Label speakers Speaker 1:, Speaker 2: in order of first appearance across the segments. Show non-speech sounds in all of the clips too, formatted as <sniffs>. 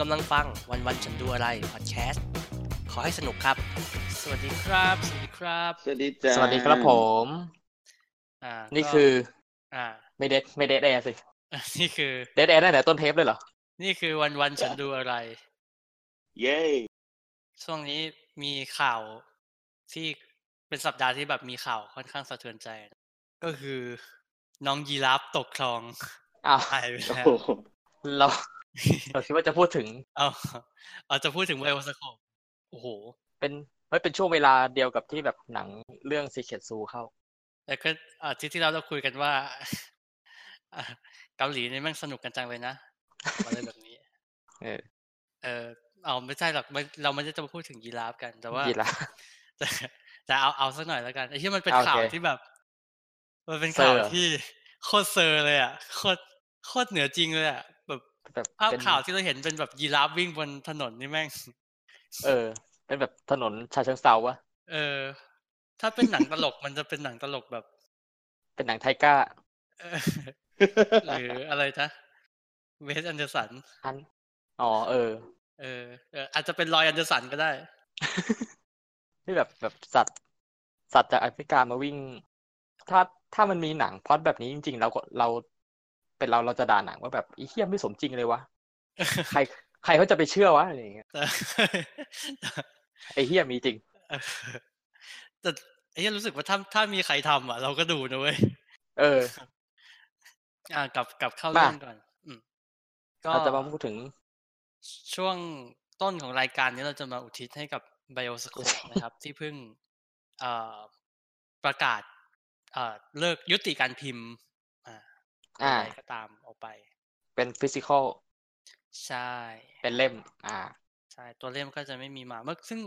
Speaker 1: กำลังฟังวันวันๆฉันดูอะไรพอดแคสต์ขอให้สนุกครับ สวัสดีครับ สวัสดีครับ
Speaker 2: สวัสดีจ้า
Speaker 3: สวัสดีครับผม
Speaker 1: อ่า
Speaker 3: นี่
Speaker 1: ก็
Speaker 3: คือ
Speaker 1: อ่า <laughs>
Speaker 3: ไม่เดดไม่เดดแอร์สิ
Speaker 1: นี่คือ
Speaker 3: เดดแอร์ตั้งแต่ต้นเทปเลยเหรอ
Speaker 1: นี่คือวันวันๆฉันดูอะไร
Speaker 2: เย้
Speaker 1: ช่วงนี้มีข่าวที่เป็นสัปดาห์ที่แบบมีข่าวค่อนข้างสะเทือนใจนะก็คือน้องยีราฟตกคลอง
Speaker 3: อ้าว
Speaker 1: หายไป
Speaker 2: โอ้
Speaker 1: แล้ว
Speaker 2: โห
Speaker 3: เรา เราคิดว่าจะพูดถึง
Speaker 1: เอาเอาจะพูดถึงไวโอสโคปโอ้โห
Speaker 3: เป็นเฮ้ยเป็นช่วงเวลาเดียวกับที่แบบหนังเรื่อง Secret Zoo เข้า
Speaker 1: แล้วก็อาทิตย์ที่แล้วเราคุยกันว่า <laughs> อ่ะเกาหลีนี่แม่งสนุกกันจังเลยนะ อะไรแบบนี้
Speaker 3: เออ
Speaker 1: เออเอาไม่ใช่หรอกไม่เราไม่ได้จะมาพูดถึงยีราฟกัน แต่ว่า
Speaker 3: ยีราฟ
Speaker 1: แต่ <laughs> แต่เอาเอาสักหน่อยแล้วกันไอ้ที่มันเป็น
Speaker 3: โอเค
Speaker 1: ข่าวที่แบบ มันเป็น
Speaker 3: เซ
Speaker 1: ข่า
Speaker 3: อร์
Speaker 1: ว
Speaker 3: เหรอ
Speaker 1: ที่ <laughs> โคตรเซอร์เลยอ่ะโคตรโคตรเหนือจริงเลยอ่ะแบบ
Speaker 3: <laughs> แบบ
Speaker 1: ภาพ
Speaker 3: เป็น
Speaker 1: ข่าวที่เราเห็นเป็นแบบยีราฟวิ่งบนถนนนี่แม่ง <laughs>
Speaker 3: เออ เป็นแบบถนนชาเชิงเซาวะ
Speaker 1: เออ ถ้าเป็นหนังตลก มันจะเป็นหนังตลกแบบ <laughs>
Speaker 3: เป็นหนังไทก้า
Speaker 1: เออหรืออะไรนะเวสอันเดอร์สัน
Speaker 3: อันอ๋อเออ
Speaker 1: เออเอออาจจะเป็นรอยอันเดอร์สันก็ได้
Speaker 3: ที่แบบแบบสัตว์ สัตว์จากแอฟริกามาวิ่ง ถ้าถ้ามันมีหนังพล็อดแบบนี้จริง ๆ เราก็เรา เป็นเราเราจะด่าหนังว่าแบบอีเทียมไม่สมจริงเล
Speaker 1: <laughs>
Speaker 3: ยวะใครใครเขาจะไปเชื่อวะอะไรอย่างเงี้ย
Speaker 1: แต่ <laughs>
Speaker 3: ไอเฮียมีจริง
Speaker 1: เออ <laughs> แต่ไอ้เหี้ยรู้สึกว่าถ้าถ้ามีใครทำอ่ะ เราก็ดูนะเว้ย
Speaker 3: เออ
Speaker 1: อ่ากลับกลับเข้าเรื่องก่อน อืมก็
Speaker 3: เราจะมาพูดถึง
Speaker 1: ช่วงต้นของรายการนี้เราจะมาอุทิศให้กับไบโอสโคปนะครับ ที่เพิ่งเอ่อประกาศ เอ่อเลิกยุติการพิมพ์ อ่า
Speaker 3: อ่า
Speaker 1: อะไรก็ตามออกไป
Speaker 3: เป็นฟิสิกอล
Speaker 1: ใช่
Speaker 3: เป็นเล่ม อ่า
Speaker 1: ใช่ตัวเล่มก็จะไม่มีมาเมื่อซึ่ง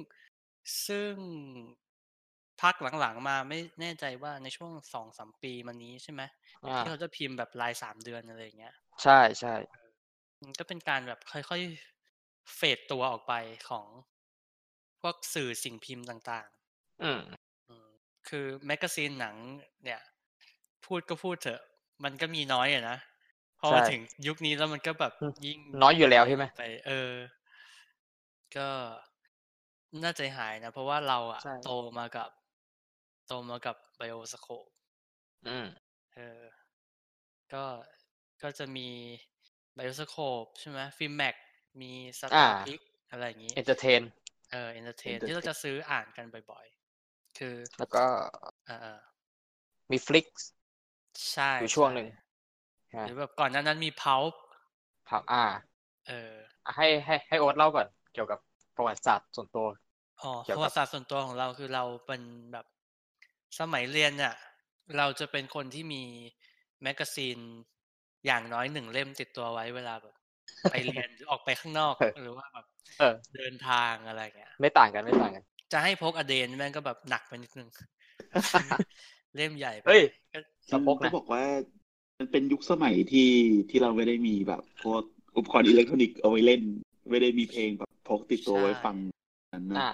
Speaker 1: ซึ่งพักหลังๆมาไม่แน่ใจว่าในช่วงสองสามปีมานี้ใช่ไหม
Speaker 3: อ่า
Speaker 1: ที่เขาจะพิมพ์แบบรายสามเดือนอะไรอย่างเงี้ย
Speaker 3: ใช่ใช่
Speaker 1: มันก็เป็นการแบบค่อยๆเฟดตัวออกไปของพวกสื่อสิ่งพิมพ์ต่าง
Speaker 3: อืม
Speaker 1: ๆ อืมคือแมกกาซีนหนังเนี่ย พูดก็พูดเถอะ มันก็มีน้อยอะนะพอมา
Speaker 3: ใช่
Speaker 1: ถึงยุคนี้แล้วมันก็แบบ
Speaker 3: อืม
Speaker 1: ยิ่ง
Speaker 3: น้อยอยู่แล้วใช่ไหม
Speaker 1: ไปเออ ก็น่าใจหายนะ เพราะว่าเราอะ
Speaker 3: ใช่
Speaker 1: โตมากับ โตมากับไบโอสโคป
Speaker 3: อืม
Speaker 1: เออ ก็ก็จะมีไบโอสโคปใช่ไหมฟิล์มแม็กมีสตา
Speaker 3: อ่า
Speaker 1: ร์พิกอะไรอย่างนี้
Speaker 3: เอนเตอร์เทน
Speaker 1: เออเอนเตอร์เทน
Speaker 3: Entertain
Speaker 1: ที่เราจะซื้ออ่านกันบ่อยๆ คือ
Speaker 3: แล้วก็
Speaker 1: เออเออ
Speaker 3: มีฟลิก
Speaker 1: ใช่
Speaker 3: อยู่ช่วงหนึ่ง
Speaker 1: ใช่
Speaker 3: ฮะ
Speaker 1: หรือแบบก่อนหน้านั้นมีเพาป์
Speaker 3: ครับอ่า
Speaker 1: เออ
Speaker 3: ให้ให้ให้โอ๊ตเล่าก่อน เกี่ยวกับประวัติศาสตร์ส่วนตัว
Speaker 1: อ๋อ
Speaker 3: เกี่
Speaker 1: ป
Speaker 3: ยว
Speaker 1: ระ
Speaker 3: กั
Speaker 1: วั
Speaker 3: บ
Speaker 1: ติศาสตร์ส่วนตัวของเราคือเราเป็นแบบสมัยเรียนเนี่ยเราจะเป็นคนที่มีแมกกาซีนอย่างน้อยหนึ่งเล่มติดตัวไว้เวลาแบบ ไปเรียนหรือออกไปข้างน
Speaker 3: <laughs>
Speaker 1: อก
Speaker 3: เออ
Speaker 1: หรือว่าแบบ
Speaker 3: เออ
Speaker 1: เดินทางอะไรเงี้ย
Speaker 3: ไม่ต่างกันไม่ต่างกัน
Speaker 1: จะให้พกอเดนแม่งก็แบบหนักไปนิดนึง เล่มใหญ่ไป
Speaker 3: เฮ้ย
Speaker 1: ก็
Speaker 3: สะพก
Speaker 2: เขา
Speaker 3: นะ
Speaker 2: บอกว่า มันเป็นยุคสมัยที่ที่เราไม่ได้มีแบบพวกอุปกรณ์อิเล็กทรอนิกส์เอาไว้เล่น ไม่ได้มีเพลงแบบพกติดตัวไว้ฟังนั้นนะ
Speaker 3: อ่า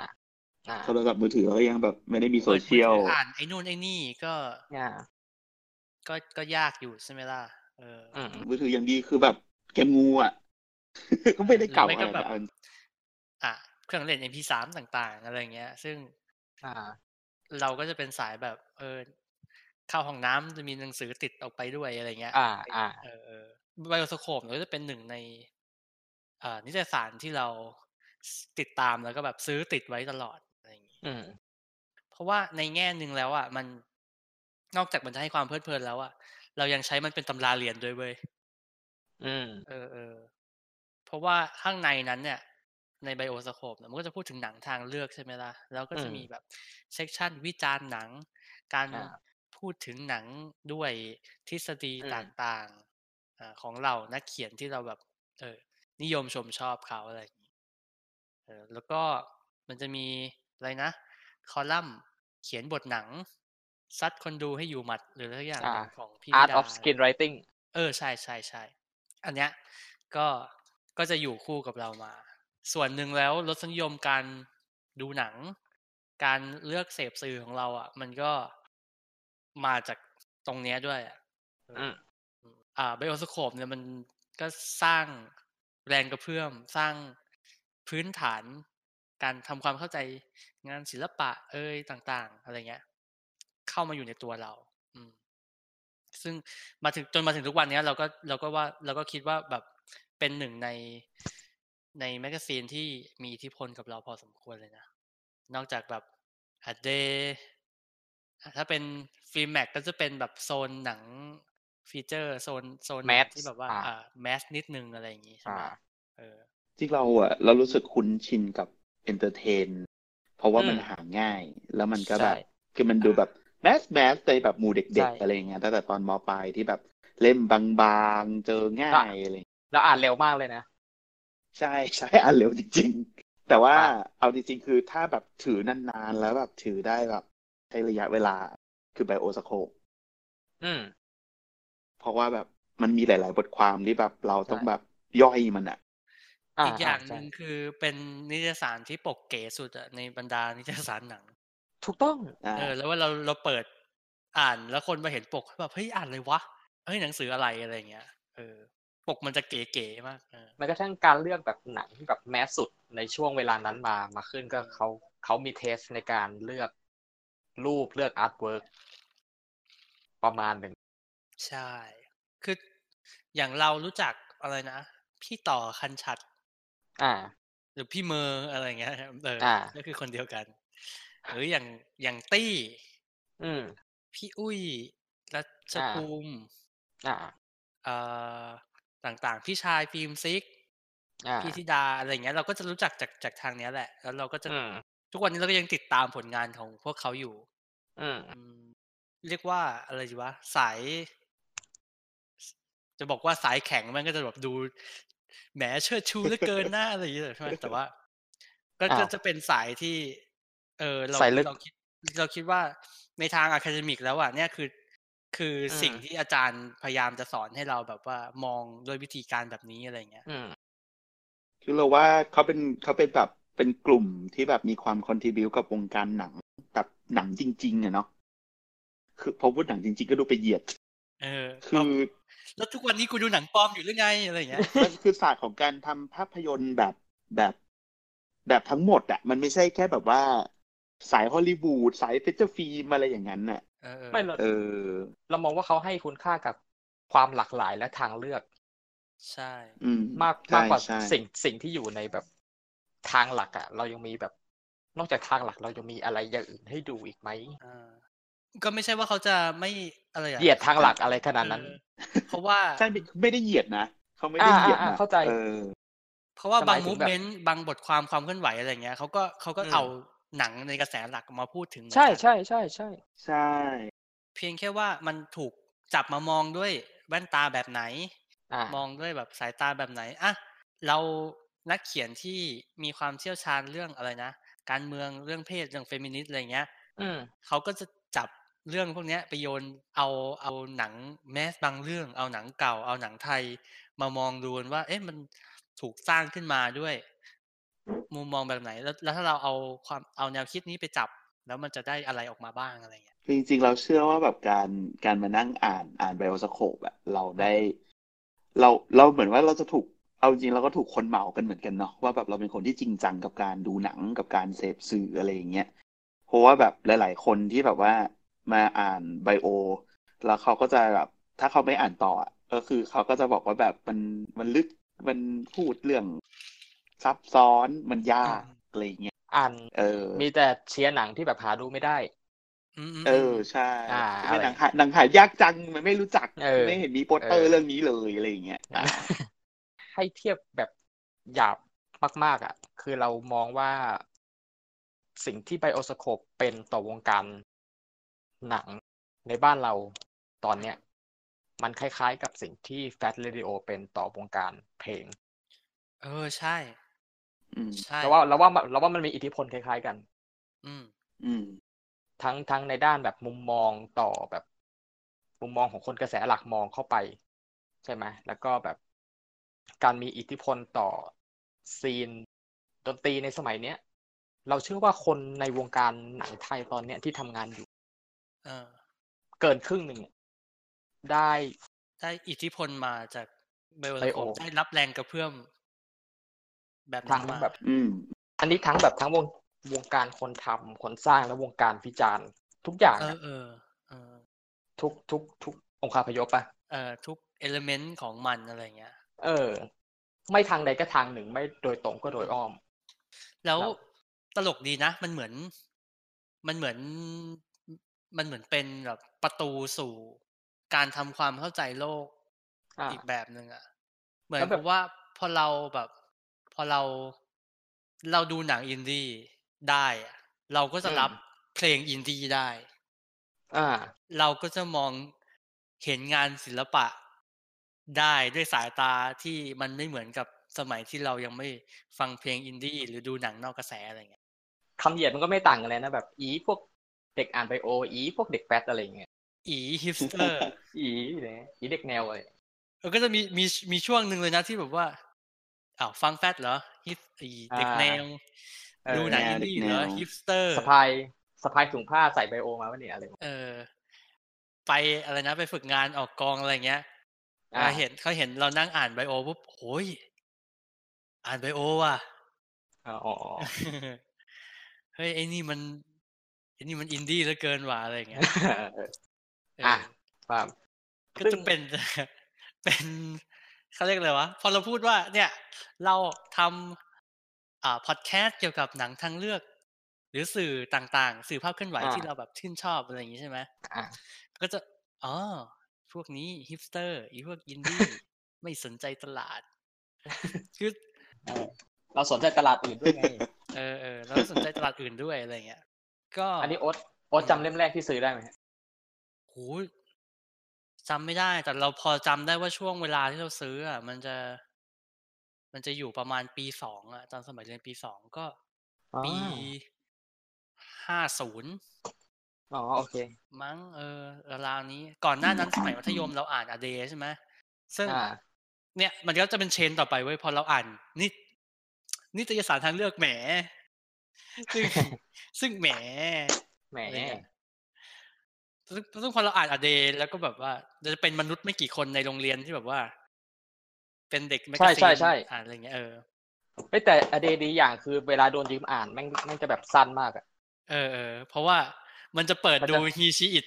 Speaker 3: อ่า
Speaker 2: โทรศัพท์มือถือเราก็ยังแบบ ไม่ได้มีโซ
Speaker 1: ปิดมือ
Speaker 2: เชียล
Speaker 1: ถืออ่านไอ้นู่นไอ้นี่ก็
Speaker 3: อ่า
Speaker 1: ก็ก็ยากอยู่ใช่ไหมล่ะเอออ
Speaker 3: อืม
Speaker 2: มือถืออย่างดีคือแบบเกมงูอ่ะ ก็ไม่ได้เก่า
Speaker 1: หรือ
Speaker 2: อะ
Speaker 1: ไม่ก็
Speaker 2: ไร
Speaker 1: แบบ
Speaker 2: นะอัน
Speaker 1: อ่ะเครื่องเล่น MP3 ต่างๆ อะไรเงี้ย ซึ่ง
Speaker 3: อ่า
Speaker 1: เราก็จะเป็นสายแบบเออเข้าห้องน้ำจะมีหนังสือติดออกไปด้วยอะไรเงี้ย
Speaker 3: อ่าอ่า
Speaker 1: เออเออไบโอสโคปก็จะเป็นหนึ่งในเอ่อนิตยสารที่เราสติดตามแล้วก็แบบซื้อติดไว้ตลอดอะไรอย่างงี้
Speaker 3: อืม
Speaker 1: เพราะว่าในแง่หนึ่งแล้วอ่ะมันนอกจากมันจะให้ความเพลิดเพลินแล้วอ่ะเรายังใช้มันเป็นตำราเรียนด้วยเว้ย
Speaker 3: อืม
Speaker 1: เออเออเพราะว่าข้างในนั้นเนี่ย ในไบโอสโคปเนี่ยมันก็จะพูดถึงหนังทางเลือกใช่ไหมล่ะ แล้วก็จะ
Speaker 3: อืม
Speaker 1: มีแบบเซกชันวิจารณ์หนัง การ
Speaker 3: อ่า
Speaker 1: พูดถึงหนังด้วยทฤษฎี
Speaker 3: อืม
Speaker 1: ต่างๆอ่าของเรานักเขียนที่เราแบบ เออ นิยมชมชอบเขาอะไรอย่างนี้เออแล้วก็มันจะมีอะไรนะ คอลัมน์เขียนบทหนัง ซัดคนดูให้อยู่หมัดหรืออะไรสักอย่างหนึ่งของพี่
Speaker 3: Art
Speaker 1: ดา
Speaker 3: of Screenwriting
Speaker 1: เออใช่ใช่ใช่อันเนี้ยก็ก็จะอยู่คู่กับเรามา ส่วนหนึ่งแล้วรสนิยมการดูหนัง การเลือกเสพสื่อของเราอ่ะ มันก็มาจากตรงเนี้ยด้วยอะ
Speaker 3: อืม
Speaker 1: อ่าไบโอสโคปเนี่ยมันก็สร้าง แรงกระเพื่อมสร้างพื้นฐาน การทำความเข้าใจงานศิลปะเอ่ยต่าง ๆ อะไรเงี้ย เข้ามาอยู่ในตัวเรา อืม ซึ่งมาถึงจนมาถึงทุกวันเนี้ย เราก็เราก็ว่าเราก็คิดว่าแบบเป็นหนึ่งในในแมกกาซีนที่มีอิทธิพลกับเราพอสมควรเลยนะ นอกจากแบบอัดเดถ้าเป็นฟิล์มแม็กก็จะเป็นแบบโซนหนังฟีเจอร์ โซนโซนหนัง
Speaker 3: Mass
Speaker 1: ที่แบบว่า
Speaker 3: อ่า
Speaker 1: อ่าแมสนิดนึงอะไรอย่างงี้ใช่ไหม
Speaker 3: อ่า
Speaker 1: เออ
Speaker 2: จริงเราอะเรารู้สึกคุ้นชินกับเอนเตอร์เทน เพราะว่ามัน
Speaker 3: อืม
Speaker 2: หาง่าย แล้วมันก็
Speaker 3: ใช่
Speaker 2: แบบคือมันดูแบบแมสแมสในแบบหมู่เด็ก
Speaker 3: ใช่
Speaker 2: ๆ อะไรอย่างเงี้ยตั้งแต่ตอนมปลายที่แบบเล่มบางๆ เจอง่ายอะไรอย่างเงี้ย
Speaker 3: แล้วอ่านเร็วมากเลยนะ
Speaker 2: ใช่ <laughs> ใช่อ่านเร็วจริง ๆ แต่ว่า
Speaker 3: อ่ะ
Speaker 2: เอาจริง ๆ คือถ้าแบบถือนาน ๆ แล้วแบบถือได้แบบใช้ระยะเวลาคือไบโอสโค
Speaker 3: อืม
Speaker 2: เพราะว่าแบบมันมีหลาย ๆ บทความที่แบบเราต้อง
Speaker 3: ใช่
Speaker 2: แบบย่อยมันอะ
Speaker 3: อ่า
Speaker 1: อีกอย่างห
Speaker 3: ใช่
Speaker 1: นึ่งคือเป็นนิตยสารที่ปกเก๋สุดอะในบรรดานิตยสารหนัง
Speaker 3: ถูกต้อง
Speaker 2: อ่า
Speaker 1: เออ แล้วว่าเราเราเปิดอ่านแล้วคนมาเห็นปกแบบเฮ้ยอ่านเลยวะเฮ้ยหนังสืออะไรอะไรเงี้ยเออ ปกมันจะเก๋ๆมากเออ
Speaker 3: แม้กระทั่งการเลือกแบบหนังที่แบบแมสสุดในช่วงเวลานั้นมามาขึ้นก็เขาเขามีเทสในการเลือกรูปเลือกอาร์ตเวิร์กประมาณหนึ่ง
Speaker 1: ใช่ คืออย่างเรารู้จักอะไรนะ พี่ต่อคันฉัด
Speaker 3: อ่า
Speaker 1: หรือพี่เมอร์อะไรเงี้ยครับเออ
Speaker 3: อ่า
Speaker 1: ก็คือคนเดียวกัน หรืออย่างอย่างตี้
Speaker 3: อืม
Speaker 1: พี่อุ้ยรัช
Speaker 3: อ่า
Speaker 1: ภูมิ
Speaker 3: อ่า
Speaker 1: เอ่อต่างๆ พี่ชายฟิล์มซิก
Speaker 3: อ่า
Speaker 1: พี่ธิดาอะไรอย่างเงี้ยเราก็จะรู้จักจากจากทางเนี้ยแหละ แล้วเราก็จะ
Speaker 3: อืม
Speaker 1: ทุกวันนี้เราก็ยังติดตามผลงานของพวกเขาอยู่
Speaker 3: อืม
Speaker 1: อืม เรียกว่าอะไรดีวะสาย จะบอกว่าสายแข็งมันก็จะแบบดูแหมเชิดชูเหลือเกินหน้า อะไรอย่างเงี้ยใช่ไหมแต่ว่า ก็จะจะเป็นสายที่ เออเรา
Speaker 3: ใส่ลึก
Speaker 1: เราคิดเราคิดว่าในทางอะคาเดมิกแล้วอ่ะเนี่ยคือ คืออ
Speaker 3: ม
Speaker 1: สิ่งที่อาจารย์พยายามจะสอนให้เราแบบว่ามองด้วยวิธีการแบบนี้อะไรอย่างเงี้ย
Speaker 3: อืม
Speaker 2: คือเราว่าเขาเป็นเขาเป็นแบบเป็นกลุ่มที่แบบมีความคอนทิบิวกับวงการหนังแบบหนังจริงๆอะเนาะคือพอพูดหนังจริง ๆ ก็ดูไปเหยียด
Speaker 1: เออ
Speaker 2: คื
Speaker 1: เรา
Speaker 2: อ
Speaker 1: แล้วทุกวันนี้กูดูหนังปลอมอยู่หรือไงอะไรอย่างเงี้ย
Speaker 2: มันคือศาสตร์ของการทำภาพยนตร์แบบแบบแบบทั้งหมดอะมันไม่ใช่แค่แบบว่า สายฮอลลีวูดสายเฟเจอร์ฟิล์มอะไรอย่างนั้นน่ะ
Speaker 1: เออๆ
Speaker 3: ไม่เรา
Speaker 2: เออ
Speaker 3: เรามองว่าเขาให้คุณค่ากับความหลากหลายและทางเลือก
Speaker 1: ใช่
Speaker 2: อืม
Speaker 3: มาก
Speaker 2: ใช่
Speaker 3: มากกว่า
Speaker 2: ใช่
Speaker 3: สิ่งสิ่งที่อยู่ในแบบทางหลักอ่ะ เรายังมีแบบ นอกจากทางหลักเรายังมีอะไรอย่างอื่นให้ดูอีกไหม
Speaker 1: อ่าก็ไม่ใช่ว่าเขาจะไม่อะไรอะ
Speaker 3: เหยียดทางหลักอะไรขนาดนั้น
Speaker 1: เออเพราะว่า
Speaker 2: ใช่ไม่ไม่ได้เหยียดนะเขาไม่ได้เหยียด
Speaker 3: อ่า
Speaker 2: นะ
Speaker 3: อ่าเข้าใจ
Speaker 2: เออ
Speaker 1: เพราะว่า
Speaker 3: จะ
Speaker 1: บาม
Speaker 3: หาง ยถึ
Speaker 1: มู
Speaker 3: ง
Speaker 1: ฟ
Speaker 3: แบบ
Speaker 1: เมนต์บางบทความความเคลื่อนไหวอะไรเงี้ยเขาก็เขาก็
Speaker 3: อืม
Speaker 1: เอาหนังในกระแสหลักมาพูดถึงเหมือน
Speaker 3: ใช่
Speaker 1: กัน
Speaker 3: ใช่ใช่ใช่
Speaker 2: ใช่
Speaker 1: เพียงแค่ว่ามันถูกจับมามองด้วยแว่นตาแบบไหน
Speaker 3: อ่าม
Speaker 1: องด้วยแบบสายตาแบบไหนอ่ะเรานักเขียนที่มีความเชี่ยวชาญเรื่องอะไรนะการเมืองเรื่องเพศเรื่องเฟมินิสต์อะไรเงี้ย
Speaker 3: อืม
Speaker 1: เขาก็จะจับเรื่องพวกเนี้ยไปโยนเอาเอาหนังแมสบางเรื่อง เอาหนังเก่า เอาหนังไทย มามองดูว่า เอ๊ะมันถูกสร้างขึ้นมาด้วย มุมมองแบบไหน แล้วแล้วถ้าเราเอาความเอาแนวคิดนี้ไปจับ แล้วมันจะได้อะไรออกมาบ้างอะไรเงี้ย
Speaker 2: คือจริงๆ เราเชื่อว่าแบบการการมานั่งอ่านอ่านไบโอสโคปอะเราได้ เราเราเหมือนว่าเราจะถูกเอาจริงเราก็ถูกคนเหมากันเหมือนกันเนาะว่าแบบเราเป็นคนที่จริงจังกับการดูหนังกับการเสพสื่ออะไรอย่างเงี้ยเพราะว่าแบบหลาย ๆ คนที่แบบว่ามาอ่านไบโอ แล้วเขาก็จะแบบถ้าเขาไม่อ่านต่ออะก็คือเขาก็จะบอกว่าแบบมันมันลึกมันพูดเรื่องซับซ้อนมันยาก
Speaker 1: อืม
Speaker 2: อะไรอย่างเงี้ย
Speaker 3: อ่าน
Speaker 2: เออ
Speaker 3: มีแต่เชียร์หนังที่แบบหาดูไม่ได้
Speaker 1: อืมๆๆ
Speaker 2: เออใช่
Speaker 3: อ่า
Speaker 2: ไม่หนัง
Speaker 3: อะไร
Speaker 2: หาหนังหายากจังมันไม่รู้จัก
Speaker 3: เออ
Speaker 2: ไม่เห็นมีโปสเตอร์
Speaker 3: เออ
Speaker 2: เรื่องนี้เลยอะไรอย่างเงี้ยอ่า
Speaker 3: ให้เทียบแบบหยาบมาก ๆ อ่ะ คือเรามองว่าสิ่งที่ไบโอสโคปเป็นต่อวงการหนังในบ้านเราตอนเนี้ย มันคล้ายๆกับสิ่งที่แฟตเรดิโอเป็นต่อวงการเพลง
Speaker 1: เออใช่
Speaker 2: อืม
Speaker 1: ใช่
Speaker 3: เราว่าเราว่าเราว่ามันมีอิทธิพลคล้ายๆกัน
Speaker 1: อืม
Speaker 2: อืม
Speaker 3: ทั้งทั้งในด้านแบบมุมมองต่อแบบ มุมมองของคนกระแสหลักมองเข้าไป ใช่ไหมแล้วก็แบบการมีอิทธิพลต่อซีนดนตรีในสมัยเนี้ย เราเชื่อว่าคนในวงการหนังไทยตอนเนี้ยที่ทำงานอยู่
Speaker 1: เออ
Speaker 3: เกินครึ่งหนึ่งเนี่ยได้
Speaker 1: ได้อิทธิพลมาจากไบโอ
Speaker 3: ไบโอ
Speaker 1: ได้รับแรงกระเพื่อม แบบ
Speaker 3: ทั้
Speaker 1: นั้
Speaker 3: ง
Speaker 1: นมา
Speaker 3: แบบ
Speaker 2: อืม
Speaker 3: อันนี้ทั้งแบบทั้งวงวงการคนทำคนสร้างและวงการวิจารณ์ ทุกอย่าง
Speaker 1: เออ
Speaker 3: อะ
Speaker 1: เออเออ
Speaker 3: ทุกทุกทุกองคาพยพอะ
Speaker 1: เอ่อทุกเอลเมนต์ของมันอะไรเงี้ย
Speaker 3: เออ ไม่ทางใดก็ทางหนึ่งไม่โดยตรงก็โดยอ้อม
Speaker 1: แล้ว
Speaker 3: ครับ
Speaker 1: ตลกดีนะ มันเหมือน มันเหมือน มันเหมือนเป็นแบบประตูสู่การทำความเข้าใจโลก
Speaker 3: อ่า
Speaker 1: อีกแบบหนึ่งอะเหมือน
Speaker 3: แล้ว
Speaker 1: แบ
Speaker 3: แบบ บ
Speaker 1: ว่าพอเราแบบ พอเราเราดูหนังอินดี้ได้อะเราก็จะรับเพลงอินดี้ได้
Speaker 3: อ่า
Speaker 1: เราก็จะมองเห็นงานศิลปะได้ด้วยสายตาที่มันไม่เหมือนกับสมัยที่เรายังไม่ฟังเพลงอินดี้หรือดูหนังนอกกระแสอะไรเงี้ย
Speaker 3: คำเหยียดมันก็ไม่ต่างกันเลยนะแบบอีพวกเด็กอ่านไบโอ อีพวกเด็กแฟตอะไรอย่างเงี้ย
Speaker 1: อีฮิปสเตอร์
Speaker 3: อีเนี่ยอีเด็กแนวเลย
Speaker 1: เออก็จะมีมีมีช่วงหนึ่งเลยนะที่แบบว่าอ้าวฟังแฟตเหรอฮิปอีเด็กแนว
Speaker 3: เออ
Speaker 1: ดูหนัง
Speaker 2: แนว
Speaker 1: อินดี้
Speaker 2: เด็กแน
Speaker 1: เหรอ
Speaker 2: ว
Speaker 1: ฮิปสเตอร์
Speaker 3: สะพายสะพายถุงผ้าใส่ไบโอมาว่าเนี่ยอะไรวะ
Speaker 1: เออ ไปอะไรนะไปฝึกงานออกกองอะไรเงี้ย
Speaker 3: อ่า
Speaker 1: เห็นเขาเห็นเรานั่งอ่านไบโอปุ๊บโอ้ยอ่านไบโอ
Speaker 3: <laughs>
Speaker 1: ว่ะ
Speaker 3: อ๋ออ๋ออ๋อ
Speaker 1: เฮ้ยไอ้นี่มันไอ้นี่มันอินดี้เหลือเกินว่ะอะไรอย่างเงี้ยเออ
Speaker 3: อ่ะ
Speaker 1: อ่ะ
Speaker 3: ครับ
Speaker 1: ก็จะเป็น <laughs> เป็นเขาเรียกอะไรวะพอเราพูดว่า เนี่ย เราทำอ่าพอดแคสต์เกี่ยวกับหนังทางเลือก หรือสื่อต่างๆ สื่อภาพเคลื่อนไหว
Speaker 3: อ่า
Speaker 1: ที่เราแบบชื่นชอบอะไรอย่างงี้ใช่ไหม
Speaker 3: อ่ะ
Speaker 1: ก็จะอ๋อพวกนี้ฮิปสเตอร์อีพวกอินดี้ ไม่สนใจตลาด <laughs> คือ
Speaker 3: เราสนใจตลาดอื่น
Speaker 1: <laughs>
Speaker 3: ด้วยไง
Speaker 1: เออเออแล้วสนใจตลาดอื่นด้วยอะไรเงี้ย ก็
Speaker 3: อันนี้โอ๊ตโอ๊ตจำเล่มแรกที่ซื้อได้ไหมฮะ
Speaker 1: โหจำไม่ได้ แต่เราพอจำได้ว่าช่วงเวลาที่เราซื้ออ่ะ มันจะ มันจะอยู่ประมาณปีสองอ่ะ ตอนสมัยเรียนปีสองก็ปีห้าศูนย์
Speaker 3: อ๋อโอเค
Speaker 1: มั้ง เออราวๆนี้ ก่อนหน้านั้นสมัยมัธยมเราอ่านอเดใช่ไหมซึ่ง
Speaker 3: อ่า
Speaker 1: เนี่ยมันก็จะเป็นเชนต่อไปเว้ยพอเราอ่านนิตนิตยสารทางเลือกแหม
Speaker 3: <laughs>
Speaker 1: ซึ่ง ซึ่งแหม
Speaker 3: แหม
Speaker 1: อะไรเงี้ย ซึ่งซึ่งพอเราอ่านอเดย์แล้วก็แบบว่าจะเป็นมนุษย์ไม่กี่คนในโรงเรียนที่แบบว่า เป็นเด็กแมกกาซีน
Speaker 3: ใช่ใช่ใช่
Speaker 1: อ่านอะไรเงี้ยเออ
Speaker 3: เฮ้ยแต่อเดดีอย่างคือเวลาโดนยืมอ่านแม่งแม่งจะแบบสั้นมากอะ
Speaker 1: เออเออเพราะว่ามันจะเปิด
Speaker 3: มัน
Speaker 1: ดู
Speaker 3: จะ
Speaker 1: ฮีชี
Speaker 3: <laughs>
Speaker 1: อิต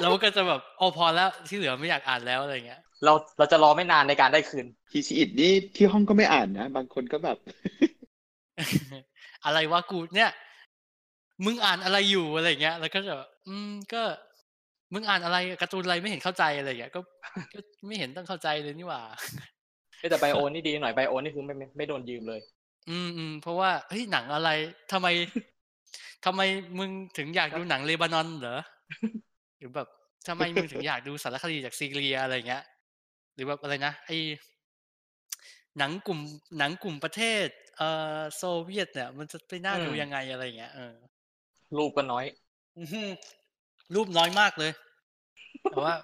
Speaker 1: แล้วก็จะแบบโอ้พอแล้วที่เหลือไม่อยากอ่านแล้วอะไรเงี้ย <laughs>
Speaker 3: เราเราจะรอไม่นานในการได้คืน
Speaker 2: ฮิชิอิดนี่ที่ห้องก็ไม่อ่านนะ บางคนก็แบบ <laughs>
Speaker 1: อะไรวะกูเนี่ย มึงอ่านอะไรอยู่อะไรเงี้ย แล้วก็จะแบบอืมก็ มึงอ่านอะไรการ์ตูนอะไรไม่เห็นเข้าใจอะไรเงี้ยก็ก็ไม่เห็นต้องเข้าใจเลยนี่หว่า
Speaker 3: แต่ไบโอนี่ดีหน่อยไบโอนี่คือไม่ไม่ไม่โดนยืมเลย
Speaker 1: อืมอืมเพราะว่าเฮ้ยหนังอะไรทำ
Speaker 3: <laughs>
Speaker 1: ไมทำไมมึงถึงอยากดูหนังเลบานอนเหรอ หรือแบบทำไมมึงถึงอยากดูสารคดีจากซีเรียอะไรเงี้ย หรือแบบอะไรนะไอหนังกลุ่มหนังกลุ่มประเทศ เอ่อโซเวียตเนี่ย มันจะไปน่าดู
Speaker 3: อืม
Speaker 1: ยังไงอะไรเงี้ยเออ
Speaker 3: รูปก็น้อย
Speaker 1: อื้อหือรูปน้อยมากเลย แต่ว่า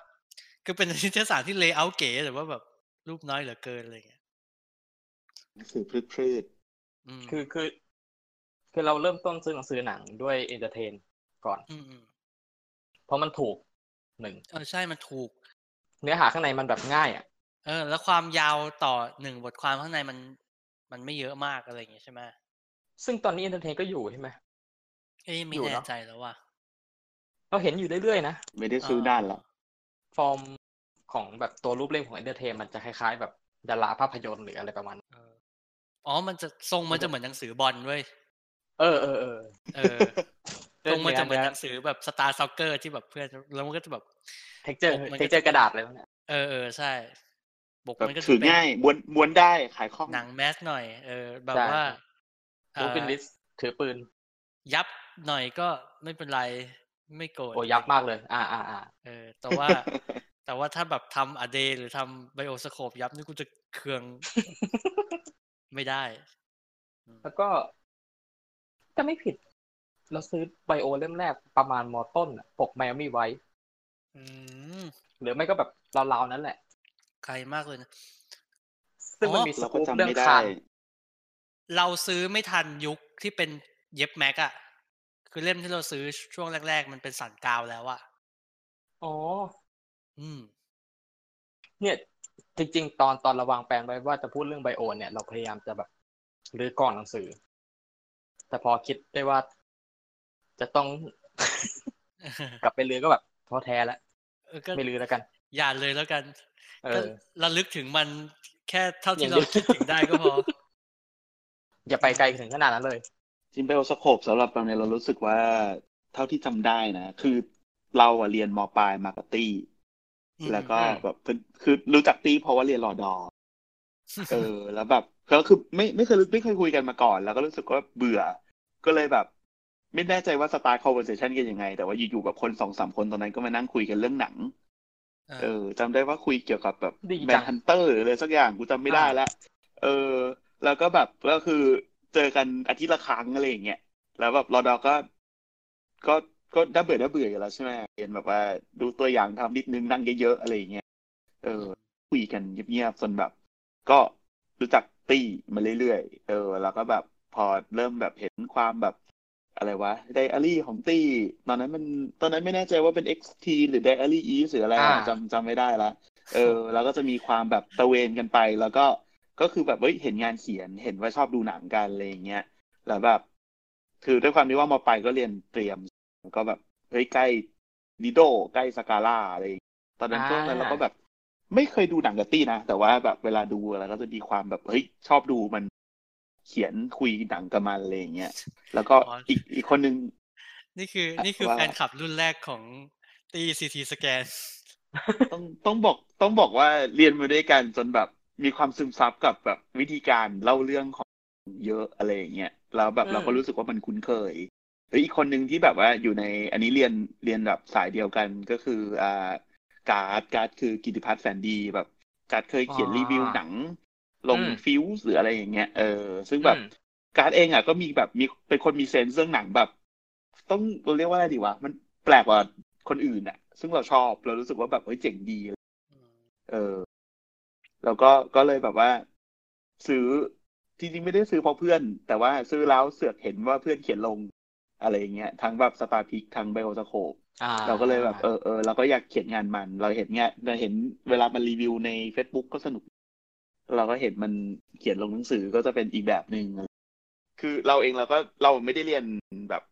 Speaker 1: คือเป็นนิตยสารที่เลเยอร์เก๋แต่ว่าแบบ รูปน้อยเหลือเกินอะไรเงี้ย
Speaker 2: หนังสือพลืด
Speaker 1: อืม
Speaker 3: คือคือ คือเราเริ่มต้นซื้อหนังสือหนังด้วยเอนเตอร์เทน ก่อน
Speaker 1: อืมอืม
Speaker 3: เพราะมันถูกหนึ่ง
Speaker 1: เออใช่มันถูก
Speaker 3: เนื้อหาข้างในมันแบบง่ายอ่ะ
Speaker 1: เออแล้วความยาวต่อหนึ่งบทความข้างในมัน มันไม่เยอะมากอะไรอย่างเงี้ยใช่ไหม
Speaker 3: ซึ่งตอนนี้เอนเตอร์เทนก็อยู่ใช่ไหม
Speaker 1: เอ้ยไม่
Speaker 3: อยู่
Speaker 1: แน่
Speaker 3: เนอะ
Speaker 1: ใจแล้วว่ะ
Speaker 3: เราเห็นอยู่เรื่อยๆนะ
Speaker 2: ๆไม่ได้ซื้อด้านหรอก
Speaker 3: ฟอร์มของแบบตัวรูปเล่มของเอนเตอร์เทนมันจะคล้ายๆ แบบดาราภาพยนตร์หรืออะไรประมาณนั้น
Speaker 1: เอออ๋อมันจะทรงมันจะเหมือนหนังสือบอลเว้ย
Speaker 3: เออเออเออ
Speaker 1: เอ <laughs> อ
Speaker 3: เรื่
Speaker 1: ทร
Speaker 3: อง ง
Speaker 1: มันจะ
Speaker 3: เนื้อ
Speaker 1: เหมือนห
Speaker 3: เนื้อ
Speaker 1: นังสือแบบสตาร์ซ็อกเกอร์ที่แบบเพื่อนแล้วมันก็จะแบบ
Speaker 3: เท็กเจอร์
Speaker 1: ปกมันก็
Speaker 3: เท็กเจอ
Speaker 1: จะ
Speaker 3: ร์กระดาษอะไรพวกเนี้ย
Speaker 1: เออเออใช่บก
Speaker 2: แบบ
Speaker 1: มันก็จะ
Speaker 2: ถือ
Speaker 1: เป็น
Speaker 2: ง่ายม้วนม้วนได้ขายคล่อง
Speaker 1: หนังแมสหน่อย เออ แบบว่าเอ
Speaker 3: รูป
Speaker 1: อ
Speaker 3: เป็นลิสถือปืน
Speaker 1: ยับหน่อยก็ไม่เป็นไรไม่โกรธ
Speaker 3: โอ้ยับมากเลย อ่าอ่าอ่า
Speaker 1: เออ แต่ว่า แต่ว่าถ้าแบบทำอเดหรือทำไบโอสโคปยับนี่กูจะเคือง <laughs> ไม่ได้อืม
Speaker 3: แล้วก็จะไม่ผิด เราซื้อไบโอเล่มแรกประมาณมอต้นน่ะปกไมอามี่ไว้
Speaker 1: อืม
Speaker 3: หรือไม่ก็แบบราวๆ นั้นแหละ
Speaker 1: ไกลมากเลยนะ
Speaker 3: ซึ่งมัน
Speaker 1: อ๋อ
Speaker 3: มีส
Speaker 2: เราก็
Speaker 3: กู๊ป
Speaker 2: จำ
Speaker 3: เรื่อง
Speaker 2: ไม่ได้
Speaker 3: คาน
Speaker 1: เราซื้อไม่ทันยุคที่เป็นเย็บแม็กอะคือเล่มที่เราซื้อช่วงแรก ๆ มันเป็นสันกาวแล้วอะ
Speaker 3: อ๋อ
Speaker 1: อืม <laughs>
Speaker 3: เนี่ย จริง ๆ ตอนตอนเระวางแปลนไว้ว่าจะพูดเรื่องไบโอเนี่ยเราพยายามจะแบบรื้อก่อนหนังสือ แต่พอคิดได้ว่าจะต้อง <laughs> กลับไปรื้อก็แบบท้อแท้แล้ว
Speaker 1: เออก็
Speaker 3: ไม่รื้อแล้วกัน
Speaker 1: อย่าเลยแล้วกัน
Speaker 3: เอ
Speaker 1: ก็
Speaker 3: อ
Speaker 1: ระลึกถึงมันแค่เท่าที่
Speaker 3: อย่า
Speaker 1: เราคิดถึงได้ก็พอ
Speaker 3: อย่าไปไกลถึงขนาดนั้นเลย
Speaker 2: จริงเบลสโคปสำหรับเราเนี่ยเรารู้สึกว่าเท่าที่จำได้นะ คือเราอะเรียนมปลายมากับตี้
Speaker 1: อืม
Speaker 2: แล้วก็
Speaker 3: อืม
Speaker 2: แบบเพิ่งคือรู้จักตี้เพราะว่าเรียนรอดอ
Speaker 1: <laughs>
Speaker 2: เออ แล้วแบบก็คือไม่ไม่เคยไม่เคยคุยกันมาก่อน แล้วก็รู้สึกว่าเบื่อ ก็เลยแบบ ไม่แน่ใจว่าสตาร์คอ v เวอร์เซชันกันยังไง แต่ว่าอยู่ๆแบบคนสองสามคนตอนนั้นก็มานั่งคุยกันเรื่องหนัง
Speaker 1: เออ
Speaker 2: เออจำได้ว่าคุยเกี่ยวกับแบบ
Speaker 3: ดีจัง
Speaker 2: แมนฮันเตอร์หรืออะไรสักอย่างกูจำไม่ได้
Speaker 3: อ่า
Speaker 2: ละเออ แล้วก็แบบก็คือเจอกันอาทิตย์ละครั้งอะไรอย่างเงี้ยแล้วแบบรอดอก็ ก็ก็น่าเบื่อน่าเบื่ออยู่แล้วใช่ไหมเรียนแบบว่าดูตัวอย่างทำนิดนึงนั่งเยอะๆอะไรอย่างเงี้ยเออ คุยกันเงียบๆจนแบบ ก็รู้จักตี้มาเรื่อยๆเออ แล้วก็แบบพอเริ่มแบบเห็นความแบบ อะไรวะไดอารี่ของตี้ ตอนนั้นมันตอนนั้นไม่แน่ใจว่าเป็น XT หรือไดอารี่อีหรืออะไรอะ
Speaker 3: อ่า
Speaker 2: จำจำไม่ได้ละ เออ แล้วก็จะมีความแบบตะเวนกันไป แล้วก็ก็คือแบบเฮ้ยเห็นงานเขียนเห็นว่าชอบดูหนังกันอะไรอย่างเงี้ยแล้วแบบ คือด้วยความที่ว่ามปลายก็เรียนเตรียมก็แบบเฮ้ยใกล้ดิโดใกล้สกาล่าอะไรอย่างเงี้ยตอนนั้น
Speaker 3: อ่า
Speaker 2: ช่วงนั้นเราก็แบบ ไม่เคยดูหนังกับตี้นะ แต่ว่าแบบเวลาดูอะไรก็จะมีความแบบเฮ้ยชอบดูมันเขียนคุยหนังกับมันอะไรอย่างเงี้ยแล้วก็
Speaker 1: อ๋ออี
Speaker 2: อีกอีกคนนึง
Speaker 1: นี่คือ นี่คือ
Speaker 2: ว่า
Speaker 1: แฟนคลับรุ่นแรกของตีซีทีสแกน
Speaker 2: ต้องต้องบอกต้องบอกว่าเรียนมาด้วยกันจนแบบมีความซึมซับกับแบบวิธีการเล่าเรื่องของเยอะอะไรอย่างเงี้ยแล้วแบบ
Speaker 3: อืม
Speaker 2: เราก็รู้สึกว่ามันคุ้นเคยเอ้ยอีกคนหนึ่งที่แบบว่าอยู่ในอันนี้เรียนเรียนแบบสายเดียวกันก็คืออ่าการ์ดการ์ดคือกิติพัฒน์แสนดีแบบการ์ดเคยเขียนรีวิวหนัง ลง
Speaker 3: อืม
Speaker 2: ฟิวส์หรืออะไรอย่างเงี้ยเออซึ่งแบบ
Speaker 3: อืม
Speaker 2: การ์ดเองอ่ะก็มีแบบมีเป็นคนมีเซนส์เรื่องหนังแบบ ต้องเราเรียกว่าอะไรดีวะมันแปลกกว่าคนอื่นอ่ะ ซึ่งเราชอบเรารู้สึกว่าแบบเฮ้ยเจ๋งดีเออ แล้วก็ก็เลยแบบว่า ซื้อจริงๆไม่ได้ซื้อเพราะเพื่อน แต่ว่าซื้อแล้วเสือกเห็นว่าเพื่อนเขียนลงอะไรอย่างเงี้ยทั้งแบบสตาร์พิกทั้งไบโอสโคป
Speaker 3: อ่
Speaker 2: เราก็เลยแบบเออเออเราก็อยากเขียนงานมัน เราเห็นเงี้ยเราเห็นเวลามันรีวิวใน Facebook ก็สนุก เราก็เห็นมันเขียนลงหนังสือก็จะเป็นอีกแบบหนึ่งคือเราเองเราก็เราไม่ได้เรียนแบบ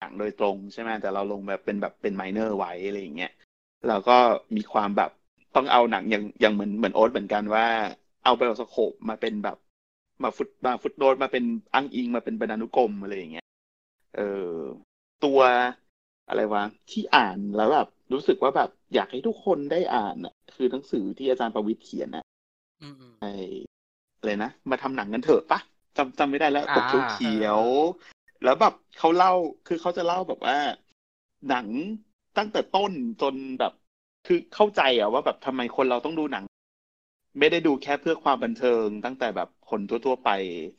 Speaker 2: หนังโดยตรงใช่ไหมแต่เราลงแบบเป็นแบบเป็นไมเนอร์ไว้อะไรอย่างเงี้ยเราก็มีความแบบต้องเอาหนังอย่างอย่างเหมือนเหมือนโอ๊ตเหมือนกันว่าเอาเบลสโคปมาเป็นแบบมาฟุตมาฟุตโนตมาเป็นอ้างอิงมาเป็นบรรณานุกรมอะไรอย่างเงี้ย เออตัวอะไรวะที่อ่านแล้วแบบรู้สึกว่าแบบอยากให้ทุกคนได้อ่านน่ะคือหนังสือที่อาจารย์ประวิตรเขียนนะ
Speaker 1: อืมอืม
Speaker 2: ไออะไรนะมาทำหนังกันเถอะปะจำจำไม่ได้แล้ว
Speaker 3: อ่า
Speaker 2: ปกเขียวๆแล้วแบบเขาเล่าคือเขาจะเล่าแบบว่า หนังตั้งแต่ต้นจนแบบ คือเข้าใจอะว่าแบบทำไมคนเราต้องดูหนัง ไม่ได้ดูแค่เพื่อความบันเทิง ตั้งแต่แบบคนทั่ว ๆ ไป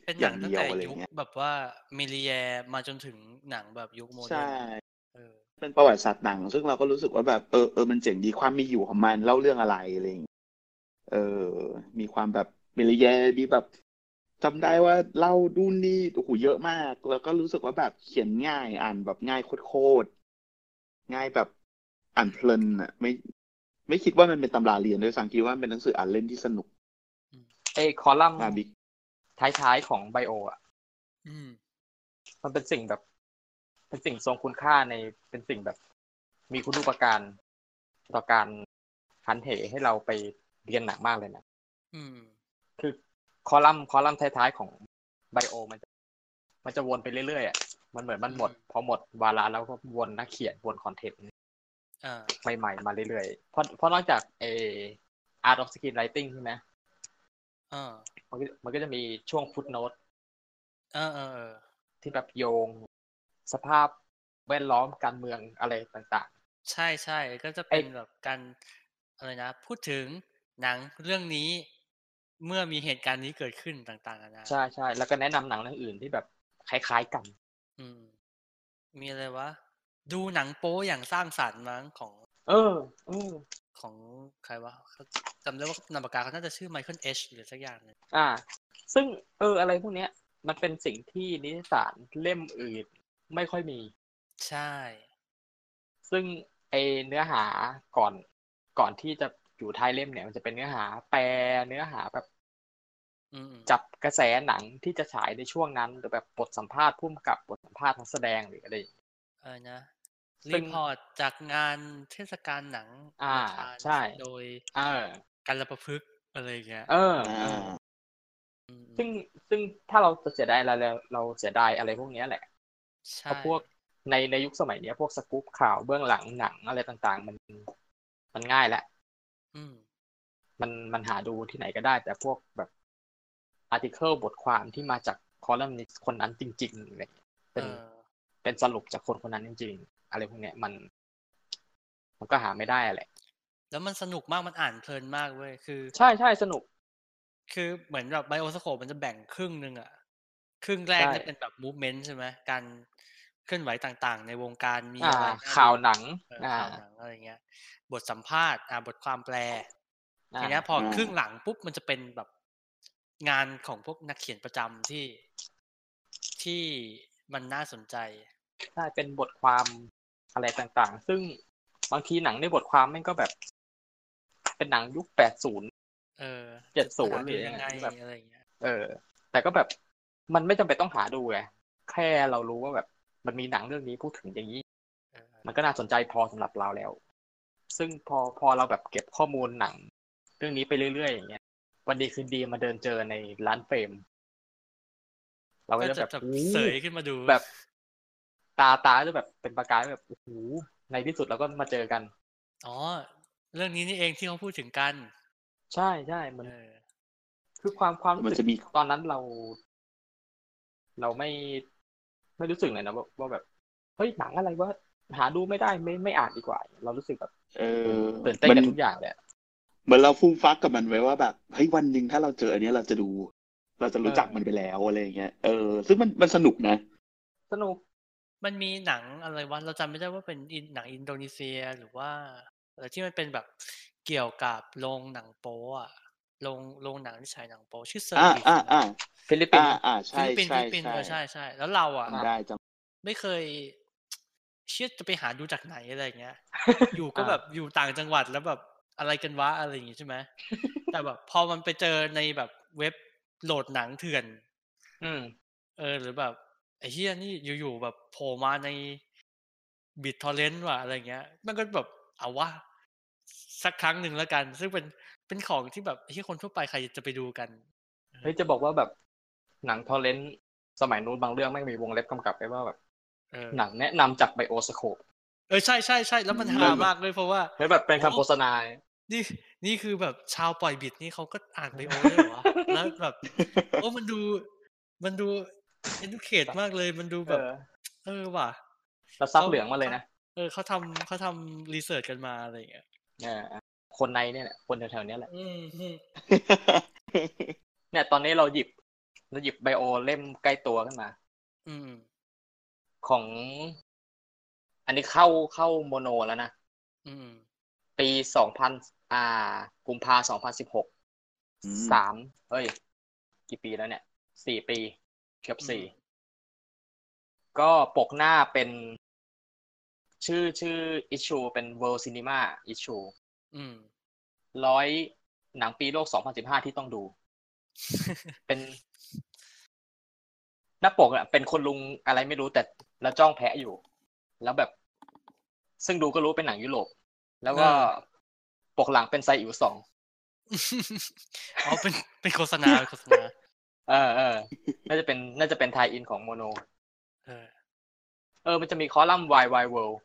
Speaker 1: เป็น
Speaker 2: อ
Speaker 1: หนั
Speaker 2: ย่าง ง
Speaker 1: ตั้ง
Speaker 2: เดียว
Speaker 1: แต่
Speaker 2: อะไรอ
Speaker 1: ยุ
Speaker 2: ย่า
Speaker 1: ค
Speaker 2: งเงี้ย
Speaker 1: แบบว่ามิลเลียมาจนถึงหนังแบบยุคโมเดิ
Speaker 2: ใช่
Speaker 1: ร์นเออ
Speaker 2: เป็นประวัติศาสตร์หนัง ซึ่งเราก็รู้สึกว่าแบบเออเออมันเจ๋งดีความมีอยู่ของมันเล่าเรื่องอะไรอะไรอย่างเงี้ยเออ มีความแบบมิลเลียมีแบบจำได้ว่าเล่าดูนนี่โอ้โหเยอะมาก แล้วก็รู้สึกว่าแบบเขียนง่ายอ่านแบบง่ายโคตรๆง่ายแบบอ่านเพลินอ่ะ ไม่ ไม่คิดว่ามันเป็นตำราเรียนด้วยซ้ำคิดว่ามันเป็นหนังสืออ่านเล่นที่สนุก
Speaker 3: ไอ้คอลัมน์
Speaker 2: มาบิ๊ก
Speaker 3: ท้ายๆของไบโออ่ะ
Speaker 1: อืม
Speaker 3: มันเป็นสิ่งแบบ เป็นสิ่งทรงคุณค่าในเป็นสิ่งแบบ มีคุณูปการต่อการหันเหให้เราไปเรียนหนักมากเลยนะ
Speaker 1: อืม
Speaker 3: คือคอลัมน์คอลัมน์ท้ายๆของไบโอ มันจะมันจะวนไปเรื่อยๆอ่ะมันเหมือนมันหมด
Speaker 1: อืม
Speaker 3: พอหมดวาระแล้วก็วนนักเขียนวนคอนเทนต์
Speaker 1: อ่า
Speaker 3: ใหม่ๆมาเรื่อยๆเพราะเพราะนอกจากเออาร์ตออฟสกรีนไรติงใช่ไหม
Speaker 1: อ่า
Speaker 3: มันก็มันก็จะมีช่วงฟุตโนต
Speaker 1: อ่าอ่าอ่า
Speaker 3: ที่แบบโยง สภาพแวดล้อมการเมืองอะไรต่าง
Speaker 1: ใช่ใช่ก็จะ
Speaker 3: ไอ้
Speaker 1: เป็นแบบการอะไรนะ พูดถึงหนังเรื่องนี้ เมื่อมีเหตุการณ์นี้เกิดขึ้นต่างๆนานา
Speaker 3: ๆ ใช่ใช่แล้วก็แนะนำหนังเรื่องอื่นที่แบบคล้ายๆกัน
Speaker 1: อืม มีอะไรวะ ดูหนังโป๊อย่างสร้างสรรค์มั้งของ
Speaker 3: เออเออ
Speaker 1: ของใครวะเขาจำได้ว่านามปากกาเขาน่าจะชื่อไมเคิลเอชหรือสักอย่างหนึง
Speaker 3: อ่า ซึ่งเอออะไรพวกเนี้ย มันเป็นสิ่งที่นิสสารเล่มอื่นไม่ค่อยมี
Speaker 1: ใช่
Speaker 3: ซึ่งไอเนื้อหาก่อนก่อนที่จะ อยู่ท้ายเล่มเนี่ยมันจะเป็นเนื้อหาแปลเนื้อหาแบบ
Speaker 1: อืมอืม
Speaker 3: จับกระแสหนังที่จะฉายในช่วงนั้นหรือแบบบทสัมภาษณ์ผู้กำกับบทสัมภาษณ์นักแสดงหรืออะไรอย่างเงี้ย
Speaker 1: เออนะ
Speaker 3: ซึ่
Speaker 1: รี
Speaker 3: ง
Speaker 1: พอร์ตจากงานเทศกาลหนัง
Speaker 3: อ่า
Speaker 1: คร
Speaker 3: ใช่
Speaker 1: โดย
Speaker 3: เออ
Speaker 1: กัลประพฤกษ์อะไรอย่างเงี้ย
Speaker 3: เออ
Speaker 2: อ่
Speaker 3: เอา อ
Speaker 1: มอืม
Speaker 3: ซึ่งซึ่งถ้าเราจะเสียดายอะไรเราเราเสียดายอะไรพวกเนี้ยแหละเพ
Speaker 1: ใช่
Speaker 3: ราะพวกในในยุคสมัยเนี้ย พวกสกู๊ปข่าวเบื้องหลังหนังอะไรต่างๆ มันมันง่ายแหละ
Speaker 1: อืม
Speaker 3: มันมันหาดูที่ไหนก็ได้ แต่พวกแบบอาร์ติเคิลบทความที่มาจากคอลัมนิสต์คนนั้นจริงๆอะไรอย่างเงี้ยเป็น
Speaker 1: เออ
Speaker 3: เป็นสรุปจากคนคนนั้นจริงๆ อะไรพวกเนี้ยมัน มันก็หาไม่ได้แหละ
Speaker 1: แล้วมันสนุกมากมันอ่านเพลินมากเว้ยคือ
Speaker 3: ใช่ใช่สนุก
Speaker 1: คือเหมือนแบบไบโอสโคปมันจะแบ่งครึ่งหนึ่งอะครึ่งแรก
Speaker 3: ใช่
Speaker 1: จะเป็นแบบมูฟเมนต์ใช่ไหมการเคลื่อนไหวต่างๆ ในวงการมี
Speaker 3: อ่า
Speaker 1: อะไรน่ดู
Speaker 3: ข่าวหนัง
Speaker 1: เออ
Speaker 3: อ่า
Speaker 1: ข่าวหนังอะไรเงี้ย บทสัมภาษณ์อ่าบทความแปล
Speaker 3: อ่า
Speaker 1: ทีเนี้ยพออา ครึ่งหลังปุ๊บมันจะเป็นแบบงานของพวกนักเขียนประจำที่ที่มันน่าสนใจ
Speaker 3: ใช่เป็นบทความอะไรต่างๆ ซึ่งบางทีหนังในบทความแม่งก็แบบ เป็นหนังยุคแปดศูนย์
Speaker 1: เออ
Speaker 3: 70
Speaker 1: หรือยังไง
Speaker 3: หรือยังไงแบบ
Speaker 1: อะไรเงี้ย
Speaker 3: เออ แต่ก็แบบมันไม่จำเป็นต้องหาดูไงแค่เรารู้ว่าแบบ มันมีหนังเรื่องนี้พูดถึงอย่างนี้
Speaker 1: เออ
Speaker 3: มันก็น่าสนใจพอสำหรับเราแล้ว ซึ่งพอพอเราแบบเก็บข้อมูลหนัง เรื่องนี้ไปเรื่อยๆอย่างเงี้ย วันดีคืนดีมาเดินเจอในร้านเฟรม เราก็
Speaker 1: ก็
Speaker 3: จะ
Speaker 1: จะ
Speaker 3: แบบ
Speaker 1: แบบ
Speaker 3: โอ้โห
Speaker 1: เสยขึ้นมาดู
Speaker 3: แบบตาตาจะแบบเป็นประกายแบบโอ้โหในที่สุดเราก็มาเจอกัน
Speaker 1: อ๋อ เรื่องนี้นี่เองที่เขาพูดถึงกัน
Speaker 3: ใช่ใช่มัน
Speaker 1: เออ
Speaker 3: คือความความรู้
Speaker 2: มัน
Speaker 3: สึ
Speaker 2: จะ
Speaker 3: ก
Speaker 2: มี
Speaker 3: ตอนนั้นเรา เราไม่ไม่รู้สึกเลยนะว่าว่าแบบเฮ้ยหนังอะไรวะหาดูไม่ได้ไม่ไม่อ่านดีกว่า เรารู้สึกแบบ
Speaker 2: เออ
Speaker 3: ตื่นเต้น
Speaker 2: มั
Speaker 3: กับทุกอย่างเลยอะ
Speaker 2: เหมือนเราฟุ้งฟักกับมันไว้ว่าแบบเฮ้ยวันหนึ่งถ้าเราเจออันเนี้ยเราจะดู เราจะรู้จักมันไปแล้วอะไรอย่างเงี้ยเออซึ่งมันมันสนุกนะ
Speaker 3: สนุก
Speaker 1: มันมีหนังอะไรวะเราจำไม่ได้ว่าเป็นอินหนังอินโดนีเซียหรือว่าอะไรที่มันเป็นแบบเกี่ยวกับโรงหนังโป๊อะโรงโรงหนังที่ฉายหนังโป๊ชื่อเซอร์
Speaker 2: อ่า
Speaker 1: วิส
Speaker 2: อ่าอ่า
Speaker 3: ฟิลิปปิน
Speaker 2: อ่า
Speaker 3: ส์
Speaker 2: อ่า
Speaker 1: ฟิ
Speaker 2: ใช่
Speaker 1: ลิปปินส์
Speaker 2: ใช่
Speaker 1: ฟิลิปปินส์
Speaker 2: ใช่
Speaker 1: เออใช่ใช่แล้วเราอะ
Speaker 2: จำได้ <laughs> จำ
Speaker 1: ไม่เคย เชื่อจะไปหาดูจากไหนอะไรอย่างเงี้ย <laughs> อยู่ก็แบบอยู่ต่างจังหวัดแล้วแบบอะไรกันวะอะไรอย่างงี้ <laughs> ใช่ไหม แต่แบบพอมันไปเจอในแบบเว็บโหลดหนังเถื่อน
Speaker 3: อืม
Speaker 1: เออหรือแบบไอ้เฮียนี่อยู่ๆแบบโผล่มาในบิตทอเรนต์ว่ะอะไรเงี้ย มันก็แบบเอาวะสักครั้งหนึ่งแล้วกัน ซึ่งเป็นเป็นของที่แบบที่คนทั่วไปใครจะไปดูกัน
Speaker 3: เฮ้ยจะบอกว่าแบบหนังทอร์เรนต์สมัยนู้นบางเรื่องไม่งมีวงเล็บกำกับไปว่าแบบ
Speaker 1: เออ
Speaker 3: หนังแนะนำจากไบโอสโคป
Speaker 1: เออใช่ใช่ใช่แล้วมันฮามากเลยเพราะว่า
Speaker 3: เฮ้ยแบบเป็นคำโฆษณา
Speaker 1: นี่นี่คือแบบชาวปล่อยบิดนี่เขาก็
Speaker 3: <laughs>
Speaker 1: อ่านไปโอเลยเหรอวะ แล้วแบบโอ้มันดู มันดูเอนดูเขตมากเลยมันดู
Speaker 3: เอ
Speaker 1: แบบ
Speaker 3: อ
Speaker 1: เออว่ะ
Speaker 3: แล้วซับเหลืองมาเลยนะ
Speaker 1: เออเขาทำเขาทำรีเสิร์ชกันมาอะไรเงี้ย
Speaker 3: เออคนในเนี่ยแหละคนแถวๆเนี้ยแหละ
Speaker 1: อืมอืม
Speaker 3: เนี่ยตอนนี้เราหยิบเราหยิบไบโอเล่มใกล้ตัวขึ้นมา
Speaker 1: อืม
Speaker 3: ของ อันนี้เข้าเข้าโมโนแล้วนะ
Speaker 1: อืม
Speaker 3: ปีสองพันอ่า กุมภาสองพันสิบหก
Speaker 2: อืม
Speaker 3: สามเอ้ย กี่ปีแล้วเนี่ยสี่ปี เกือบสี่
Speaker 1: อืม
Speaker 3: ก็ปกหน้าเป็นชื่อชื่ออิชูเป็น World Cinema Issue
Speaker 1: อืม <laughs>
Speaker 3: ร้อยหนังปีโลกสองพันสิบห้าที่
Speaker 1: <laughs>
Speaker 3: ต้องดู เป็นหน้าปกอะเป็นคนลุงอะไรไม่รู้แต่แล้วจ้องแพะอยู่ แล้วแบบ ซึ่งดูก็รู้เป็นหนังยุโรปแล้วก็
Speaker 1: อ่า
Speaker 3: ปกหลังเป็นไซอิ๋วสอง
Speaker 1: อ๋อเป็นเป็นโฆษณาเป็นโฆษณา
Speaker 3: เออเออน่าจะเป็น น่าจะเป็นไทยอินของโมโน
Speaker 1: เออ
Speaker 3: เออ มันจะมีคอลัมน์ Why Why World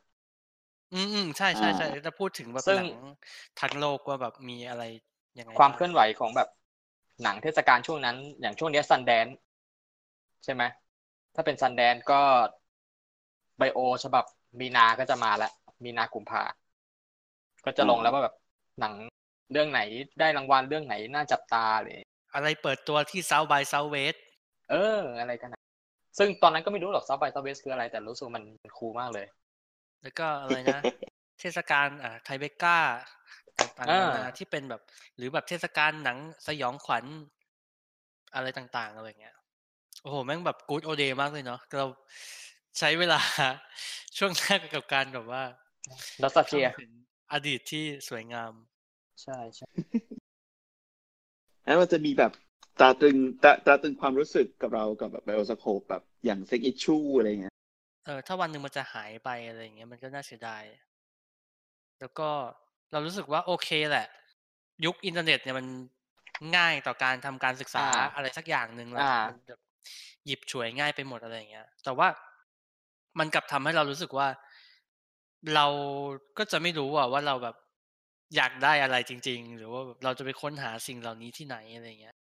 Speaker 1: อืมอืมใช่ใช่ใช่จะพูดถึงแบบ
Speaker 3: ซึ่ง
Speaker 1: หนังทั้งโลกว่าแบบมีอะไรยังไง
Speaker 3: ความ
Speaker 1: บ้ง
Speaker 3: เคลื่อนไหวของแบบหนังเทศกาลช่วงนั้น อย่างช่วงเนี้ซันแดนใช่ไหมถ้าเป็นซันแดนก็ไบโอฉบับมีนาก็จะมาละมีนากุมภาก็จะลงแล้วว่าแบบหนังเรื่องไหนได้รางวัลเรื่องไหนน่าจับตาเลย
Speaker 1: อะไรเปิดตัวที่ South by Southwest
Speaker 3: เออ อะไรกันนะซึ่งตอนนั้นก็ไม่รู้หรอกซาวไปซาวเวสคืออะไร แต่รู้สึกมันมันคูลมากเลย
Speaker 1: แล้วก็อะไร
Speaker 3: <laughs>
Speaker 1: นะ เทศกาลอ่าไทเบก้าต่างๆ
Speaker 3: อ่า
Speaker 1: นานาที่เป็นแบบ หรือแบบเทศกาลหนังสยองขวัญอะไรต่างๆอะไรเงี้ยโอ้โห แม่งแบบกู๊ดโอเดย์มากเลยเนาะเราใช้เวลา <laughs> ช่วงแรกกับการแบบว่า
Speaker 3: ดอสเซีย
Speaker 1: เข้าถึงอดีตที่สวยงาม
Speaker 3: ใช่ใช่
Speaker 2: แล้วมันจะมีแบบตราตรึงตราตราตรึงความรู้สึกกับเรากับแบบไบโอสโคปแบบอย่างเซ็กอิชูอะไรเงี้ย
Speaker 1: เออถ้าวันหนึ่งมันจะหายไปอะไรอย่างเงี้ยมันก็น่าเสียดาย แล้วก็เรารู้สึกว่าโอเคแหละ ยุคอินเทอร์เน็ตเนี่ยมันง่ายต่อการทำการศึกษา
Speaker 3: า
Speaker 1: อะไรสักอย่างหนึ่งแหละ
Speaker 3: อ่ามั
Speaker 1: นแบบหยิบฉวยง่ายไปหมดอะไรอย่างเงี้ย แต่ว่ามันกลับทำให้เรารู้สึกว่าเราก็จะไม่รู้อะว่าเราแบบอยากได้อะไรจริง ๆ หรือว่าแบบเราจะไปค้นหาสิ่งเหล่านี้ที่ไหนอะไรอย่างเงี้ย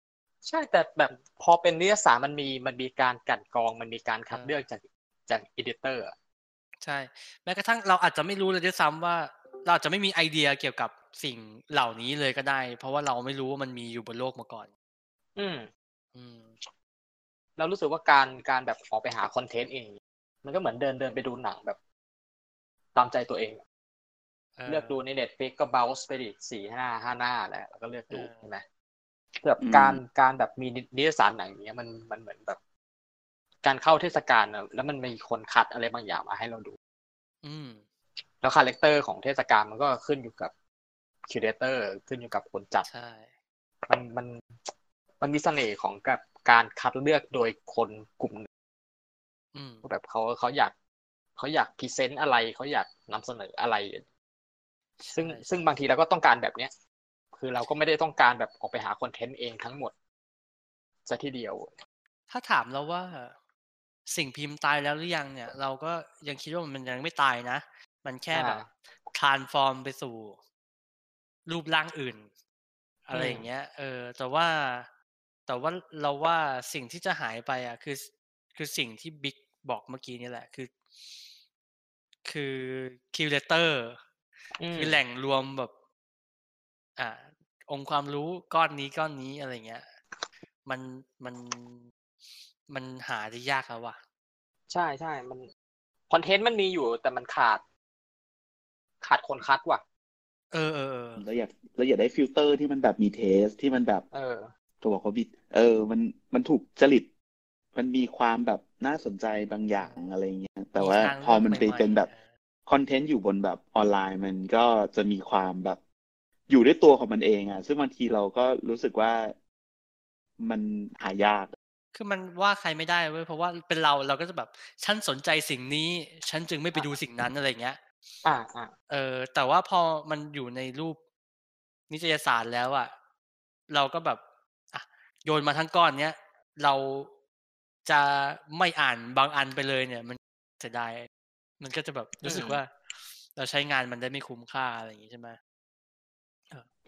Speaker 3: ใช่แต่แบบพอเป็นนิตยสารมันมีมันมีการกลั่นกรองมันมีการคัด
Speaker 1: อ่า
Speaker 3: เลือกจากจากอดิเตอร์
Speaker 1: ใช่แม้กระทั่งเราอาจจะไม่รู้เลยด้วยซ้ำว่า เราอาจจะไม่มีไอเดียเกี่ยวกับสิ่งเหล่านี้เลยก็ได้ เพราะว่าเราไม่รู้ว่ามันมีอยู่บนโลกมาก่อน
Speaker 3: อืม
Speaker 1: อืม
Speaker 3: เรารู้สึกว่าการการแบบออกไปหาคอนเทนต์เอง มันก็เหมือนเดินเดินไปดูหนังแบบ ตามใจตัวเอง เลือกดูใน Netflix ก็ bounce ไปดิสี่ห้าห้าหน้าแหละแล้วก็เลือกดู
Speaker 1: เออ
Speaker 3: ใช่ไหมแบบการการแบบมีนินิตยสารหนังอย่างเงี้ยมันมันเหมือนแบบ การเข้าเทศกาลนะแล้วมันมีคนคัดอะไรบางอย่างมาให้เราดู
Speaker 1: อืม
Speaker 3: แล้วคาแรคเตอร์ของเทศกาลมันก็ขึ้นอยู่กับคิวเรเตอร์ขึ้นอยู่กับคนจัด
Speaker 1: ใช่
Speaker 3: มันมันมันมีเสน่ห์ของกับการคัดเลือกโดยคนกลุ่มหนึ่ง
Speaker 1: อืม
Speaker 3: แบบเขาเขาอยากเขาอยากพรีเซนต์อะไรเขาอยากนำเสนออะไร ซึ่ง
Speaker 1: ใช่
Speaker 3: ซึ่งบางทีเราก็ต้องการแบบเนี้ย คือเราก็ไม่ได้ต้องการแบบออกไปหาคอนเทนต์เองทั้งหมดซะทีเดียว
Speaker 1: ถ้าถามเราว่าสิ่งพิมพ์ตายแล้วหรือยังเนี่ย เราก็ยังคิดว่ามันยังไม่ตายนะ มันแค่แบบ
Speaker 3: อ่า
Speaker 1: transform ไปสู่ รูปร่างอื่น อะไร
Speaker 3: อืม
Speaker 1: อย่างเงี้ย เออ แต่ว่าแต่ว่าเราว่าสิ่งที่จะหายไปอ่ะ คือ คือสิ่งที่บิ๊กบอกเมื่อกี้นี่แหละ คือ คือคิวเลเตอร์
Speaker 3: อืม
Speaker 1: คือแหล่งรวมแบบ อ่า องค์ความรู้ก้อนนี้ก้อนนี้อะไรเงี้ย มันมันมันหาได้ยากแล้วว่ะ
Speaker 3: ใช่ใช่มันคอนเทนต์มันมีอยู่ แต่มันขาด ขาดคนคัดว่ะ
Speaker 1: เออเออเออ
Speaker 2: เราอยากเราอยากได้ฟิลเตอร์ที่มันแบบมีเทสที่มันแบบ
Speaker 3: เออ
Speaker 2: จะบอกว่าบิดเออ มันมันถูกจริต มันมีความแบบน่าสนใจบางอย่างอะไรเงี้ยแต่ว่า
Speaker 1: ทง
Speaker 2: พอมัน
Speaker 1: เลืกใหๆ
Speaker 2: ไปเป็นแบบ
Speaker 1: ออ
Speaker 2: คอนเทนต์อยู่บนแบบออนไลน์มันก็จะมีความแบบ อยู่ด้วยตัวของมันเองอ่ะ ซึ่งบางทีเราก็รู้สึกว่ามันหายาก
Speaker 1: คือมันว่าใครไม่ได้เว้ยเพราะว่าเป็นเราเราก็จะแบบ ฉันสนใจสิ่งนี้ ฉันจึงไม่ไปดูสิ่งนั้นอะไรเงี้ย
Speaker 3: อ่าอ่า
Speaker 1: เออแต่ว่าพอมันอยู่ในรูปนิตยสารแล้วอะเราก็แบบอ่ะโยนมาทั้งก้อนเนี้ยเราจะไม่อ่านบางอันไปเลยเนี่ย มันเสียดายมันก็จะแบบรู้สึกว่า เราใช้งานมันได้ไม่คุ้มค่าอะไรอย่างงี้ใช่ไหม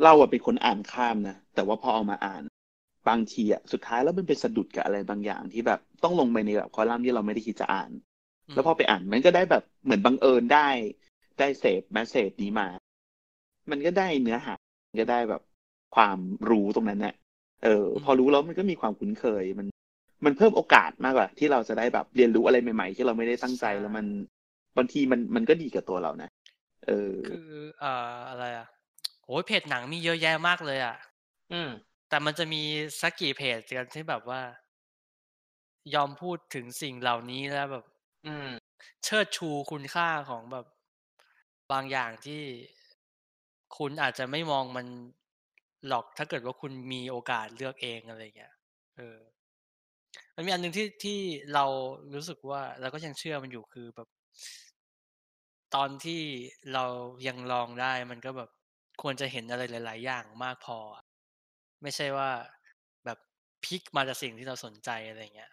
Speaker 2: เราอะเป็นคนอ่านข้ามนะ แต่ว่าพอเอามาอ่าน บางทีอะสุดท้ายแล้วมันไปสะดุดกับอะไรบางอย่างที่แบบต้องลงไปในแบบคอลัมน์ที่เราไม่ได้คิดจะอ่าน
Speaker 1: ม
Speaker 2: แล้วพอไปอ่านมันก็ได้แบบเหมือนบังเอิญได้ ได้เสพแมสเซจนี้มา มันก็ได้เนื้อหามันก็ได้แบบความรู้ตรงนั้นเนี่ยเออ พอรู้แล้วมันก็มีความคุ้นเคย มัน มันเพิ่มโอกาสมากกว่า ที่เราจะได้แบบเรียนรู้อะไรใหม่ ๆ ที่เราไม่ได้ตั้งใจแล้วมันบางทีมันมันก็ดีกับตัวเรานะเออ
Speaker 1: คือเอ่ออะไรอะโอ้ยเพจหนังมีเยอะแยะมากเลยอะ
Speaker 3: อืม
Speaker 1: แต่มันจะมีสักกี่เพจกันที่แบบว่า ยอมพูดถึงสิ่งเหล่านี้แล้วแบบ
Speaker 3: อืม
Speaker 1: เชิดชูคุณค่าของแบบบางอย่างที่คุณอาจจะไม่มองมันหรอกถ้าเกิดว่าคุณมีโอกาสเลือกเองอะไรเงี้ย เออ มันมีอันหนึ่งที่ที่เรารู้สึกว่าเราก็ยังเชื่อมันอยู่คือแบบ ตอนที่เรายังลองได้ มันก็แบบควรจะเห็นอะไรหลาย ๆ อย่างมากพออะไม่ใช่ว่าแบบพลิกมาจากสิ่งที่เราสนใจอะไรเงี้ย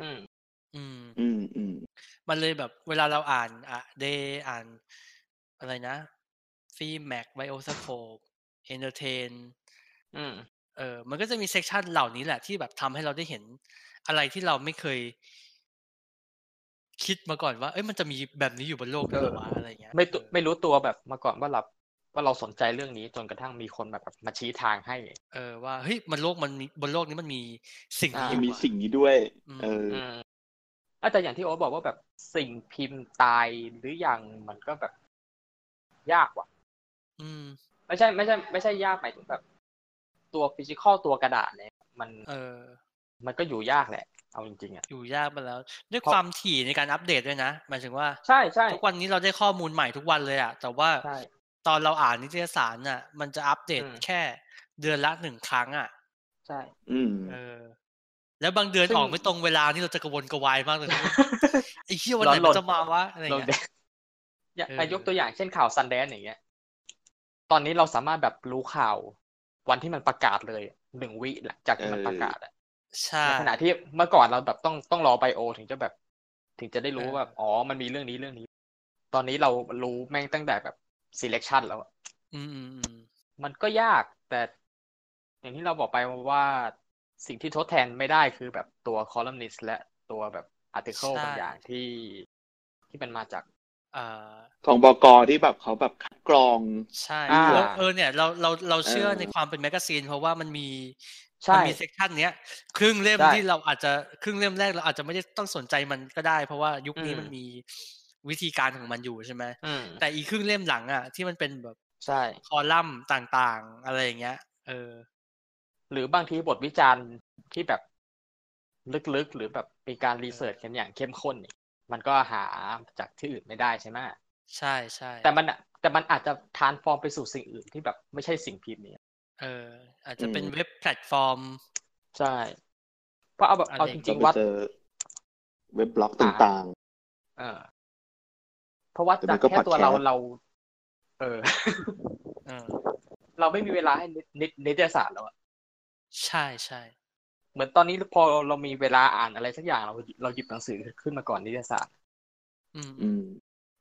Speaker 3: อืม
Speaker 1: อืม
Speaker 2: อืมอืม
Speaker 1: มันเลยแบบเวลาเราอ่านอ่ะเดอ่านอะไรนะฟีแม็กไบโอสโคปเอนเตอร์เทน
Speaker 3: อืม
Speaker 1: เออมันก็จะมีเซกชันเหล่านี้แหละที่แบบทำให้เราได้เห็นอะไรที่เราไม่เคยคิดมาก่อนว่า เอ้ยมันจะมีแบบนี้อยู่บนโลกด้วยเหรอวะอะไรเงี้ย
Speaker 3: ไม่ตุ
Speaker 1: เออ
Speaker 3: ไม่รู้ตัวแบบมาก่อนว่าเราว่าเราสนใจเรื่องนี้จนกระทั่งมีคนแบบมาชี้ทางให้
Speaker 1: เออว่าเฮ้ยมันโลกมันมีบนโลกนี้มันมีสิ่งนี้อ
Speaker 3: อ่า
Speaker 1: ยู่
Speaker 2: มี
Speaker 1: ว่ะ
Speaker 2: สิ่งนี้ด้วย
Speaker 1: อืม
Speaker 2: เออ
Speaker 3: อืมอ่ะแต่อย่างที่โอ๊ตบอกว่าแบบสิ่งพิมพ์ตายหรือยังมันก็แบบยากว่ะ
Speaker 1: อืม
Speaker 3: ไม่ใช่ไม่ใช่ ไม่ใช่ยากหมายถึงแบบ ตัวฟิสิกอลตัวกระดาษเนี่ยมัน
Speaker 1: เออ
Speaker 3: มันก็อยู่ยากแหละ เอาจริงๆอ่ะ
Speaker 1: อยู่ยากไปแล้ว ด้วย
Speaker 3: เพราะ
Speaker 1: ความถี่ในการอัปเดตด้วยนะหมายถึงว่า
Speaker 3: ใช่ใช่
Speaker 1: ทุกวันนี้เราได้ข้อมูลใหม่ทุกวันเลยอะแต่ว่า
Speaker 3: ใช่
Speaker 1: ตอนเราอ่านนิตยสารน่ะ มันจะอัปเดต
Speaker 3: อืม
Speaker 1: แค่เดือนละหนึ่งครั้งอ่ะ
Speaker 3: ใช่
Speaker 2: อืม
Speaker 1: เออ แล้วบางเดือน
Speaker 3: ซึ่ง
Speaker 1: ออกไม่ตรงเวลานี่เราจะกระวนกระวายมาก
Speaker 3: <laughs>
Speaker 1: เลยนะ ไอ้เหี้ยวันไหน
Speaker 3: ร้
Speaker 1: มั
Speaker 3: อน นรน
Speaker 1: จะมาวะอะไร
Speaker 3: เรา
Speaker 1: เงี้ย
Speaker 3: แดกอย่า
Speaker 1: เออ
Speaker 3: อ่ะยกตัวอย่างเช่นข่าวซันแดนอย่างเงี้ย ตอนนี้เราสามารถแบบรู้ข่าว วันที่มันประกาศเลยหนึ่งวิหลังจากที่มัน
Speaker 2: เออ
Speaker 3: ประกาศอะ
Speaker 1: ใช่
Speaker 3: ในขณะที่เมื่อก่อนเราแบบต้องต้องรอไบโอ ถึงจะแบบ ถึงจะได้รู้
Speaker 1: เออ
Speaker 3: ว่าแบบอ๋อมันมีเรื่องนี้เรื่องนี้ ตอนนี้เรารู้แม่งตั้งแต่แบบ selection แล้วอะ
Speaker 1: อืมอืมอืม
Speaker 3: มันก็ยากแต่ อย่างที่เราบอกไปว่าสิ่งที่ทดแทนไม่ได้คือแบบตัว columnist และตัวแบบ article บางอย่างที่ที่มันมาจาก
Speaker 1: อ่า
Speaker 2: ของบกที่แบบเขาแบบคัดกรอง
Speaker 1: ใช่
Speaker 3: อ่า
Speaker 1: แล้วเออเนี่ยเราเราเราเชื่อ
Speaker 2: เออ
Speaker 1: ในความเป็นแมกกาซีนเพราะว่ามันมี
Speaker 3: ใช่
Speaker 1: มัมีเซกชันเนี้ย ครึ่งเล่ม
Speaker 3: ใช่
Speaker 1: ที่เราอาจจะครึ่งเล่มแรกเราอาจจะไม่ได้ต้องสนใจมันก็ได้ เพราะว่ายุคนี้
Speaker 3: อืม
Speaker 1: มันมีวิธีการของมันอยู่ใช่ไหม
Speaker 3: อืม
Speaker 1: แต่อีกครึ่งเล่มหลังอ่ะที่มันเป็นแบบ
Speaker 3: ใช่
Speaker 1: คอลัมน์ต่างๆ อะไรอย่างเงี้ย เออ
Speaker 3: หรือบางทีบทวิจารณ์ที่แบบลึกๆ หรือแบบมีการรีเสิร์ชกันอย่างเข้มข้นเนี่ยมันก็หาจากที่อื่นไม่ได้ใช่ไหม
Speaker 1: ใช่ใช่
Speaker 3: แต่มันอะแต่มันอาจจะทานฟอร์มไปสู่สิ่งอื่นที่แบบไม่ใช่สิ่งพิมพ์เนี่ย
Speaker 1: เออ อาจจะเป็น
Speaker 2: อืม
Speaker 1: เว็บแพลตฟอร์ม
Speaker 3: ใช่ เพราะเอาแบบ
Speaker 1: อะไร
Speaker 3: เอาจ
Speaker 2: เรา
Speaker 3: ริง
Speaker 2: ไป
Speaker 3: ๆว่า
Speaker 2: เจอเว็บบล็อกต่าง
Speaker 3: เออ เพราะว่า
Speaker 2: แต่มั
Speaker 3: จาก
Speaker 2: นก็
Speaker 3: แค่ตัวเรา
Speaker 2: podcast
Speaker 3: เรา เออ
Speaker 1: เออ
Speaker 3: เราไม่มีเวลาให้นินินิตยสารแล้วอะ
Speaker 1: ใช่ใช่
Speaker 3: เหมือนตอนนี้พอเรามีเวลาอ่านอะไรสักอย่างเราเราหยิบหนังสือขึ้นมาก่อนนิตยสาร
Speaker 1: อืม
Speaker 2: ๆ อืม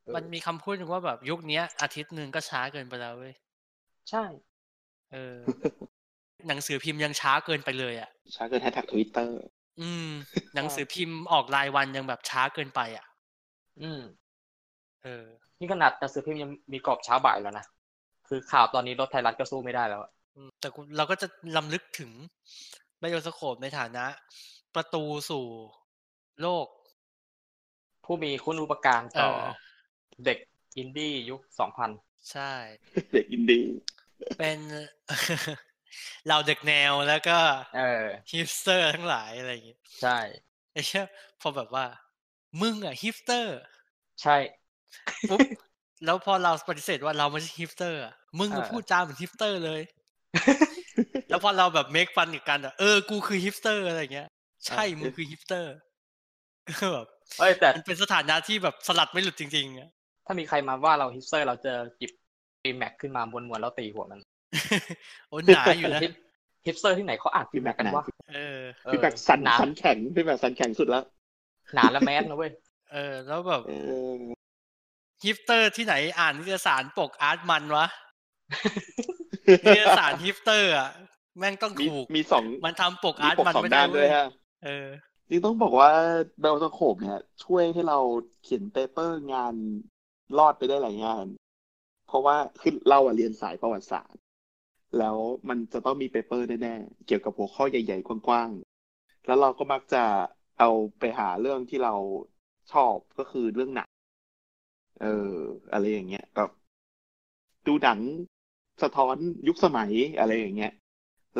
Speaker 3: เออ
Speaker 1: มันมีคำพูดหนึ่งว่าแบบยุคเนี้ย อาทิตย์หนึ่งก็ช้าเกินไปแล้วเว้ย
Speaker 3: ใช่
Speaker 1: เออ หนังสือพิมพ์ยังช้าเกินไปเลยอ่ะ
Speaker 2: ช้าเกินแฮชแท็กทวิตเตอร์
Speaker 1: อืม หนังสือพิมพ์ออกรายวันยังแบบช้าเกินไปอ่ะ
Speaker 3: อืม
Speaker 1: เออ
Speaker 3: นี่ขนาดหนังสือพิมพ์ยังมีกรอบเช้าบ่ายแล้วนะ คือข่าวตอนนี้รถไทยรัฐก็สู้ไม่ได้แล้วอะ
Speaker 1: อืมแต่กูเราก็จะลำลึกถึงไบโอสโคปในฐานะ ประตูสู่โลก
Speaker 3: ผู้มีคุณอุปการต่อ
Speaker 1: เออ
Speaker 3: เด็กอินดี้ยุคสองพัน
Speaker 1: ใช่
Speaker 2: เด็กอินดี้
Speaker 1: เป็น <laughs> เราเด็กแนวแล้วก็
Speaker 3: เออ
Speaker 1: ฮิปสเตอร์ทั้งหลายอะไรอย่างเงี้ย
Speaker 3: ใช่
Speaker 1: ไอ้เชี่ยพอแบบว่า มึงอ่ะฮิปสเตอร์
Speaker 3: ใช่
Speaker 1: ปุ๊บ แล้วพอเราปฏิเสธว่าเราไม่ใช่ฮิปสเตอร์อะมึงก็
Speaker 3: เออ
Speaker 1: พูดจาเหมือนฮิปสเตอร์เลย แล้วพอเราแบบเมคฟันกับกันอะเออ กูคือฮิปสเตอร์อะไรเงี้ย ใช่ มึงคือฮิปสเตอร์ <laughs> แบบ
Speaker 3: เอ้ย แต่
Speaker 1: มันเป็นสถานะที่แบบสลัดไม่หลุดจริงๆอะ <laughs>
Speaker 3: ถ้ามีใครมาว่าเราฮิปสเตอร์ เราจะจิบปีแม็กขึ้นมาม้วนๆแล้วตีหัวมัน
Speaker 1: โอ้หนาอยู่นะ
Speaker 3: <laughs> ฮิปฮิปสเตอร์ที่ไหนเขาอ่านปีแม็กกันว่า
Speaker 1: เออ
Speaker 2: พี่แบบสัน
Speaker 3: หนา
Speaker 2: สันแข็งพี่แบบสันแข็งสุดแล้ว
Speaker 3: หนาและแมสนะเว้ย
Speaker 1: เออ แล้วแบบ
Speaker 2: เออ
Speaker 1: ฮิปสเตอร์ที่ไหนอ่านนิตยสารปกอาร์ตมันวะ นิตยสารฮิปสเตอร์อะแม่งต้อง
Speaker 2: มี
Speaker 1: ถูก
Speaker 2: มีสอง
Speaker 1: มันทำปก
Speaker 2: มี
Speaker 1: อาร์ต
Speaker 2: ปก
Speaker 1: มัน
Speaker 2: สอง
Speaker 1: ไม่
Speaker 2: ด้า
Speaker 1: ได้
Speaker 2: นด้
Speaker 1: เว้
Speaker 2: วย
Speaker 1: ย
Speaker 2: ฮะ
Speaker 1: เออ
Speaker 2: จริงต้องบอกว่าเบลสโคปเนี่ย ช่วยให้เราเขียนเปเปอร์งานรอดไปได้หลายงาน เพราะว่าคือเราอะเรียนสายประวัติศาสตร์ แล้วมันจะต้องมีเปเปอร์แน่ๆ เกี่ยวกับหัวข้อใหญ่ๆ กว้างๆ แล้วเราก็มักจะเอาไปหาเรื่องที่เราชอบก็คือเรื่องหนังเออ อะไรอย่างเงี้ยแบบดูหนังสะท้อนยุคสมัยอะไรอย่างเงี้ย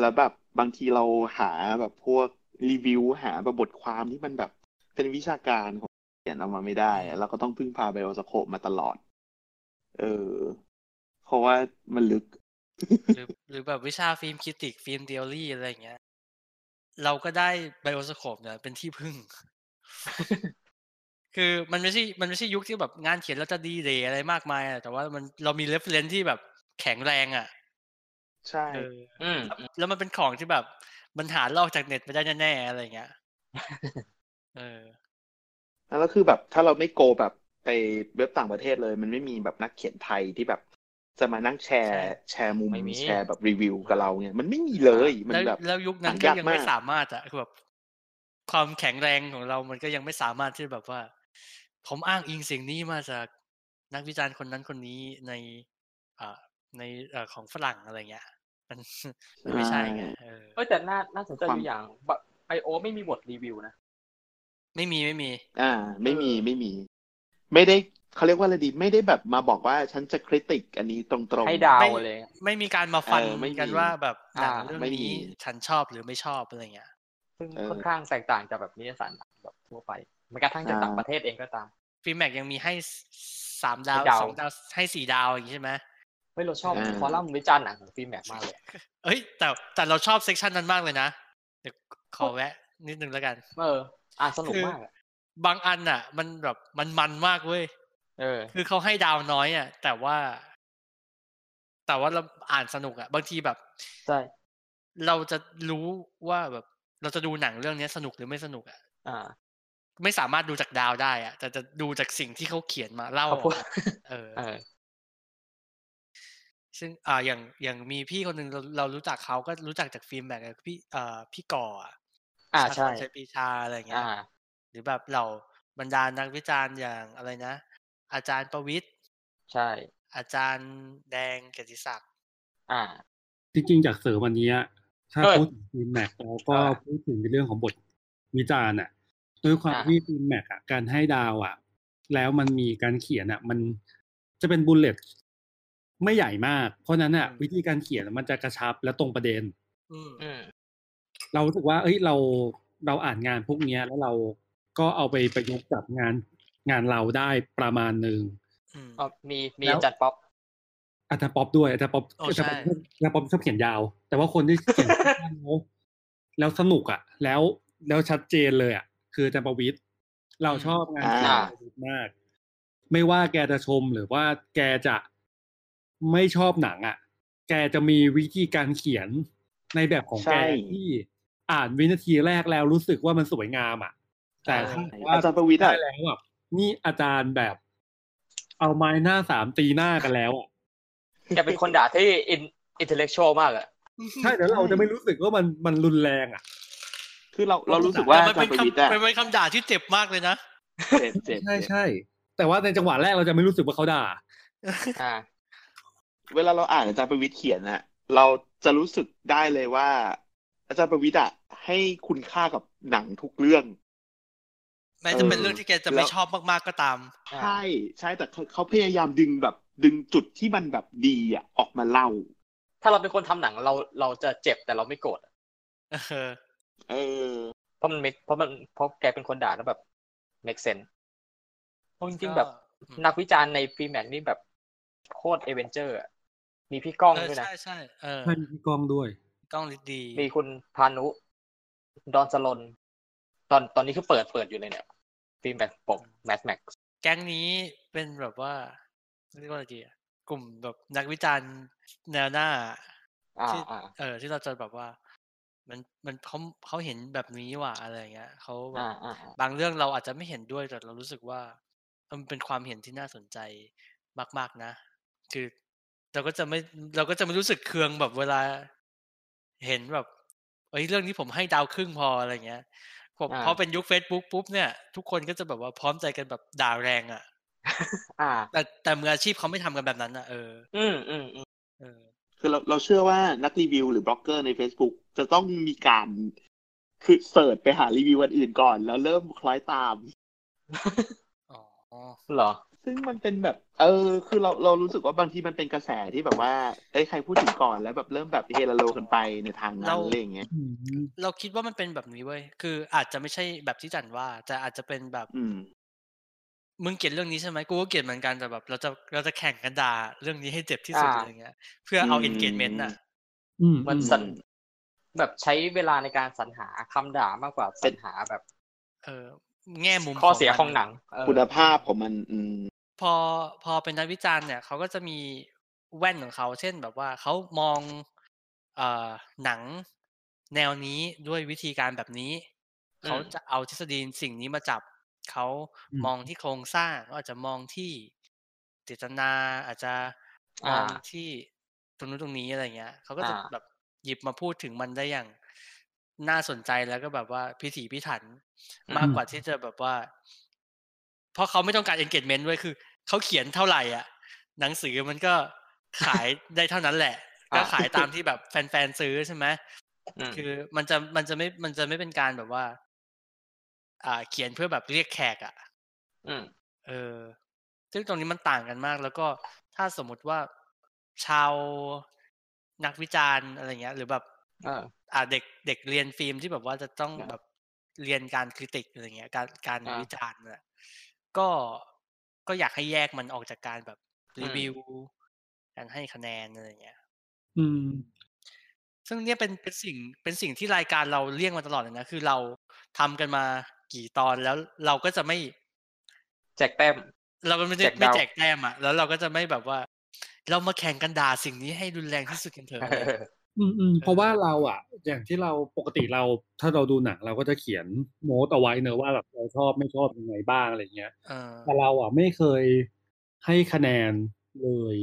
Speaker 2: แล้วแบบบางทีเราหาแบบพวกรีวิวหาแบบบทความที่มันแบบเป็นวิชาการของเขียนออกมาไม่ได้อะเราก็ต้องพึ่งพาไบโอสโคปมาตลอด เออ เพราะว่ามันลึก
Speaker 1: หรือหรือแบบวิชาฟิล์มคิติกฟิล์มเดียรี่อะไรอย่างเงี้ย เราก็ได้ไบโอสโคปเนี่ยเป็นที่พึ่ง <laughs> คือมันไม่ใช่มันไม่ใช่ยุคที่แบบงานเขียนเราจะดีเลยอะไรมากมายอะแต่ว่ามันเรามีเรฟเ n นที่แบบแข็งแรงอ่ะ
Speaker 2: ใช่
Speaker 1: เออ
Speaker 3: อืม
Speaker 1: แล้วมันเป็นของที่แบบมันหาลอกจากเน็ตไม่ได้แน่ๆอะไรอย่างเงี้ยเออ
Speaker 2: แล้วคือแบบ ถ้าเราไม่โกแบบไปเว็บต่างประเทศเลย มันไม่มีแบบนักเขียนไทยที่แบบ จะมานั่งแชร์
Speaker 1: ใช่
Speaker 2: แชร์มุม
Speaker 3: ไม่มี
Speaker 2: แชร์แบบรีวิวกับเราเนี่ยมันไม่มีเลยมัน
Speaker 1: แล้ว
Speaker 2: แบบ
Speaker 1: แล้วยุคนั้น
Speaker 2: หา
Speaker 1: ก็
Speaker 2: ยาก
Speaker 1: ยังไม่
Speaker 2: มาก
Speaker 1: สามารถอะคือแบบความแข็งแรงของเรามันก็ยังไม่สามารถที่แบบว่า ผมอ้างอิงสิ่งนี้มาจากนักวิจารณ์คนนั้นคนนี้ในอ่าในเอ่อของฝรั่งอะไรเงี้ยมัน <laughs> มันไม่ใช่ไงเออ
Speaker 3: เอ้ยแต่น่าน่าสนใจ
Speaker 2: ค
Speaker 3: อ
Speaker 2: วาม
Speaker 3: ยู่อย่างไบโอไม่มีบทรีวิวนะ
Speaker 1: ไม่มีไม่มี
Speaker 2: อ่า ไม่มีไม่มี ไม่ได้เขาเรียกว่าอะไรดี ไม่ได้แบบมาบอกว่าฉันจะคริติกอันนี้ตรงๆ
Speaker 3: ให้เดา
Speaker 1: ไม่
Speaker 3: เลย
Speaker 1: ไม่มีการมาฟัน
Speaker 2: เออไม่มี
Speaker 1: กันว่าแบบหนัง
Speaker 3: อ่า
Speaker 1: เรื่อง
Speaker 2: ไม่มี
Speaker 1: นี้ฉันชอบหรือไม่ชอบอะไรเงี้ย
Speaker 3: ซึ่ง
Speaker 2: เออ
Speaker 3: ค่อนข้างแตกต่างจากแบบนิยสารแบบทั่วไปแม้กระทั่งจากต่างประเทศเองก็ตาม
Speaker 1: ฟีแม็กยังมีให้สามดาว
Speaker 3: ให้ดาว
Speaker 1: สองดาวให้สี่ดาวอย่างงี้ใช่ไหม
Speaker 3: เ ฮ้ยเราชอบ
Speaker 2: อ่า
Speaker 3: คอลัมน์วิจารณ์หนังของฟิล์มแม็กมากเลย
Speaker 1: เอ้ย แต่แต่เราชอบเซกชันนั้นมากเลยนะเดี๋ยวขอแวะ นิดนึงแล้วกัน
Speaker 3: เออ อ่านสนุกมากอะ
Speaker 1: บางอันอ่ะ มันแบบมันมันมากเว้ย
Speaker 3: เออ
Speaker 1: คือเขาให้ดาวน้อยอ่ะ แต่ว่า แต่ว่าเราอ่านสนุกอ่ะ บางทีแบบ
Speaker 3: ใช่
Speaker 1: เราจะรู้ว่าแบบเราจะดูหนังเรื่องเนี้ยสนุกหรือไม่สนุกอ่ะ
Speaker 3: อ่า
Speaker 1: ไม่สามารถดูจากดาวได้อ่ะ แต่จะดูจากสิ่งที่เขาเขียนมาเล่า
Speaker 3: เขาพูด
Speaker 1: มาเออ
Speaker 3: เออ <laughs>
Speaker 1: ซึ่งอ่าอย่างอย่างมีพี่คนหนึ่งเราเรารู้จักเขาก็รู้จักจากฟิล์มแบกพี่เอ่อพี่ก่ออะ
Speaker 3: อ่า
Speaker 1: ชา
Speaker 3: ใช่
Speaker 1: ติพรชัยปรีชาอะไรอย่างเงี้ย
Speaker 3: อ่า
Speaker 1: หรือแบบเราบรรดานักวิจารณ์อย่างอะไรนะ อาจารย์ประวิทย์
Speaker 3: ใช่
Speaker 1: อาจารย์แดงเกียรติศักดิ์
Speaker 3: อ่า
Speaker 4: จริงๆจากเสริมวันนี้อะถ้า
Speaker 3: เอ้ย
Speaker 4: พูดถึงฟิล์มแม็กเราก็
Speaker 3: อ่า
Speaker 4: พูดถึงในเรื่องของบทวิจารณ์อ่ะด้วยความ
Speaker 3: อ่า
Speaker 4: ที่ฟิล์มแม็กอะการให้ดาวอ่ะ แล้วมันมีการเขียนอ่ะ มันจะเป็นบุลเลตไม่ใหญ่มาก เพราะฉะนั้นอ่ะ วิธีการเขียนมันจะกระชับและตรงประเด็น
Speaker 1: อืม
Speaker 3: อืม
Speaker 4: เรารู้สึกว่า เอ้ย เรา เราอ่านงานพวกเนี้ย แล้วเราก็เอาไปประยุกต์กับงานงานเราได้ประมาณหนึ่ง
Speaker 1: อืม
Speaker 3: อ๋อมีมี
Speaker 4: แล้ว
Speaker 3: อาจารย์ป๊อป
Speaker 4: อาจารย์ป๊อปด้วยอาจารย์ป๊อป
Speaker 1: โอ้
Speaker 4: อา
Speaker 1: ใช่
Speaker 4: จารย์ป๊อปอาจารย์ป๊อปชอบเขียนยาว แต่ว่าคนที่เขียน <laughs> แล้วแล้วสนุกอ่ะ แล้วแล้วชัดเจนเลยอ่ะ คืออาจารย์ประวิทย์เราชอบงาน
Speaker 2: อ่า
Speaker 4: อาจารย์ประวิทย์มาก ไม่ว่าแกจะชมหรือว่าแกจะไม่ชอบหนังอ่ะ แกจะมีวิธีการเขียนในแบบของแก
Speaker 2: ใช่
Speaker 4: ที่อ่านวินาทีแรกแล้วรู้สึกว่ามันสวยงามอ่ะ แต่ถ้าว่า
Speaker 2: อาจารย์ประวิทย์
Speaker 4: ได้
Speaker 2: อะ
Speaker 4: แล้วแบบนี่อาจารย์แบบ เอาไม้หน้าสามตีหน้ากันแล้วอะ
Speaker 3: แกเป็นคนด่าที่อินอินเทลเล็กชวลมากอะ
Speaker 4: ใช่แล้วเราจะไม่รู้สึกว่ามันมันรุนแรงอ่ะ
Speaker 2: คือเราเรารู้สึกว่า
Speaker 1: แต่มั
Speaker 2: อาน จาร
Speaker 1: เป็น
Speaker 2: ย์ประวิทย์
Speaker 1: คำมั
Speaker 2: อะ
Speaker 1: นเป็นคำด่าที่เจ็บมากเลยนะ
Speaker 2: เจ็บเจ็บ
Speaker 4: ใช่
Speaker 2: เจ็บ
Speaker 4: ใช่ แต่ว่าในจังหวะแรกเราจะไม่รู้สึกว่าเขาด่า
Speaker 3: อ่า
Speaker 2: เวลาเราอ่านอาจารย์ประวิทย์เขียนอะเราจะรู้สึกได้เลยว่า อาจารย์ประวิทย์อะให้คุณค่ากับหนังทุกเรื่อง
Speaker 1: แม้จะเป็นเรื่องที่แกจะ
Speaker 2: แล้
Speaker 1: ไม่
Speaker 2: ว
Speaker 1: ชอบมากๆก็ตาม <laughs>
Speaker 3: อ่า
Speaker 2: ใช่ ใช่แต่เขาเขาพยายามดึงแบบดึงจุดที่มันแบบดีอะออกมาเล่า
Speaker 3: ถ้าเราเป็นคนทำหนังเราเราจะเจ็บแต่เราไม่โกรธอะ
Speaker 1: เออ
Speaker 2: เออ
Speaker 3: เพราะมัน make- เพราะมันเพราะแกเป็นคนด่าแล้วแบบ make sense เพราะจริงๆแบบ
Speaker 1: อืม
Speaker 3: นักวิจารณ์ในฟีแม็กนี่แบบโคตรเอเวนเจอร์อะมีพี่ก้อง
Speaker 1: เออ
Speaker 3: ด้วยนะ
Speaker 1: ใช่ใช่เออ
Speaker 4: มันพี่กองด้วย
Speaker 1: กล้องฤทธิ์ดี
Speaker 3: มีคุณพานุ ดอนสลน ตอนตอนนี้คือเปิดเปิดอยู่เลยเนี่ยฟีแม็กปกแมทแม็ก
Speaker 1: แก๊งนี้เป็นแบบว่าเรียกว่าอะไรดีอะกลุ่มแบบนักวิจารณ์แนวหน้า
Speaker 3: อ่า
Speaker 1: ที่
Speaker 3: อ่า
Speaker 1: เออที่เราจะแบบว่า มันมันเขาเขาเห็นแบบนี้ว่ะอะไรเงี้ยเขาแบบ
Speaker 3: อ่าอ่าอ่า
Speaker 1: บางเรื่องเราอาจจะไม่เห็นด้วยแต่เรารู้สึกว่าเออมันเป็นความเห็นที่น่าสนใจมาก ๆนะ คือเราก็จะไม่เราก็จะไม่รู้สึกเคืองแบบเวลา เห็นแบบเอ้ยเรื่องนี้ผมให้ดาวครึ่งพออะไรเงี้ยผม
Speaker 3: อ่า
Speaker 1: พอเป็นยุค Facebook ปุ๊บเนี่ยทุกคนก็จะแบบว่าพร้อมใจกันแบบด่าแรงอ่ะ
Speaker 3: อ่า
Speaker 1: แต่แต่มืออาชีพเขาไม่ทำกันแบบนั้นอ่ะเออ
Speaker 3: อืมอืมอืม
Speaker 1: เออ
Speaker 2: คือเราเราเชื่อว่านักรีวิวหรือบล็อกเกอร์ใน Facebook จะต้องมีการคือเสิร์ชไปหารีวิวอันอื่นก่อน แล้วเริ่มคล้อยตาม
Speaker 1: อ๋อ
Speaker 3: เหรอ
Speaker 2: ซึ่งมันเป็นแบบ เออ คือเราเรารู้สึกว่าบางทีมันเป็นกระแสที่แบบว่าเอ้ยใครพูดถึงก่อนแล้วแบบเริ่มแบบเฮลาโลกันไปในทางนั้
Speaker 1: เรา
Speaker 2: นอะไรอย่างเงี้ย
Speaker 1: เราคิดว่ามันเป็นแบบนี้เว้ย คืออาจจะไม่ใช่แบบที่จันว่า แต่อาจจะเป็นแบบ
Speaker 2: อืม
Speaker 1: มึงเกลียดเรื่องนี้ใช่ไหมกูก็เกลียดเหมือนกันแต่แบบ เราจะเราจะแข่งกันด่าเรื่องนี้ให้เจ็บที่สุด
Speaker 3: อ่า
Speaker 1: อะไรเงี้ย เพื่อเอา
Speaker 2: อืม
Speaker 1: engagement น่ะ
Speaker 4: อืม
Speaker 3: เหมือน
Speaker 4: อืม
Speaker 3: สันแบบใช้เวลาในการสรรหาคำด่ามากกว่าสรรหาแบบ
Speaker 1: เออ แง่มุม
Speaker 3: ข้อเสีย
Speaker 1: มัน
Speaker 3: ของหนังเออ
Speaker 2: คุณภาพของมัน อืม
Speaker 1: พอพอเป็นนักวิจารณ์เนี่ยเขาก็จะมีแว่นของเขา เช่นแบบว่าเขามองเอ่อหนังแนวนี้ด้วยวิธีการแบบนี้ เขาจะเอาทฤษฎีสิ่งนี้มาจับ เขามองที่โครงสร้างเขาอาจจะมองที่เจตนา อาจจะม
Speaker 3: อ่า
Speaker 1: องที่ตรงนู้นตรงนี้อะไรเงี้ยเขาก็จะ
Speaker 3: อ่า
Speaker 1: แบบหยิบมาพูดถึงมันได้อย่างน่าสนใจแล้วก็แบบว่าพิถีพิถันมากกว่าที่จะแบบว่า เพราะเขาไม่ต้องการ engagement ด้วยคือเขาเขียนเท่าไหร่อ่ะ หนังสือมันก็ขาย ได้เท่านั้นแหละ
Speaker 3: <laughs>
Speaker 1: ก็
Speaker 3: อ่า
Speaker 1: ขายตามที่แบบแฟนๆซื้อใช่ไหม
Speaker 3: อืม
Speaker 1: คือมันจะมันจะไม่มันจะไม่เป็นการแบบว่า อ่า เขียนเพื่อแบบเรียกแขกอ่ะ
Speaker 3: อืม
Speaker 1: เออ ซึ่งตรงนี้มันต่างกันมาก แล้วก็ถ้าสมมติว่าชาวนักวิจารณ์อะไรเงี้ย หรือแบบ
Speaker 3: เออ
Speaker 1: อ่าเด็กเด็กเรียนฟิล์มที่แบบว่าจะต้อง
Speaker 3: ครับ
Speaker 1: แบบเรียนการคริติกอะไรเงี้ย การการ
Speaker 3: อ่า
Speaker 1: วิจารณ์น่ะก็ก็อยากให้แยกมันออกจากการแบบรี
Speaker 3: อืม
Speaker 1: วิว การให้คะแนนอะไรอย่างเงี้ย
Speaker 4: อืม
Speaker 1: ซึ่งเนี่ยเป็นเป็นสิ่งเป็นสิ่งที่รายการเราเลี่ยงมาตลอดเลยนะ คือเราทำกันมากี่ตอนแล้วเราก็จะไม่
Speaker 3: แจกแต้ม
Speaker 1: เราก็ไม่ได้
Speaker 3: แจก
Speaker 1: ไม่
Speaker 3: ดาว
Speaker 1: แจกแต้มอ่ะแล้วเราก็จะไม่แบบว่า เรามาแข่งกันด่าสิ่งนี้ให้รุนแรงที่สุดกันเถอะอะไรอย่างเงี้ย
Speaker 4: อืมอืมเพราะว่าเราอ่ะ อย่างที่เราปกติเราถ้าเราดูหนังเราก็จะเขียนโน้ตเอาไว้เนอะว่าแบบเราชอบไม่ชอบยังไงบ้างอะไรเงี้ย
Speaker 1: เออ
Speaker 4: แต่เราอ่ะไม่เคยให้คะแนนเลย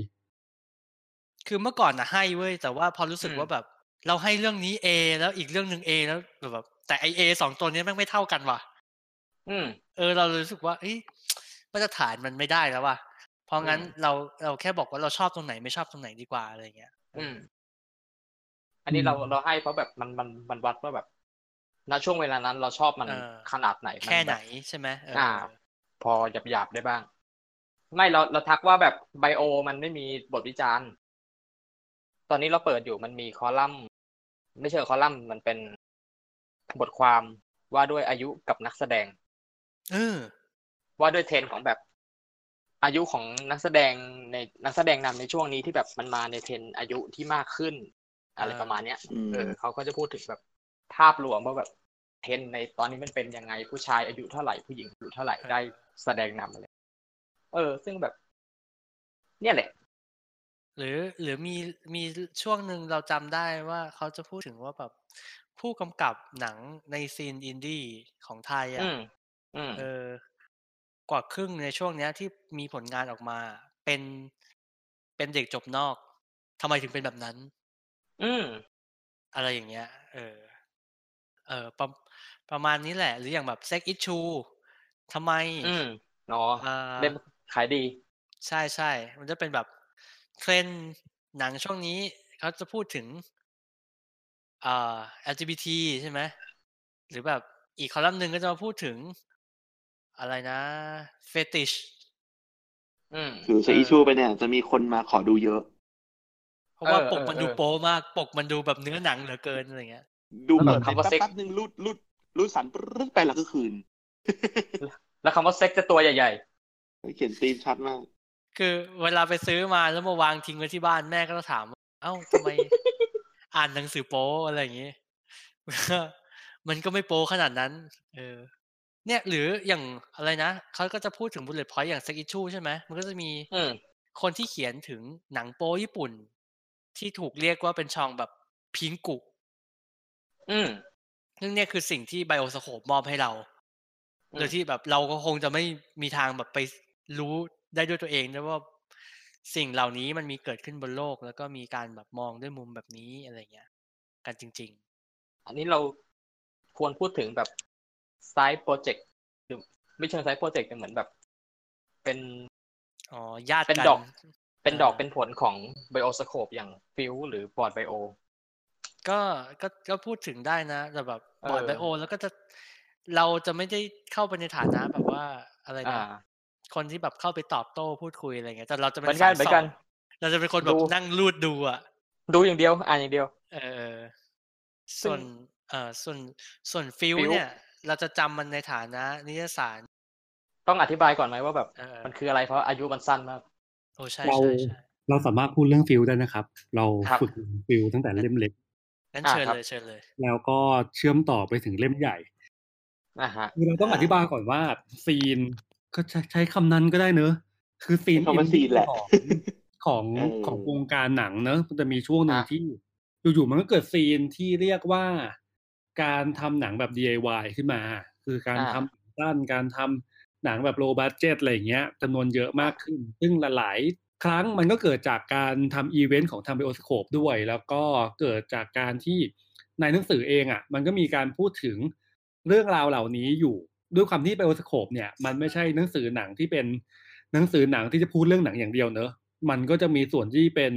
Speaker 1: คือเมื่อก่อนนะให้เว้ยแต่ว่าพอรู้สึก
Speaker 3: อืม
Speaker 1: ว่าแบบ เราให้เรื่องนี้ A แล้วอีกเรื่องหนึ่ง A แล้วแบบ แต่ไอเอสองตัวเนี้ยแม่งไม่เท่ากันว่ะ
Speaker 3: <laughs> อืม
Speaker 1: เออเราเลยรู้สึกว่าเอ้ยมาตรฐานมันไม่ได้แล้วว่ะเพราะงั้น
Speaker 3: อืม
Speaker 1: เราเราแค่บอกว่าเราชอบตรงไหนไม่ชอบตรงไหนดีกว่าอะไรเงี้ย
Speaker 3: อืม อันนี้เราเราให้เพราะแบบมันมันมันวัดว่าแบบณช่วงเวลานั้น เราชอบมัน
Speaker 1: เออ
Speaker 3: ขนาดไหนมั
Speaker 1: แค่ไหน
Speaker 3: บบ
Speaker 1: ใช่ไหมเออ
Speaker 3: อ่า พอหยาบหยาบๆได้บ้าง ไม่เราเราทักว่าแบบไบโอ มันไม่มีบทวิจารณ์ ตอนนี้เราเปิดอยู่มันมีคอลัมน์ไม่ใช่คอลัมน์มันเป็นบทความว่าด้วยอายุกับนักแสดง
Speaker 1: เออ
Speaker 3: ว่าด้วยเทรนด์ของแบบอายุของนักแสดงในนักแสดงนำในช่วงนี้ที่แบบมันมาในเทรนด์อายุที่มากขึ้น อะไร
Speaker 1: อ่า
Speaker 3: ประมาณเนี้ย
Speaker 2: อืม
Speaker 3: เออเขาก็จะพูดถึงแบบภาพรวมว่าแบบเทรนด์ในตอนนี้มันเป็นยังไงผู้ชายอายุเท่าไหร่ผู้หญิงอายุเท่าไหร่ได้แสดงนำอะไรเออ ซึ่งแบบ เนี่ยแหละ
Speaker 1: หรือหรือมีมีช่วงหนึ่งเราจำได้ว่าเขาจะพูดถึงว่าแบบผู้กำกับหนังในซีนอินดี้ของไทยอ่ะ
Speaker 3: อืม อืม
Speaker 1: เออกว่าครึ่งในช่วงเนี้ยที่มีผลงานออกมา เป็นเป็นเด็กจบนอกทำไมถึงเป็นแบบนั้น
Speaker 3: อืม
Speaker 1: อะไรอย่างเงี้ย เออ เออประประมาณนี้แหละ หรืออย่างแบบเซ็กอิชูทำไม
Speaker 3: อืมเนาะ
Speaker 1: อ่า
Speaker 3: เล่นขายดี
Speaker 1: ใช่ใช่มันจะเป็นแบบเทรนด์หนังช่วงนี้เขาจะพูดถึงอ่า LGBT ใช่ไหมหรือแบบอีกคอลัมน์หนึ่งก็จะมาพูดถึง อะไรนะเฟติช
Speaker 3: อืม
Speaker 2: คือใช้
Speaker 1: เออ
Speaker 2: อิชูไปเนี่ย จะมีคนมาขอดูเยอะ
Speaker 1: เพราะว่า
Speaker 3: เออ
Speaker 1: ปกมัน
Speaker 3: เออ
Speaker 1: ดู
Speaker 3: เออ
Speaker 1: โป๊มาก ปกมันดูแบบเนื้อหนังเหลือเกินอะไรเงี้ย
Speaker 2: ดู
Speaker 3: แล้ว
Speaker 2: เปิด
Speaker 3: แบบคำว่า
Speaker 2: ไป
Speaker 3: เซ็ก
Speaker 2: แป๊บๆนึงรูดรูดรูดสันปรึ๊ดไปแล้วก็คืน
Speaker 3: แล้วคำว่าเซ็กจะตัวใหญ่
Speaker 2: เขียนตีนชัดมาก
Speaker 1: คือเวลาไปซื้อมาแล้วมาวางทิ้งไว้ที่บ้านแม่ก็จะถามว่าเอ้าทำไม อ่านหนังสือโป๊อะไรอย่างงี้ <laughs> มันก็ไม่โป๊ขนาดนั้น เออ เนี่ยหรืออย่างอะไรนะเขาก็จะพูดถึงบุลเลตพอยต์อย่างเซ็กอิชูใช่ไหมมันก็จะมี
Speaker 3: ๆอืม
Speaker 1: คนที่เขียนถึงหนังโป๊ญี่ปุ่น ที่ถูกเรียกว่าเป็นช่องแบบพิงกุ
Speaker 3: อืม
Speaker 1: ซึ่งเนี่ยคือสิ่งที่ไบโอสโคปมอบให้เรา
Speaker 3: อืม
Speaker 1: โดยที่แบบเราก็คงจะไม่มีทางแบบไปรู้ได้ด้วยตัวเองนะว่าสิ่งเหล่านี้มันมีเกิดขึ้นบนโลก แล้วก็มีการแบบมองด้วยมุมแบบนี้อะไรเงี้ย กันจริง
Speaker 3: อันนี้เราควรพูดถึงแบบไซต์โปรเจกต์หรือไม่เชิงไซต์โปรเจกต์แต่เหมือนแบบ เป็น
Speaker 1: ๆ อ๋อญาติ
Speaker 3: เป็น
Speaker 1: กั
Speaker 3: ดอก เป็นดอก
Speaker 1: า
Speaker 3: เป็นผลของไบโอสโคปอย่างฟิวหรือบอร์ดไบโอ
Speaker 1: ก็ก็ก็พูดถึงได้นะแต่แบบบอร์ด
Speaker 3: เออ
Speaker 1: ไบโอ แล้วก็จะเราจะไม่ได้เข้าไปในฐานะแบบว่าอะไร
Speaker 3: อ่า
Speaker 1: นะคนที่แบบเข้าไปตอบโต้พูดคุยอะไรเงี้ยแต่เราจะ
Speaker 3: เห
Speaker 1: เป็
Speaker 3: มือน นกั
Speaker 1: สา
Speaker 3: น
Speaker 1: ย
Speaker 3: เหมือน
Speaker 1: ส่
Speaker 3: กั
Speaker 1: อน งเราจะเป็นคนแบบ
Speaker 3: ดู
Speaker 1: นั่งลูดดูอ่ะ
Speaker 3: ดูอย่างเดียว อ่านอย่างเดียว
Speaker 1: เออส่
Speaker 3: ซึ่
Speaker 1: ว
Speaker 3: ง
Speaker 1: นเอ่อส่วนส่วนฟิล
Speaker 3: Fill
Speaker 1: เนี่ย เราจะจำมันในฐานะนิยสาร
Speaker 3: ต้องอธิบายก่อนไหมว่าแบบ
Speaker 1: เออ
Speaker 3: มันคืออะไรเพราะอายุมันสั้นมาก
Speaker 1: โอ้ใช่
Speaker 4: เรา
Speaker 1: ใช่ใช่
Speaker 4: เราสามารถพูดเรื่องฟิลได้นะครับ เรา
Speaker 3: ครับ
Speaker 4: ฝึกฟิลตั้งแต่เล่มเล็ก
Speaker 1: งั้น
Speaker 3: อ่า
Speaker 1: เชิญ
Speaker 3: ครับ
Speaker 1: เลยเชิญเลย
Speaker 4: แล้วก็เชื่อมต่อไปถึงเล่มใหญ่
Speaker 3: อ่าฮะ
Speaker 4: คือเราต้องอธิบายก่อนว่าซีนก็ใช้ใช้คำนั้นก็ได้เนอะคือซีน
Speaker 2: ใช้คำว่าซีนแหละ
Speaker 4: ของของ
Speaker 2: เออ
Speaker 4: ของวงการหนังเนอะมันจะมีช่วงหนึ่ง
Speaker 3: อ่ะ
Speaker 4: ที่ อยู่ๆมันก็เกิดซีนที่เรียกว่าการทำหนังแบบ DIY ขึ้นมา คือการทำหนังสั้นการทำหนังแบบโลบัสเจตอะไรอย่างเงี้ยจำนวนเยอะมากขึ้น ซึ่งหลายๆ ครั้งมันก็เกิดจากการทำอีเวนต์ของทางไบโอสโคปด้วย แล้วก็เกิดจากการที่ในหนังสือเองอ่ะ มันก็มีการพูดถึง เรื่องราวเหล่านี้อยู่ด้วยความที่ไบโอสโคปเนี่ยมันไม่ใช่หนังสือหนังที่เป็นหนังสือหนังที่จะพูดเรื่องหนังอย่างเดียวเนอะมันก็จะมีส่วนที่เป็น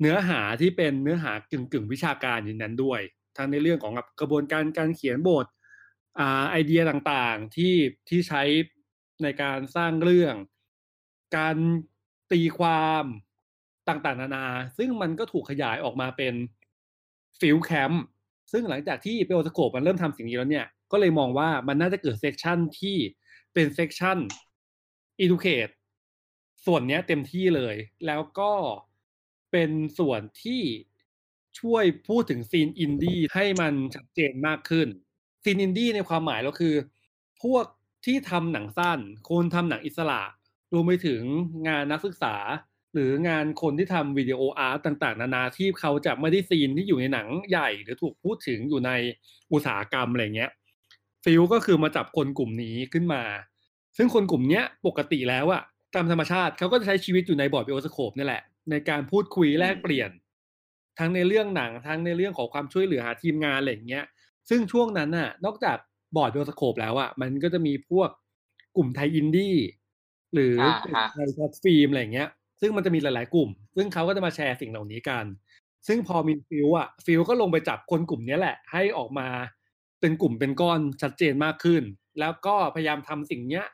Speaker 4: เนื้อหาที่เป็นเนื้อหากึ่งกึ่งๆวิชาการอยู่ในนั้นด้วย ทั้งในเรื่องของกระบวนการการเขียนบทอ่าไอเดียต่างๆที่ที่ใช้ในการสร้างเรื่อง การตีความต่างๆ นานา ซึ่งมันก็ถูกขยายออกมาเป็นฟิลแคมป์ ซึ่งหลังจากที่เปโอสโคปมันเริ่มทำสิ่งนี้แล้วเนี่ย ก็เลยมองว่ามันน่าจะเกิดเซกชันที่เป็นเซกชัน educate ส่วนเนี้ยเต็มที่เลย แล้วก็ เป็นส่วนที่ช่วยพูดถึงซีนอินดี้ให้มันชัดเจนมากขึ้น ซีนอินดี้ในความหมายก็คือ พวกที่ทำหนังสั้น คนทำหนังอิสระ รวมไปถึงงานนักศึกษา หรืองานคนที่ทำวิดีโออาร์ตต่างๆ นานาที่เขาจะไม่ได้ซีนที่อยู่ในหนังใหญ่ หรือถูกพูดถึงอยู่ในอุตสาหกรรมอะไรเงี้ยฟิลก็คือมาจับคนกลุ่มนี้ขึ้นมา ซึ่งคนกลุ่มเนี้ยปกติแล้วอะตามธรรมชาติเขาก็จะใช้ชีวิตอยู่ในบอร์ดวิโอสโคปนี่แหละ ในการพูดคุยแลกเปลี่ยน ทั้งในเรื่องหนังทั้งในเรื่องของความช่วยเหลือหาทีมงานอะไรอย่างเงี้ย ซึ่งช่วงนั้นน่ะ นอกจากบอร์ดวิโอสโคปแล้วอะมันก็จะมีพวกกลุ่มไทยอินดี้หรือกลุ่ม
Speaker 3: อ่าฮะ
Speaker 4: ไทยช็อตฟิล์มอะไรอย่างเงี้ย ซึ่งมันจะมีหลาย ๆ กลุ่ม ซึ่งเขาก็จะมาแชร์สิ่งเหล่านี้กัน ซึ่งพอมีฟิลอะฟิลก็ลงไปจับคนกลุ่มเนี้ยแหละ ให้ออกมาเป็นกลุ่มเป็นก้อนชัดเจนมากขึ้น แล้วก็พยายามทำสิ่งเนี้ย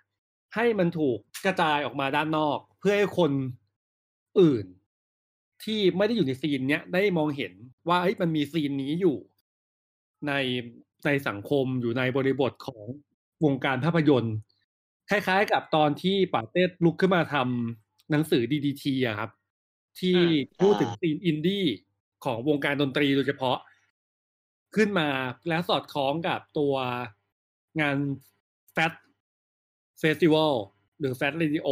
Speaker 4: ให้มันถูกกระจายออกมาด้านนอก เพื่อให้คนอื่น ที่ไม่ได้อยู่ในซีนเนี้ยได้มองเห็นว่าเฮ้ยมันมีซีนนี้อยู่ ในในสังคมอยู่ในบริบทของวงการภาพยนตร์ คล้ายๆกับตอนที่ป่าเต้ลุกขึ้นมาทำหนังสือดีดีทีอะครับ ที่
Speaker 3: อื
Speaker 2: ม
Speaker 4: พูดถึง
Speaker 2: อ่า
Speaker 4: ซีนอินดี้ของวงการดนตรีโดยเฉพาะ ขึ้นมาแล้วสอดคล้องกับตัวงานแฟตเฟสติวัลหรือแฟตเรดิโอ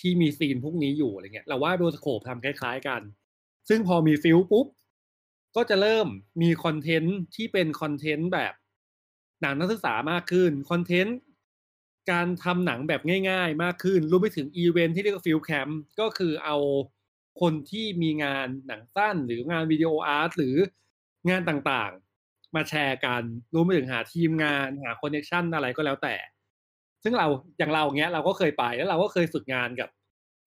Speaker 4: ที่มีซีนพวกนี้อยู่อะไรเงี้ยเราว่าโดสโคปทำคล้ายๆกัน ซึ่งพอมีฟิลปุ๊บ ก็จะเริ่มมีคอนเทนต์ที่เป็นคอนเทนต์แบบหนังนักศึกษามากขึ้น คอนเทนต์การทำหนังแบบง่ายๆมากขึ้นรวมไปถึงอีเวนท์ที่เรียกว่าฟิลแคมป์ก็คือเอาคนที่มีงานหนังสั้นหรืองานวิดีโออาร์ตหรืองานต่างๆ มาแชร์กันรวมไปถึงหาทีมงานหาคอนเนคชันอะไรก็แล้วแต่ ซึ่งเราอย่างเราอย่างเงี้ยเราก็เคยไปแล้วเราก็เคยฝึกงานกับ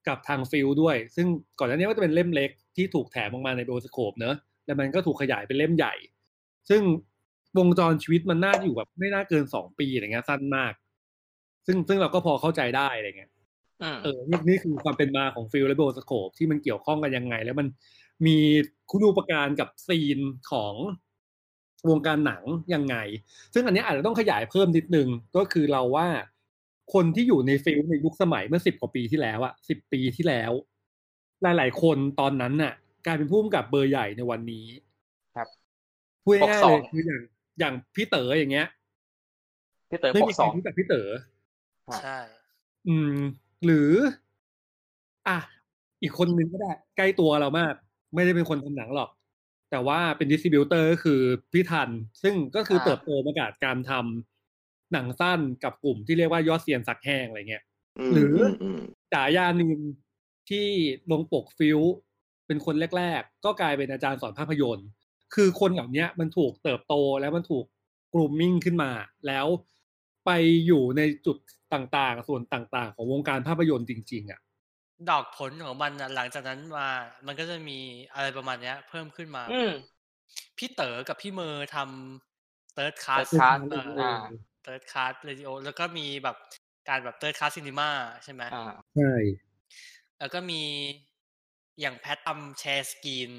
Speaker 4: กับทางฟิลด้วย ซึ่งก่อนหน้านี้ก็จะเป็นเล่มเล็กที่ถูกแถมออกมาในโบสโคปเนอะ แล้วมันก็ถูกขยายเป็นเล่มใหญ่ ซึ่งวงจรชีวิตมันน่าจะอยู่แบบไม่น่าเกินสองปีอะไรเงี้ยสั้นมาก ซึ่งซึ่งเราก็พอเข้าใจได้อะไรเงี้ย
Speaker 3: อืม
Speaker 4: เออนี่นี่คือความเป็นมาของฟิลและโบสโคปที่มันเกี่ยวข้องกันยังไง แล้วมันมีคุณูปการกับซีนของวงการหนังยังไง ซึ่งอันเนี้ยอาจจะต้องขยายเพิ่มนิดนึง ก็คือเราว่าคนที่อยู่ในฟิลในยุคสมัยเมื่อสิบกว่าปีที่แล้วอะสิบปีที่แล้ว หลาย ๆ คนตอนนั้นน่ะ กลายเป็นผู้กำกับเบอร์ใหญ่ในวันนี้
Speaker 3: ครับ
Speaker 4: พูดง่าย
Speaker 3: ปกส
Speaker 4: ๆเล
Speaker 3: อง
Speaker 4: ยคืออย่างอย่างพี่เต๋ออย่างเงี้ย
Speaker 3: พี่เต๋อ
Speaker 4: ไม่
Speaker 3: ปก
Speaker 4: มีใค
Speaker 3: ส
Speaker 4: ร
Speaker 3: อง
Speaker 4: รู้จักพี่เต๋อ
Speaker 1: ใช่
Speaker 4: อืม หรือ อ่ะ อีกคนนึงก็ได้ ใกล้ตัวเรามาก ไม่ได้เป็นคนทำหนังหรอก แต่ว่าเป็นดิสติบิวเตอร์ก็คือพี่ทัน ซึ่งก็คือ
Speaker 3: อ่า
Speaker 4: เติบโตมาจากการทำหนังสั้นกับกลุ่มที่เรียกว่ายอดเซียนสักแห้งอะไรเงี้ย หรือ
Speaker 2: ม
Speaker 4: จ๋ายานินที่ลงปกฟิวเป็นคนแรก ๆ ก็กลายเป็นอาจารย์สอนภาพยนตร์ คือคนเหล่าเนี้ยมันถูกเติบโตแล้วมันถูกกลุ่มมิ่งขึ้นมา แล้วไปอยู่ในจุดต่างๆ ส่วนต่างๆ ของวงการภาพยนตร์จริง ๆ อ่ะ
Speaker 1: ดอกผลของมันน่ะหลังจากนั้นมา มันก็จะมีอะไรประมาณเนี้ย เพิ่มขึ้นมา
Speaker 3: อืม
Speaker 1: พี่เต๋อกับพี่เมอร์ทำเติร์ดคลาส
Speaker 3: Third Class อ่า
Speaker 1: เติร์ดคลาสเรดิโอแล้วก็มีแบบการแบบเติร์ดคลาสซินีมาใช่ไหม
Speaker 3: อ่า
Speaker 4: ใช่
Speaker 1: แล้วก็มีอย่างแพททำแชร์สกรีน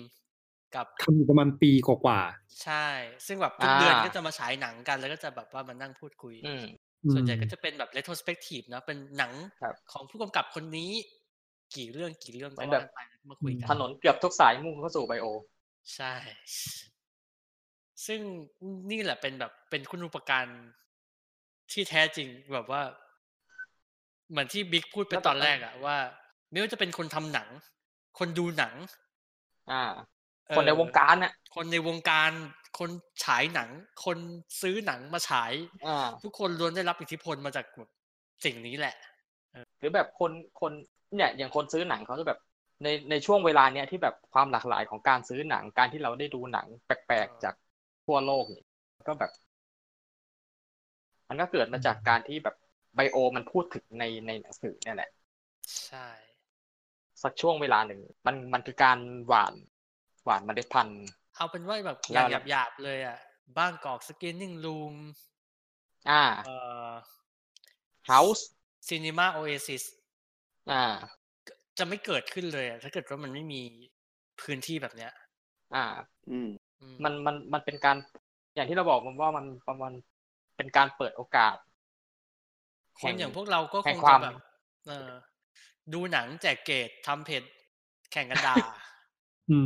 Speaker 1: กับ
Speaker 4: ทำอยู่ประมาณปีกว่า
Speaker 1: ใช่ ซึ่งแบบทุกเดือน
Speaker 3: อ่า
Speaker 1: ก็จะมาฉายหนังกัน แล้วก็จะแบบว่ามานั่งพูดคุย
Speaker 3: อืม
Speaker 4: ๆ
Speaker 1: ส่วนใหญ่
Speaker 4: อืม
Speaker 1: ก็จะเป็นแบบ retrospective นะ เป็นหนัง
Speaker 3: ครับ
Speaker 1: ของผู้กำกับคนนี้ กี่เรื่องกี่เรื่อง
Speaker 3: เหมื
Speaker 1: ก็
Speaker 3: อน
Speaker 1: ว่า
Speaker 3: แบบ
Speaker 1: ไปมาคุยกั
Speaker 3: ถนนเกือบทุกสายมุ่งเข้าสู่ไบโอ
Speaker 1: ใช่ ซึ่งนี่แหละเป็นแบบเป็นคุณูปการที่แท้จริงแบบว่า เหมือนที่บิ๊กพูดไปตอนแรกอะว่า ไม่ว่าจะเป็นคนทำหนัง คนดูหนัง
Speaker 3: อ่า
Speaker 1: เอ่อ
Speaker 3: คนในวงการน่ะ
Speaker 1: คนในวงการคนฉายหนัง คนซื้อหนังมาฉาย
Speaker 3: อ่า
Speaker 1: ทุกคนล้วนได้รับอิทธิพลมาจากกลุ่มสิ่งนี้แหละ
Speaker 3: หรือแบบคนคนเนี่ยอย่างคนซื้อหนังเขาจะแบบในในช่วงเวลาเนี้ยที่แบบความหลากหลายของการซื้อหนังการที่เราได้ดูหนังแปลกๆจากทั่วโลกเนี่ยก็แบบ มันก็เกิดมาจากการที่แบบไบโอ มันพูดถึงในในหนังสือเนี่ยแหละ
Speaker 1: ใช่
Speaker 3: สักช่วงเวลาหนึ่ง มันมันคือการหว่านหว่านเมล็ดพันธุ์
Speaker 1: เอาเป็นว่าแบบอ
Speaker 3: แล้
Speaker 1: ย่าง
Speaker 3: ว
Speaker 1: หยาบๆเลยอ่ะบ้างกอกสกินนิ่งรูม
Speaker 3: อ่า
Speaker 1: เอ่อ
Speaker 3: house
Speaker 1: ซีนีมาโอเอซิส
Speaker 3: อ่า
Speaker 1: จะไม่เกิดขึ้นเลยอะถ้าเกิดว่ามันไม่มีพื้นที่แบบเนี้ย
Speaker 3: อ่า
Speaker 2: อืม
Speaker 1: อื
Speaker 3: มันมันมันเป็นการอย่างที่เราบอกมันว่ามันประมาณเป็นการเปิดโอกาส
Speaker 1: คนอย่างพวกเราก็ค
Speaker 3: แห่ง
Speaker 1: ง
Speaker 3: ควา
Speaker 1: จะ
Speaker 3: ม
Speaker 1: แบบเออดูหนังแจกเกรดทำเพจแข่งกันด่า
Speaker 4: ม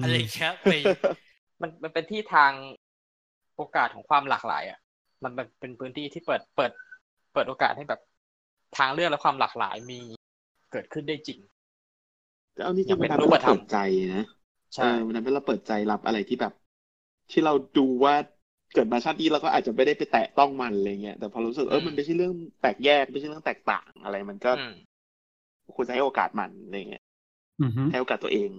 Speaker 1: อะไรอย่างเงี้ยไป
Speaker 3: มันมันเป็นที่ทางโอกาสของความหลากหลายอ่ะ มันมันเป็นพื้นที่ที่เปิดเปิด เปิดโอกาสให้แบบทางเลือกและความหลากหลายมีเกิดขึ้นได้จริง
Speaker 2: แต่เอานี่จริง
Speaker 3: ยังเป็
Speaker 2: มัน นทำ
Speaker 3: รู
Speaker 2: ให้
Speaker 3: ป
Speaker 2: เรา
Speaker 3: ธรรม
Speaker 2: เปิดใจนะเอ
Speaker 3: ใช่
Speaker 2: อมันทำให้เราเปิดใจรับอะไรที่แบบ ที่เราดูว่าเกิดมาชาตินี้เราก็อาจจะไม่ได้ไปแตะต้องมันอะไรเงี้ยแต่พอรู้สึกเออ
Speaker 3: อืม
Speaker 2: มันไม่ใช่เรื่องแปลกแยกไม่ใช่เรื่องแตกต่างอะไร มันก็
Speaker 3: อืม
Speaker 2: ควรจะให้โอกาสมันอะไรเงี้ย
Speaker 4: อือฮึ
Speaker 2: ให้โอกาสตัวเอง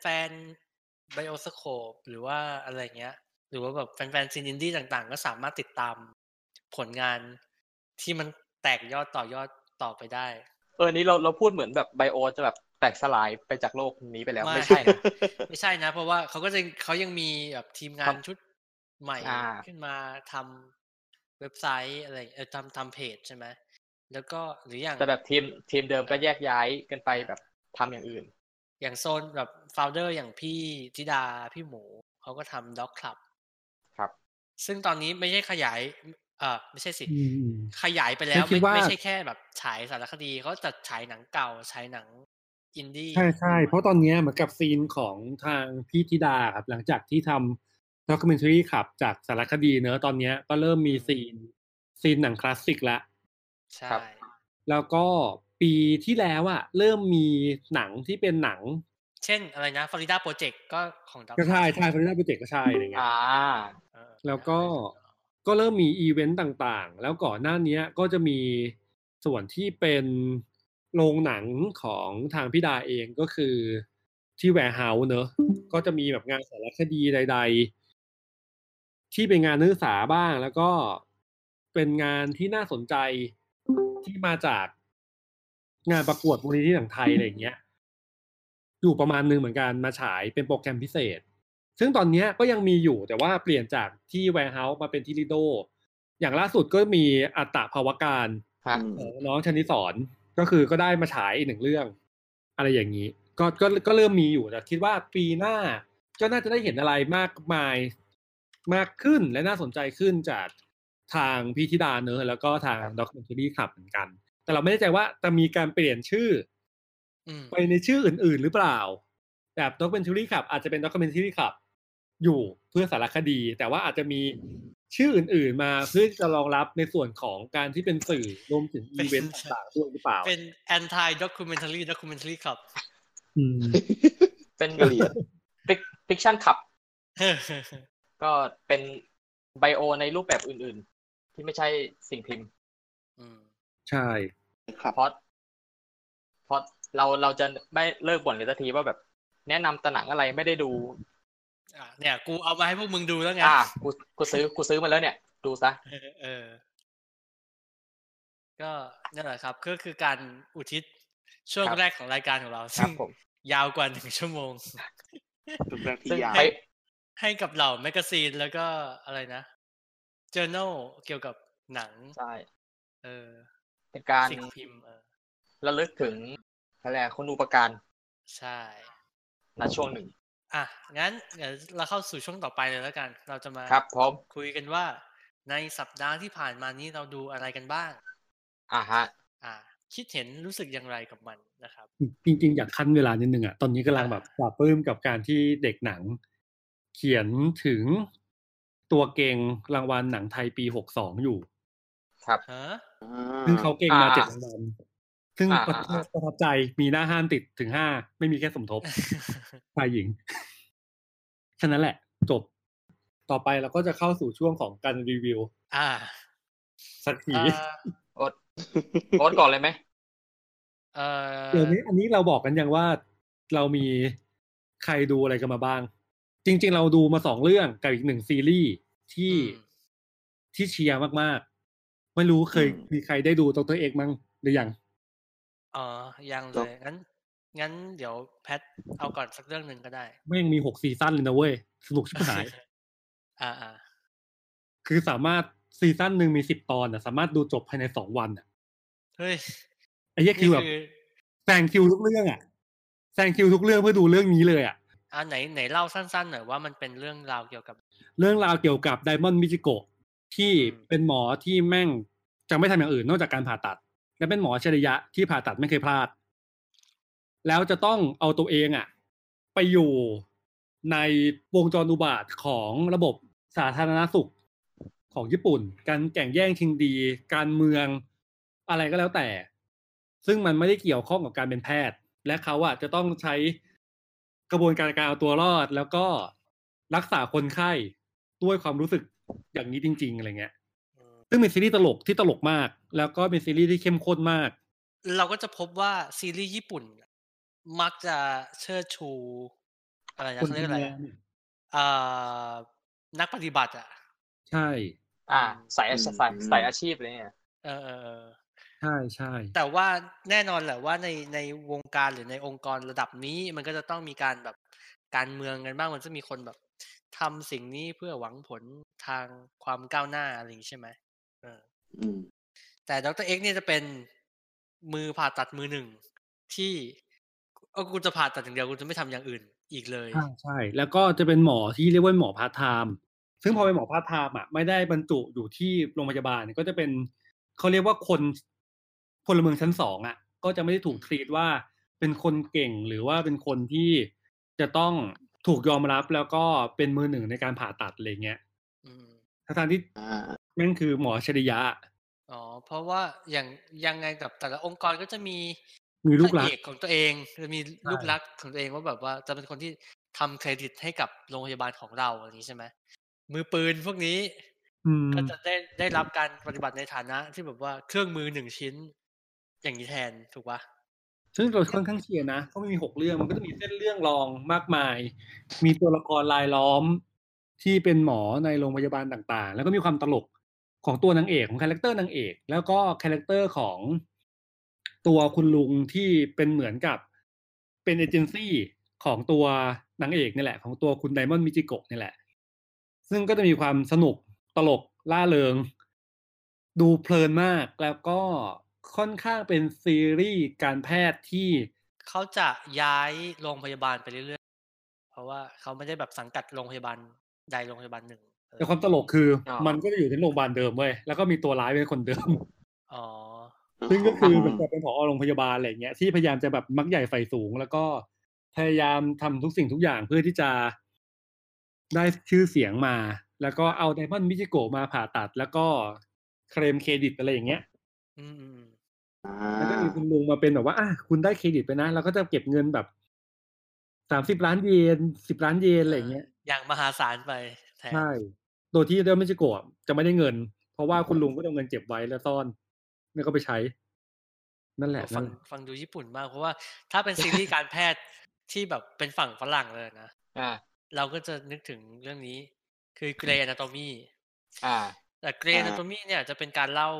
Speaker 1: แฟนๆไบโอสโคปหรือว่าอะไรเงี้ย หรือว่าแบบแฟนๆซีนอินดี้ต่างๆ ก็สามารถติดตามผลงานที่มันแตกยอดต่อยอดต่อไปได้
Speaker 3: เออนี่เราเราพูดเหมือนแบบไบโอจะแบบแตกสลายไปจากโลกนี้ไปแล้วไม่ใช่นะ
Speaker 1: ไม่ใช่นะ เพราะว่าเขาก็จะเขายังมีแบบทีมงาน
Speaker 3: ทำ
Speaker 1: ชุดใหม่
Speaker 3: อ่า
Speaker 1: ขึ้นมาทำเว็บไซต์อะไรเออทำทำเพจใช่ไหมแล้วก็หรืออย่าง
Speaker 3: แต่แบบทีมทีมเดิมก็แยกย้ายกันไปแบบทำอย่างอื่น
Speaker 1: อย่างโซนแบบโฟลเดอร์อย่างพี่ธิดาพี่หมูเขาก็ทำด็อกคลับ
Speaker 3: ครับ
Speaker 1: ซึ่งตอนนี้ไม่ใช่ขยายเออไม่ใช่สิ
Speaker 4: อืม
Speaker 1: ขยายไปแล้ว
Speaker 4: คิ
Speaker 1: ไม่
Speaker 4: ดว่า
Speaker 1: ไม่ใช่แค่แบบฉายสารคดีเขาจะฉายหนังเก่าฉายหนังอินดี้
Speaker 4: ใช่ใช่เพราะตอนเนี้ยเหมือนกับซีนของทางพี่ธิดาครับหลังจากที่ทำด็อก m e n t a r y ขับจากสารคดีเนอะตอนเนี้ยก็เริ่มมีซีนซีนหนังคลาสสิกละ
Speaker 1: ใช่
Speaker 3: ครับ
Speaker 4: แล้วก็ปีที่แล้วอะเริ่มมีหนังที่เป็นหนัง
Speaker 1: เช่นอะไรนะฟลอริดาโปรเจกต์ก็ของด็อก
Speaker 4: ก็ใช่ใช่พระราชโปรเจกต์ก็ใช่อะไรเงี้ย
Speaker 3: อ่า
Speaker 1: เออ
Speaker 4: แล้วก็ก็เริ่มมีอีเวนต์ต่างๆ แล้วก่อนหน้าเนี้ยก็จะมีส่วนที่เป็นโรงหนังของทางพี่ดาเองก็คือที่แวร์เฮาส์เนอะก็จะมีแบบงานสารคดีใด ๆ ที่เป็นงานนักศึกษาบ้าง แล้วก็เป็นงานที่น่าสนใจที่มาจากงานประกวดมูลนิธิหนังไทยอะไรอย่างเงี้ย อยู่ประมาณหนึงเหมือนกันมาฉายเป็นโปรแกรมพิเศษ ซึ่งตอนเนี้ยก็ยังมีอยู่แต่ว่าเปลี่ยนจากที่แวร์เฮาส์มาเป็นที่ลิโด อย่างล่าสุดก็มีอัตตภาวการ
Speaker 3: ฮะ
Speaker 2: อืม
Speaker 4: ของน้องชนิสอนก็คือก็ได้มาฉายอีกหนึ่งเรื่อง อะไรอย่างนี้ ก็ก็ก็เริ่มมีอยู่แต่คิดว่าปีหน้า ก็น่าจะได้เห็นอะไรมากมายมากขึ้นและน่าสนใจขึ้นจากทางพี่ธิดาเนอะแล้วก็ทางด็อกเมนทรีขับเหมือนกัน แต่เราไม่แน่ใจว่าจะมีการเปลี่ยนชื่อ
Speaker 1: อืม
Speaker 4: ไปในชื่ออื่น ๆ หรือเปล่า แบบด็อกเมนทรี่ขับ อาจจะเป็นด็อกเมนทรี่ขับ อยู่เพื่อสารคดี แต่ว่าอาจจะมีชื่ออื่น ๆ มาเพื่อจะรองรับในส่วนของการที่เป็นสื่อรวมถึงอีเวนต์ต่างๆด้วยหรือเปล่า
Speaker 1: เป็น anti documentary documentary ครับ
Speaker 4: อืม
Speaker 3: เป็น
Speaker 2: ก็เรียน
Speaker 3: ฟิกชั่นขับ ก็เป็นไบโอในรูปแบบอื่นๆ ที่ไม่ใช่สิ่งพิมพ์
Speaker 1: <laughs> อืม
Speaker 4: ใช่
Speaker 2: ครับ
Speaker 3: เพราะเพราะเราเราจะไม่เลิกบ่นเลยสักทีว่าแบบ แนะนำตะหนังอะไรไม่ได้ดู
Speaker 1: อ่ะเนี่ย กูเอามาให้พวกมึงดูแล้วไง
Speaker 3: อ่ากูกูซื้อกูซื้อมาแล้วเนี่ย ดูซะ
Speaker 1: เออเออ ก็นั่นแหละครับ ก็คือการอุทิศช่วง
Speaker 3: ครับ
Speaker 1: แรกของรายการของเรา
Speaker 3: ครั
Speaker 1: ซึ่ง
Speaker 3: บผม
Speaker 1: ยาวกว่าหนึ่งชั่วโมง
Speaker 2: ทุกแรกที่
Speaker 3: ซึ่ง
Speaker 2: ยาว
Speaker 3: ไป
Speaker 1: ให้กับเหล่าแมกกาซีนแล้วก็อะไรนะ journal เกี่ยวกับหนัง
Speaker 3: ใช่
Speaker 1: เออ
Speaker 3: เป็นการ
Speaker 1: สิ่งพิมพ์เออ
Speaker 3: ระลึกถึงอะไรอะคุณูปการ
Speaker 1: ใช่
Speaker 3: ณช่วงหนึ่ง
Speaker 1: อ่ะ งั้นเดี๋ยวเราเข้าสู่ช่วงต่อไปเลยแล้วกัน เราจะมา
Speaker 3: ครับพร้อม
Speaker 1: คุยกันว่าในสัปดาห์ที่ผ่านมานี้เราดูอะไรกันบ้าง
Speaker 3: อ่าฮะ
Speaker 1: อ่า คิดเห็นรู้สึกอย่างไรกับมันนะครับ
Speaker 4: จริง ๆ อยากคั้นเวลานิดนึงอ่ะตอนนี้กำลังแบบปลาบปลื้มกับการที่เด็กหนัง เขียนถึงตัวเก่งรางวัลหนังไทยปีหกสองอยู่
Speaker 3: <laughs>
Speaker 1: ฮะ
Speaker 2: อ่
Speaker 4: ซึ่งเขาเก่งมา
Speaker 3: อ่า
Speaker 4: เจ็ดรางวัลซึ่ง
Speaker 3: อ่า
Speaker 4: ประ
Speaker 3: อ่า
Speaker 4: ประทับใจมีหน้าห้ามติดถึงห้า ไม่มีแค่สมทบ ฝ่ายหญิง <laughs> แค่นั้นแหละ จบ ต่อไปเราก็จะเข้าสู่ช่วงของการรีวิว
Speaker 1: อ่า
Speaker 4: สักที
Speaker 1: เอ่อ
Speaker 3: โอ๊ตก่อนเลยไหม
Speaker 1: เอ่อ
Speaker 4: เดี๋ยวนี้อันนี้เราบอกกันยังว่าเรามีใครดูอะไรกันมาบ้าง จริง ๆ เราดูมาสองเรื่องกับอีกหนึ่งซีรีส์ที่
Speaker 1: อืม
Speaker 4: ที่เชียร์มากๆ ไม่รู้เคยมีใครได้ดูตัวตัวเอกมั้งหรือยัง
Speaker 1: อ๋อ ยังเลย งั้น งั้นเดี๋ยวแพทเอาก่อนสักเรื่องหนึ่งก็ได้ <laughs>
Speaker 4: แม่งมีหกซีซั่นเลยนะเว้ย สนุกชิบหาย
Speaker 1: อ่าอ่า
Speaker 4: คือสามารถซีซั่นหนึ่งมีสิบตอนอ่ะ สามารถดูจบภายในสองวันอ่ะ
Speaker 1: เฮ้ย
Speaker 4: ไอ้เหี้ยคือแบบแซงคิวทุกเรื่องอ่ะแซงคิวทุกเรื่องเพื่อดูเรื่องนี้เลยอ่ะ
Speaker 1: อ่าไหนไหนเล่าสั้นๆหน่อยว่ามันเป็นเรื่องราวเกี่ยวกับ
Speaker 4: เรื่องราวเกี่ยวกับไดมอนด์มิจิโกะที่
Speaker 1: อืม
Speaker 4: เป็นหมอที่แม่งจะไม่ทำอย่างอื่นนอกจากการผ่าตัด และเป็นหมออัจฉริยะที่ผ่าตัดไม่เคยพลาด แล้วจะต้องเอาตัวเองอะไป ไปอยู่ในวงจรอุบาทของระบบสาธารณสุขของญี่ปุ่น การแข่งแย่งชิงดี การเมืองอะไรก็แล้วแต่ ซึ่งมันไม่ได้เกี่ยวข้องกับการเป็นแพทย์ และเขาอะจะต้องใช้กระบวนการการเอาตัวรอด แล้วก็รักษาคนไข้ด้วยความรู้สึกอย่างนี้จริง ๆอะไรเงี้ย ซึ่งเป็นซีรีส์ตลกที่ตลกมาก แล้วก็เป็นซีรีส์ที่เข้มข้นมาก
Speaker 1: เราก็จะพบว่าซีรีส์ญี่ปุ่น มักจะเชิดชู อะไรนะ
Speaker 4: คน
Speaker 1: เขาเรียกอะไร
Speaker 4: ทำงา
Speaker 1: อะ
Speaker 4: น
Speaker 1: เอ่อนักปฏิบัติอ่ะ
Speaker 4: ใช่
Speaker 3: อ่าสายอาชีพสาย
Speaker 2: อืม
Speaker 3: สายอาชีพเลยเนี่ย
Speaker 1: เออเออเออ
Speaker 4: ใช่ใช่
Speaker 1: แต่ว่าแน่นอนแหละว่าในในวงการหรือในองค์กรระดับนี้มันก็จะต้องมีการแบบการเมืองกันบ้างมันจะมีคนแบบทำสิ่งนี้เพื่อหวังผลทางความก้าวหน้าอะไรอย่างนี้ใช่ไหมเออ
Speaker 2: อืม
Speaker 1: แต่ดรเอ็กซ์เนี่ยจะเป็นมือผ่าตัดมือหนึ่งที่เออกูจะผ่าตัดอย่างเดียวกูจะไม่ทำอย่างอื่นอีกเลย
Speaker 4: ใช่ใช่ แล้วก็จะเป็นหมอที่เรียกว่าหมอพาร์ทไทม์ซึ่งพอเป็นหมอพาร์ทไทม์อ่ะไม่ได้บรรจุอยู่ที่โรงพยาบาลก็จะเป็นเขาเรียกว่าคนพลเมืองชั้นสองอ่ะ ก็จะไม่ได้ถูกทรีตว่าเป็นคนเก่งหรือว่าเป็นคนที่จะต้องถูกยอมรับแล้วก็เป็นมือหนึ่งในการผ่าตัดอะไรเงี้ย
Speaker 1: อืม
Speaker 4: ทั้งๆที่
Speaker 2: อ่า
Speaker 4: แม่งคือหมอชริยะ
Speaker 1: อ๋อ เพราะว่าอย่างยังไงกับแต่ละองค์กรก็จะมี
Speaker 4: มีลูกรั
Speaker 1: พะ
Speaker 4: ก
Speaker 1: เอกของตัวเองจะมีลูกรักของตัวเองว่าแบบว่าจะเป็นคนที่ทำเครดิตให้กับโรงพยาบาลของเราอย่างนี้ใช่ไหมมือปืนพวกนี้
Speaker 4: อืม
Speaker 1: ก็จะได้ได้รับการปฏิบัติในฐานะ ที่แบบว่าเครื่องมือหนึ่งชิ้น อย่างนี้แทนถูกปะ
Speaker 4: ซึ่งเราค่อนข้างเชียร์นะเพราะมันมีหกเรื่องมันก็จะมีเส้นเรื่องรองมากมาย มีตัวละครลายล้อมที่เป็นหมอในโรงพยาบาลต่างๆ แล้วก็มีความตลกของตัวนางเอกของคาแรคเตอร์นางเอก แล้วก็คาแรคเตอร์ของตัวคุณลุงที่เป็นเหมือนกับเป็นเอเจนซี่ของตัวนางเอกนี่แหละ ของตัวคุณไดมอนด์มิจิโกะนี่แหละ ซึ่งก็จะมีความสนุกตลกล่าเริง ดูเพลินมากแล้วก็ค่อนข้างเป็นซีรีส์การแพทย์ที่
Speaker 1: เขาจะย้ายโรงพยาบาลไปเรื่อยๆ เพราะว่าเขาไม่ได้แบบสังกัดโรงพยาบาลใดโรงพยาบาลหนึ่งเออ
Speaker 4: แต่ความตลกคืออมันก็จะอยู่ที่โรงพยาบาลเดิมเว้ยแล้วก็มีตัวร้ายเป็นคนเดิ
Speaker 1: <laughs>
Speaker 4: ม
Speaker 1: อ๋อ
Speaker 4: ซึ่งก็คือเหมันจะเป็นผอโรงพยาบาลอะไรอย่างเงี้ยที่พยายามจะแบบมักใหญ่ไฟสูง แล้วก็พยายามทำทุกสิ่งทุกอย่างเพื่อที่จะได้ชื่อเสียงมา แล้วก็เอาไดมอนด์มิจิโกะมาผ่าตัด แล้วก็เคลมเครดิตอะไรอย่างเงี้ย
Speaker 1: อืมอืมอืม
Speaker 2: อ่า
Speaker 4: แล้วก็มีคุณลุงมาเป็นแบบว่าอ่ะคุณได้เครดิตไปนะเราก็จะเก็บเงินแบบสามสิบ30 ล้านเยนสิบล้านเยนอะไรอย่างเงี้ย
Speaker 1: อย่างมหาศาลไปแทน
Speaker 4: ใช่ โดยที่เดลไม่ใช่โกะจะไม่ได้เงิน เพราะว่าคุณลุงก็จะเอาเงินเก็บไว้แล้วซ่อน แล้วก็ไปใช้ นั่นแหละ
Speaker 1: โอ้ฟังฟังดูญี่ปุ่นมาก เพราะว่าถ้าเป็นซีรีส์การแพทย์ที่แบบเป็นฝั่งฝรั่งเลยนะ
Speaker 3: อ่า
Speaker 1: เราก็จะนึกถึงเรื่องนี้ คือเกรย์ n น t o มี
Speaker 3: อ่า
Speaker 1: แต่เกรย์ n น t o มีเนี่ยจะเป็นการเล่า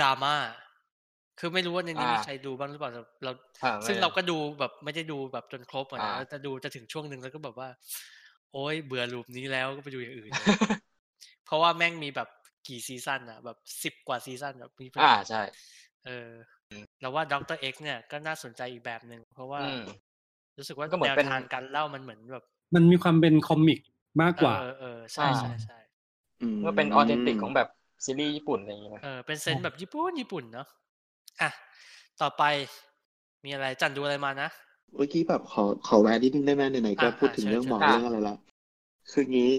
Speaker 1: ดราม่า คือไม่รู้ว่าในนี้มี
Speaker 3: อ่า
Speaker 1: ใครดูบ้างหรือเปล่าแต่เรา
Speaker 3: ถมลย
Speaker 1: ซึ่งเราก็ดูแบบไม่ได้ดูแบบจนครบอะนะ
Speaker 3: อ่า
Speaker 1: จะดูจะถึงช่วงหนึ่งแล้วก็แบบว่า โอ๊ยเบื่อลูปนี้แล้วก็ไปดูอย่างอื่น
Speaker 3: <laughs>
Speaker 1: เพราะว่าแม่งมีแบบกี่ซีซั่นอะแบบสิบ10 กว่าซีซั่นแบบมีเป็น
Speaker 3: <laughs> อ่าใช่
Speaker 1: เออเราว่าด็อกเตอร์เอ็กเนี่ยก็น่าสนใจอีกแบบหนึ่งเพราะว่า
Speaker 3: อืม
Speaker 1: รู้สึกว่า
Speaker 3: ก็เหมือ
Speaker 1: แนวน
Speaker 3: เป็น
Speaker 1: ทางการเล่ามันเหมือนแบบ
Speaker 4: มันมีความเป็นคอมิกมากกว่า
Speaker 1: เออเออใช่ใช่ใช่
Speaker 3: ก็เป็นออเทนติกของแบบซีรีส์ญี่ปุ่นอะไรอย่างเงี้ย
Speaker 1: เออเป็นเซนส์แบบญี่ปุ่นญี่ปุ่นเนาะอ่ะต่อไปมีอะไรจันดูอะไรมานะ
Speaker 2: เมื่อกี้แบบขอขอแวะนิดนึงได้ไหมไหนๆก็
Speaker 1: อ่า
Speaker 2: พูดถึง
Speaker 1: อ่า
Speaker 2: เรื่องหมอ
Speaker 1: เชิญ
Speaker 2: เรื่องอะไรละคืองี้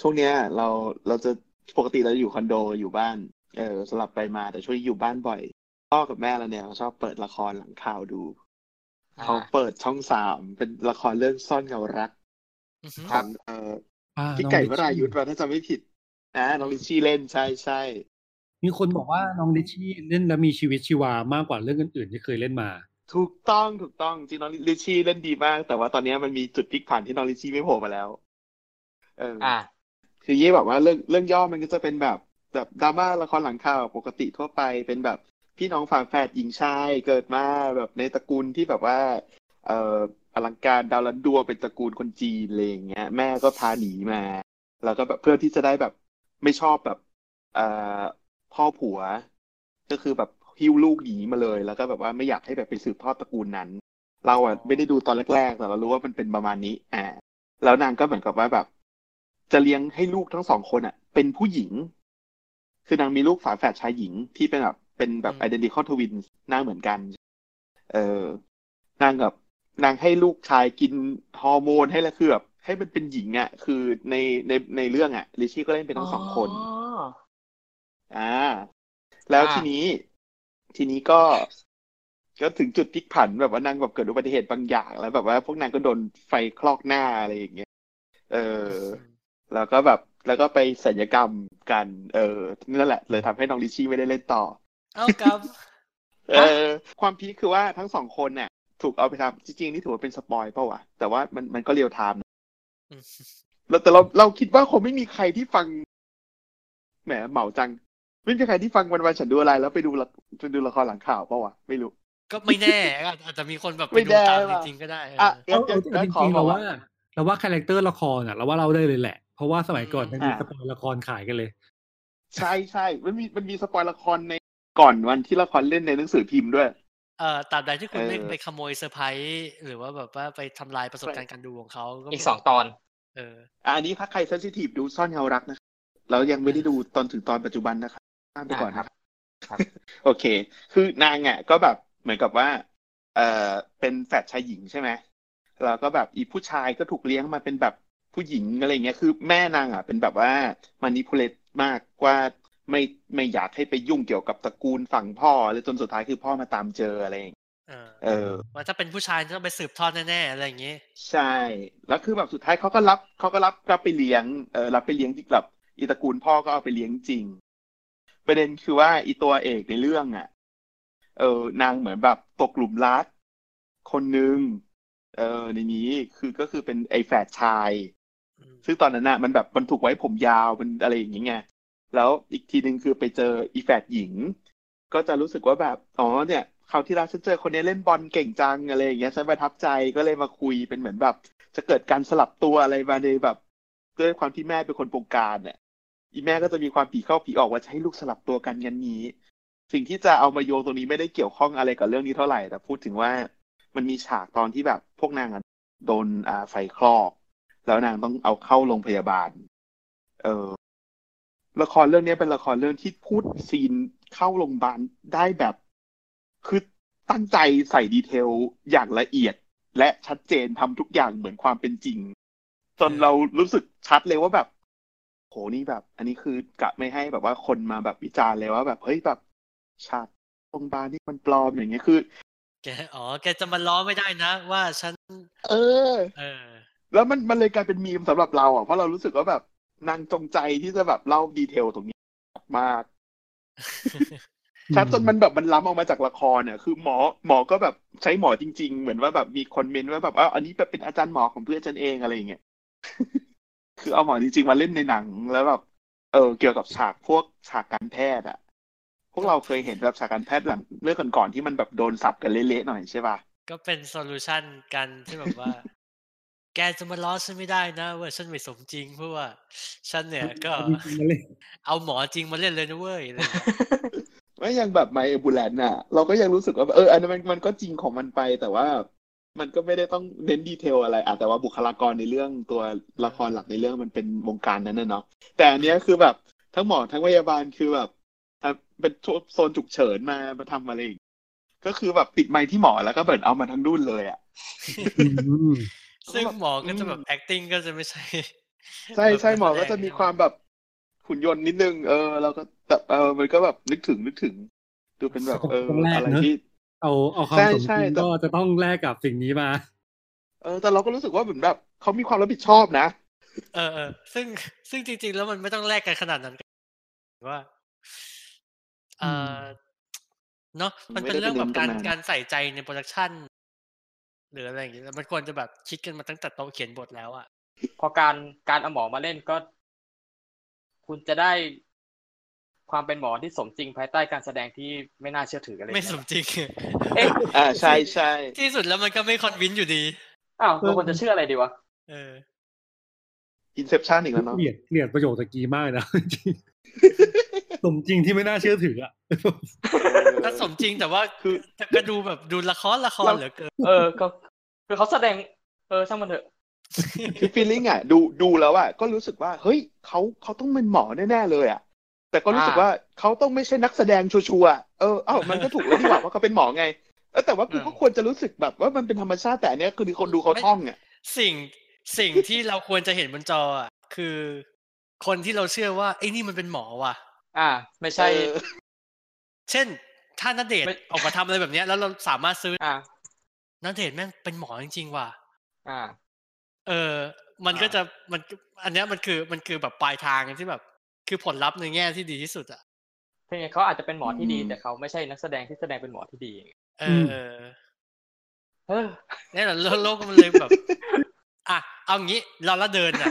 Speaker 2: ช่วงเนี้ย เราเราจะปกติเราอยู่คอนโดอยู่บ้าน เออสลับไปมาแต่ช่วงนี้อยู่บ้านบ่อยพ่อกับแม่เราเนี่ยเราชอบเปิดละครหลังข่าวดู
Speaker 3: อ่า
Speaker 2: เขาเปิดช่องสามเป็นละครเรื่องซ่อนเงารัก
Speaker 1: อือหือ
Speaker 2: ของเอ่อ
Speaker 4: อ่า
Speaker 2: พี่
Speaker 4: น้อง
Speaker 2: ไก่
Speaker 4: ลิช
Speaker 2: วรายุทธ์ว่าถ้าจำไม่ผิด นะน้องลิชชี่เล่นใช่ใช่
Speaker 4: มีคนบอกว่าน้องลิชชี่เล่นแล้วมีชีวิตชีวามากกว่าเรื่องอื่นๆที่เคยเล่นมา
Speaker 2: ถูกต้องถูกต้องจริงน้องลิชชี่เล่นดีมาก แต่ว่าตอนเนี้ยมันมีจุดพลิกผันที่น้องลิชชี่ไม่โผล่มาแล้ว เอออ
Speaker 3: อ่า
Speaker 2: คือยี่แบบว่าเรื่องเรื่องย่อมันก็จะเป็นแบบแบบดราม่าละครหลังข่าวปกติทั่วไปเป็นแบบพี่น้องฝาแฝดหญิงชายเกิดมาแบบในตระกูลที่แบบว่า เอ่ออลังการดาวลันดัวเป็นตระกูลคนจีนอะไรอย่างเงี้ย แม่ก็พาหนีมา แล้วก็แบบเพื่อที่จะได้แบบไม่ชอบแบบเอ่อพ่อผัว ก็คือแบบหิ้วลูกหนีมาเลย แล้วก็แบบว่าไม่อยากให้แบบไปสืบทอดตระกูลนั้น เราอ่ะไม่ได้ดูตอนแรกๆ แต่เรารู้ว่ามันเป็นประมาณนี้อ่า แล้วนางก็เหมือนกับว่าแบบ จะเลี้ยงให้ลูกทั้งสองคนอ่ะ เป็นผู้หญิง คือนางมีลูกฝาแฝดชายหญิงที่เป็นแบบเป็นแบบ identical twins หน้าเหมือนกัน เออนางกับ นางให้ลูกชายกินฮอร์โมนให้และคือแบบให้มันเป็นหญิงอ่ะ คือในในในเรื่องอ่ะลิชี่ก็เล่นเป็นทั้งสองคน
Speaker 3: อ๋อ
Speaker 2: อ่า แล้ว
Speaker 3: อ่า
Speaker 2: ทีนี้ ทีนี้ก็ก็ถึงจุดพลิกผันแบบว่านางแบบเกิดอุบัติเหตุบางอย่าง แล้วแบบว่าพวกนางก็โดนไฟคลอกหน้าอะไรอย่างเงี้ยเออ แล้วก็แบบแล้วก็ไปศัลยกรรมกัน เออนั่นแหละ เลยทำให้น้องลิชชี่ไม่ได้เล่นต่อ
Speaker 1: เอากลับ
Speaker 2: เออ ความพีคคือว่าทั้งสองคนเนี่ยถูกเอาไปทำจริงๆนี่ถือว่าเป็นสปอยเปล่าวะแต่ว่ามันมันก็เรียลไทม์นะ
Speaker 1: อืม
Speaker 2: แล้วแต่เราเราคิดว่าคงไม่มีใครที่ฟังแหมเหมาจัง ไม่มีใครที่ฟังวันวันๆฉันดูอะไร แล้วไปดูละไปดูละครหลังข่าวเปล่าวะไม่รู้
Speaker 1: ก็ไม่แน่อาจอาจจะมีคนแบบไป
Speaker 2: ไม่
Speaker 1: ดู
Speaker 2: แน่
Speaker 1: ตาม
Speaker 2: ว่ะ
Speaker 1: จริงๆก็ได้เอออ
Speaker 2: อ่ะ
Speaker 4: เอา
Speaker 2: งั้
Speaker 4: เอา
Speaker 2: น
Speaker 4: จริง
Speaker 2: งั้นขอ
Speaker 4: ๆ
Speaker 2: บอก
Speaker 4: เราว่าเราว่าคาแรคเตอร์ละครอ่ะเราว่าเราได้เลยแหละ เพราะว่าสมัยก่อนมันมี
Speaker 1: อ่า
Speaker 4: สปอยละครขายกันเลย
Speaker 2: ใช่ใช่มันมีมันมีสปอยละครในก่อนวันที่ละครเล่นในหนังสือพิมพ์ด้วย
Speaker 1: เอ่อตราบใดที่คุณไม่
Speaker 2: เออ
Speaker 1: ไปขโมยเซอร์ไพรส์หรือว่าแบบว่าไปทำลายประสบการณ์การดูของเขาก็
Speaker 3: อีกสองตอน <laughs>
Speaker 1: เออ
Speaker 2: อ่ะอันนี้ถ้าใครเซนซิทีฟดูซ่อนเงารักนะครับเรายังไม่ได้ดูตอนถึงตอนปัจจุบันนะครับข้ามไปก่อนนะครับ
Speaker 3: ครับ
Speaker 2: <laughs> โอเค คือนางอ่ะก็แบบเหมือนกับว่า เออเป็นแฝดชายหญิงใช่ไหมแล้วก็แบบอีผู้ชายก็ถูกเลี้ยงมาเป็นแบบผู้หญิงอะไรเงี้ย คือแม่นางอ่ะเป็นแบบว่ามานิพุเลตมากว่าไม่ไม่อยากให้ไปยุ่งเกี่ยวกับตระกูลฝั่งพ่อเลยจนสุดท้ายคือพ่อมาตามเจออะไรอย่างเงี้ย
Speaker 1: เออ
Speaker 2: เออ
Speaker 1: ว่าถ้าเป็นผู้ชายจะต้องไปสืบทอดแน่ๆอะไรอย่างงี้
Speaker 2: ใช่ แล้วคือแบบสุดท้ายเขาก็รับเขาก็รับรับไปเลี้ยง เออรับไปเลี้ยงที่แบบอีตระกูลพ่อก็เอาไปเลี้ยงจริง ประเด็นคือว่าอีตัวเอกในเรื่องอ่ะ เออนางเหมือนแบบตกหลุมรักคนหนึ่งเออในนี้คือก็คือเป็นไอแฝดชาย
Speaker 1: อืม
Speaker 2: ซึ่งตอนนั้นน่ะมันแบบมันถูกไว้ผมยาวมันอะไรอย่างเงี้ยไงแล้วอีกทีหนึ่งคือไปเจออีแฝดหญิง ก็จะรู้สึกว่าแบบอ๋อเนี่ยคราวที่แล้วฉันเจอคนนี้เล่นบอลเก่งจังอะไรอย่างเงี้ยฉันประทับใจก็เลยมาคุยเป็นเหมือนแบบ จะเกิดการสลับตัวอะไรมาในแบบด้วยความที่แม่เป็นคนปงการเนี่ยอีแม่ก็จะมีความผีเข้าผีออกว่าจะให้ลูกสลับตัวกันยันนี้ สิ่งที่จะเอามาโยงตรงนี้ไม่ได้เกี่ยวข้องอะไรกับเรื่องนี้เท่าไหร่แต่พูดถึงว่ามันมีฉากตอนที่แบบพวกนางอะโดนอ่าไฟคลอก แล้วนางต้องเอาเข้าโรงพยาบาล เออ ละครเรื่องนี้เป็นละครเรื่องที่พูดซีนเข้าโรงพยาบาลได้แบบ คือตั้งใจใส่ดีเทลอย่างละเอียด และชัดเจนทำทุกอย่างเหมือนความเป็นจริง จนเรารู้สึกชัดเลยว่าแบบ โหนี่แบบ อันนี้คือกะไม่ให้แบบว่าคนมาแบบวิจารณ์เลยว่าแบบเฮ้ยแบบฉากโรงพยาบาลนี่มันปลอมอย่างเงี้ยคือ
Speaker 1: แกอ๋อแกจะมาล้อไม่ได้นะ ว่าฉัน
Speaker 2: เออ
Speaker 1: เอ <laughs> อ
Speaker 2: แล้วมันมันเลยกลายเป็นมีมสำหรับเราอ่ะเพราะเรารู้สึกว่าแบบนางจงใจที่จะแบบเล่าดีเทลตรงนี้มากชัดจนมันแบบมันล้ำออกมาจากละครเนี่ยคือหมอหมอก็แบบใช้หมอจริง ๆ เหมือนว่าแบบมีคนเมนต์ว่าแบบอ้าวอันนี้แบบเป็นอาจารย์หมอของเพื่อนฉันเองอะไรอย่างเงี้ย <laughs> คือเอาหมอจริงๆมาเล่นในหนังแล้วแบบเออเกี่ยวกับฉากพวกฉากการแพทย์อ่ะ พวกเราเคยเห็นแบบฉากการแพทย์หลังเรื่องก่อนๆที่มันแบบโดนสับกันเละๆหน่อยใช่ป่ะ
Speaker 1: ก็เป็นโซลูชันกันที่แบบว่า แกจะมาล้อฉันไม่ได้นะเว่าฉันไม่สมจริงเพราะว่า ฉันเนี่ยก็
Speaker 4: มันมีมาเลย
Speaker 1: เอาหมอจริงมาเล่นเลยนะเว้ยอะไรอย่างเงี้ย
Speaker 2: ไม่ยังแบบไมเอบูแลนน่ะ เราก็ยังรู้สึกว่าเอออันนั้นมันมันก็จริงของมันไป แต่ว่ามันก็ไม่ได้ต้องเน้นดีเทลอะไรอ่ะแต่ว่าบุคลากรในเรื่องตัวละครหลักในเรื่องมันเป็นวงการนั้นน่ะเนาะแต่อันเนี้ยคือแบบทั้งหมอทั้งพยาบาลคือแบบอ่ะเป็นโซนฉุกเฉินมามาทำอะไรอีกก็คือแบบปิดไมค์ที่หมอแล้วก็เบิดเอามาทั้งรุ่นเลยอ่ะ
Speaker 4: อืม
Speaker 1: <laughs> ซึ่งหมอก็จะแบบ
Speaker 2: อืม
Speaker 1: acting ก็จะไม่ใช่
Speaker 2: ใช่ใช่
Speaker 1: แบบ
Speaker 2: หมอก็
Speaker 1: แสดง
Speaker 2: จะมีความแบบหุ่นยนต์นิดนึงเออเราก็แต่เออมันก็แบบนึกถึงนึกถึงดูเป็นแบบเอออะไรที่
Speaker 4: เอาเอาความ
Speaker 2: ใช่
Speaker 4: สม
Speaker 2: ใช่
Speaker 4: จริง
Speaker 2: แต่
Speaker 4: ก็จะต้องแลกกับสิ่งนี้มา
Speaker 2: เออแต่เราก็รู้สึกว่าเหมือนแบบเขามีความรับผิดชอบนะ
Speaker 1: เออเออซึ่ง <laughs> ซึ่งจริง ๆ แล้วมันไม่ต้องแลกกันขนาดนั้นก็ว่าเอออเนาะมันเป็นเรื่องแบบการ
Speaker 2: ไม่ได้ไปเน้นตรงนั้น
Speaker 1: การใส่ใจในโปรดักชันหรืออะไรอย่างเงี้ยมันควรจะแบบคิดกันมาตั้งแต่โต๊ะเขียนบทแล้วอ่ะ
Speaker 3: พอการการเอาหมอมาเล่นก็ คุณจะได้ความเป็นหมอที่สมจริงภายใต้การแสดงที่ไม่น่าเชื่อถืออะไรอย่าง
Speaker 1: ไม่
Speaker 3: เงี้ย
Speaker 1: สมจริง
Speaker 3: เอ๊ะ
Speaker 2: อ่าใช่ใช่
Speaker 1: <laughs> ที่สุดแล้วมันก็ไม่คอนวินอยู่ดี
Speaker 3: อ้าวแล้วคนจะเชื่ออะไรดีวะ
Speaker 1: เออ
Speaker 2: อินเซ t ชันอีกแล้วเนาะ
Speaker 4: เกลียดเกลียดประโยคตะกี้มากนะ <laughs> จริง
Speaker 2: <laughs>
Speaker 4: สมจริงที่ไม่น่าเชื่อถืออ่ะ
Speaker 1: ถ้าสมจริงแต่ว่า
Speaker 2: คือ
Speaker 1: แต่ก็ดูแบบดูละครละคร
Speaker 2: เรา
Speaker 1: เหลือเกิน
Speaker 3: เออก็คือเขาแสดง เออช่างมันเถอะ
Speaker 2: คือฟีลลิ่งอ่ะ ดูดูแล้วอ่ะก็รู้สึกว่า เฮ้ยเขาเขาต้องเป็นหมอแน่ ๆ เลยอ่ะ แต่ก็รู้สึกว่าเขาต้องไม่ใช่นักแสดงชัวร์ๆอะเออเอ้ามันก็ถูกแล้วที่หว่าว่าเขาเป็นหมอไง เออแต่ว่ากูก็ควรจะรู้สึกแบบว่ามันเป็นธรรมชาติแต่อันเนี้ยคือคนดูเขาท่องอ่ะ
Speaker 1: สิ่งสิ่งที่เราควรจะเห็นบนจออ่ะคือคนที่เราเชื่อว่าไอ้นี่มันเป็นหมอว่ะ
Speaker 3: อ่า ไม่ใช่
Speaker 2: เออ
Speaker 1: เช่น ถ้านัดเดท
Speaker 3: ไม่
Speaker 1: ออกมาทำอะไรแบบเนี้ยแล้วเราสามารถซื้อ
Speaker 3: อ่า
Speaker 1: นัดเดทแม่งเป็นหมอจริงๆว่ะ
Speaker 3: อ่า
Speaker 1: เออ มันก็
Speaker 3: อ่า
Speaker 1: จะมันอันเนี้ยมันคือมันคือแบบปลายทางที่แบบ คือผลลัพธ์ในแง่ที่ดีที่สุดอ่ะ
Speaker 3: เพียงแต่เขาอาจจะเป็นหมอที่ดี
Speaker 2: อืม
Speaker 3: แต่เขาไม่ใช่นักแสดงที่แสดงเป็นหมอที่ดี
Speaker 1: เออ
Speaker 4: ม
Speaker 3: เออ
Speaker 1: เนี่ยแหละโลกโลกมันเลยแบบ <laughs> อ่ะเอางี้เราละเดินอ่ะ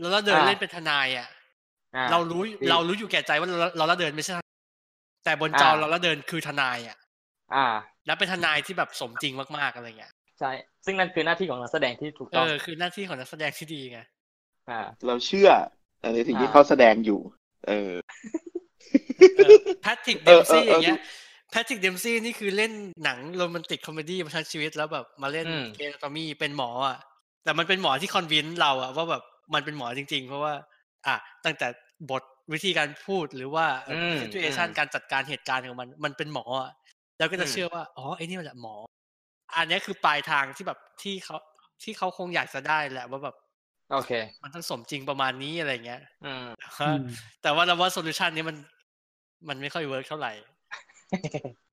Speaker 1: เราละเดิน
Speaker 3: อ่า
Speaker 1: เล่นเป็นทนายอ่ะ
Speaker 3: อ่า
Speaker 1: เรารู้
Speaker 3: ดี
Speaker 1: เรารู้อยู่แก่ใจว่าเราเราละเดินไม่ใช่ทนายแต่บนจออา เราละเดินคือทนายอ่ะ
Speaker 3: อ่า
Speaker 1: แล้วเป็นทนายที่แบบสมจริงมากๆอะไรเงี้ย
Speaker 3: ใช่ ซึ่งนั่นคือหน้าที่ของนักแสดงที่ถูก
Speaker 1: เอ
Speaker 3: ต้อง
Speaker 1: อคือหน้าที่ของนักแสดงที่ดีไง
Speaker 3: อ่า
Speaker 2: เราเชื่อในสิ่งที่เขาแสดงอยู่ เอ <laughs> อ
Speaker 1: แพทริกเด
Speaker 2: เอ
Speaker 1: ม
Speaker 2: อเออ
Speaker 1: ซี่อ
Speaker 2: เออ
Speaker 1: ย่างเงี้ยแพทริกเดมซี่นี่คือเล่นหนังโรแมนติกคอมเมดี้มาทั้งชีวิตแล้วแบบมาเล่น
Speaker 3: อืม
Speaker 1: เคตามีเป็นหมออ่ะ แต่มันเป็นหมอที่คอนวินเราอ่ะว่าแบบมันเป็นหมอจริง ๆ เพราะว่า อ่ะตั้งแต่บทวิธีการพูดหรือว่า
Speaker 3: อืม
Speaker 1: ซิทูเอชัน
Speaker 3: อืม
Speaker 1: การจัดการเหตุการณ์ของมันมันเป็นหมออ่ะแล้วก็จะ
Speaker 3: อืม
Speaker 1: เชื่อว่าอ๋อไอ้นี่มันแหละหมอ อันเนี้ยคือปลายทางที่แบบที่เขาที่เขาคงอยากจะได้แหละว่าแบบ
Speaker 3: โอเค
Speaker 1: มันต้องสมจริงประมาณนี้อะไรเงี้ย
Speaker 3: อืม
Speaker 4: อืม
Speaker 1: แต่ว่าเราว่าโซลูชันนี้มันมันไม่ค่อยเวิร์กเท่าไหร่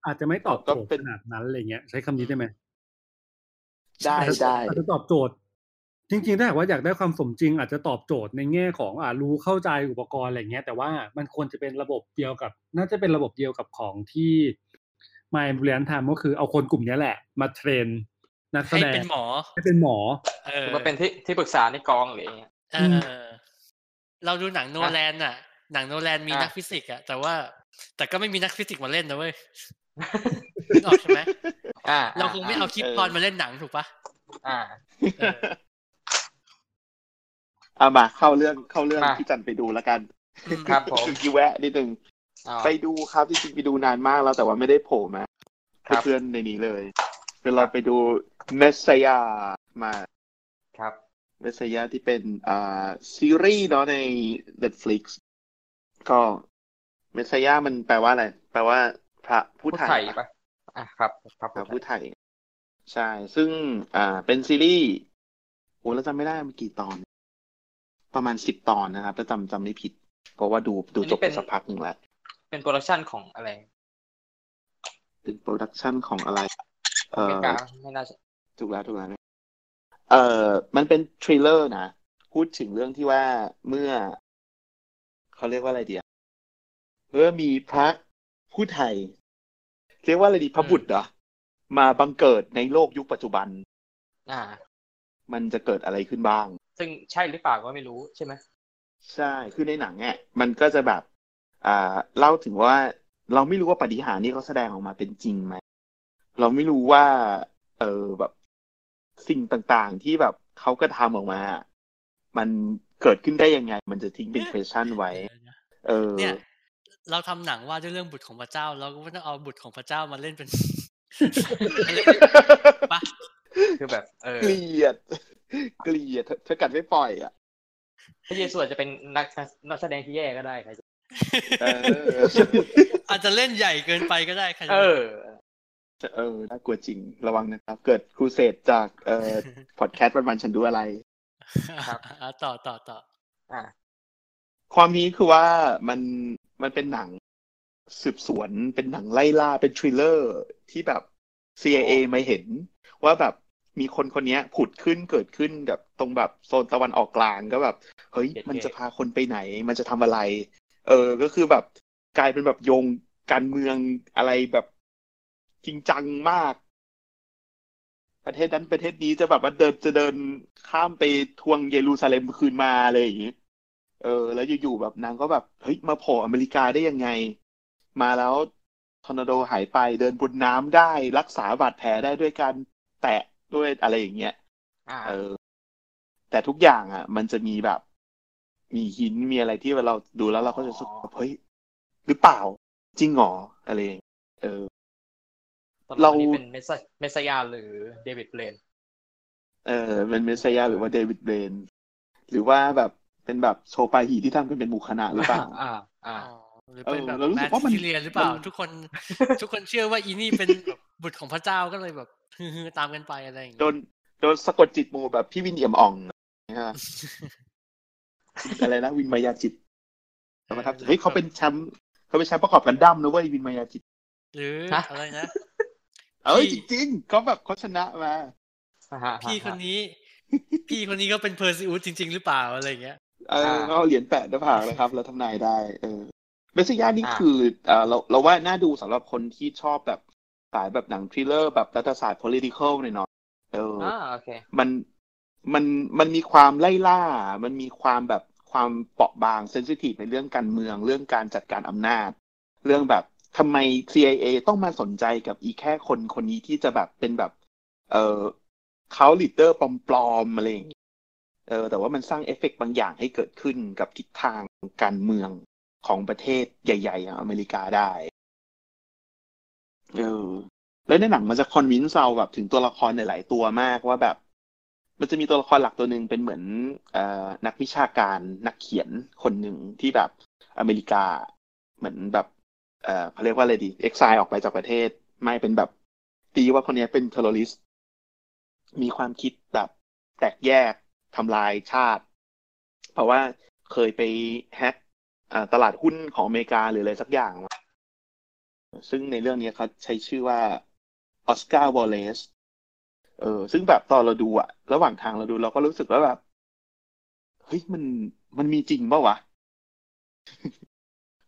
Speaker 4: อาจจะไม่ตอบโจท
Speaker 2: ก็
Speaker 4: ย์
Speaker 2: เป็น
Speaker 4: ขนาดนั้นอะไรเงี้ย ใช้คำนี้ได้ไหม
Speaker 2: ได้
Speaker 4: อาจจะ
Speaker 2: ได้
Speaker 4: อาจจะตอบโจทย์ จริงๆถ้าหากว่าอยากได้ความสมจริง อาจจะตอบโจทย์ในแง่ของอ่ารู้เข้าใจอุปกรณ์อะไรเงี้ย แต่ว่ามันควรจะเป็นระบบเดียวกับ น่าจะเป็นระบบเดียวกับของที่ My b r i a n t Time ก็คือเอาคนกลุ่มเนี้ยแหละ มาเทรนนักแส
Speaker 1: ให้
Speaker 4: ดง
Speaker 1: เป็นหมอ
Speaker 4: ให้เป็นหมอ
Speaker 1: เออ
Speaker 3: มาเป็นที่ที่ปรึกษาในกองหรืออย่างเงี้ย
Speaker 1: เออ เราดูหนังโนแลนน่ะ หนังโนแลนมี
Speaker 3: อ่ะ
Speaker 1: นักฟิสิกส์อะแต่ว่า แต่ก็ไม่มีนักฟิสิกส์มาเล่น
Speaker 3: <laughs>
Speaker 1: นะเว้ยนึกออกใช่ไหม
Speaker 3: อ่า
Speaker 1: เราคงไม่เอาคลิป
Speaker 2: เออ
Speaker 1: พรมาเล่นหนังถูกปะ
Speaker 3: อ่า
Speaker 1: เออ
Speaker 2: เอามาเข้าเรื่องเข้าเรื่อง
Speaker 3: มา
Speaker 2: ที่จันไปดูแล้วกัน
Speaker 1: อืม
Speaker 3: ครับผม
Speaker 2: คือกีแวะนิดนึง
Speaker 3: อ๋อ
Speaker 2: ไปดูครับจริงๆไปดูนานมากแล้วแต่ว่าไม่ได้โผล่มา
Speaker 3: ครับ
Speaker 2: เพื่อนๆในนี้เลยคือเราไปดูเมสซยามา
Speaker 3: ครับ
Speaker 2: เมสซยาที่เป็นอ่าซีรีส์เนาะใน Netflix ก็เมสซยามันแปลว่าอะไร แปลว่าพระผู้
Speaker 3: ผู้
Speaker 2: ไท
Speaker 3: ไทย
Speaker 2: ยปะ
Speaker 3: ปะอ่ะครับ ครับ
Speaker 2: พระ
Speaker 3: ผู้
Speaker 2: ผู้
Speaker 3: ไทย
Speaker 2: ไทย ใช่ ซึ่งอ่าเป็นซีรีส์โอ้เราจำไม่ได้มันกี่ตอน ประมาณสิบตอนนะครับถ้าจำจำไม่ผิด เพราะว่าดูดูจบไปสักพักหนึ่งแล้ว
Speaker 3: เป็นโปรดักชันของอะไร
Speaker 2: เป็นโปรดักชันของอะไร เอ
Speaker 3: อ
Speaker 2: อ
Speaker 3: เมริกาไม่น่าจะ
Speaker 2: ถูกแล้วถูกแล้วเออมันเป็นทริลเลอร์นะ พูดถึงเรื่องที่ว่าเมื่อ เขาเรียกว่าอะไรเดียวเมื่อมีพระผู้ไทย เรียกว่าอะไรดีพระบุตรเหรอ มาบังเกิดในโลกยุคปัจจุบัน
Speaker 3: อ่า
Speaker 2: มันจะเกิดอะไรขึ้นบ้าง
Speaker 3: ซึ่งใช่หรือเปล่าก็ไม่รู้ใช่ไหม
Speaker 2: ใช่ คือในหนังเนี่ยมันก็จะแบบ อ่า เล่าถึงว่า เราไม่รู้ว่าปาฏิหาริย์นี่เขาแสดงออกมาเป็นจริงไหม เราไม่รู้ว่า เออแบบ สิ่งต่างๆที่แบบเขาก็ทำออกมา มันเกิดขึ้นได้ยังไง มันจะทิ้งเป็น question ไว้ เออ
Speaker 1: เนี่ย เราทำหนังว่าด้วยเรื่องบุตรของพระเจ้า เราก็ไม่ต้องเอาบุตรของพระเจ้ามาเล่น
Speaker 3: <laughs>
Speaker 1: เป็น มาเล่นเป็นปะ
Speaker 3: คือแบบ เออ
Speaker 2: <laughs> เกลียด เกลียดเธอเธอกัดไม่ปล่อยอ่ะ
Speaker 3: พระเยซูอาจจะเป็นนักนักแสดงที่แย่ก็ได้ใครจะ
Speaker 2: เอ
Speaker 1: <laughs>
Speaker 2: อ
Speaker 1: อาจจะเล่นใหญ่เกินไปก็ได้ใครจะ
Speaker 3: เออ
Speaker 2: เออ น่ากลัวจริง ระวังนะครับ เกิดครูเสดจากเอ่อ
Speaker 1: <laughs>
Speaker 2: พอดแคสต์วันๆฉันดูอะไร
Speaker 3: ครับ
Speaker 1: อ่ะต่อต่อต่อ
Speaker 3: อ่า
Speaker 2: ความนี้คือว่ามันมันเป็นหนังสืบสวนเป็นหนังไล่ล่าเป็นทริลเลอร์ที่แบบ CIA มาเห็น ว่าแบบมีคนคนเนี้ยผุดขึ้นเกิดขึ้นแบบตรงแบบโซนตะวันออกกลางก็แบบ เฮ้ย
Speaker 3: เจ๋งๆ
Speaker 2: มันจะพาคนไปไหน มันจะทำอะไร เออก็คือแบบกลายเป็นแบบโยงการเมืองอะไรแบบจริงจังมาก ประเทศนั้นประเทศนี้จะแบบว่าเดินจะเดินข้ามไปทวงเยรูซาเล็มคืนมาเลยอย่างนี้ เออ แล้วอยู่ๆแบบนางก็แบบเฮ้ยมาโผล่อเมริกาได้ยังไง มาแล้วทอร์นาโดหายไปเดินบนน้ำได้รักษาบาดแผลได้ด้วยการแตะด้วยอะไรอย่างเงี้ย
Speaker 3: อ่า
Speaker 2: เออ แต่ทุกอย่างอ่ะ มันจะมีแบบ มีหินมีอะไรที่เราดูแล้วเราก็จะรู้สึกแบบเฮ้ยหรือเปล่า จริงเหรออะไรอย่างเงี้ยเออ
Speaker 3: ตอนเรา
Speaker 2: เรา
Speaker 3: นี้เป็นเมสซเมสซายาหรือเดวิดเบลน
Speaker 2: เออเป็นเมสซายาหรือว่าเดวิดเบรนหรือว่าแบบเป็นแบบโชปาหีที่ทำกันเป็นหมู่คณะหรือเปล่า
Speaker 3: อ่า อ่า
Speaker 1: อ๋อหรือเป็น
Speaker 2: เออ
Speaker 1: แบบ
Speaker 2: เรารู้
Speaker 1: แม
Speaker 2: สึ
Speaker 1: ท
Speaker 2: กว่ามัน
Speaker 1: ซิเลียนหรือเปล่า
Speaker 2: มัน
Speaker 1: ทุกคน ทุกคนเชื่อว่าอีนี่เป็นแบบ บุตรของพระเจ้าก็เลยแบบ <laughs> ฮือๆตามกันไปอะไรอย่าง
Speaker 2: โด
Speaker 1: เงี้ย
Speaker 2: นโดนสะกดจิตหมู่แบบพี่วินเอี่ยมอ่องนะฮะ อะไรนะวินมายาจิตนะครับเฮ้ยเขาเป็นแชมป์เขาเป็นแชมป์ประกอบกันดั้มนะเว้ยวินมายาจิต
Speaker 1: หรือ
Speaker 3: ฮะ
Speaker 1: อะไรนะ
Speaker 2: เอ้ย
Speaker 1: พี่
Speaker 2: จริงๆเขาแบบเขาชนะมา
Speaker 3: อ่าฮะ
Speaker 1: พี่คนนี้ พี่คนนี้ก็เป็นเพอร์ซิอุสจริง ๆ หรือเปล่าอะไรอย่างเงี้ย
Speaker 2: เออ
Speaker 3: อ่า
Speaker 2: ก็เอาเหรียญแปะหน้าผากนะครับ แล้วทำนายได้ เออเบสิยานี่
Speaker 3: อ่า
Speaker 2: คือเอ่อเราเราว่าน่าดูสำหรับคนที่ชอบแบบสายแบบหนังทริลเลอร์แบบรัฐศาสตร์ political หน่อยเนาะเอออ
Speaker 3: อ่าโอเค
Speaker 2: มันมันมันมีความไล่ล่า มันมีความแบบความเปราะบางเซนซิทีฟในเรื่องการเมือง เรื่องการจัดการอำนาจ เรื่องแบบทำไม CIA ต้องมาสนใจกับอีแค่คนคนนี้ที่จะแบบเป็นแบบ เออเขาลีดเดอร์ปลอมๆอะไรอย่างเงี้ยเออ แต่ว่ามันสร้างเอฟเฟกต์บางอย่างให้เกิดขึ้นกับทิศทางการเมืองของประเทศใหญ่ๆอย่างอเมริกาได้ เออ แล้วในหนังมันจะคอนวินซ์เราแบบถึงตัวละครหลายๆตัวมากว่าแบบ มันจะมีตัวละครหลักตัวหนึ่งเป็นเหมือนเอ่อนักวิชาการนักเขียนคนหนึ่งที่แบบอเมริกา เหมือนแบบเอ่อเขาเรียกว่าอะไรดีเอ็กซายออกไปจากประเทศ ไม่เป็นแบบตีว่าคนเนี้ยเป็นเทอร์ r ิสมีความคิดแบบแตกแยกทำลายชาติ เพราะว่าเคยไปแฮกเอ่อตลาดหุ้นของอเมริกาหรืออะไรสักอย่างมา ซึ่งในเรื่องเนี้ยเขาใช้ชื่อว่าออสการ์วอลเลส เออซึ่งแบบตอนเราดูอะระหว่างทางเราดูเราก็รู้สึกว่าแบบ เฮ้ยมันมันมีจริงเปล่าวะ <laughs>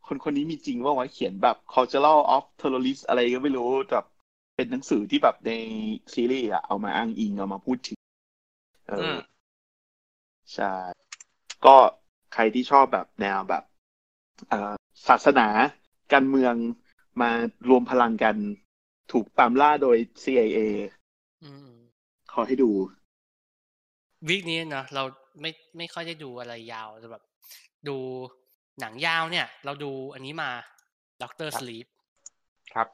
Speaker 2: คนคนนี้มีจริงเปล่าวะเขียนแบบ cultural of terrorist อะไรก็ไม่รู้แบบเป็นหนังสือที่แบบในซีรีส์อะเอามาอ้างอิงเอามาพูดถึง เอออ
Speaker 3: ม
Speaker 2: ใช่ ก็ใครที่ชอบแบบแนวแบบเอ่อศาสนาการเมืองมารวมพลังกันถูกตามล่าโดย CIA
Speaker 1: อืมๆ
Speaker 2: ขอให้ดู
Speaker 1: วีคนี้เนอะเราไม่ไม่ค่อยได้ดูอะไรยาวแต่แบบ ดูหนังยาวเนี่ย เราดูอันนี้มาด็อกเตอร์
Speaker 3: ครับ
Speaker 1: สลีป
Speaker 3: ครับ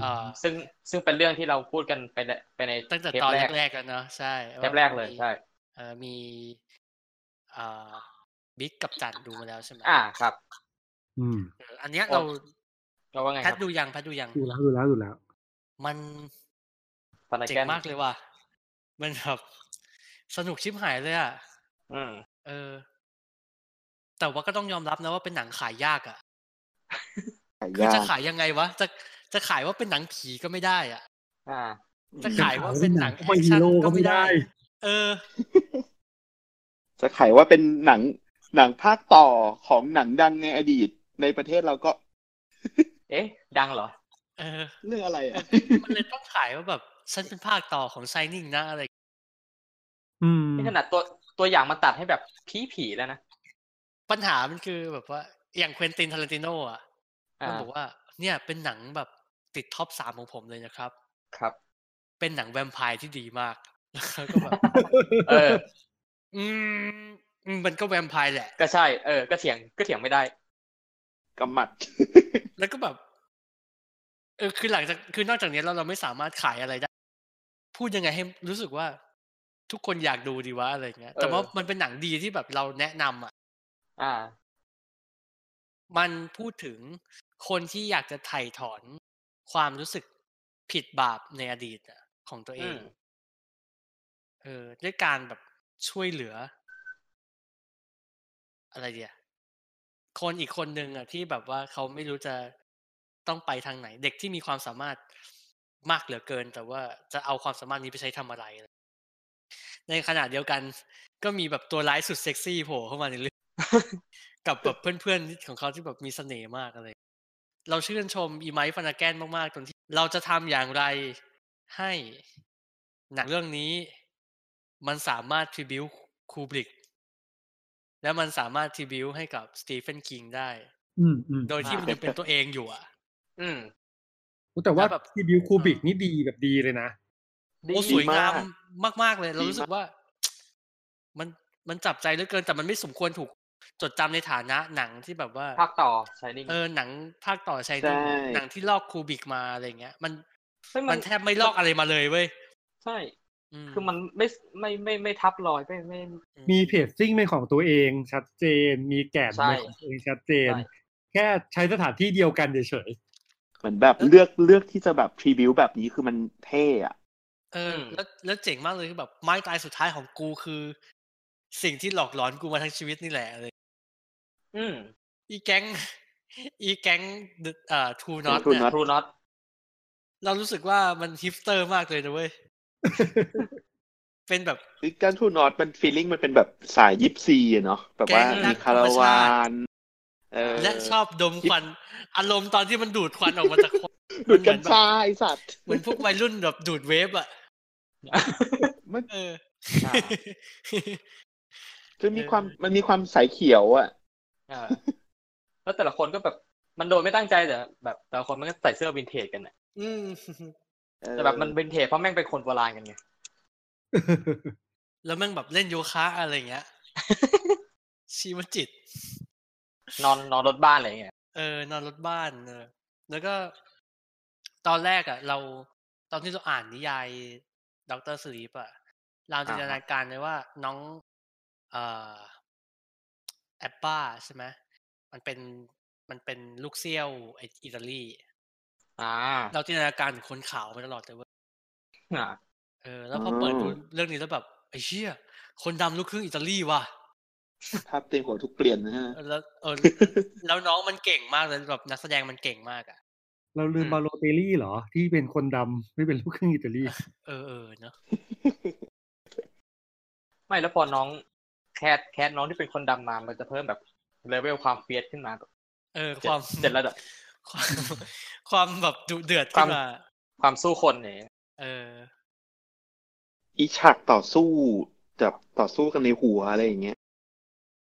Speaker 1: เอ่อ
Speaker 3: ซึ่งซึ่งเป็นเรื่องที่เราพูดกันไปในไปใน
Speaker 1: ตั้งแต่
Speaker 3: เทป
Speaker 1: ตอน
Speaker 3: แรก
Speaker 1: แรกๆกันเนอะใช่
Speaker 3: เทปแรกเลย
Speaker 1: มี
Speaker 3: ใช่
Speaker 1: เอ่อมีเอ่อบิ๊กกับจันดูมาแล้วใช่ไหม
Speaker 3: อ่าครับ
Speaker 4: อืม
Speaker 1: เอออันเนี้ย
Speaker 3: โอ้
Speaker 1: เรา
Speaker 3: เราว่าไงค
Speaker 1: แพั
Speaker 3: รั
Speaker 1: ด
Speaker 3: บ
Speaker 1: ดูยังแพัดดูยัง
Speaker 4: ดูแล้วดูแล้วดูแล้ว
Speaker 1: มัน
Speaker 3: ตอนไหน
Speaker 1: เจ๋
Speaker 3: แก
Speaker 1: ง
Speaker 3: น
Speaker 1: มากเลยว่ะมันแบบสนุกชิบหายเลยอ่ะ
Speaker 3: อืม
Speaker 1: เออ แต่ว่าก็ต้องยอมรับนะว่าเป็นหนังขายยากอ่ะ
Speaker 2: ขาย
Speaker 1: คือย
Speaker 2: า
Speaker 1: จะ
Speaker 2: ก
Speaker 1: ขายยังไงวะ จะจะขายว่าเป็นหนังผีก็ไม่ได้อะ
Speaker 3: อ่า
Speaker 1: จะขายว่า
Speaker 4: จะขายว่าเป็
Speaker 1: เป็น
Speaker 4: น
Speaker 1: ห
Speaker 4: หนั
Speaker 1: นัง
Speaker 4: ง
Speaker 1: แอ
Speaker 4: ซูเปอร์
Speaker 1: ค
Speaker 4: ฮี
Speaker 1: ชั่น
Speaker 4: โร่ก็
Speaker 1: ก็
Speaker 4: ไม่
Speaker 1: ไม่ได้
Speaker 4: ได้
Speaker 1: เออ
Speaker 2: จะขายว่าเป็นหนังหนังภาคต่อของหนังดังในอดีตในประเทศเราก็
Speaker 3: เอ๊ะ ดังเหรอ
Speaker 1: เออ
Speaker 2: เรื่องอะไรอ่ะ <laughs>
Speaker 1: มันเลยต้องขายว่าแบบฉันเป็นภาคต่อของไซนิ่งนะอะไร
Speaker 4: อืม
Speaker 3: นี่ขนาดตัวตัวอย่างมันตัดให้แบบผีผีๆแล้วนะ
Speaker 1: ปัญหามันคือแบบว่า อย่างเควินตินทารันติโนอ่ะ
Speaker 3: อ่า
Speaker 1: มันบอกว่า เนี่ยเป็นหนังแบบติดท็อปสามของผมเลยนะครับ
Speaker 3: ครับ
Speaker 1: เป็นหนังแวมไพร์ที่ดีมาก <laughs> แล้วก็แบบ
Speaker 3: <laughs> เออ
Speaker 1: อืมอืมมันก็แวมไพร์แหละ
Speaker 3: ก็ใช่ เออ ก็เถียงก็เถียงไม่ได้
Speaker 2: กำหมัด <laughs>
Speaker 1: แล้วก็แบบเออคือหลังจากคือนอกจากนี้เราเราไม่สามารถขายอะไรได้ พูดยังไงให้รู้สึกว่า ทุกคนอยากดูดีวะอะไรเงี้ย แต่
Speaker 3: เออ
Speaker 1: ว่ามันเป็นหนังดีที่แบบเราแนะนำอ่ะ
Speaker 3: อ่า
Speaker 1: มันพูดถึงคนที่อยากจะไถ่ถอนความรู้สึกผิดบาปในอดีตอะของตัวเอ
Speaker 3: อื
Speaker 1: ง
Speaker 3: ม
Speaker 1: เออ ด้วยการแบบช่วยเหลือ อะไรเดียคนอีกคนนึงอ่ะที่แบบว่าเขาไม่รู้จะต้องไปทางไหน เด็กที่มีความสามารถมากเหลือเกิน แต่ว่าจะเอาความสามารถนี้ไปใช้ทำอะไรอะไรในขณะเดียวกันก็มีแบบตัวร้ายสุดเซ็กซี่โผล่เข้ามาในเรื่อง <laughs> กับแบบเพื่อนๆของเขาที่แบบมีเสน่ห์มากอะไร เราชื่นชมอีไมค์ฟานาแกนมากๆตรงที่เราจะทำอย่างไรให้หนังเรื่องนี้ มันสามารถทริบิวคูบริก และมันสามารถทริบิวให้กับสตีเฟนคิงได้
Speaker 4: อืมอืม
Speaker 1: โดยที่มันยังเป็นตัวเองอยู่อ่ะ
Speaker 3: อืม
Speaker 4: แต่ว่า
Speaker 1: แล้วแบบ
Speaker 4: ที่บิวคูบิก
Speaker 1: เออ
Speaker 4: นี่ดีแบบดีเลยนะ
Speaker 1: โอ้สวยงามมาก ๆ เลย เรา
Speaker 2: ดี
Speaker 1: รู้สึ
Speaker 2: มาก ก
Speaker 1: ว่า มันมันจับใจเหลือเกิน แต่มันไม่สมควรถูกจดจำในฐานะหนังที่แบบว่า
Speaker 3: ภาคต่อใช่นี่
Speaker 1: เออหนังภาคต่อชัย
Speaker 2: ใช่
Speaker 1: นิ่งหนังที่ลอกคูบิกมาอะไรเงี้ย มัน
Speaker 3: ซึ่งมั
Speaker 1: มัน นแทบไม่ลอกอะไรมาเลยเว้ย
Speaker 3: ใช่
Speaker 1: ม
Speaker 3: คือมันไม่ไม่ไม่ไม่ทับรอยไม่ไม่
Speaker 1: อื
Speaker 4: มีเพจซิ่งเป็นของตัวเองชัดเจน มีแก่น
Speaker 3: ใช่
Speaker 4: เป็นของตัวเองชัดเจน
Speaker 3: ใช่
Speaker 4: แค่ใช้สถานที่เดียวกันเฉย
Speaker 2: เหมือนแบบเลือกเลือกที่จะแบบพรีวิวแบบนี้คือมันเท่อะ
Speaker 1: เออแล้วแล้วเจ๋งมากเลยคือแบบไม้ตายสุดท้ายของกูคือ สิ่งที่หลอกหลอนกูมาทั้งชีวิตนี่แหละเลย
Speaker 3: อืม
Speaker 1: อีแก๊ง อีแก๊งเอ่อทูน็อต
Speaker 2: คุณ
Speaker 1: เนี่ย
Speaker 2: น็อต
Speaker 3: ทรูน็ <laughs> อต
Speaker 1: เรารู้สึกว่ามันฮิปสเตอร์มากเลยนะเว้ย เป็นแบบ
Speaker 2: คือการทูน็อตมันฟีลลิ่งมันเป็นแบบสายยิปซีอะเนาะแบบว่า
Speaker 1: แกงรั
Speaker 2: มี
Speaker 1: ก
Speaker 2: คารา
Speaker 1: ธรรม
Speaker 2: วา
Speaker 1: ชาติ
Speaker 2: นเออ
Speaker 1: และชอบดมควันอารมณ์ตอนที่มันดูดควันออกมาจากควัน
Speaker 2: ดูดกัญชาไอสัตว์
Speaker 1: <laughs> เหมือนพวกวัยรุ่นแบบดูดเวฟอ่ะ
Speaker 2: มัน
Speaker 1: เออ
Speaker 3: อ่า
Speaker 2: คือมีความมันมีความสายเขียวอะ
Speaker 3: อ่าแล้วแต่ละคนก็แบบมันโดยไม่ตั้งใจแต่แบบแต่ละคนมันก็ใส่เสื้อวินเทจกันน่ะ
Speaker 1: อืม
Speaker 2: เออ
Speaker 3: แต่แบบมันวินเทจเพราะแม่งเป็นคนโบราณกันไง
Speaker 4: <laughs>
Speaker 1: แล้วแม่งแบบเล่นโยคะอะไรอย่างเงี้ย ชีวจิต
Speaker 3: นอนนอนรถบ้านอะไรอย่างเงี้ย
Speaker 1: เออนอนรถบ้านเออแล้วก็ ตอนแรกอะเราตอนที่เราอ่านนิยายด็อกเตอร์สลีปอะเราจินตนาการเลยว่าน้อง เอ่อแอปป้าใช่ไหมมันเป็นมันเป็นลูกเซี่ยวไอ้อิตาลี
Speaker 3: อ่า
Speaker 1: เราจินตนาการถึงคนขาวมาตลอดเลยเว่า
Speaker 3: อ่า
Speaker 1: เออแล้วพอเปิดดูเรื่องนี้แล้วแบบไอ้เชี่ยคนดำลูกครึ่งอิตาลีว่ะ
Speaker 2: ภาพเต็มหัวทุกเปลี่ยนนะฮะ
Speaker 1: เออแล้วเออ แล้วน้องมันเก่งมากเลยแบบนักแสดงมันเก่งมากอ่ะ
Speaker 4: เราลืมบาโลเตลลี่เหรอ ที่เป็นคนดำไม่เป็นลูกครึ่งอิตาลี
Speaker 1: เออเออเนาะ
Speaker 3: ไม่แล้วพอน้องแคทแคทน้องที่เป็นคนดำมามันจะเพิ่มแบบเลเวลความเฟียสขึ้นมาแบบ
Speaker 1: เออ ค
Speaker 3: เจ็ด
Speaker 1: วาม
Speaker 3: เจ็ดระดับ
Speaker 1: <laughs> ความความแบบดุเดือดขึ้น
Speaker 3: ความ
Speaker 1: มา
Speaker 3: ความสู้คนเนี่ย
Speaker 1: เออ
Speaker 2: อีฉากต่อสู้แบบต่อสู้กันในหัวอะไรอย่างเงี้ย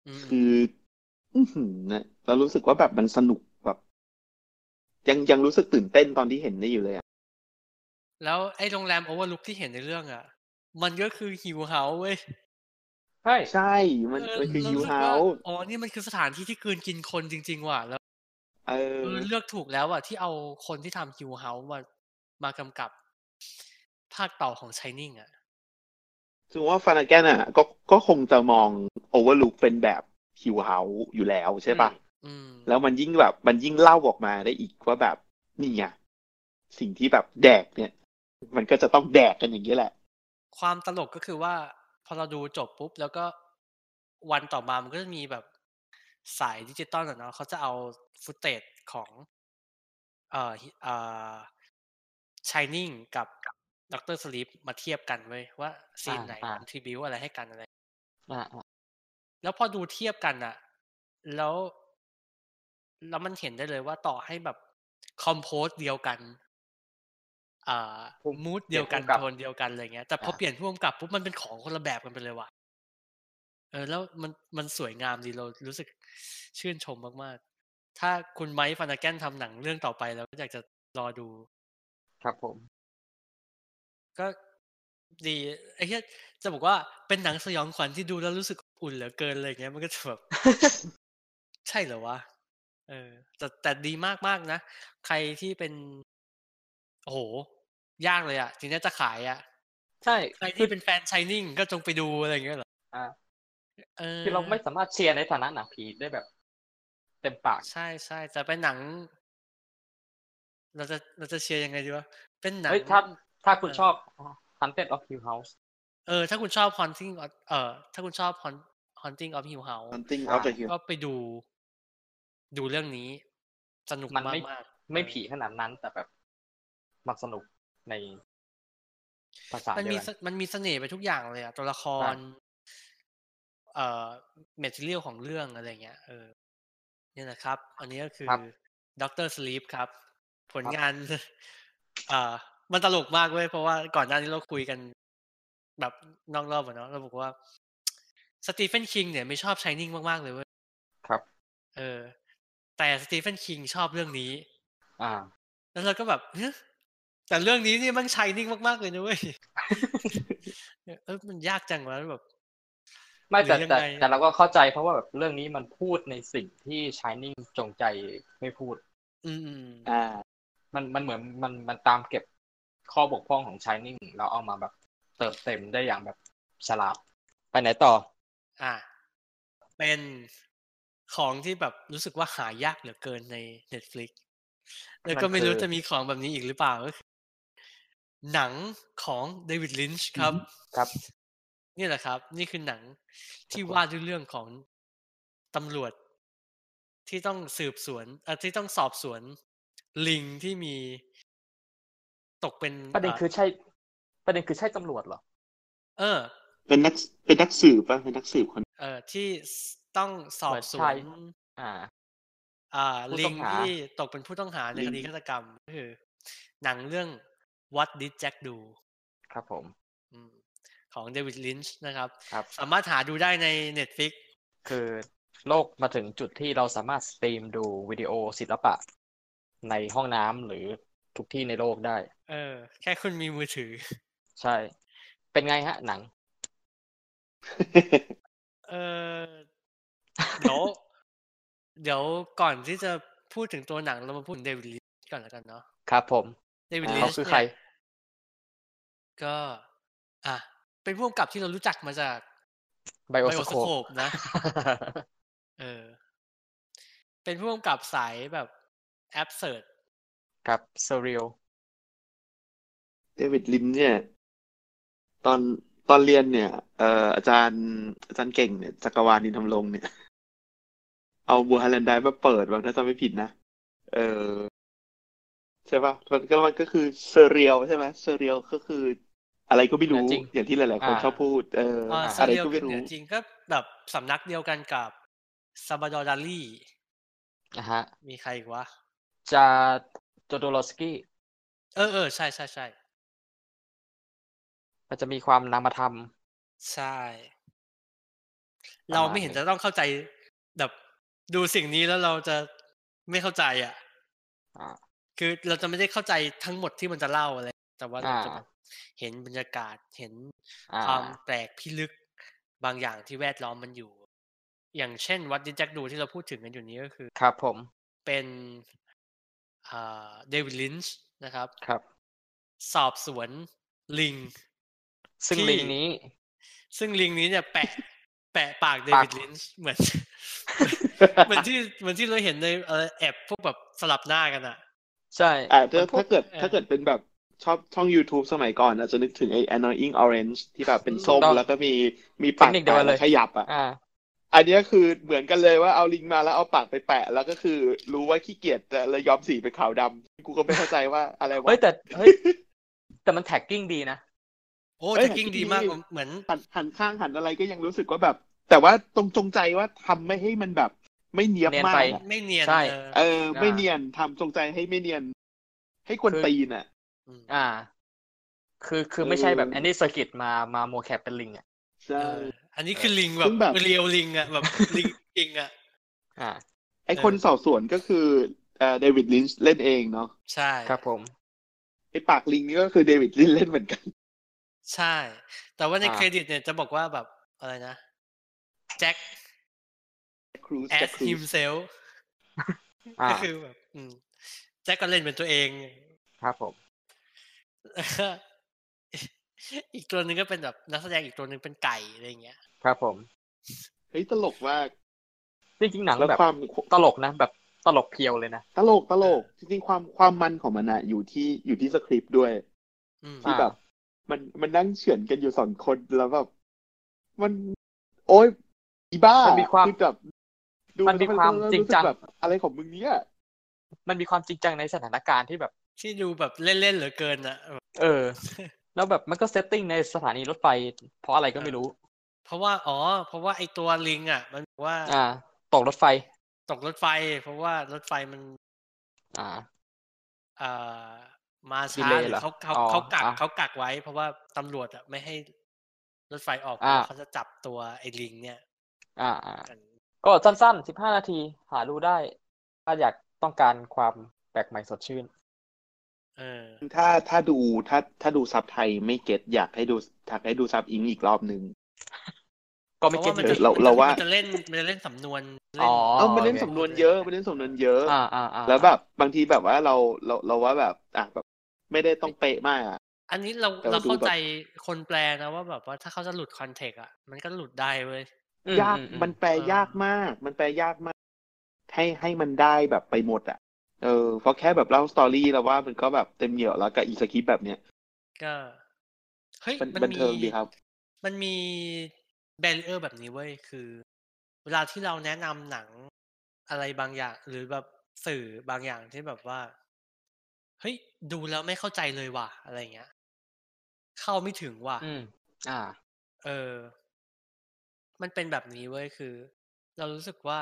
Speaker 1: อืม
Speaker 2: คือ อื้อหือนะเรารู้สึกว่าแบบมันสนุกแบบ ยังยังรู้สึกตื่นเต้นตอนที่เห็นได้อยู่เลยอะ
Speaker 1: แล้วไอ้โรงแรมโอเวอร์ลุกที่เห็นในเรื่องอ่ะ มันก็คือฮิวเฮาเว้ย
Speaker 3: ใช่
Speaker 2: ใช่ มัน
Speaker 1: เ
Speaker 2: มันคือ
Speaker 1: เร
Speaker 2: ยู
Speaker 1: รู้สึก
Speaker 2: เฮา
Speaker 1: ว่
Speaker 2: ส์
Speaker 1: อ๋อนี่มันคือสถานที่ที่กินกินคนจริง ๆ ว่ะแล้ว
Speaker 2: เออ
Speaker 1: เออเลือกถูกแล้วอ่ะที่เอาคนที่ทำฮิวเฮามา มากำกับ ภาคต่อของชายนิ่งอ่ะ
Speaker 2: ถึงว่าฟานาแกนอ่ะ ก็ก็คงจะมองโอเวอร์ลุกเป็นแบบฮิวเฮาส์อยู่แล้วใช่ปะ
Speaker 1: อืม
Speaker 2: แล้วมันยิ่งแบบ มันยิ่งเล่าออกมาได้อีกว่าแบบนี่ไงสิ่งที่แบบแดกเนี่ย มันก็จะต้องแดกกันอย่างนี้ยแหละ
Speaker 1: ความตลกก็คือว่า พอเราดูจบปุ๊บ แล้วก็วันต่อมามันก็จะมีแบบสายดิจิตอลอะเนาะเขาจะเอาฟุตเตจของ เอ่อฮิเอ่อชายนิ่งกับด็อกเตอร์สลีปมาเทียบกันเว้ยว่าซีนไหนมันทริบิวอะไรให้กันอะไร
Speaker 3: อ่า
Speaker 1: แล้วพอดูเทียบกันอะแล้ว แล้วมันเห็นได้เลยว่าต่อให้แบบคอมโพสเดียวกัน อ่า
Speaker 3: ภูมิ
Speaker 1: มูดเดียวกัน
Speaker 3: เปลี่ยน
Speaker 1: โท
Speaker 3: ผู้กำกับ
Speaker 1: นเดียวกันอะไรเงี้ย แต่พอ
Speaker 3: อ่า
Speaker 1: เปลี่ยนผู้กำกับปุ๊บมันเป็นของคนละแบบกันไปเลยว่ะ เออ แล้วมันมันสวยงามดีเรารู้สึกชื่นชมมากๆ ถ้าคุณไมค์ฟานาแกนทำหนังเรื่องต่อไปแล้วก็อยากจะรอดู
Speaker 3: ครับผม
Speaker 1: ก็ดีไอ้เหี้ยจะบอกว่าเป็นหนังสยองขวัญที่ดูแล้วรู้สึกอบอุ่นเหลือเกินอะไรเงี้ยมันก็จะแบบ ใช่เหรอวะ เออ แต่แต่ดีมากมากนะ ใครที่เป็น โอ้โห ยากเลยอะทีนี้จะขายอะ
Speaker 3: ใช่
Speaker 1: ใครที่เป็นแฟนชายนิ่งก็จงไปดูอะไรอย่างเงี้ยเหรอ
Speaker 3: อ่า
Speaker 1: เออ
Speaker 3: คือเราไม่สามารถเชียร์ในฐานะหนังผีได้แบบ เต็มปาก
Speaker 1: ใช่ใช่แต่เป็นหนัง เราจะเราจะเชียร์ยังไงดีวะเป็นหนัง
Speaker 3: เฮ้ยถ้าถ้าคุณ
Speaker 1: เออ
Speaker 3: ชอบ Hunted of Hill House
Speaker 1: เออ ถ้าคุณชอบ haunting of- เออถ้าคุณชอบ Haunt- haunting of Hill House
Speaker 2: Hunting of the Hill
Speaker 1: ก็ไปดู ดูเรื่องนี้ สนุก
Speaker 3: มัน
Speaker 1: มาก
Speaker 3: ไม่
Speaker 1: มาก
Speaker 3: ไม่ผีขนาดนั้นแต่แบบมันสนุกในภาษา
Speaker 1: มัน
Speaker 3: เดีย
Speaker 1: มี
Speaker 3: วกัน
Speaker 1: เสมันมีเสน่ห์ไปทุกอย่างเลยอะตัวละคร เอ่อเมทเรียลของเรื่องอะไรเงี้ย เออเนี่ยนะครับ อันนี้ก็คือ
Speaker 3: ครับ
Speaker 1: ด็อกเตอร์สลีปครับ ผล
Speaker 3: ครับ
Speaker 1: งาน <laughs> เอ่อมันตลกมากเว้ยเพราะว่าก่อนหน้านี้เราคุยกัน แบบนอกรอบอะเนาะเราบอกว่าสตีเฟนคิงเนี่ยไม่ชอบชายนิ่งมากๆเลยเว้ย
Speaker 3: ครับ
Speaker 1: เออ แต่สตีเฟนคิงชอบเรื่องนี้
Speaker 3: อ่า <laughs>
Speaker 1: แล้วเราก็แบบเฮ้ยแต่เรื่องนี้นี่มันชายนิ่งมาก ๆ เลยนะเว้ย <laughs> เออมันยากจังวะแบบ
Speaker 3: ไม่แต่
Speaker 1: หรือยัง
Speaker 3: แต่
Speaker 1: ไง
Speaker 3: แต่เราก็เข้าใจเพราะว่าแบบเรื่องนี้มันพูดในสิ่งที่ Shining จงใจไม่พูด
Speaker 1: อืมอืม
Speaker 2: อ่า
Speaker 3: มันมันเหมือนมันมันตามเก็บข้อบกพร่องของ Shining แล้วเอามาแบบเติมเต็มได้อย่างแบบฉลาด ไปไหนต่อ
Speaker 1: อ่ะเป็นของที่แบบรู้สึกว่าหายากเหลือเกินใน Netflix แล้วก็
Speaker 3: มันคือ
Speaker 1: ไม่รู้จะมีของแบบนี้อีกหรือเปล่าก็คือหนังของเดวิดลินช์ครับ
Speaker 3: ครับ
Speaker 1: นี่แหละครับ นี่คือหนังที่ว่าด้วยเรื่องของตำรวจ ที่ต้องสืบสวนเอ่อที่ต้องสอบสวน ลิงที่มีตกเป็น
Speaker 3: ประเด็น
Speaker 1: อ่อ
Speaker 3: คือใช่ ประเด็นคือใช่ตำรวจเหรอ
Speaker 1: เออ
Speaker 2: เป็นนักเป็นนักสืบป่ะเป็นนักสืบคน
Speaker 1: เออที่สต้องสอบสว
Speaker 3: ใช่
Speaker 1: น
Speaker 3: อ่า
Speaker 1: อ่า
Speaker 3: ผู้
Speaker 1: ลิ
Speaker 3: ต้
Speaker 1: ง
Speaker 3: องหา
Speaker 1: ที่ตกเป็นผู้ต้องหาในคดีฆาตกรรมก็คือ หนังเรื่อง What Did Jack Do
Speaker 3: ครับผม
Speaker 1: อืมของเดวิดลินช์นะครับ
Speaker 3: ครับ
Speaker 1: สามารถหาดูได้ใน Netflix
Speaker 3: คือโลกมาถึงจุดที่เราสามารถสตรีมดูวิดีโอศิลปะ ในห้องน้ำหรือทุกที่ในโลกได้
Speaker 1: เออ แค่คุณมีมือถือ
Speaker 3: ใช่ เป็นไงฮะหนัง
Speaker 1: เออเดี๋ยว <laughs> เดี๋ยวก่อนที่จะพูดถึงตัวหนังเรามาพูดถึงเดวิดลินช์ก่อนแล้วกันเนาะ
Speaker 3: ครับผม
Speaker 1: เดวิดลิน
Speaker 3: เขา
Speaker 1: ช์
Speaker 3: คือ
Speaker 1: เนี่
Speaker 3: ใคร
Speaker 1: ยก็ อ่ะ เป็นผู้กำกับที่เรารู้จักมาจาก
Speaker 3: ไบโอ
Speaker 1: ไบ
Speaker 3: ส
Speaker 1: โอส
Speaker 3: โค
Speaker 1: โค
Speaker 3: ป
Speaker 1: ปนะ เออ เป็นผู้กำกับสายแบบแอ s เ r ิร์ด
Speaker 3: <laughs> ครับเซเรียล
Speaker 2: เดวิดลินเนี่ย ตอนตอนเรียนเนี่ย เอ่ออาจารย์อาจารย์เก่งเนี่ยจักรวาลนินทำลงเนี่ย เอาบัวฮาแลนไดมาเปิดแบบถ้าจำไม่ผิดนะเออใช่ปะมันก็มันก็คือเซเรียลใช่ไหมเซเรียลก็คือ อะไรก็ไม่รู้อย่างที่หลายๆคนชอบพูด เออ
Speaker 1: อ่าซา
Speaker 2: อะไร
Speaker 1: เรียล
Speaker 2: ก็
Speaker 1: กิ
Speaker 2: ไม่
Speaker 1: นเหนื
Speaker 2: รู้
Speaker 1: อจริงก็แบบสำนักเดียวกันกับซาบาดอดาลี่
Speaker 3: นะฮะ
Speaker 1: มีใครอีกวะ
Speaker 3: จาโจโดโลสกี้
Speaker 1: เออเออใช่ใช่ใช่
Speaker 3: มันจะมีความนามธรรม
Speaker 1: ใช่ เราไม่เห็นจะต้องเข้าใจแบบดูสิ่งนี้แล้วเราจะไม่เข้าใจอ่ะ
Speaker 3: อ่า
Speaker 1: คือเราจะไม่ได้เข้าใจทั้งหมดที่มันจะเล่าอะไร แต่ว่าเรา
Speaker 3: อ่า
Speaker 1: จะแบบเห็นบรรยากาศเห็น
Speaker 3: อ่า
Speaker 1: ความแปลกพิลึกบางอย่างที่แวดล้อมมันอยู่ อย่างเช่นวัดดิจักดูที่เราพูดถึงกันอยู่นี้ก็คือ
Speaker 3: ครับผม
Speaker 1: เป็นเดวิดลินช์นะครับ
Speaker 3: ครับ
Speaker 1: สอบสวนลิง
Speaker 3: ซึ่ง
Speaker 1: ที่
Speaker 3: ลิงนี้
Speaker 1: ซึ่งลิงนี้เนี่ยแปะ แปะปากเดวิดลินช์เหมือน <laughs> เห <laughs> มือนที่เหมือนที่เราเห็นในอะไรแอบพวกแบบสลับหน้ากันอ่ะ
Speaker 3: ใช่
Speaker 2: อ่าถ้า
Speaker 3: มันพว
Speaker 2: ถ้าเกิด
Speaker 1: เอ่อ
Speaker 2: ถ้าเกิดเป็นแบบชอบช่อง YouTube สมัยก่อนอาจจะนึกถึงไอ้ Annoying Orange ที่แบบเป็นส้ม
Speaker 3: ถูกต้อง
Speaker 2: แล้วก็มีมี
Speaker 3: เท
Speaker 2: ปา
Speaker 3: ค
Speaker 2: ก
Speaker 3: นิคเดียวกันเลย
Speaker 2: แปะแวขยับอ่ะ
Speaker 3: อ่า
Speaker 2: อันเนี้ยคือเหมือนกันเลยว่าเอาลิงมาแล้วเอาปากไปแปะ แล้วก็คือรู้ว่าขี้เกียจแต่เลยย้อมสีเป็นขาวดำกูก็ไม่เข้าใจว่าอะไรวะ
Speaker 3: เฮ้ยแต่เฮ้ย แต่มันแท็กกิ้งดีนะ
Speaker 1: โอ้
Speaker 2: เอ้ย
Speaker 1: แท็กกิ้ง
Speaker 2: แท็กกิ้
Speaker 1: ดี
Speaker 2: ง
Speaker 1: มาก
Speaker 2: ดี
Speaker 1: ผมเหมือน
Speaker 2: หันหันข้างหันอะไรก็ยังรู้สึกว่าแบบ แต่ว่าตรงจงใจว่าทำไม่ให้มันแบบไม่เนียบ
Speaker 3: เนียน
Speaker 2: มา
Speaker 3: ไป
Speaker 2: กอะ
Speaker 1: ไม่เนียน
Speaker 3: ใช่
Speaker 1: เออ
Speaker 2: เออ ไม่เนียนทำจงใจให้ไม่เนียน ให้คนตีนอ่ะ
Speaker 1: ม
Speaker 3: อ่า คือคือไม่ใช่แบบแอนดี้เซอร์กิตมามาโมแคปเป็นลิงอ่ะ
Speaker 2: ใช่
Speaker 1: เอออันนี้คือลิงแบ
Speaker 2: ซึ่
Speaker 1: บ
Speaker 2: งแบบ
Speaker 1: เรียวลิงอ่ะแบบลิงจริงอ่ะ
Speaker 3: อ่า
Speaker 2: ไอคนสอบสวนก็คือเอ่อเดวิดลินช์เล่นเองเนาะ
Speaker 1: ใช่
Speaker 3: ครับผม
Speaker 2: ไอ้ปากลิงนี่ก็คือเดวิดลินเล่นเหมือนกัน
Speaker 1: ใช่ แต่ว่าใน
Speaker 3: อ่า
Speaker 1: เครดิตเนี่ยจะบอกว่าแบบอะไรนะแจ็ค
Speaker 2: ครู
Speaker 1: แอ
Speaker 2: แจ็
Speaker 1: ส
Speaker 2: คครู
Speaker 1: ฮิมเซล
Speaker 3: อ่า
Speaker 1: ก็คือแบบอืมแจ็คก็เล่นเป็นตัวเอง <laughs>
Speaker 3: ครับผม
Speaker 1: อีกตัวหนึ่งก็เป็นแบบนักแสดงอีกตัวหนึ่งเป็นไก่อะไรอย่างเงี้ย
Speaker 3: ครับผม
Speaker 2: เฮ้ยตลกมาก
Speaker 3: จริงๆหนัง
Speaker 2: แล้ว
Speaker 3: แบบ
Speaker 2: ความ
Speaker 3: ตลกนะ แบบตลกเพียวเลยนะ
Speaker 2: ตลกตลกจริงๆความความมันของมันอะอยู่ที่อยู่ที่สคริปต์ด้วย
Speaker 1: อืม
Speaker 2: ที่
Speaker 3: อ่า
Speaker 2: แบบ มันมันนั่งเฉือนกันอยู่สองคนแล้วแบบมัน โอ้ยอีบ้า
Speaker 3: มั
Speaker 2: มัน
Speaker 3: มีความ
Speaker 2: แบบดู
Speaker 3: มันมี
Speaker 2: แล้ว
Speaker 3: ความจริงจัง
Speaker 2: สึกแบบ อะไรของมึงเนี่ย
Speaker 3: มันมีความจริงจังในสถานการณ์ที่แบบ
Speaker 1: ที่ดูแบบเล่นๆเหลือเกินอ่ะแบบ
Speaker 3: เออ แล้วแบบมันก็เซตติ้งในสถานีรถไฟ เพราะอะไรก็ไม่รู้
Speaker 1: เพราะว่าอ๋อ เพราะว่าไอตัวลิงอ่ะ มันบอกว่า
Speaker 3: อ่า ตกรถไฟ
Speaker 1: ตกรถไฟ เพราะว่ารถไฟมัน
Speaker 3: อ่า
Speaker 1: เอ่อมาช้า
Speaker 3: Delay
Speaker 1: หรือ
Speaker 3: เหรอ
Speaker 1: เขาเขา
Speaker 3: อ๋อ
Speaker 1: เขากัก
Speaker 3: อ่ะ
Speaker 1: เขากักไว้ เพราะว่าตำรวจอะไม่ให้รถไฟออก
Speaker 3: อ่ะ
Speaker 1: เพราะเขาจะจับตัวไอ้ลิงเนี่ย
Speaker 3: อ่าอ่า
Speaker 1: กัน
Speaker 3: ก็สั้นๆ 15 นาที หาดูได้ ถ้าอยากต้องการความแปลกใหม่สดชื่น
Speaker 1: เออ
Speaker 2: ถ้าถ้าดูถ้าถ้าดูซับไทยไม่เก็ตอยากให้ดูอยากให้ดูซับอิงอีกรอบนึง
Speaker 3: ก็ไม่เก็ต
Speaker 1: เพราะว่ามัน
Speaker 3: เล
Speaker 1: จะ
Speaker 3: ย
Speaker 2: เราเราว่ามั
Speaker 1: นจะเล่นมันจะเล่นสำนวนเล่น
Speaker 3: อ๋อ
Speaker 2: เอ้ามันเล่น
Speaker 3: โอเค
Speaker 2: สำนวนเยอะมันเล่นสำนวนเยอะ
Speaker 3: อ่าอ่าอ่า
Speaker 2: แล้วแบบบางทีแบบว่าเราเราเราว่าแบบอ่ะแบบ ไม่ได้ต้องเป๊ะมากอ่ะ
Speaker 1: อันนี้เรา
Speaker 2: เรา
Speaker 1: เรา
Speaker 2: ดู
Speaker 1: เข้า
Speaker 2: แบบ
Speaker 1: ใจคนแปลนะว่าแบบว่าถ้าเขาจะหลุดคอนเทกต์อะมันก็หลุดได้เว้ย
Speaker 3: อื
Speaker 2: ยาก
Speaker 3: อือื
Speaker 2: มันแปลยากมาก มันแปลยากมาก ให้ให้มันได้แบบไปหมดอ่ะ เออเพราะแค่แบบเล่าสตอรี่แล้วว่ามันก็แบบเต็มเหนี่ยวแล้วกับอีสคริปต์แบบเนี้ย
Speaker 1: ก็เฮ้ย
Speaker 2: มัน
Speaker 1: มัน
Speaker 2: บัน
Speaker 1: มี
Speaker 2: เทิงดีครับ
Speaker 1: มันมีแบรเออร์แบบนี้เว้ยคือ เวลาที่เราแนะนำหนังอะไรบางอย่าง หรือแบบสื่อบางอย่างที่แบบว่า เฮ้ย ดูแล้วไม่เข้าใจเลยว่ะอะไรเงี้ย เข้าไม่ถึงว่ะ
Speaker 3: อืม อ่า
Speaker 1: เออ มันเป็นแบบนี้เว้ยคือ เรารู้สึกว่า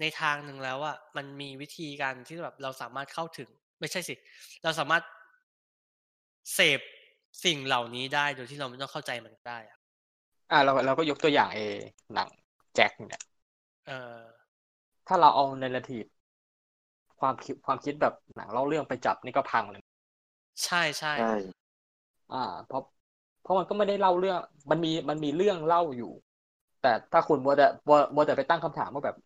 Speaker 1: ในทางหนึ่งแล้วอะมันมีวิธีการที่แบบเราสามารถเข้าถึง ไม่ใช่สิ เราสามารถเสพสิ่งเหล่านี้ได้โดยที่เราไม่ต้องเข้าใจมันก็ได้อะ
Speaker 3: อ่า เราเราก็ยกตัวอย่างเอหนังแจ็คเนี่ย
Speaker 1: เออ
Speaker 3: ถ้าเราเอาเนราทีฟความคิดความคิดแบบหนังเล่าเรื่องไปจับนี่ก็พังเลย
Speaker 1: ใช่ใช่
Speaker 2: ใช่
Speaker 3: อ่า เพราะเพราะมันก็ไม่ได้เล่าเรื่อง มันมีมันมีเรื่องเล่าอยู่ แต่ถ้าคุณมัวแต่มัวมัวแต่ไปตั้งคำถามว่าแบบ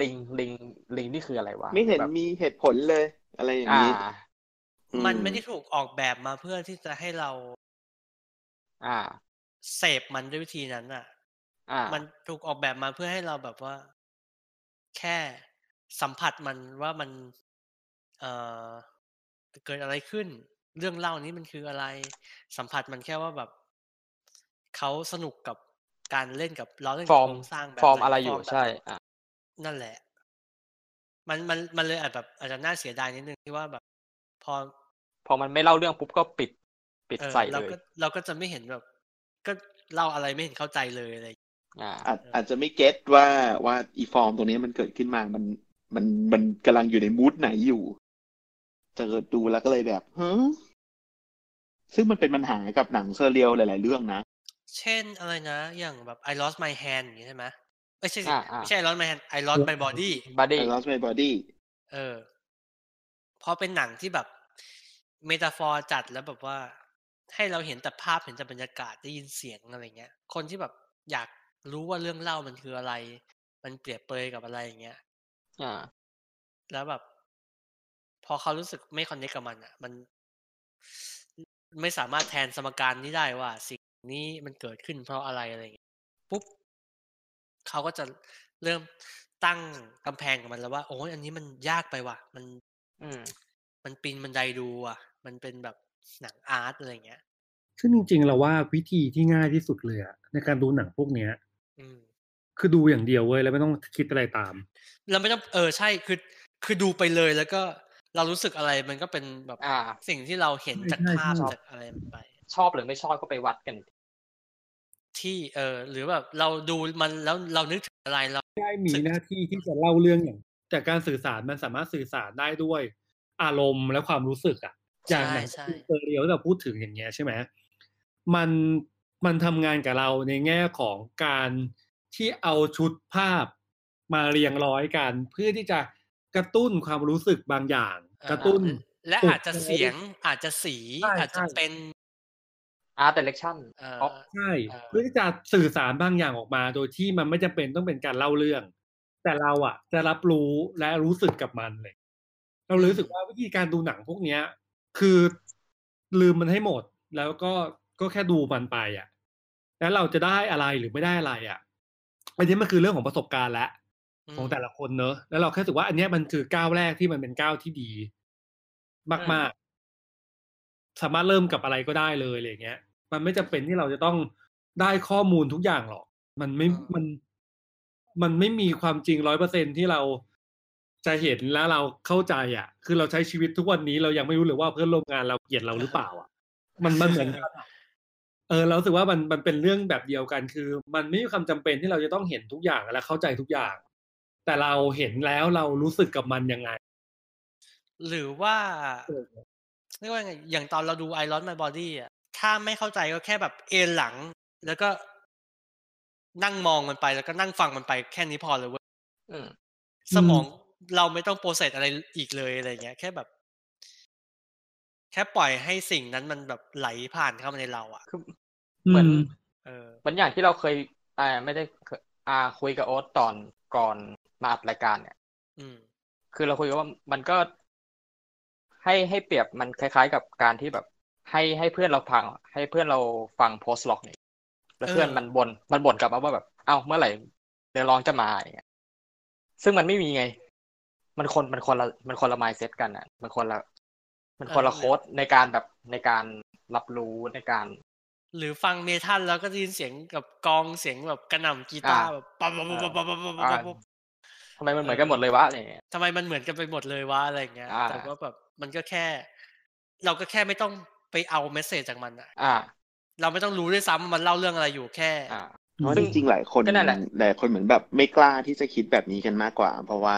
Speaker 3: ลิงลิงลิงนี่คืออะไรวะ
Speaker 2: ไม่เห็น
Speaker 3: แบบ
Speaker 2: มีเหตุผลเลย อะไรอย่าง
Speaker 3: อ่า
Speaker 2: นี้
Speaker 1: มันไม่ได้ถูกออกแบบมาเพื่อที่จะให้เรา
Speaker 3: อ่า
Speaker 1: เสพมันด้วยวิธีนั้นอะ
Speaker 3: อ่า
Speaker 1: มันถูกออกแบบมาเพื่อให้เราแบบว่า แค่สัมผัสมันว่ามัน เอ่อเกิดอะไรขึ้น เรื่องเล่านี้มันคืออะไร สัมผัสมันแค่ว่าแบบเขาสนุกกับการเล่นกับล้อเล่น
Speaker 3: ฟ
Speaker 1: กับ
Speaker 3: อร์ม
Speaker 1: โครงสร้างแบบ
Speaker 3: ฟอร์ม
Speaker 1: หน
Speaker 3: อะไรอยู่
Speaker 1: ฟร์มแบบ
Speaker 3: ใช่
Speaker 1: ไหน
Speaker 3: อ่า
Speaker 1: นั่นแหละ มันมันมันเลยอาจแบบอาจจะน่าเสียดายนิดนึงที่ว่าแบบ พอ
Speaker 3: พอมันไม่เล่าเรื่องปุ๊บก็ปิด ปิด
Speaker 1: เออ
Speaker 3: ใส่เล
Speaker 1: เรา
Speaker 3: ย
Speaker 1: ก็เราก็จะไม่เห็นแบบ ก็เล่าอะไรไม่เห็นเข้าใจเลยอะไรอย่างเงี้ย
Speaker 3: อ่า
Speaker 2: อาจอาจจะไม่เก็ตว่าว่าอีฟอร์มตัวนี้มันเกิดขึ้นมา มันมันมันกำลังอยู่ในมูดไหนอยู่จะเกิดดูแล้วก็เลยแบบฮะซึ่งมันเป็นปัญหากับหนังเซอร์เรียลหลาย ๆ เรื่องนะ
Speaker 1: เช่นอะไรนะ อย่างแบบ I lost my hand อย่างงี้ใช่ไหมไม่ใช่สิ
Speaker 3: อ่าอ่า
Speaker 1: ไม่ใช่ I lost my hand I lost my body
Speaker 3: บัดดี้
Speaker 2: I lost my body
Speaker 1: เออเพราะเป็นหนังที่แบบเมตาฟอร์จัดแล้วแบบว่า ให้เราเห็นแต่ภาพเห็นแต่บรรยากาศได้ยินเสียงอะไรเงี้ย คนที่แบบอยากรู้ว่าเรื่องเล่ามันคืออะไร มันเปรียบเปรยกับอะไรอย่างเงี้ย
Speaker 3: อ่า
Speaker 1: แล้วแบบ พอเขารู้สึกไม่คอนเนคกับมันอ่ะ มัน <sniffs> ไม่สามารถแทนสมการนี้ได้ว่า สิ่งนี้มันเกิดขึ้นเพราะอะไรอะไรอย่างเงี้ยปุ๊บเขาก็จะเริ่มตั้งกำแพงกับมันแล้วว่า โอ้ยอันนี้มันยากไปว่ะ มัน
Speaker 3: อืม
Speaker 1: มันปีนบันไดดูอ่ะ มันเป็นแบบหนังอาร์ตอะไรอย่างเงี้ย
Speaker 4: <laughs> ซึ่งจริงๆเราว่าวิธีที่ง่ายที่สุดเลยอะในการดูหนังพวกเนี้ย
Speaker 1: อืม
Speaker 4: คือดูอย่างเดียวเว้ยแล้วไม่ต้องคิดอะไรตาม
Speaker 1: เราไม่ต้องเออใช่คือ คือดูไปเลย แล้วก็เรารู้สึกอะไรมันก็เป็นแบบ
Speaker 3: อ่า
Speaker 1: สิ่งที่เราเห็นจาก
Speaker 4: ใช่
Speaker 1: ภาพ
Speaker 4: ใช่
Speaker 1: จากอะไรมันไป
Speaker 3: ชอบหรือไม่ชอบก็ไปวัดกันอีกที
Speaker 1: ที่เออหรือแบบเราดูมันแล้วเรานึกถึงอะไรเรา
Speaker 4: ได้มีหน้าที่ที่จะเล่าเรื่องอย่าง แต่การสื่อสารมันสามารถสื่อสารได้ด้วย อารมณ์และความรู้สึกอะอย่างหนัง
Speaker 1: ใช่
Speaker 4: เซอร์เรียลที่เราพูดถึงอย่างเงี้ยใช่ไหมมันมันทำงานกับเราในแง่ของการที่เอาชุดภาพมาเรียงร้อยกัน เพื่อที่จะกระตุ้นความรู้สึกบางอย่าง
Speaker 1: อ่าก
Speaker 4: ระตุ้น
Speaker 1: และ
Speaker 4: ปลุก
Speaker 1: อาจจะเสียงอาจจะสี
Speaker 4: ใช่
Speaker 1: อาจจะ
Speaker 4: ใช่
Speaker 1: เป็น
Speaker 3: อาร์ตเดเรคชั่น
Speaker 1: เอ่อ
Speaker 3: เพราะ
Speaker 4: ใช่
Speaker 1: เอ่อ
Speaker 4: เพื่อที่จะสื่อสารบางอย่างออกมา โดยที่มันไม่จำเป็นต้องเป็นการเล่าเรื่อง แต่เราอ่ะ จะรับรู้และรู้สึกกับมันเลย เรารู้สึกว่าวิธีการดูหนังพวกเนี้ย คือลืมมันให้หมด แล้วก็ก็แค่ดูมันไปอ่ะ แล้วเราจะได้อะไรหรือไม่ได้อะไรอ่ะอันนี้มันคือเรื่องของประสบการณ์และ
Speaker 1: ม
Speaker 4: ของแต่ละคนเนอะแล้วเราแค่รู้สึกว่าอันเนี้ยมันคือก้าวแรกที่มันเป็นก้าวที่ดี มากๆ สามารถเริ่มกับอะไรก็ได้เลยอะไรอย่างเงี้ย มันไม่จำเป็นที่เราจะต้องได้ข้อมูลทุกอย่างหรอก มันไม่มัน มันไม่มีความจริงร้อยเปอร์เซ็นที่เราจะเห็นและเราเข้าใจอ่ะ คือเราใช้ชีวิตทุกวันนี้เรายังไม่รู้เลยว่าเพื่อนร่วมงานเราเกลียดเราหรือเปล่าอ่ะ มันมันเหมือนกันอะเออเรารู้สึกว่ามันมันเป็นเรื่องแบบเดียวกัน คือ มันไม่มีความจำเป็นที่เราจะต้องเห็นทุกอย่างและเข้าใจทุกอย่าง แต่เราเห็นแล้วเรารู้สึกกับมันยังไง
Speaker 1: หรือว่า
Speaker 4: เออ
Speaker 1: เรียกว่าไงอย่างตอนเราดูไอรอนมาบอดี้อ่ะถ้าไม่เข้าใจก็แค่แบบเอนหลัง แล้วก็นั่งมองมันไปแล้วก็นั่งฟังมันไปแค่นี้พอเลยเว้ย
Speaker 3: อืม
Speaker 1: สมองเราไม่ต้องโปรเซสอะไรอีกเลยอะไรเงี้ย แค่แบบ แค่ปล่อยให้สิ่งนั้นมันแบบไหลผ่านเข้ามาในเราอ่ะ
Speaker 3: เหมือน
Speaker 1: เออ
Speaker 3: เหมือนอย่างที่เราเคยอ่าไม่ได้เคยอ่าคุยกับโอ๊ตตอนก่อนมาอัดรายการเนี่ย
Speaker 1: อืม
Speaker 3: คือเราคุยกันว่ามันก็ ให้ให้เปรียบมันคล้าย ๆ กับการที่แบบ ให้ให้เพื่อนเราฟัง ให้เพื่อนเราฟังโพสต์ล็อกเนี่ยแล้ว
Speaker 1: เออ
Speaker 3: เพื่อนมันบ่นมันบ่นกลับมาว่าแบบ เอ้าเมื่อไหร่เดี๋ยวร้องจะมาอย่างเงี้ยซึ่งมันไม่มีไง มันคนมันคนละมันคนละไมเซ็ตกันอ่ะ มันคนละ มันคนละ
Speaker 1: เออ
Speaker 3: โค้ดในการแบบในการรับรู้ในการ
Speaker 1: หรือฟังเมทัลแล้วก็ได้ยินเสียงกับกลองเสียงแบบกระหน่ำกีตาร์แบบปั๊บปั๊บปั๊บปั๊บปั๊บปั๊บปั๊บปั๊บ
Speaker 3: ทำไมมันเหมือน
Speaker 1: เออ
Speaker 3: กันหมดเลยวะอะไรอย่างเงี้ย
Speaker 1: ทำไมมันเหมือนกันไปหมดเลยวะอะไรอย่างเงี้ย
Speaker 3: อ่า
Speaker 1: แต่ว่าแบบมันก็แค่ เราก็แค่ไม่ต้องไปเอาเมสเซจจากมันอะ
Speaker 3: อ่า
Speaker 1: เราไม่ต้องรู้ด้วยซ้ำมันเล่าเรื่องอะไรอยู่แค่
Speaker 3: อ่า
Speaker 2: เพราะจริงๆหลายคน
Speaker 3: ก็นั่นแหละ
Speaker 2: หลายคนเหมือนแบบไม่กล้าที่จะคิดแบบนี้กันมากกว่า เพราะว่า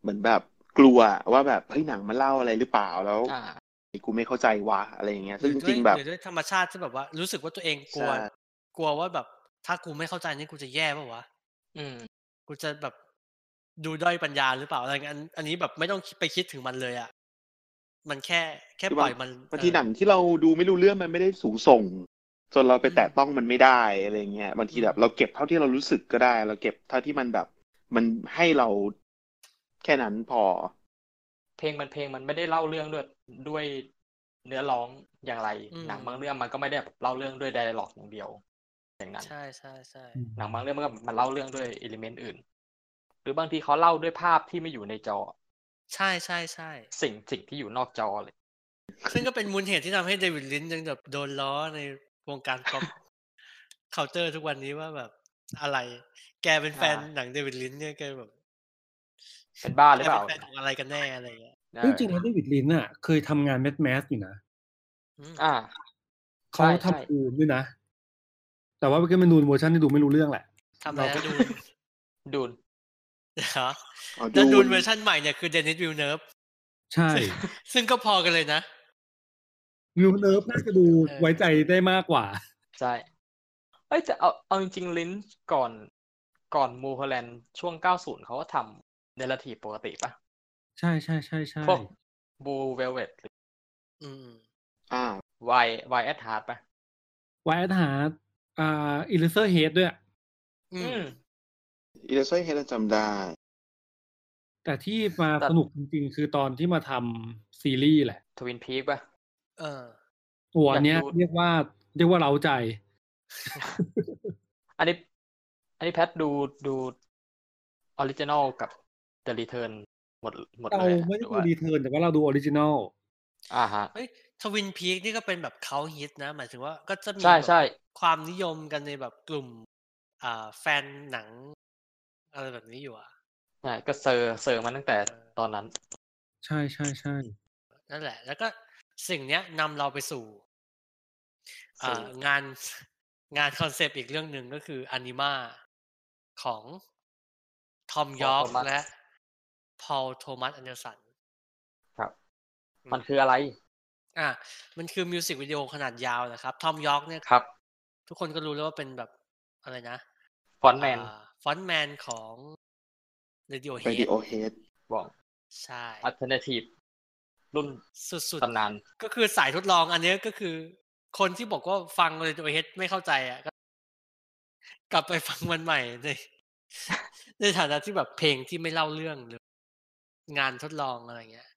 Speaker 2: เหมือนแบบกลัวว่าแบบเฮ้ยหนังมันเล่าอะไรหรือเปล่าแล้ว
Speaker 3: อ่า
Speaker 2: กูไม่เข้าใจวะอะไรอย่างเงี้ย ซึ่ง
Speaker 1: ห
Speaker 2: จ
Speaker 1: ด้วย
Speaker 2: ริงๆแบบ
Speaker 1: หรือด้วยธรรมชาติที่แบบว่า รู้สึกว่าตัวเองกลัว
Speaker 2: ใช่
Speaker 1: กลัวว่าแบบ ถ้ากูไม่เข้าใจนี่กูจะแย่ป่าวะ
Speaker 3: อืม
Speaker 1: กูจะแบบดูด้อยปัญญาหรือเปล่าอะไรเงี้ยอันอันนี้แบบไม่ต้องคิดไปคิดถึงมันเลยอ่ะมันแค่แค่ปล่อยมัน
Speaker 2: บางที
Speaker 1: เออ
Speaker 2: หนังที่เราดูไม่รู้เรื่องมันไม่ได้สูงส่ง จนเราไปแตะต้องมันไม่ได้อะไรเงี้ยบางทีแบบเราเก็บเท่าที่เรารู้สึกก็ได้ เราเก็บเท่าที่มันแบบ มันให้เราแค่นั้นพอ
Speaker 3: เพลงมันเพลงมันไม่ได้เล่าเรื่องด้วยด้วยเนื้อร้องอย่างไร
Speaker 1: อืม
Speaker 3: หนังบางเรื่องมันก็ไม่ได้แบบเล่าเรื่องด้วยไดอะล็อกอย่างเดียว อย่างนั้น
Speaker 1: ใช่ใช่ใช่
Speaker 4: อืม
Speaker 3: หนังบางเรื่องมันก็มันเล่าเรื่องด้วยเอลิเมนต์อื่น หรือบางทีเขาเล่าด้วยภาพที่ไม่อยู่ในจอ
Speaker 1: ใช่ใช่ใช่
Speaker 3: <laughs> สิ่งสิ่งที่อยู่นอกจอเลย
Speaker 1: ซึ่งก็เป็นมูลเหตุที่ทำให้เดวิดลินยังแบบโดนล้อในวงการก๊อป เคาน์เตอร์ทุกวันนี้ว่าแบบอะไร แกเป็นแฟน
Speaker 3: อ่า
Speaker 1: หนังเดวิดลินเนี่ยแกแบบ
Speaker 3: เป็นบ้า
Speaker 1: แก
Speaker 3: หรือเป
Speaker 1: เป็แฟ
Speaker 3: ล่าน
Speaker 1: นของอะไรกันแน่อะไรอย่างเงี้ย
Speaker 3: เออ
Speaker 4: จริงๆแล้วเดวิดลินอ่ะ เคยทำงานแมสแมสอยู่นะ
Speaker 1: อืม
Speaker 3: อ่า
Speaker 4: เขา
Speaker 3: ใช่ใช่
Speaker 4: ทำดูนด้วยนะ แต่ว่าเมื่อกี้มันดูนเวอร์ชันที่ดูไม่รู้เรื่องแหละ
Speaker 1: ทำอะไร
Speaker 4: เราก็
Speaker 1: นะดูน
Speaker 3: ดูน
Speaker 1: เห
Speaker 3: <laughs>
Speaker 1: รอ
Speaker 2: เอา
Speaker 1: แล้ว
Speaker 2: ดู
Speaker 1: ดูนเวอร์ชันใหม่เนี่ยคือเดนิสวิลเนิร์ฟ
Speaker 4: ใช่ <laughs>
Speaker 1: ซึ่งก็พอกันเลยนะ
Speaker 4: วิวเนิร์ฟน่าจะดูไว้ใจได้มากกว่า
Speaker 3: ใช่ เอ้ยแต่เอาเอาจริงๆลินช์ก่อนก่อนมูฮอลแลนด์ช่วง 90 เขาก็ทำเนลทีปกติป่ะ
Speaker 4: ใช่ใช่ใช่ใช่
Speaker 3: พวกบูเวลเวตหรือ
Speaker 1: อืม
Speaker 2: อ่า
Speaker 3: วายวายแอดฮาร์ดป่ะ
Speaker 4: ไวท์ฮาร์ดอ่าอิลิเซอร์เฮดด้วย
Speaker 1: อื
Speaker 3: อื
Speaker 1: ม
Speaker 3: ม
Speaker 2: อิเลสไซเฮเราจำได้
Speaker 4: แต่ที่มา
Speaker 3: แต่
Speaker 4: สนุกจริงๆ คือตอนที่มาทำซีรีส์แหละ
Speaker 3: ทวินพีคป่ะ
Speaker 1: เออ
Speaker 4: ตัวเนี้
Speaker 3: อ
Speaker 4: ย
Speaker 3: ยากดู
Speaker 4: เรียกว่าเรียกว่าเราใจ
Speaker 3: อันนี้ อันนี้แพทดูดูออริจินอลกับเดลิเทิร์นหมดหมด
Speaker 4: เรา
Speaker 3: เลยอะ
Speaker 4: ไม่ได้
Speaker 3: หรือ
Speaker 4: ดู
Speaker 3: ว่า
Speaker 4: รีเทิร์นแต่ว่าเราดูออริจินอล
Speaker 3: อ่าฮะ
Speaker 1: เฮ้ยทวินพีคนี่ก็เป็นแบบเขาฮิตนะ หมายถึงว่าก็จะมี
Speaker 3: ใช่
Speaker 1: แบบ
Speaker 3: ใช่
Speaker 1: ความนิยมกันในแบบกลุ่ม อ่า แฟนหนัง อะไรแบบนี้อยู่อ่ะ
Speaker 3: ใช่ก็เซอร์เซอร์มาตั้งแต่ตอนนั้น
Speaker 4: ใช่ใช่ใช่
Speaker 1: นั่นแหละ แล้วก็สิ่งเนี้ยนำเราไปสู่
Speaker 3: สู่
Speaker 1: อ่างาน <laughs> งานคอนเซปต์อีกเรื่องหนึ่งก็คืออนิมาของทอมยอร์ก
Speaker 3: Thomas
Speaker 1: และพอลโทมัสอันเดอร์สัน
Speaker 3: มันคืออะไร
Speaker 1: อ่ะมันคือมิวสิกวิดีโอขนาดยาวนะครับ ทอมยอร์กเนี่ย
Speaker 3: ครับ
Speaker 1: ทุกคนก็รู้แล้วว่าเป็นแบบอะไรนะ
Speaker 3: ฟอนแมน
Speaker 1: ฟอนต์แมนของ Radiohead
Speaker 2: Radiohead
Speaker 3: บอก
Speaker 1: ใช่
Speaker 3: อัลเทอร์เนทีฟรุ่น
Speaker 1: สุดๆ
Speaker 3: ตำนาน
Speaker 1: ก็คือสายทดลองอันเนี้ยก็คือ คนที่บอกว่าฟังเลยตัวเฮดไม่เข้าใจอ่ะก็กลับไปฟังมันใหม่ใน <laughs> ในฐานะที่แบบเพลงที่ไม่เล่าเรื่องหรือ งานทดลองอะไรเงี้ย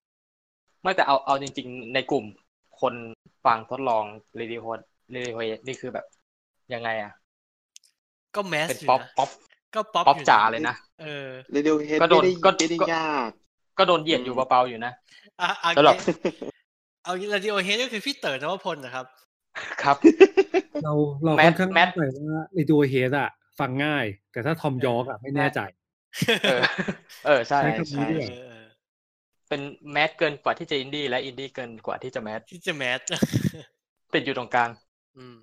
Speaker 3: ไม่แต่เอาเอาจริง ๆ ในกลุ่มคนฟังทดลองเรดิโฮเรดิโฮนี่คือแบบยังไงอ่ะ
Speaker 1: ก็แมส
Speaker 3: เป็น
Speaker 1: อยู่
Speaker 3: ป๊อป
Speaker 1: นะ
Speaker 3: ป๊อป
Speaker 1: ก็ป๊อป
Speaker 3: ป๊อป
Speaker 1: ยู่
Speaker 3: จ๋าเลยนะ
Speaker 1: เออ
Speaker 2: เรดิโอเฮด
Speaker 3: ก็
Speaker 2: ไม่
Speaker 3: โดน
Speaker 2: ได้
Speaker 3: ก็
Speaker 2: ไม่ได้
Speaker 3: ก็
Speaker 2: ยาก
Speaker 3: ก็โดนเหยียดอยู่เบาๆอยู่นะ
Speaker 1: อ่ะอ่ะ
Speaker 3: สำหรับ
Speaker 1: เอาเรดิโอเฮดก็คือพี่เต๋อนวพลนะครับ
Speaker 3: ครับ
Speaker 4: เราเรา
Speaker 3: แมท
Speaker 4: ค่อนข้าง
Speaker 3: แมท
Speaker 4: มั่นใจว่าเรดิโอเฮดอะฟังง่าย แต่ถ้าทอมยอร์กอะไม่แน่ใจ
Speaker 3: เออ เออใช่
Speaker 4: ใช่ครับ
Speaker 1: <laughs> เอ
Speaker 2: ใช่
Speaker 1: อเออ
Speaker 3: เป็นแมสเกินกว่าที่จะอินดี้และอินดี้เกินกว่าที่จะแมส
Speaker 1: ที่จะแมส
Speaker 3: ติดอยู่ตรงกลาง
Speaker 1: <laughs> อืม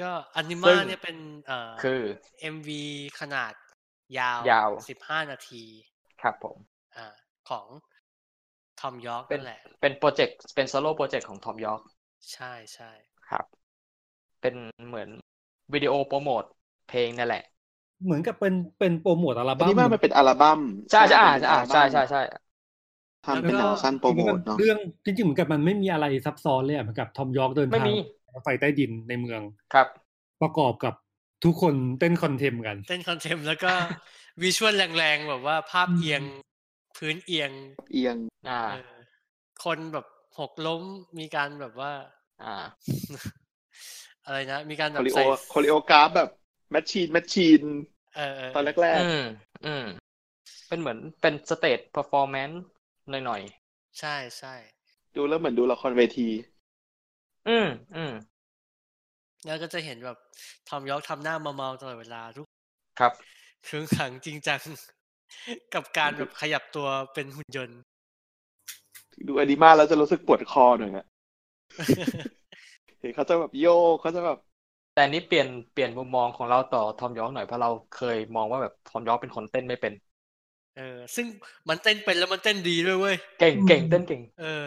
Speaker 1: ก็อนิ
Speaker 3: ซึ่
Speaker 1: มาง เนี่ยเป็นเอ่อ
Speaker 3: คือ
Speaker 1: MV ขนาดยาวย
Speaker 3: าว
Speaker 1: สิบห้านาที
Speaker 3: ครับผม
Speaker 1: อ่าของทอมยอร์ก
Speaker 3: เป็น
Speaker 1: นั่นแหละ
Speaker 3: เป็นโปรเจกต์เป็นโซโล่โปรเจกต์ของทอมยอร์ก
Speaker 1: ใช่ใช่
Speaker 3: ครับ เป็นเหมือนวิดีโอโปรโมทเพลงนั่นแหละ
Speaker 4: เหมือนกับเป็นเป็นโปรโมทอัล
Speaker 2: อัน
Speaker 4: บั้
Speaker 2: นี้
Speaker 4: ม
Speaker 2: ว่ามันเป็นอัลบั้ม
Speaker 3: ใช่ใช่อ่า
Speaker 2: เป็นอัล
Speaker 3: อ่า
Speaker 2: บั้ม
Speaker 3: ใช่ใช่ใช่
Speaker 2: ทำเป็นหนังสั้นโปรโมทเนาะ
Speaker 4: เรื่องจริงๆเหมือนกับมันไม่มีอะไรซับซ้อนเลยอะเหมือนกับทอมยอร์กเดิน
Speaker 3: ไม่
Speaker 4: ทาง
Speaker 3: มี
Speaker 4: รถไฟใต้ดินในเมือง
Speaker 3: ครับ
Speaker 4: ประกอบกับทุกคนเต้นคอนเทมกัน
Speaker 1: เต้นคอนเทมป์แล้วก็
Speaker 2: <laughs>
Speaker 1: วิชวลแรงๆ แบบว่าภาพ
Speaker 4: อืม
Speaker 1: เอียง พื้นเอียง
Speaker 2: เอียง
Speaker 3: อ่า
Speaker 1: เออคนแบบหกล้มมีการแบบว่า <laughs>
Speaker 3: อ่า
Speaker 1: อะไรนะ มีการแบบ
Speaker 2: โคลิโอ
Speaker 1: ใส่
Speaker 2: โคลิโอกราฟแบบแมชชีนแมชชีน
Speaker 1: เออเออ
Speaker 2: ตอนแรก
Speaker 3: อืมอืม เป็นเหมือนเป็นสเตจเพอร์ฟอร์แมนซ์หน่อย
Speaker 1: ใช่ใช่
Speaker 2: ดูแล้วเหมือนดูละครเวที
Speaker 3: ๆอืมอืม
Speaker 1: แล้วก็จะเห็นแบบทอมยอร์กทำหน้าเมาๆตลอดเวลาทุก
Speaker 3: ครับ
Speaker 1: ครึ่งขังจริงจั <laughs> ง กับการแบบขยับตัวเป็นหุ่นยนต์ <laughs>
Speaker 2: ดูอนิมาแล้วจะรู้สึกปวดคอหน่อยอะเห็นเขาจะแบบโยกเขาจะแบบ
Speaker 3: แต่อันนี้เปลี่ยนเปลี่ยนมุมมองของเราต่อทอมยอร์กหน่อยเพราะเราเคยมองว่าแบบทอมยอร์กเป็นคนเต้นไม่เป็น
Speaker 1: เออ ซึ่งมันเต้นเป็นแล้วมันเต้นดีด้วยเว้ย
Speaker 3: เก่งเก่งเต้นเก่ง
Speaker 1: เออ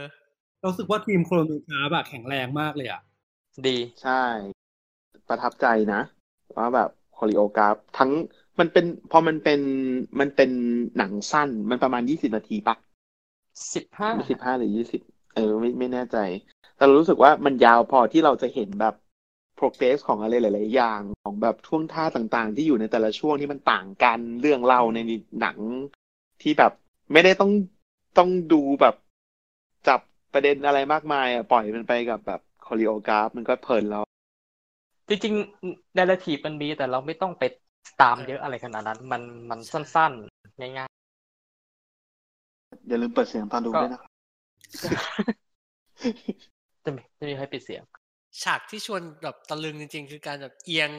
Speaker 4: เรารู้สึกว่าทีมโครโนกราฟอะแข็งแรงมากเลยอะ
Speaker 3: ดี
Speaker 2: ใช่ ประทับใจนะ ว่าแบบคอริโอกราฟทั้งมันเป็นพอมันเป็นมันเป็นหนังสั้นมันประมาณยี่สิบนาทีปะ
Speaker 3: สิบห้า
Speaker 2: สิบห้าหรือยี่สิบเออไม่ไม่แน่ใจ แต่เรารู้สึกว่ามันยาวพอที่เราจะเห็นแบบ progress ของอะไรหลาย ๆ อย่างของแบบท่วงท่าต่างๆ ที่อยู่ในแต่ละช่วงที่มันต่างกันเรื่องเล่าในหนังที่แบบไม่ได้ต้องต้องดูแบบจับประเด็นอะไรมากมายอะปล่อยมันไปกับแบบคอริโอกราฟมันก็เพลินแล้ว
Speaker 3: จริงๆเนรทีฟมันมีแต่เราไม่ต้องไปตามเยอะอะไรขนาดนั้น มันมันสั้นๆ ง่าย
Speaker 2: อย่าลืมเปิดเสียงตอนดูด้วยนะครับ
Speaker 3: ๆจะมีจะมีใครปิดเสียง
Speaker 1: ฉากที่ชวนแบบตะลึงจริง ๆ คือการแบบเอียง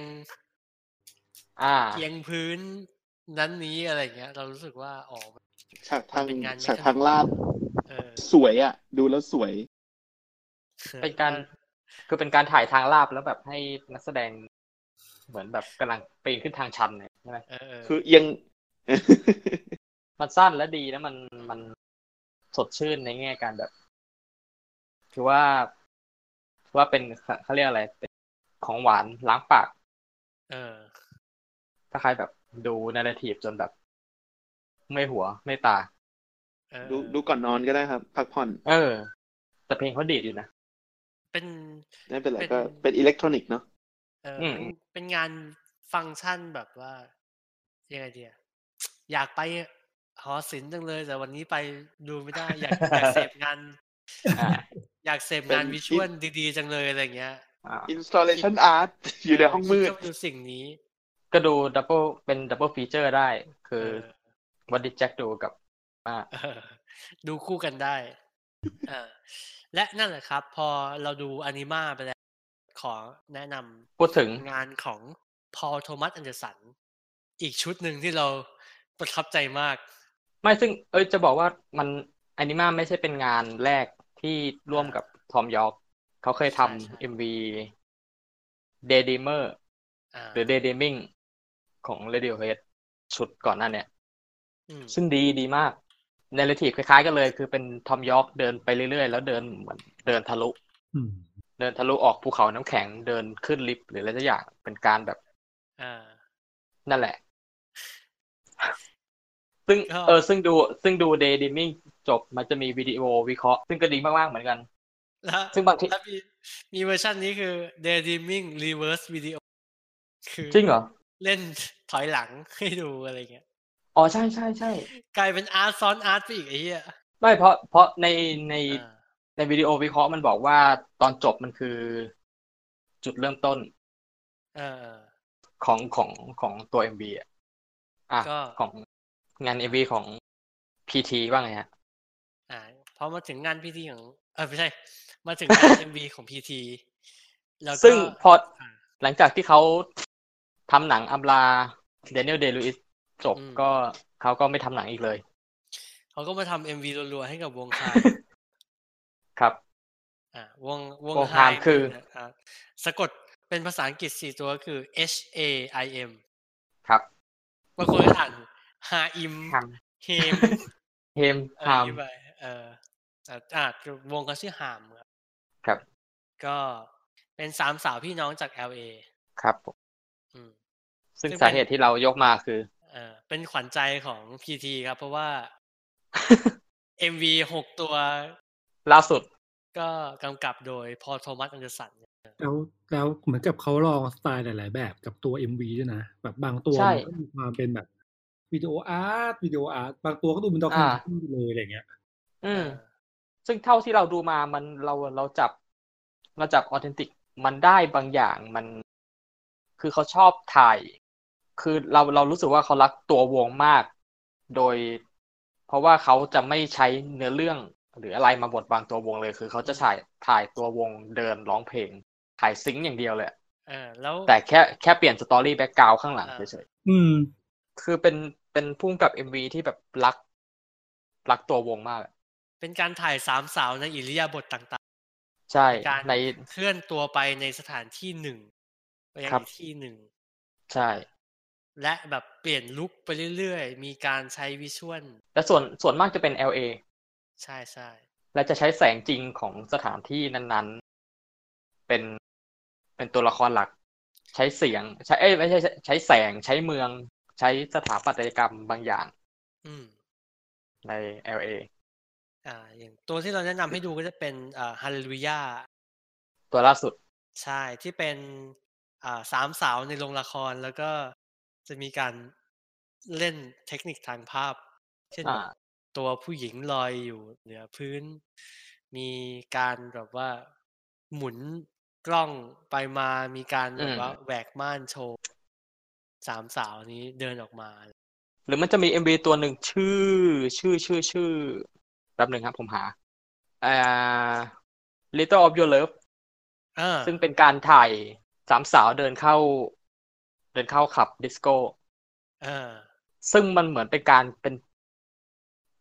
Speaker 3: อ่า
Speaker 1: เอียงพื้นนั้นนี้อะไรอย่างเงี้ย เรารู้สึกว่าอ๋อ
Speaker 2: ฉากทาง
Speaker 1: เป็นงานไม่
Speaker 2: ฉากทางลาด
Speaker 1: เออ
Speaker 2: สวยอ่ะ ดูแล้วสวย
Speaker 3: เป็นการ คือเป็นการถ่ายทางลาบแล้วแบบให้นักแสดง เหมือนแบบกำลังปีนขึ้นทางชันเนี่ยใช่ไหม
Speaker 1: เออเออ
Speaker 2: คือเอียง <laughs>
Speaker 3: มันสั้นและดีแล้วมันมันสดชื่นในแง่การแบบ ถือว่าถือว่าเป็นเขาเขาเรียกอะไรเป็นของหวานล้างปาก
Speaker 1: เออ
Speaker 3: ถ้าใครแบบดูนาราทีฟจนแบบ ไม่หัวไม่ตา
Speaker 1: เออ
Speaker 2: ดูดูก่อนนอนก็ได้ครับ พักผ่อน
Speaker 3: เออ แต่เพลงเขาดีดอยู่นะ
Speaker 1: เป็น
Speaker 2: ไม่เป็นไร
Speaker 1: เป็น
Speaker 2: ก็เป็นอิเล็กทรอนิกส์เนาะ
Speaker 1: เออ
Speaker 3: อืม
Speaker 1: เป็นเป็นงานฟังก์ชันแบบว่ายังไงดีอะอยากไปหอศิลป์จังเลย แต่วันนี้ไปดูไม่ได้ อยากอยากเสพงาน
Speaker 3: อ่า
Speaker 1: อยากเสพงานวิชวลดีๆ จังเลยอะไรอย่างเงี้ย
Speaker 3: อ่า
Speaker 2: อินสต l เล
Speaker 1: <laughs>
Speaker 2: ชันอาร์ตอยู่ในห้องมืด
Speaker 1: ชบดูสิ่งนี้
Speaker 3: ก็ดูดับเบิลเป็นดับเบิลฟีเจอร์ได้ คือ
Speaker 1: เออ
Speaker 3: วันดิแจ็คดูกับ อ่า
Speaker 1: เออ <laughs> ดูคู่กันได้ เออและนั่นแหละครับ พอเราดูอนิมาไปแล้ว ขอแนะน
Speaker 3: พูดถึง
Speaker 1: ำงานของพอโทมัสอันเดอร์สัน อีกชุดหนึ่งที่เราประทับใจมาก
Speaker 3: ไม่ซึ่ง เอ้ยจะบอกว่ามันอนิมาไม่ใช่เป็นงานแรกที่ร่วมกับทอมยอร์กเขาเคยท
Speaker 1: ใช่ใช่
Speaker 3: ำเอ็มวีเดดีเมอร์
Speaker 1: อ่า
Speaker 3: หรือเดด a มิงของ Radiohead ชุดก่อนหน้าเนี่ย
Speaker 1: อืม
Speaker 3: ซึ่งดีดีมากเนเรทีฟคล้าย ๆ กันเลย คือเป็นทอมยอร์กเดินไปเรื่อย ๆ แล้วเดินเหมือนเดินทะลุ
Speaker 4: อืม
Speaker 3: เดินทะลุออกภูเขาน้ำแข็งเดินขึ้นลิฟต์หรืออะไรสักอย่างเป็นการแบบ
Speaker 1: อ่า
Speaker 3: นั่นแหละ ซึ่ง
Speaker 1: ก็
Speaker 3: เออซึ่งดูซึ่งดูเดย์ดิมมิ่งจบมันจะมีวิดีโอวิเคราะห์ซึ่งก็ดีมากๆเหมือนกัน
Speaker 1: แล้ว
Speaker 3: ซึ่งบางที
Speaker 1: แล้วมีมีเวอร์ชันนี้คือ Daydreaming Reverse Video คือ
Speaker 3: จริงเหรอ
Speaker 1: เล่นถอยหลังให้ดูอะไรเงี้ย
Speaker 3: อ๋อใช่ใช่ใช่
Speaker 1: กลายเป็นอาร์ตซ้อนอาร์ตไปอีกไอ้เหี้ย
Speaker 3: ไม่เพราะเพราะในใน
Speaker 1: อ่า
Speaker 3: ในวิดีโอวิเคราะห์มันบอกว่าตอนจบมันคือ จุดเริ่มต้น
Speaker 1: เออเออ
Speaker 3: ของของของตัวเอ็มบีอ่ะอ่ะ
Speaker 1: ก็
Speaker 3: ของงานเอ็มบีของพีทีว่าไงฮะ
Speaker 1: อ่าพอมาถึงงานพีทีของเออไม่ใช่ มาถึง
Speaker 3: <laughs>
Speaker 1: งาน เอ็มวีของพีทีแล้วก็
Speaker 3: ซึ่งพอ
Speaker 1: อ่า
Speaker 3: หลังจากที่เขาทำหนังอำลาเดนิเอลเดลูอิสจบ
Speaker 1: อืม
Speaker 3: ก็เขาก็ไม่ทำหนังอีกเลย
Speaker 1: เขาก็มาทำเอ็มวีรัวๆให้กับวง
Speaker 3: <laughs>
Speaker 1: คาย
Speaker 3: ครับ
Speaker 1: อ่าวงวง
Speaker 3: วงฮาม
Speaker 1: ไฮ
Speaker 3: คือ
Speaker 1: นะครับสะกดเป็นภาษาอังกฤษสี่ตัวคือ H A I M
Speaker 3: ครับ
Speaker 1: บางคนก็อ่านฮาอิ
Speaker 3: <laughs>
Speaker 1: ม
Speaker 3: ฮัม
Speaker 1: เฮม
Speaker 3: เฮม
Speaker 1: อะไรอ
Speaker 3: ฮั
Speaker 1: ย่าง
Speaker 3: ม
Speaker 1: งี้ไปเอออ่าอ่าวงเขาชื่อฮามครับ
Speaker 3: ครับ
Speaker 1: ก็เป็นสามสาวพี่น้องจาก L A
Speaker 3: ครับผม
Speaker 1: อืม
Speaker 3: ซึ่ง
Speaker 1: ซึ่งเป็น
Speaker 3: สาเหตุที่เรายกมาคือ <laughs>
Speaker 1: เออเป็นขวัญใจของพีทีครับ เพราะว่า เอ็มวีหกตัว
Speaker 3: ล่าสุด
Speaker 1: ก็กำกับโดยพอโทมัสอันเดอร์สัน
Speaker 4: แล้วแล้วเหมือนกับเขาลองสไตล์หลาย ๆ แบบกับตัวเอ็มวีด้วยนะแบบบางตัว
Speaker 3: ใช่
Speaker 4: มันก็มีความเป็นแบบวิดีโออาร์ตวิดีโออาร์ตบางตัวก็ดูเป็นด็อกคิว
Speaker 3: อ่า
Speaker 4: ีเลยอะไรเงี้ย
Speaker 3: อืม
Speaker 1: เออ
Speaker 3: ซึ่งเท่าที่เราดูมามันเราเราจับ เราจับออเทนติกมันได้บางอย่างมัน คือเขาชอบถ่าย คือเราเรารู้สึกว่าเขารักตัววงมาก โดย เพราะว่าเขาจะไม่ใช้เนื้อเรื่อง หรืออะไรมาบดบังตัววงเลย คือเขาจะถ่ายถ่ายตัววงเดินร้องเพลง ถ่ายซิงค์อย่างเดียวเลย
Speaker 1: เออแล้ว
Speaker 3: แต่แค่แค่เปลี่ยนสตอรี่แบ็กกราวข้างหลัง
Speaker 1: อ่า
Speaker 3: เฉย
Speaker 4: อืม
Speaker 3: ๆคือเป็นเป็นพุ่งกับเอ็มวีที่แบบรัก รักตัววงมากอะ
Speaker 1: เป็นการถ่ายสามสาวในอิริยาบถต่าง
Speaker 3: ใช่
Speaker 1: การ
Speaker 3: ใน
Speaker 1: ๆ เคลื่อนตัวไปในสถานที่หนึ่งไปยัง
Speaker 3: ครับ
Speaker 1: อีกที่หนึ่ง
Speaker 3: ใช่
Speaker 1: และแบบเปลี่ยนลุคไปเรื่อยๆ มีการใช้วิชวล
Speaker 3: และส่วนส่วนมากจะเป็น LA
Speaker 1: ใช่ใช่
Speaker 3: และจะใช้แสงจริงของสถานที่นั้นๆ เป็นเป็นตัวละครหลัก ใช้เสียง ใช้เอ้ยไม่ใช่ใช้ใช้แสงใช้เมือง ใช้สถาปัตยกรรมบางอย่าง
Speaker 1: อืม
Speaker 3: ใน LA
Speaker 1: อ่า อย่างตัวที่เราแนะนำให้ดูก็จะเป็นอ่าฮาเลลูยา
Speaker 3: ตัวล่าสุด
Speaker 1: ใช่ที่เป็นอ่าสามสาวในโรงละครแล้วก็จะมีการเล่นเทคนิคทางภาพ เช่น
Speaker 3: อ่า
Speaker 1: ตัวผู้หญิงลอยอยู่เหนือพื้น มีการแบบว่าหมุนกล้องไปมามีการแบบ
Speaker 3: อืม
Speaker 1: ว่าแหวกม่านโชว์สามสาวนี้เดินออกมา
Speaker 3: หรือมันจะมี MV ตัวหนึ่งชื่อ ชื่อชื่อชื่อแป๊บหนึ่งครับผมหาอ่า Little of Your Love
Speaker 1: เออ
Speaker 3: ซึ่งเป็นการถ่ายสามสาวเดินเข้า เดินเข้าขับดิสโก้
Speaker 1: เออ
Speaker 3: ซึ่งมันเหมือนเป็นการเป็น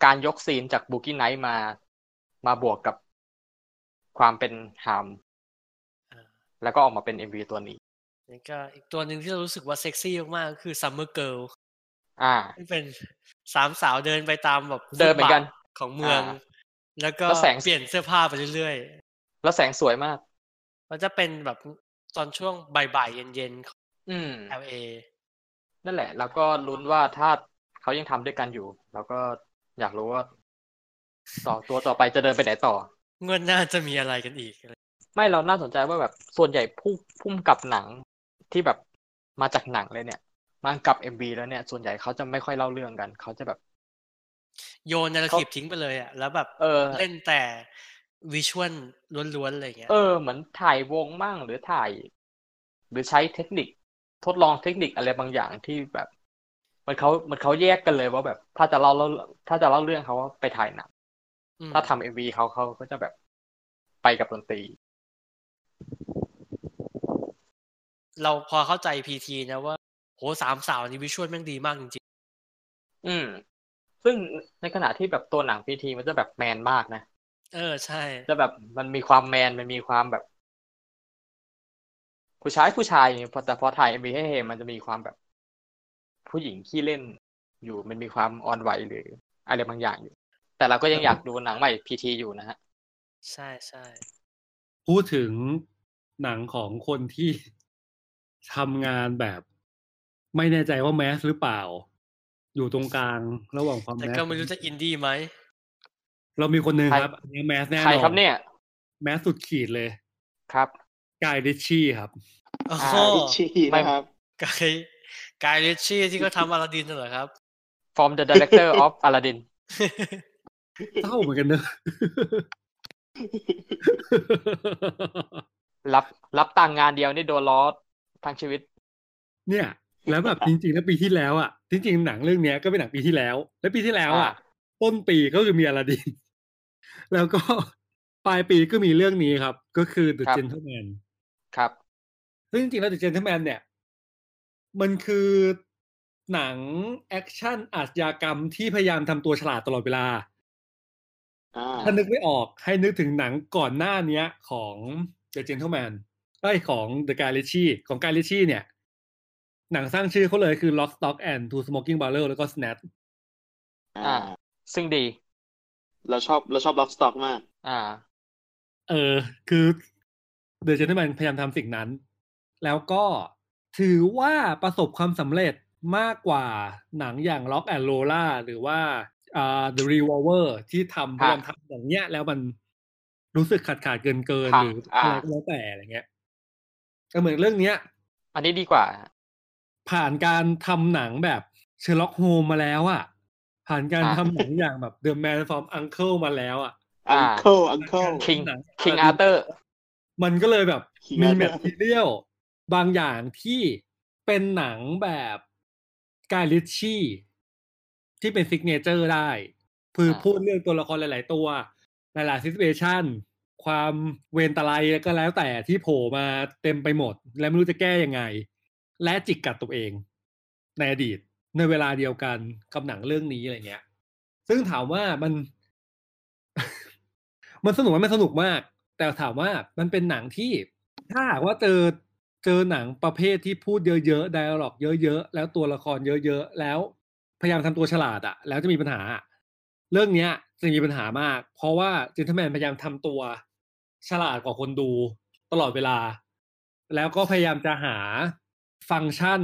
Speaker 3: การยกซีนจากบูกี้ไนท์มา มาบวกกับความเป็นฮาม
Speaker 1: อ่า
Speaker 3: แล้วก็ออกมาเป็น MV ตัวนี้
Speaker 1: แล้วก็อีกตัวหนึ่งที่เรารู้สึกว่าเซ็กซี่มากๆก็คือซัมเมอร์เกิล
Speaker 3: อ่า
Speaker 1: ที่เป็นสามสาวเดินไปตามแบบ
Speaker 3: เดินเหมือนกัน
Speaker 1: ฟุตบาทของเมือง
Speaker 3: อ่า
Speaker 1: แล้วก็
Speaker 3: แล้วแสง
Speaker 1: เปลี่ยนเสื้อผ้าไปเรื่อย
Speaker 3: แล้วแสงสวยมาก
Speaker 1: ๆ มันจะเป็นแบบตอนช่วงบ่ายๆ เย็นๆ ของ
Speaker 3: อืม
Speaker 1: LA
Speaker 3: นั่นแหละ แล้วก็ลุ้นว่าถ้าเขายังทำด้วยกันอยู่ แล้วก็อยากรู้ว่า ต่อตัวต่อไปจะเดินไปไหนต่อ
Speaker 1: เงินน่าจะมีอะไรกันอีกอะไร
Speaker 3: ไม่เราน่าสนใจว่าแบบส่วนใหญ่ผู้พุ่มกับหนังที่แบบมาจากหนังเลยเนี่ย มากับเอ็มบีแล้วเนี่ย ส่วนใหญ่เขาจะไม่ค่อยเล่าเรื่องกัน เขาจะแบบ
Speaker 1: โยนนาราทีฟทิ้งไปเลยอ่ะ แล้วแบบ
Speaker 3: เออ
Speaker 1: เล่นแต่วิชวลล้วนๆ อะไรอย่างเงี้ย
Speaker 3: เออเหมือนถ่ายวงมั่งหรือถ่าย หรือใช้เทคนิคทดลองเทคนิคอะไรบางอย่างที่แบบมันเขามันเขาแยกกันเลยว่าแบบ ถ้าจะเล่าเล่าถ้าจะเล่าเรื่องเขาว่าไปถ่ายหนัง
Speaker 1: ม
Speaker 3: ถ้าทำเอ็มวีเขาเขาก็จะแบบไปกับดนตรี
Speaker 1: เราพอเข้าใจพีทีนะว่า โหสามสาวนี่วิชวลแม่งดีมากจริงๆ
Speaker 3: อืม ซึ่งในขณะที่แบบตัวหนังพีทีมันจะแบบแมนมากนะ
Speaker 1: เออใช่
Speaker 3: จะแบบมันมีความแมนมันมีความแบบ ผู้ชายผู้ชายพอแต่พอถ่ายเอ็มวีให้เห็นมันจะมีความแบบ ผู้หญิงขี้เล่นอยู่มันมีความอ่อนไหวหรืออะไรบางอย่างอยู่ แต่เราก็ยังอยากดูหนังใหม่พีทีอยู่นะฮะ
Speaker 1: ใช่ใช่
Speaker 4: พูดถึงหนังของคนที่ <laughs> ทำงานแบบ ไม่แน่ใจว่าแมสหรือเปล่า อยู่ตรงกลางระหว่างความ
Speaker 1: แต่
Speaker 4: แมส
Speaker 1: ก็ไม่รู้จะอินดี้ไหม
Speaker 4: เรามีคนหนึ่ง
Speaker 3: ใคร
Speaker 4: ครับอันนี้แมสแน่นอน
Speaker 3: ใครครับเนี่ย
Speaker 4: แมสสุดขีดเลย
Speaker 3: ครับ
Speaker 4: กายริชชี่ครับ
Speaker 1: โอ้
Speaker 3: อ่า
Speaker 1: โห
Speaker 2: อิชชีนะครับ
Speaker 1: กายกายริชชี่ที่ก็ทำอลาดินน่ะเหรอครับ
Speaker 3: from the director of Aladdin
Speaker 4: เศร้าเหมือนกันเนอะ <laughs>
Speaker 3: รับรับต่างงานเดียวนี่โดนล้อทั้งชีวิต
Speaker 4: เนี่ย แล้วแบบจริงๆแล้วปีที่แล้วอ่ะจริงๆหนังเรื่องเนี้ยก็เป็นหนังปีที่แล้ว และปีที่แล้วอ่ะ
Speaker 3: อ่า
Speaker 4: ต้นปีก็คือมีอลาดิน <laughs> แล้วก็ ปลายปีก็มีเรื่องนี้ครับ ก็คือ The
Speaker 3: ครับ
Speaker 4: Gentleman
Speaker 3: ครับ
Speaker 4: ซึ่งจริงๆแล้ว The Gentleman เนี่ย มันคือหนังแอคชั่นอาชญากรรมที่พยายามทำตัวฉลาดตลอดเวลา
Speaker 2: อ่า
Speaker 4: ถ้านึกไม่ออกให้นึกถึงหนังก่อนหน้าเนี้ยของ The Gentleman ไอ้ยของ The Guy Ritchie ของ Guy Ritchie เนี่ย หนังสร้างชื่อเขาเลยคือ Lock Stock and Two Smoking Barrel แล้วก็ Snatch
Speaker 2: อ่า
Speaker 3: ซึ่งดี
Speaker 2: เราชอบเราชอบล็อกสต็อกมาก
Speaker 3: อ่า
Speaker 4: เออ คือ The Gentleman พยายามทำสิ่งนั้น แล้วก็ถือว่าประสบความสำเร็จมากกว่าหนังอย่าง Lock and Lola หรือว่าอ่า The Revolver ที่ทำพ
Speaker 3: ครับ
Speaker 4: ยายามทำอย่างเนี้ย แล้วมันรู้สึกขาดขาดเกินเกิน
Speaker 3: ครั
Speaker 4: ๆ
Speaker 3: บอ่า
Speaker 4: หรืออะไรก็แล้วแต่อะไรเงี้ยก็เหมือนเรื่องเนี้ย
Speaker 3: อันนี้ดีกว่า
Speaker 4: ผ่านการทำหนังแบบเชอร์ล็อกโฮมมาแล้วอะผ่านการ
Speaker 3: อ่ะ
Speaker 4: ทำหนังอย่างแบบ The Man from Uncle มาแล้วอะ
Speaker 3: อ่า
Speaker 2: อังเคิลอังเคิล
Speaker 3: King
Speaker 4: หนัง
Speaker 3: King Arthur
Speaker 4: มันก็เลยแบบ
Speaker 2: King
Speaker 4: มี
Speaker 2: Arthur
Speaker 4: แมทเทียลบางอย่างที่เป็นหนังแบบกายลิชชี่ ที่เป็นซิกเนเจอร์ได้คืออา พูดเรื่องตัวละครหลาย ๆ ตัว หลายๆซิ t เ a ชั o นความเวรตะไลก็แล้วแต่ที่โผล่มาเต็มไปหมด และไม่รู้จะแก้ยังไง และจิกกัดตัวเอง ในอดีตในเวลาเดียวกันกับหนังเรื่องนี้อะไรเงี้ย ซึ่งถามว่ามัน <laughs> มันสนุกไหมมันสนุกมาก แต่ถามว่ามันเป็นหนังที่ถ้าหากว่าเจอเจอหนังประเภทที่พูดเยอะๆ ไดอะล็อกเยอะๆ แล้วตัวละครเยอะๆ แล้วพยายามทำตัวฉลาดอะแล้วจะมีปัญหาอะเรื่องเนี้ย จะมีปัญหามาก เพราะว่าจินทแมนพยายามทำตัวฉลาดกว่าคนดูตลอดเวลา แล้วก็พยายามจะหาฟังก์ชัน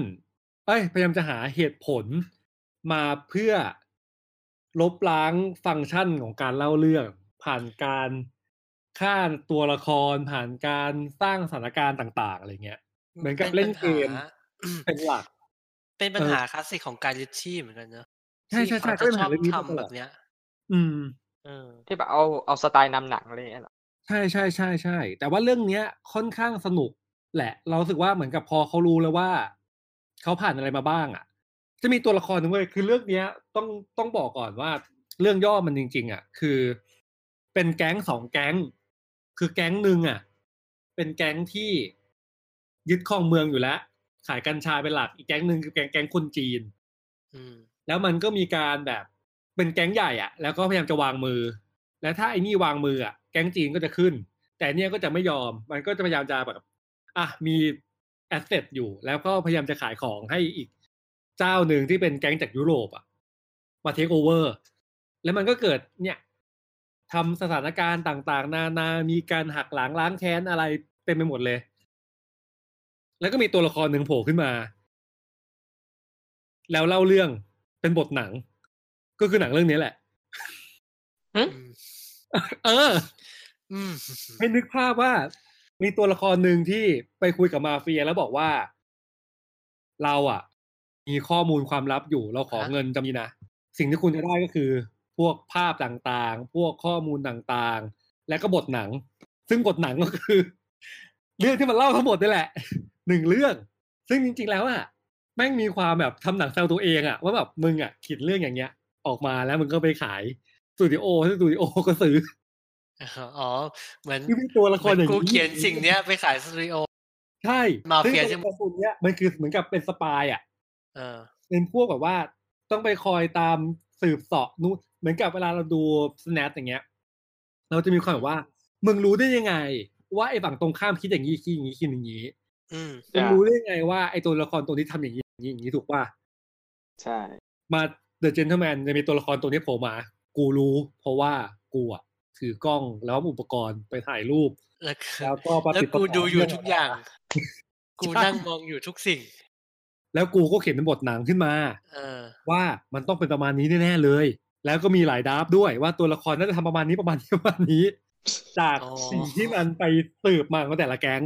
Speaker 4: เอ้ยพยายามจะหาเหตุผลมาเพื่อลบล้างฟังก์ชันของการเล่าเรื่อง ผ่านการฆ่าตัวละคร ผ่านการสร้างสถานการณ์ต่าง ๆอะไรเงี้ย <laughs> เหมือนกับเล่นเกม
Speaker 1: ป็ปัญหา
Speaker 4: เป็นหลัก
Speaker 1: <coughs> เป็นปัญหาคลาสสิกของการลิชชี่เหมือนกันเนอะ
Speaker 4: ใช่ใช่ใช่
Speaker 1: ที่เขาจะชอบ
Speaker 4: ก็เป็นปัญหาเรื่องนี้มาต
Speaker 1: ทำ
Speaker 4: ลอด
Speaker 1: แบบเนี้ย
Speaker 4: อืม
Speaker 1: เออ
Speaker 3: ที่แบบเอาเอาสไตล์นำหนังอะไรอย่างเลยเหรอ
Speaker 4: ใช่ใช่ใช่ใช่ แต่ว่าเรื่องเนี้ยค่อนข้างสนุกแหละ เรารู้สึกว่าเหมือนกับพอเขารู้แล้วว่าเขาผ่านอะไรมาบ้างอะ่ะ จะมีตัวละครหนึงเว้ยคือเรื่องเนี้ยต้องต้องบอกก่อนว่าเรื่องย่อมันจริง ๆอะ่ะคือเป็นแก๊งสองแก๊ง คือแก๊งหนึ่งอะ่ะ เป็นแก๊งที่ยึดครองเมืองอยู่แล้ว ขายกัญชาเป็นหลักอีกแก๊งหนึ่งคือแก๊งแก๊งคนจีน
Speaker 1: อืม
Speaker 4: แล้วมันก็มีการแบบเป็นแก๊งใหญ่อะแล้วก็พยายามจะวางมือ และถ้าไอ้นี่วางมืออะแก๊งจีนก็จะขึ้น แต่เนี่ยก็จะไม่ยอม มันก็จะพยายามจะแบบอ่ะมีแอสเซทอยู่ แล้วก็พยายามจะขายของให้อีกเจ้าหนึ่งที่เป็นแก๊งจากยุโรปอะมาเทคโอเวอร์ แล้วมันก็เกิดเนี่ยทำสถานการณ์ต่างๆ นานา มีการหักหลังล้างแค้นอะไรเต็มไปหมดเลย แล้วก็มีตัวละครหนึ่งโผล่ขึ้นมา แล้วเล่าเรื่องเป็นบทหนัง ก็คือหนังเรื่องนี้แหละ
Speaker 1: อืม
Speaker 4: เออ
Speaker 1: อืม
Speaker 4: ให้นึกภาพว่ามีตัวละครหนึ่งที่ไปคุยกับมาเฟียแล้วบอกว่า เราอ่ะ มีข้อมูลความลับอยู่ เราขอเงินจำนี้นะสิ่งที่คุณจะได้ก็คือ พวกภาพต่างๆ พวกข้อมูลต่างๆ และก็บทหนัง ซึ่งบทหนังก็คือ เรื่องที่มันเล่าทั้งหมดนี่แหละ <laughs> หนึ่งเรื่อง ซึ่งจริงๆแล้วอ่ะแม่งมีความแบบทำหนังแซวตัวเองอ่ะว่าแบบมึงอ่ะคิดเรื่องอย่างเงี้ย ออกมาแล้วมึงก็ไปขายสตูดิโอซึ่งสตูดิโอก็
Speaker 1: <laughs>
Speaker 4: ซื้อ
Speaker 1: อ๋อ เหมือน
Speaker 4: ที่มีตัวละครอย่าง
Speaker 1: เหมือนกูเขียนสิ่งเนี้ยไปขายสตูดิโอ
Speaker 4: ใช่
Speaker 1: มาเฟียใช่
Speaker 4: ซึ่
Speaker 1: ไหม
Speaker 4: งตัวคุณเนี้ยมันคือเหมือนกับเป็นสปายอ่ะ
Speaker 1: เออ
Speaker 4: เป็นพวกแบบว่าต้องไปคอยตามสืบเสาะนู่นเหมือนกับเวลาเราดูสแนปอย่างเงี้ย เราจะมีความแบบว่า มึงรู้ได้ยังไง ว่าไอ้ฝั่งตรงข้ามคิดอย่างนี้คิดอย่างนี้คิดอย่างนี้
Speaker 1: อืม
Speaker 4: มึงรู้ได้ยังไงว่าไอ้ตัวละครตัวนี้ทำอย่างนี้อย่างนี้อย่างนี้ถูกป่ะ
Speaker 2: ใช่
Speaker 4: มาเดอะเจนเท m แมนจะมีตัวละครตัวนี้โผล่มา กูรู้ เพราะว่ากูอ่ะถือกล้องแล้วอุปกรณ์ไปถ่ายรูป
Speaker 1: แล้ว
Speaker 4: แล้วก็ประ
Speaker 1: แล้ว
Speaker 4: ติดประ
Speaker 1: กู
Speaker 4: ต่อ
Speaker 1: ดูอยู่
Speaker 4: เรื่
Speaker 1: ทุกอย่าง
Speaker 4: ใช่
Speaker 1: กูนั่งมองอยู่ทุกสิ่ง
Speaker 4: แล้วกูก็เขียนเป็นบทหนังขึ้นมา
Speaker 1: เออ
Speaker 4: ว่ามันต้องเป็นประมาณนี้แน่ๆเลย แล้วก็มีหลายดราฟต์ด้วยว่าตัวละครน่าจะทำประมาณนี้ประมาณนี้ประมาณนี้ <laughs> จาก
Speaker 1: อ๋อ
Speaker 4: สิ่งที่มันไปสืบมาของแต่ละแก๊ง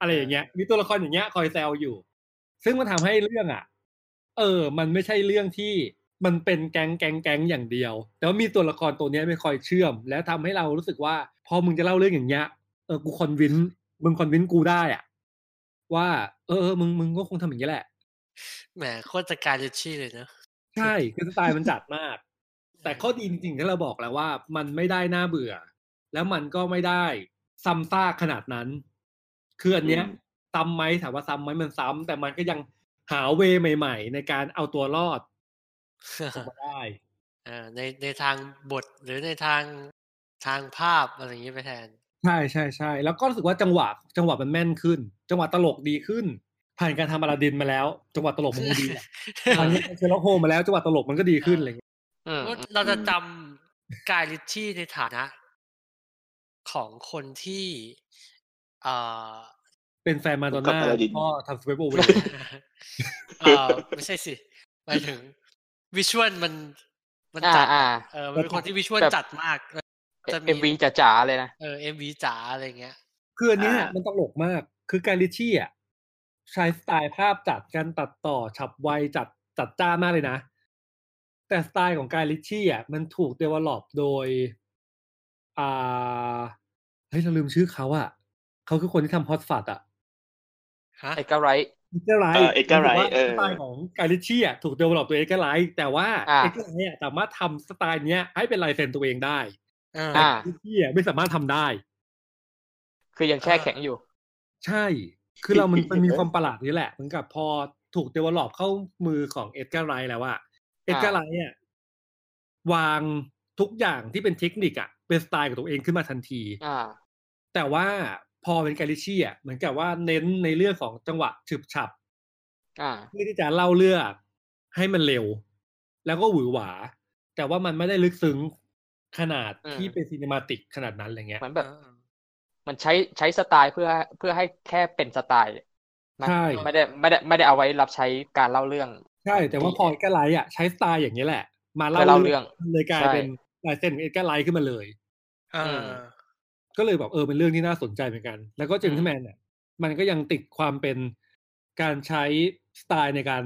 Speaker 4: อะไรอย่างเงี้ย มีตัวละครอย่างเงี้ยคอยแซวอยู่ ซึ่งมันทำให้เรื่องอ่ะ เออ มันไม่ใช่เรื่องที่มันเป็นแก๊งแก๊งแก๊งอย่างเดียว แต่ว่ามีตัวละครตัวเนี้ยไม่คอยเชื่อม และทำให้เรารู้สึกว่า พอมึงจะเล่าเรื่องอย่างเงี้ยเออกูคอนวินมึงคอนวินกูได้อ่ะว่า เออเออมึงมึงก็คงทำอย่างนี้แหละ
Speaker 1: แหมโคตรจะการลิชชี่เลยเนอะ <laughs>
Speaker 4: ใช่คือสไตล์มันจัดมาก แต่ข้อดีจริงๆที่เราบอกแล้วว่า มันไม่ได้น่าเบื่อ แล้วมันก็ไม่ได้ซ้ำซากขนาดนั้น คืออันเนี้ยซ้ำไหมถามว่าซ้ำไหมมันซ้ำแต่มันก็ยังหาเวใหม่ ๆ ในการเอาตัวรอดมาได้
Speaker 1: เออในในทางบทหรือในทางทางภาพอะไรอย่างนี้ไปแทน
Speaker 4: ใช่ใช่ใช่แล้วก็รู้สึกว่าจังหวะ จังหวะมันแม่นขึ้น จังหวะตลกดีขึ้น ผ่านการทำอลาดินมาแล้ว จังหวะตลกมันก็ <laughs> ดีอะผ่านการเชลโลโฮมาแล้วจังหวะตลกมันก็ดีขึ้นอะไรอย่างเงี้ย
Speaker 3: อืม
Speaker 1: เราจะจำกายลิชชี่ในฐานะ ของคนที่เอ่
Speaker 3: <laughs>
Speaker 1: อ
Speaker 4: เป็นแฟนมาดอนน่าแล้วก็ทำสเปเปอร์โอเวอร์
Speaker 1: เออไม่ใช่สิหมายถึงวิชวลมันมัน
Speaker 3: อ่า
Speaker 1: จัด
Speaker 3: อ่า
Speaker 1: เออมันเป็นคนที่วิชวล
Speaker 3: แบบ
Speaker 1: จัดมาก จะมี
Speaker 3: เอ็มวีจ๋าๆเลยนะ
Speaker 1: เออเอ็มวีจ๋าอะไรเงี้ย
Speaker 4: คืออันเนี้ยมันตลกมาก คือการลิชชี่อ่ะใช้สไตล์ภาพจัดการตัดต่อฉับไวจัดจัดจ้านมากเลยนะ แต่สไตล์ของการลิชชี่อ่ะมันถูกเดเวล็อปโดย อ่า เฮ้ย เราลืมชื่อเขาอ่ะ เขาคือคนที่ทำฮอตฟัดอ่ะ
Speaker 1: ฮะ
Speaker 3: เอกไรท์
Speaker 4: เอกไล
Speaker 2: เออ Edgar Wright เออ
Speaker 4: สไตล์ของการิชี่อ่ะถูกเดเวลลอปโดยเอกไลแต่ว่า
Speaker 3: อ่า
Speaker 4: เอกไลอ่ะสามารถทำสไตล์เนี้ย ให้เป็นลายเซ็นตัวเองได้
Speaker 1: เออ
Speaker 3: อ่า
Speaker 4: การิชี่อ่ะไม่สามารถทำได้
Speaker 3: คือยังแช่แข็งอยู่
Speaker 4: ใช่ คือเรามันมันมีความประหลาดนี้แหละ เหมือนกับพอถูกเดเวลลอปเข้ามือของเอ็ดการ์ไรแล้วว่าเอ็ดการ์ไรเนี่ยวางทุกอย่างที่เป็นเทคนิคอะเป็นสไตล์ของตัวเองขึ้นมาทันที
Speaker 3: อ่า
Speaker 4: แต่ว่าพอเป็นการิชี่อะเหมือนกับว่าเน้นในเรื่องของจังหวะฉึบฉับ
Speaker 3: อ่า
Speaker 4: เพื่อที่จะเล่าเรื่องให้มันเร็ว แล้วก็หวือหวา แต่ว่ามันไม่ได้ลึกซึ้งขนาด
Speaker 3: อืม
Speaker 4: ที่เป็นซีนิมาติกขนาดนั้นอะไรเงี้ย
Speaker 3: เหมือนแบบ มันใช้ใช้สไตล์เพื่อเพื่อให้แค่เป็นสไตล์นะ
Speaker 4: ใช่
Speaker 3: ไม่ได้ไม่ได้ไม่ได้เอาไว้รับใช้การเล่าเรื่อง
Speaker 4: ใช่ แต่ว่าพอเอ็ดการ์ไลท์อ่ะใช้สไตล์อย่างนี้ยแหละ มา
Speaker 3: เพื่อ
Speaker 4: เล่า
Speaker 3: เล่าเรื่
Speaker 4: เรื่อ
Speaker 3: อง ง
Speaker 4: เลยกลาย
Speaker 3: ใช่
Speaker 4: เป็นลายเส้นของเอ็ดการ์ไลท์ขึ้นมาเลย
Speaker 1: เอออ
Speaker 3: ม
Speaker 4: ก็เลยแบบเออเป็นเรื่องที่น่าสนใจเหมือนกัน แล้วก็เจนทแมนเนี่ยมันก็ยังติดความเป็นการใช้สไตล์ในการ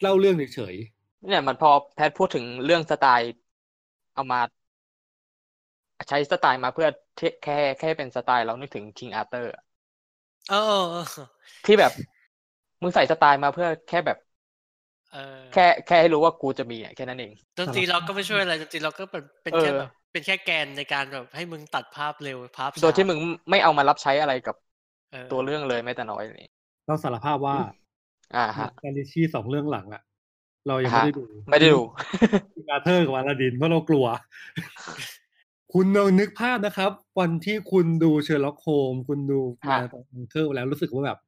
Speaker 4: เล่าเรื่องเฉย
Speaker 3: เนี่ยมันพอแพทพูดถึงเรื่องสไตล์เอามา ใช้สไตล์มาเพื่อเทแค่แค่เป็นสไตล์เรานึกถึง King Arthur อะ
Speaker 1: เออเออ
Speaker 3: ที่แบบมึงใส่สไตล์มาเพื่อแค่แบบ
Speaker 1: เออ
Speaker 3: แค่แค่ให้รู้ว่ากูจะมีอ่ะแค่นั้นเอง
Speaker 1: ดนตรีเราก็ไม่ช่วยอะไรดนตรีเราก็เป็นเป็นแค่
Speaker 3: เออ
Speaker 1: แบบเป็นแค่แกนในการแบบให้มึงตัดภาพเร็วภาพช้า
Speaker 3: โดยที่มึงไม่เอามารับใช้อะไรกับ
Speaker 1: เออ
Speaker 3: ตัวเรื่องเลยแม้แต่น้อยเลย
Speaker 4: ๆ เราสารภาพว่า
Speaker 3: อ่าฮะ
Speaker 4: การิชี่สองเรื่องหลังอ่ะ เรายังไม่ได้ดู
Speaker 3: ไม่ได้ดู
Speaker 4: คิงอาเธอร์กับวาลาดินเพราะเรากลัว <laughs> คุณลองนึกภาพนะครับ วันที่คุณดูเชอร์ล็อกโฮมคุณดู
Speaker 3: ค่ะ
Speaker 4: มาของอังเคิลแล้วรู้สึกว่าแบบ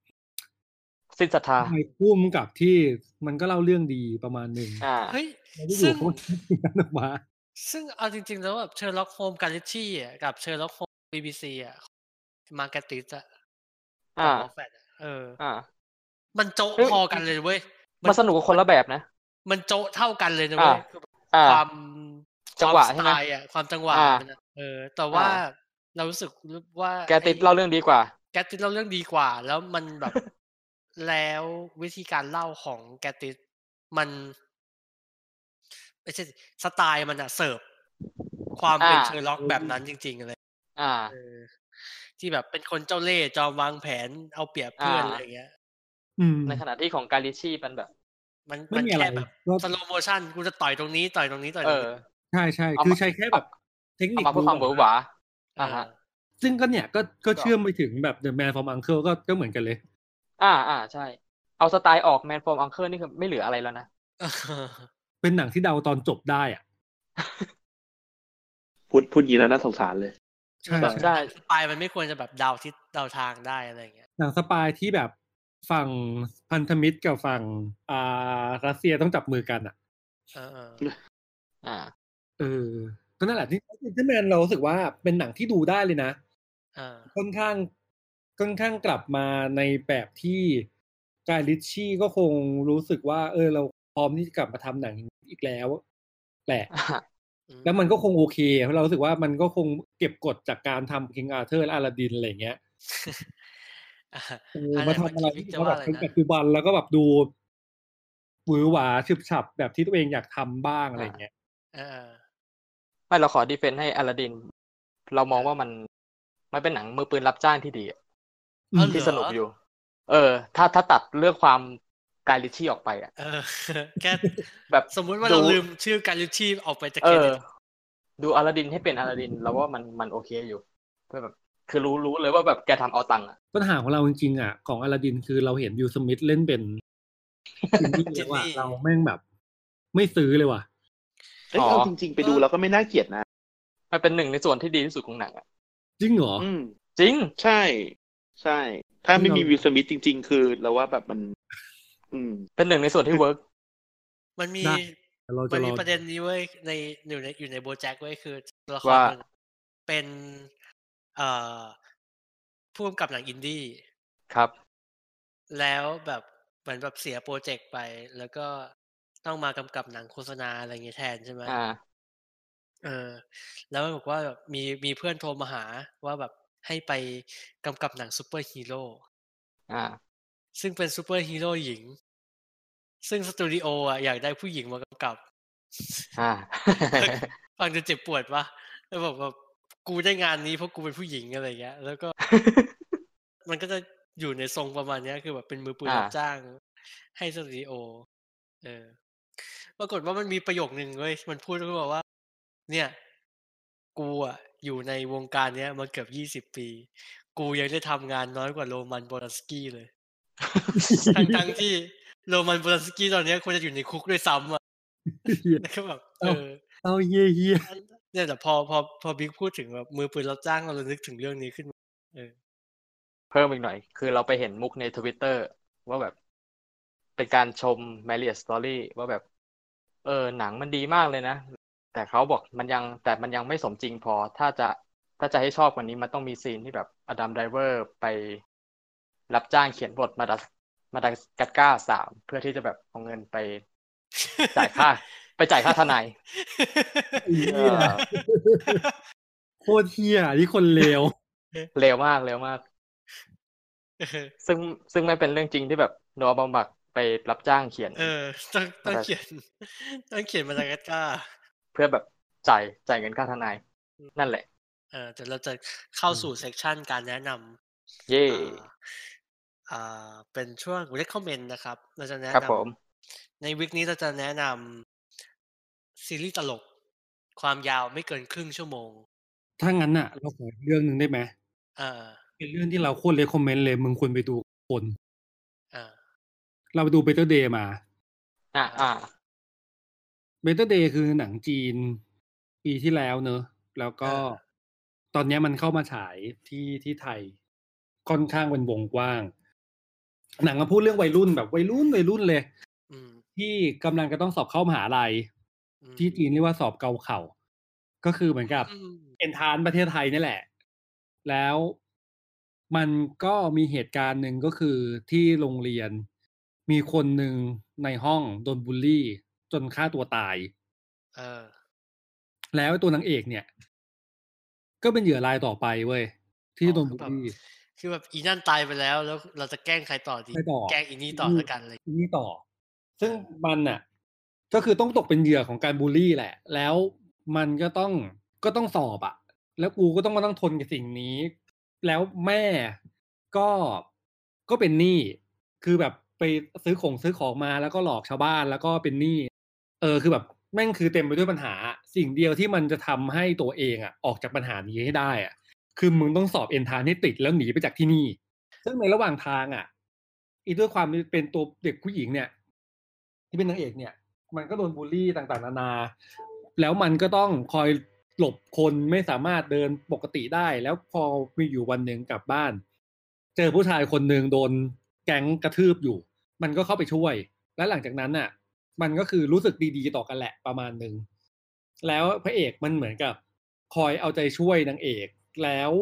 Speaker 3: สิ้นศรัทธา
Speaker 4: ไอ้พุ่มกับที่มันก็เล่าเรื่องดีประมาณหนึ่ง
Speaker 3: อ่า
Speaker 1: เฮ้ย
Speaker 4: แล้วอ
Speaker 1: ซึ่
Speaker 4: ยู่
Speaker 1: ง
Speaker 4: ๆเขาก็ทำอย่างนั้นออกมา
Speaker 1: ซึ่งเอาจริง ๆ แล้วแบบเชอร์ล็อกโฮมการิชี่อ่ะกับเชอร์ล็อกโฮมบีบีซีอ่ะมาร์กติสอ่ะ
Speaker 3: อ่า
Speaker 1: ขง Moffat อะเออ
Speaker 3: อ่า
Speaker 1: มันโจ๊ะ
Speaker 3: เฮ้ย
Speaker 1: พอกันเลยเว้ย
Speaker 3: มันสนุกกับคนละแบบนะ
Speaker 1: มันโจ๊ะเท่ากันเลยนะเว้ย
Speaker 3: อ่า
Speaker 1: ค
Speaker 3: อ่า
Speaker 1: วาม
Speaker 3: จังหวะ
Speaker 1: คามส
Speaker 3: ใช่ไหม
Speaker 1: ไตล์อ่ะความจังหวะ
Speaker 3: อ่ามั
Speaker 1: นะเออ แต่ว่า
Speaker 3: อ่า
Speaker 1: เรารู้สึกว่า
Speaker 3: แกติด
Speaker 1: ไอ้
Speaker 3: เล่าเรื่องดีกว่า
Speaker 1: แกติสเล่าเรื่องดีกว่า แล้วมันแบบ แล้ววิธีการเล่าของแกติสมันไม่ใช่สิสไตล์มันอะเสิร์ฟความเป็น
Speaker 3: อ่า
Speaker 1: เชอร์ล็อกแบบนั้นจริง ๆ เลย
Speaker 3: อ่า
Speaker 1: เออที่แบบเป็นคนเจ้าเล่ห์จอมวางแผนเอาเปรียบเพื่อน
Speaker 3: อ่า
Speaker 1: อะไรเงี้ย
Speaker 4: อืม
Speaker 3: ในขณะที่ของการิชี่มันแบบ
Speaker 1: มัน
Speaker 4: ไม่
Speaker 1: มัน
Speaker 4: มีอะไร
Speaker 1: แค่แบบ
Speaker 4: ก็
Speaker 1: สโลโมชันกูจะต่อยตรงนี้ต่อยตรงนี้ต่อย
Speaker 3: เอ
Speaker 1: ตรง
Speaker 3: อ
Speaker 1: นี้
Speaker 4: ใช่ใช่
Speaker 3: เอามา
Speaker 4: คือใช้แค่แบบเทคนิ
Speaker 3: เอามา
Speaker 4: ค
Speaker 3: เพื่อความหวือหวา อ่า
Speaker 1: <laughs>
Speaker 3: ฮะ
Speaker 1: เออ
Speaker 4: ซึ่งก็เนี่ยก็ก็เชื่อมไปถึงแบบ The Man from Uncle ก็ก็เหมือนกันเลย
Speaker 3: อ่าอ่าใช่ เอาสไตล์ออกแมนฟอร์มอังเคิลนี่คือไม่เหลืออะไรแล้วนะ
Speaker 1: เออ
Speaker 4: เป็นหนังที่เดาตอนจบได้อ่ะ
Speaker 2: พูดพูดอย่างนี้แล้วน่าสงสารเลย
Speaker 4: ใช่
Speaker 3: แบบ ได้
Speaker 1: สไตล์มันไม่ควรจะแบบเดาทิศเดาทางได้อะไรเงี้ย
Speaker 4: หนังสปายที่แบบฝั่งพันธมิตรกับฝั่งอ่ารัสเซียต้องจับมือกันอ่ะ
Speaker 1: เออเออ
Speaker 3: อ่า
Speaker 4: เออก็นั่นแหละที่ที่แมนเรารู้สึกว่าเป็นหนังที่ดูได้เลยนะ
Speaker 1: เออ
Speaker 4: ค่อนข้างค่อนข้างกลับมาในแบบที่กายลิชชี่ก็คงรู้สึกว่า เออ เราพร้อมที่จะกลับมาทำหนังอย่างนี้อีกแล้วแหละ
Speaker 1: อืม
Speaker 4: แล้ว
Speaker 1: <laughs>
Speaker 4: มันก็คงโอเคเพราะเรารู้สึกว่ามันก็คงเก็บกดจากการทำ King Arthur และ Aladdin อะไรอย่างเงี้ย
Speaker 1: อ่ะ
Speaker 4: เออ
Speaker 1: อะไร
Speaker 4: มาทำอะไร
Speaker 1: เมื่อกี้
Speaker 4: ที่
Speaker 1: จะ
Speaker 4: เขา
Speaker 1: ว่า
Speaker 4: แบ
Speaker 1: อะ
Speaker 4: บ
Speaker 1: ไรนะ
Speaker 4: เป็นปัจจุบันแล้วก็แบบดูหวือหวาฉึบฉับแบบที่ตัวเองอยากทำบ้างอะไรอย่างเงี้ย
Speaker 1: เออเออ
Speaker 3: ไม่เราขอดีเฟนต์ให้อลาดิน เรามองว่ามันมันเป็นหนังมือปืนรับจ้างที่ดีอะ
Speaker 1: เอาเหรอ
Speaker 3: ที่สนุกอยู่ เออ ถ้าถ้าตัดเรื่องความการิชี่ออกไปอ่ะ
Speaker 1: เออ <laughs> แค่
Speaker 3: แบบ
Speaker 1: สมมุติว่า
Speaker 3: ดู
Speaker 1: เราลืมชื่อการลิชีพออกไปจาก
Speaker 3: เอ
Speaker 1: เคร
Speaker 3: อ
Speaker 1: ดิต
Speaker 3: ดูอลาดินให้เป็นอลาดินเราว่ามันมันโอเคอยู่เพื่อแบบ คือรู้รู้เลยว่าแบบแกทำเอาตังค์อ่ะ
Speaker 4: ปัญหาของเราจริงๆอ่ะของอลาดินคือเราเห็นวิลสมิธเล่น
Speaker 1: <laughs>
Speaker 4: เป็น จินนี่แล้วอ่ะเราแม่งแบบ ไม่ซื้อเลยว่ะ
Speaker 2: เอ้ย
Speaker 3: อ๋อ
Speaker 2: เอาจริง ๆ ไปดูแล้วก็ไม่น่าเกลียดนะ
Speaker 3: มันเป็นหนึ่งในส่วนที่ดีที่สุดของหนังอ่ะ
Speaker 4: จริงเหรอ
Speaker 2: อืม
Speaker 3: จริง
Speaker 2: ใช่ ใช่ ถ้าไม่มี
Speaker 4: เรา
Speaker 2: วิลสมิธจริง ๆ คือเราว่าแบบมัน อืม
Speaker 3: เป็นหนึ่งในส่วนที่เวิร์ก
Speaker 1: มันมี
Speaker 4: ได้ เราจะ
Speaker 1: มัน
Speaker 4: ร
Speaker 1: มี
Speaker 4: อ
Speaker 1: ประเด็นนี้เว้ยในอยู่ในอยู่ในโบแจ็คเว้ยคือตัวละคร
Speaker 3: ว่า
Speaker 1: มันเป็น เอ่อผู้กำกับหนังอินดี้
Speaker 3: ครับ
Speaker 1: แล้วแบบเหมือนแบบเสียโปรเจกต์ไป แล้วก็ต้องมากำกับหนังโฆษณาอะไรอย่างเงี้ยแทนใช่ไหม
Speaker 3: อ่า
Speaker 1: เออแล้วมันบอกว่าแบบมีมีเพื่อนโทรมาหาว่าแบบให้ไปกำกับหนังซูเปอร์ฮีโร่
Speaker 3: อ่า
Speaker 1: ซึ่งเป็นซูเปอร์ฮีโร่หญิง ซึ่งสตูดิโออ่ะอยากได้ผู้หญิงมากำกับ
Speaker 3: <laughs> อ่า
Speaker 1: ฟังจะเจ็บปวดปะแล้วบอกว่ากูได้งานนี้เพราะกูเป็นผู้หญิงอะไรเงี้ย แล้วก็ มันก็จะ อยู่ในทรงประมาณเนี้ย คือแบบเป็นมือปืน
Speaker 3: อ่า
Speaker 1: รับจ้าง ให้สตูดิโอ เออ ปรากฏว่ามันมีประโยคนึงเว้ย มันพูดก็บอกว่า เนี่ย กูอะอยู่ในวงการเนี้ยมาเกือบยี่สิบปี กูยังได้ทำงานน้อยกว่าโรมันโบรันสกี้เลย ทั้งทั้งๆที่ <laughs> โรมันโบรันสกี้ตอนเนี้ยควรจะอยู่ในคุกด้วยซ้ำอะ <laughs> แล้วก็แบบเออ
Speaker 4: <laughs> เอาเยี่ยเยี่ย
Speaker 1: เนี่ยแต่พอพอพอบิ๊กพูดถึงแบบมือปืนรับจ้างเราเลยนึกถึงเรื่องนี้ขึ้นมา
Speaker 3: เพิ่มอีกหน่อย คือเราไปเห็นมุกในทวิตเตอร์ว่าแบบ เป็นการชม Marriage Story ว่าแบบ เออหนังมันดีมากเลยนะ แต่เขาบอกมันยังแต่มันยังไม่สมจริงพอ ถ้าจะถ้าจะให้ชอบกว่านี้มันต้องมีซีนที่แบบอดัมไดเวอร์ไปรับจ้างเขียนบทมาดัสมาดัสกัดก้าสามเพื่อที่จะแบบเอาเงินไปจ่าย
Speaker 1: <laughs>
Speaker 3: ค่ <laughs> า ไปจ่ายค่าทนาย
Speaker 4: เหี้ยโคตรเฮียนี่คนเลว
Speaker 3: เร็วมากเร็วมาก
Speaker 1: เออ
Speaker 3: ซึ่งซึ่งไม่เป็นเรื่องจริงที่แบบโนอาบัมบักไปรับจ้างเขียน
Speaker 1: เออ <laughs> ต้องต้อง
Speaker 3: อะไร
Speaker 1: เขียนต้องเขียนมาจากกัตการ์
Speaker 3: เพื่อแบบจ่ายจ่ายเงินค่าทนาย นั่นแหละ
Speaker 1: เออแต่เราจะเข้าสู่เซกชันการแนะนำ
Speaker 3: เย่
Speaker 1: อ่าอ่า เป็นช่วง recommend นะครับ เราจะแนะครับ น
Speaker 3: ผม
Speaker 1: ำในวิกนี้เราจะแนะนำซีรีส์ตลก ความยาวไม่เกินครึ่งชั่วโมง
Speaker 4: ถ้างั้นน่ะ เราขออีกเรื่องหนึ่งได้ไหม
Speaker 1: เออ
Speaker 4: เป็นเรื่องที่เราโคตรเลยคอมเมนต์เลยมึงควรไปดูคน
Speaker 1: เออ
Speaker 4: เราไปดูเบเตอร์เดย์มา
Speaker 3: อ่ะอ่ะ
Speaker 4: เบเตอร์เดย์คือหนังจีนปีที่แล้วเนอะแล้วก็ตอนเนี้ยมันเข้ามาฉายที่ที่ไทย ค่อนข้างเป็นวงกว้าง หนังก็พูดเรื่องวัยรุ่นแบบวัยรุ่นวัยรุ่นเลย
Speaker 1: อืม
Speaker 4: ที่กำลังจะต้องสอบเข้ามหาลัย
Speaker 1: อืม
Speaker 4: ที่จีนเรียกว่าสอบเกาเข่า ก็คือเหมือนกับ
Speaker 1: อืม
Speaker 4: เอนทรานซ์ประเทศไทยนี่แหละ แล้วมันก็มีเหตุการณ์หนึ่งก็คือที่โรงเรียนมีคนหนึ่งในห้องโดนบูลลี่ จนฆ่าตัวตาย
Speaker 1: เออ
Speaker 4: แล้วไอ้ตัวนางเอกเนี่ย ก็เป็นเหยื่อรายต่อไปเว้ย ที่
Speaker 1: อ๋อ
Speaker 4: โดน
Speaker 1: คื
Speaker 4: บู
Speaker 1: อ
Speaker 4: ล
Speaker 1: แบบ
Speaker 4: ลี่
Speaker 1: คือแบบอีนั่นตายไปแล้วแล้วเราจะแกล้งใครต่อดี
Speaker 4: ใครต่อ
Speaker 1: แกล้งอีนี่ต่อแล้วกันเลย
Speaker 4: นี่ต่อ ซึ่งมันน่ะ ก็คือต้องตกเป็นเหยื่อของการบูลลี่แหละ แล้วมันก็ต้องก็ต้องสอบอะแล้วกูก็ต้องมาต้องทนกับสิ่งนี้ แล้วแม่ก็ก็เป็นหนี้คือแบบไปซื้อของซื้อของมาแล้วก็หลอกชาวบ้านแล้วก็เป็นหนี้เออคือแบบแม่งคือเต็มไปด้วยปัญหา สิ่งเดียวที่มันจะทำให้ตัวเองอะออกจากปัญหานี้ให้ได้อะคือมึงต้องสอบเอนทานให้ติดแล้วหนีไปจากที่นี่ ซึ่งในระหว่างทางอ่ะอีด้วยความที่เป็นตัวเด็กผู้หญิงเนี่ย ที่เป็นนางเอกเนี่ย มันก็โดนบูลลี่ต่างๆ นานา แล้วมันก็ต้องคอยหลบคนไม่สามารถเดินปกติได้ แล้วพอมีอยู่วันหนึ่งกลับบ้าน เจอผู้ชายคนหนึ่งโดนแก๊งกระทืบอยู่ มันก็เข้าไปช่วย และหลังจากนั้นน่ะ มันก็คือรู้สึกดีๆต่อกันแหละประมาณหนึ่งแล้วพระเอกมันเหมือนกับ คอยเอาใจช่วยนางเอกแล้ว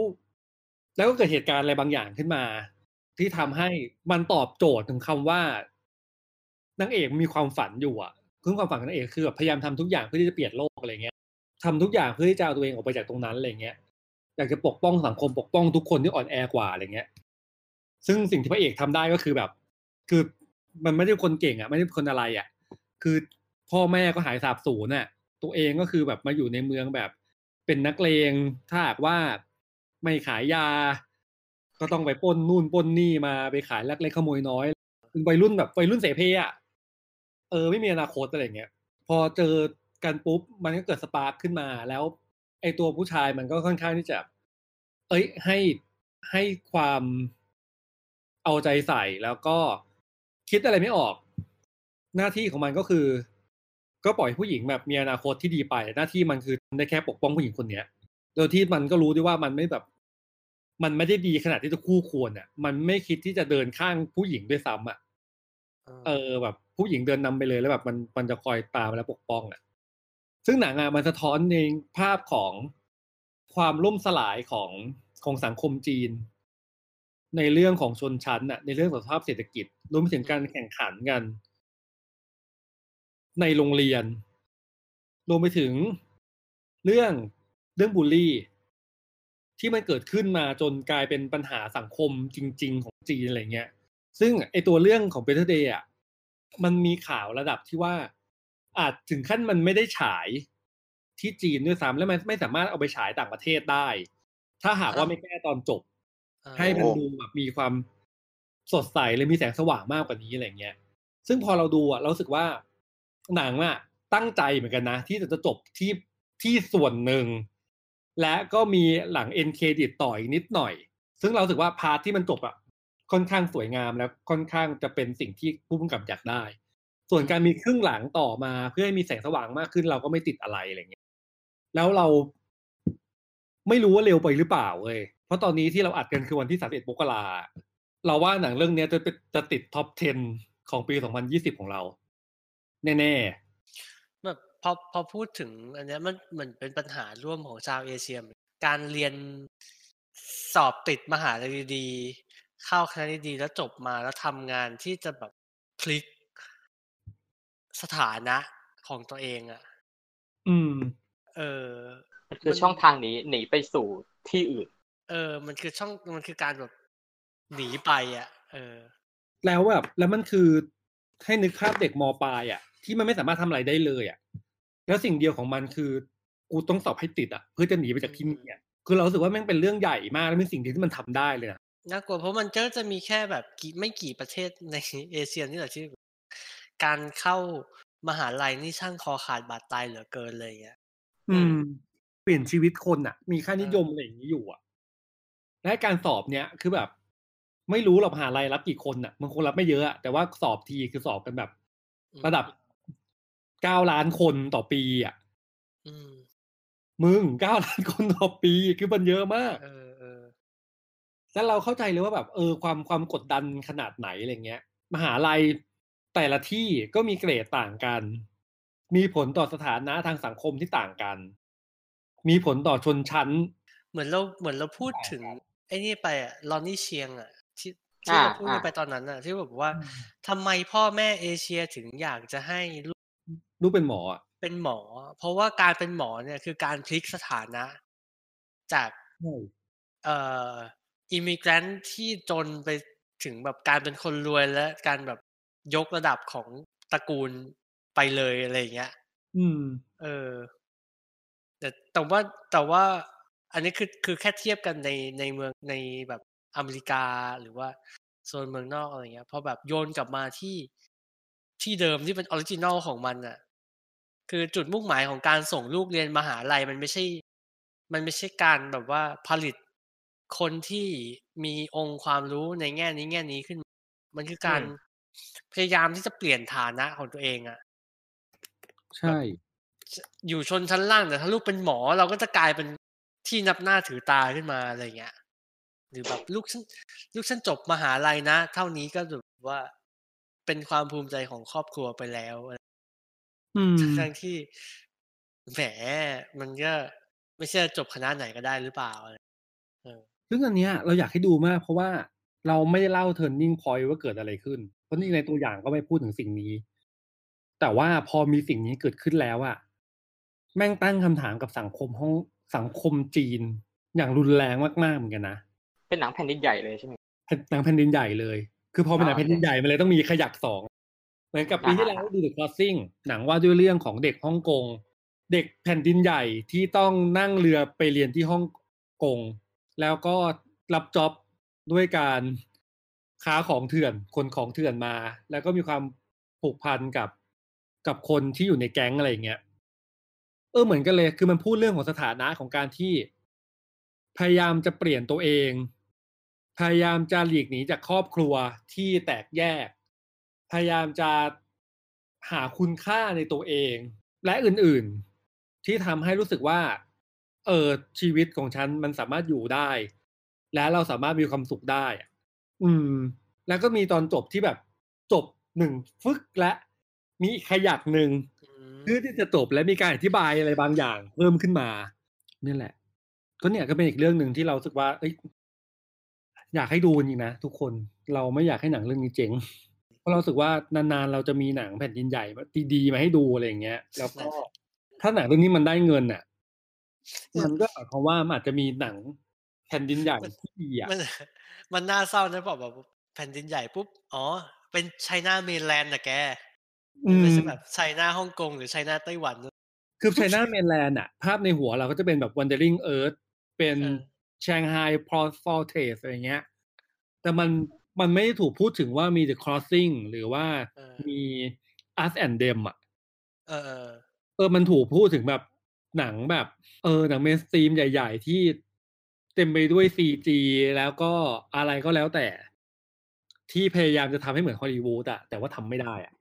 Speaker 4: แล้วก็เกิดเหตุการณ์อะไรบางอย่างขึ้นมา ที่ทำให้มันตอบโจทย์ถึงคำว่านางเอกมีความฝันอยู่อ่ะคือความฝันของนางเอกคือแบบพยายามทำทุกอย่างเพื่อที่จะเปลี่ยนโลกอะไรเงี้ยทำทุกอย่างเพื่อที่จะเอาตัวเองออกไปจากตรงนั้นอะไรเงี้ยอยากจะปกป้องสังคมปกป้องทุกคนที่อ่อนแอกว่าอะไรเงี้ย ซึ่งสิ่งที่พระเอกทำได้ก็คือแบบ คือมันไม่ได้คนเก่งอ่ะ ไม่ได้คนอะไรอ่ะ คือพ่อแม่ก็หายสาบสูญน่ะ ตัวเองก็คือแบบมาอยู่ในเมืองแบบ เป็นนักเลงถ้าหากว่าไม่ขายยา ก็ต้องไปปล้นนู่นปล้นนี่มาไปขายลักเล็กขโมยน้อยเป็นวัยรุ่นแบบวัยรุ่นเสเพอ่ะเออไม่มีอนาคตอะไรอย่างเงี้ย พอเจอกันปุ๊บมันก็เกิดสปาร์คขึ้นมา แล้ว ไอตัวผู้ชายมันก็ค่อนข้างที่จะ เอ้ยให้ให้ความเอาใจใส่แล้วก็คิดอะไรไม่ออก หน้าที่ของมันก็คือ ก็ปล่อยผู้หญิงแบบมีอนาคตที่ดีไป หน้าที่มันคือได้แค่ปกป้องผู้หญิงคนเนี้ย โดยที่มันก็รู้ด้วยว่ามันไม่แบบ มันไม่ได้ดีขนาดที่จะคู่ควรอ่ะ มันไม่คิดที่จะเดินข้างผู้หญิงด้วยซ้ำอ่ะ เออแบบผู้หญิงเดินนำไปเลยแล้วแบบมันมันจะคอยตามและปกป้องอ่ะ ซึ่งหนังอ่ะมันสะท้อนในภาพของความล่มสลายของของสังคมจีน ในเรื่องของชนชั้นอ่ะ ในเรื่องของสภาพเศรษฐกิจรวมไปถึงการแข่งขันกัน ในโรงเรียน รวมไปถึงเรื่องเรื่องบูลลี่ ที่มันเกิดขึ้นมาจนกลายเป็นปัญหาสังคมจริง ๆ ของจีนอะไรเงี้ย ซึ่งไอตัวเรื่องของ Better Day อ่ะมันมีข่าวระดับที่ว่า อาจถึงขั้นมันไม่ได้ฉายที่จีนด้วยซ้ำและมันไม่สามารถเอาไปฉายต่างประเทศได้ ถ้าหากว่าไม่แก้ตอนจบ
Speaker 1: เออ
Speaker 4: ให้มัน
Speaker 2: โอ้
Speaker 4: ดูแบบมีความ สดใสเลยมีแสงสว่างมากกว่านี้อะไรเงี้ย ซึ่งพอเราดูอ่ะเรารู้สึกว่าหนังอ่ะตั้งใจเหมือนกันนะ ที่จะจบที่ที่ส่วนหนึ่ง และก็มีหลังเอ็นเครดิตต่ออีกนิดหน่อย ซึ่งเรารู้สึกว่าพาร์ทที่มันจบอ่ะค่อนข้างสวยงามแล้วค่อนข้างจะเป็นสิ่งที่ผู้กำกับอยากได้ ส่วนการมีครึ่งหลังต่อมาเพื่อให้มีแสงสว่างมากขึ้นเราก็ไม่ติดอะไรอะไรเงี้ยแล้วเรา ไม่รู้ว่าเร็วไปหรือเปล่าเว้ยเพราะตอนนี้ที่เราอัดกันคือวันที่ 31มกราเราว่าหนังเรื่องเนี้ยจะเป็นจะติดท็อป 10 ของปี 2020 ของเรา แน่
Speaker 1: แบบพอพอพูดถึง อันเนี้ยมันเหมือนเป็นปัญหาร่วมของชาวเอเชียเหมือนการเรียนสอบติดมหาลัยดีๆเข้าคณะดีๆแล้วจบมาแล้วทำงานที่จะแบบพลิกสถานะของตัวเองอะ
Speaker 4: ๆ อืม
Speaker 1: เออ
Speaker 3: คือช่องทางนี้หนีไปสู่ที่อื่น
Speaker 1: เออ มันคือช่องมันคือการแบบหนีไปอ่ะ เออ
Speaker 4: แล้วแบบแล้วมันคือให้นึกภาพเด็กมปลายอ่ะ ที่มันไม่สามารถทำอะไรได้เลยอ่ะ แล้วสิ่งเดียวของมันคือกูต้องสอบให้ติดอ่ะเพื่อจะหนีไปจากที่นี่อ่ะคือเรารู้สึกว่าแม่งเป็นเรื่องใหญ่มากและเป็นสิ่งเดียวที่มันทำได้เลยนะ
Speaker 1: น่ากลัวเพราะมันก็จะมีแค่แบบกี่ไม่กี่ประเทศใน เอเชียนี่แหละที่การเข้ามหาลัยนี่ช่างคอขาดบาดตายเหลือเกินเลยอ่ะ อืม
Speaker 4: เปลี่ยนชีวิตคนอ่ะ มีค่านิยมอะไรอย่างนี้อยู่อ่ะ และการสอบเนี้ยคือแบบ ไม่รู้หรอกมหาลัยรับกี่คนอ่ะมันคงรับไม่เยอะอะแต่ว่าสอบทีคือสอบกันแบบ
Speaker 1: อืม
Speaker 4: ระดับเก้าล้านคนต่อปีอ่ะ
Speaker 1: อืม
Speaker 4: มึง <laughs> เก้าล้านคนต่อปีคือมันเยอะมาก
Speaker 1: เออเออ
Speaker 4: แล้วเราเข้าใจเลยว่าแบบเออความความกดดันขนาดไหนอะไรเงี้ย มหาลัยแต่ละที่ก็มีเกรดต่างกัน มีผลต่อสถานะทางสังคมที่ต่างกัน มีผลต่อชนชั้น
Speaker 1: เหมือนเราเหมือนเราพูดถึง ไอ้นี่ไปอ่ะลอนนี่เชียงอ่ะ ที่ที่
Speaker 3: อ่า
Speaker 1: เราพูดกัน
Speaker 3: อ่า
Speaker 1: ไปตอนนั้นอ่ะ ที่บอกว่าทำไมพ่อแม่เอเชียถึงอยากจะให้ลูก
Speaker 4: รู้เป็นหมออะ
Speaker 1: เป็นหมอ เพราะว่าการเป็นหมอเนี่ยคือการพลิกสถานะ จาก เอ่ออิมิเกรนที่จนไปถึงแบบการเป็นคนรวยและการแบบยกระดับของตระกูลไปเลยอะไรอย่างเงี้ย
Speaker 4: อืม
Speaker 1: เออ แต่แต่ว่าแต่ว่า อันนี้คือคือแค่เทียบกันในในเมืองในแบบอเมริกาหรือว่าโซนเมืองนอกอะไรเงี้ยพอแบบโยนกลับมาที่ที่เดิมที่เป็นออริจินอลของมันอะคือจุดมุ่งหมายของการส่งลูกเรียนมหาลัยมันไม่ใช่ มันไม่ใช่การแบบว่าผลิตคนที่มีองค์ความรู้ในแง่นี้แง่นี้ขึ้นมามันคือการพยายามที่จะเปลี่ยนฐานะของตัวเองอะ
Speaker 4: ใช่
Speaker 1: อยู่ชนชั้นล่างแต่ถ้าลูกเป็นหมอเราก็จะกลายเป็นที่นับหน้าถือตาขึ้นมาอะไรเงี้ย หรือแบบลูกฉันลูกฉันจบมหาลัยนะ เท่านี้ก็แบบว่าเป็นความภูมิใจของครอบครัวไปแล้วอะไร
Speaker 4: อืม
Speaker 1: ทั้งที่แหมมันก็ไม่ใช่จบคณะไหนก็ได้หรือเปล่าอะไร
Speaker 4: ซึ่งอันเนี้ยเราอยากให้ดูมาก เพราะว่าเราไม่ได้เล่า turning point ว่าเกิดอะไรขึ้น เพราะนี่ในตัวอย่างก็ไม่พูดถึงสิ่งนี้ แต่ว่าพอมีสิ่งนี้เกิดขึ้นแล้วอะแม่งตั้งคำถามกับสังคมห้องสังคมจีน อย่างรุนแรงมากๆเหมือนกันนะ
Speaker 3: เป็นหนังแผ่นดินใหญ่เลยใช่ไหม
Speaker 4: หนังแผ่นดินใหญ่เลย คือพอเป็นหนังแผ่นดินใหญ่มันเลยต้องมีขยักสองเหมือนกับปีที่แล้วดู The Crossing หนังว่าด้วยเรื่องของเด็กฮ่องกงเด็กแผ่นดินใหญ่ที่ต้องนั่งเรือไปเรียนที่ฮ่องกงแล้วก็รับจ็อบด้วยการค้าของเถื่อนคนของเถื่อนมา แล้วก็มีความผูกพันกับกับคนที่อยู่ในแก๊งอะไรอย่างเงี้ย เออเหมือนกันเลย คือมันพูดเรื่องของสถานะของการที่ พยายามจะเปลี่ยนตัวเอง พยายามจะหลีกหนีจากครอบครัวที่แตกแยก พยายามจะหาคุณค่าในตัวเอง และอื่นๆ ที่ทำให้รู้สึกว่า เออชีวิตของฉันมันสามารถอยู่ได้ และเราสามารถมีความสุขได้อะอืม แล้วก็มีตอนจบที่แบบจบหนึ่งฟึกและมีอีกขยักหนึ่ง
Speaker 1: อืม
Speaker 4: เพื่อที่จะจบและมีการอธิบายอะไรบางอย่างเพิ่มขึ้นมานี่แหละ ก็เนี่ยก็เป็นอีกเรื่องหนึ่งที่เรารู้สึกว่า เอ้ยอยากให้ดูจริงๆนะทุกคนเราไม่อยากให้หนังเรื่องนี้เจ๋งเพราะเรารู้สึกว่านานๆเราจะมีหนังแผ่นดินใหญ่มาดีๆมาให้ดูอะไรอย่างเงี้ย แล้วก็ถ้าหนังเรื่องนี้มันได้เงินน่ะ มันก็หมายความว่ามันอาจจะมีหนังแผ่นดินใหญ่ที่ดีอ่ะ
Speaker 1: <laughs> มันมันน่าเศร้านะบอกแบบแผ่นดินใหญ่ปุ๊บ อ๋อ เป็นไชน่าเมนแลนด์นะแก
Speaker 4: อืม
Speaker 1: ไม่ใช่แบบไชน่าฮ่องกงหรือไชน่าไต้หวันนะ
Speaker 4: คือ China Mainland อะภาพในหัวเราก็จะเป็นแบบ Wandering Earth เป็น
Speaker 1: เออ
Speaker 4: Shanghai p r o s o r t a g e อะไรเงี้ย แต่มัน มันไม่ได้ถูกพูดถึงว่ามี The Crossing หรือว่า
Speaker 1: เออ
Speaker 4: มี Us and Them อ่ะ
Speaker 1: เออเออ
Speaker 4: เออ มันถูกพูดถึงแบบหนังแบบ เออ หนังเมนสตรีมใหญ่ ๆ ที่เต็มไปด้วยซีจีแล้วก็อะไรก็แล้วแต่ ที่พยายามจะทำให้เหมือนฮอลลีวูดอะแต่ว่าทำไม่ได้อะ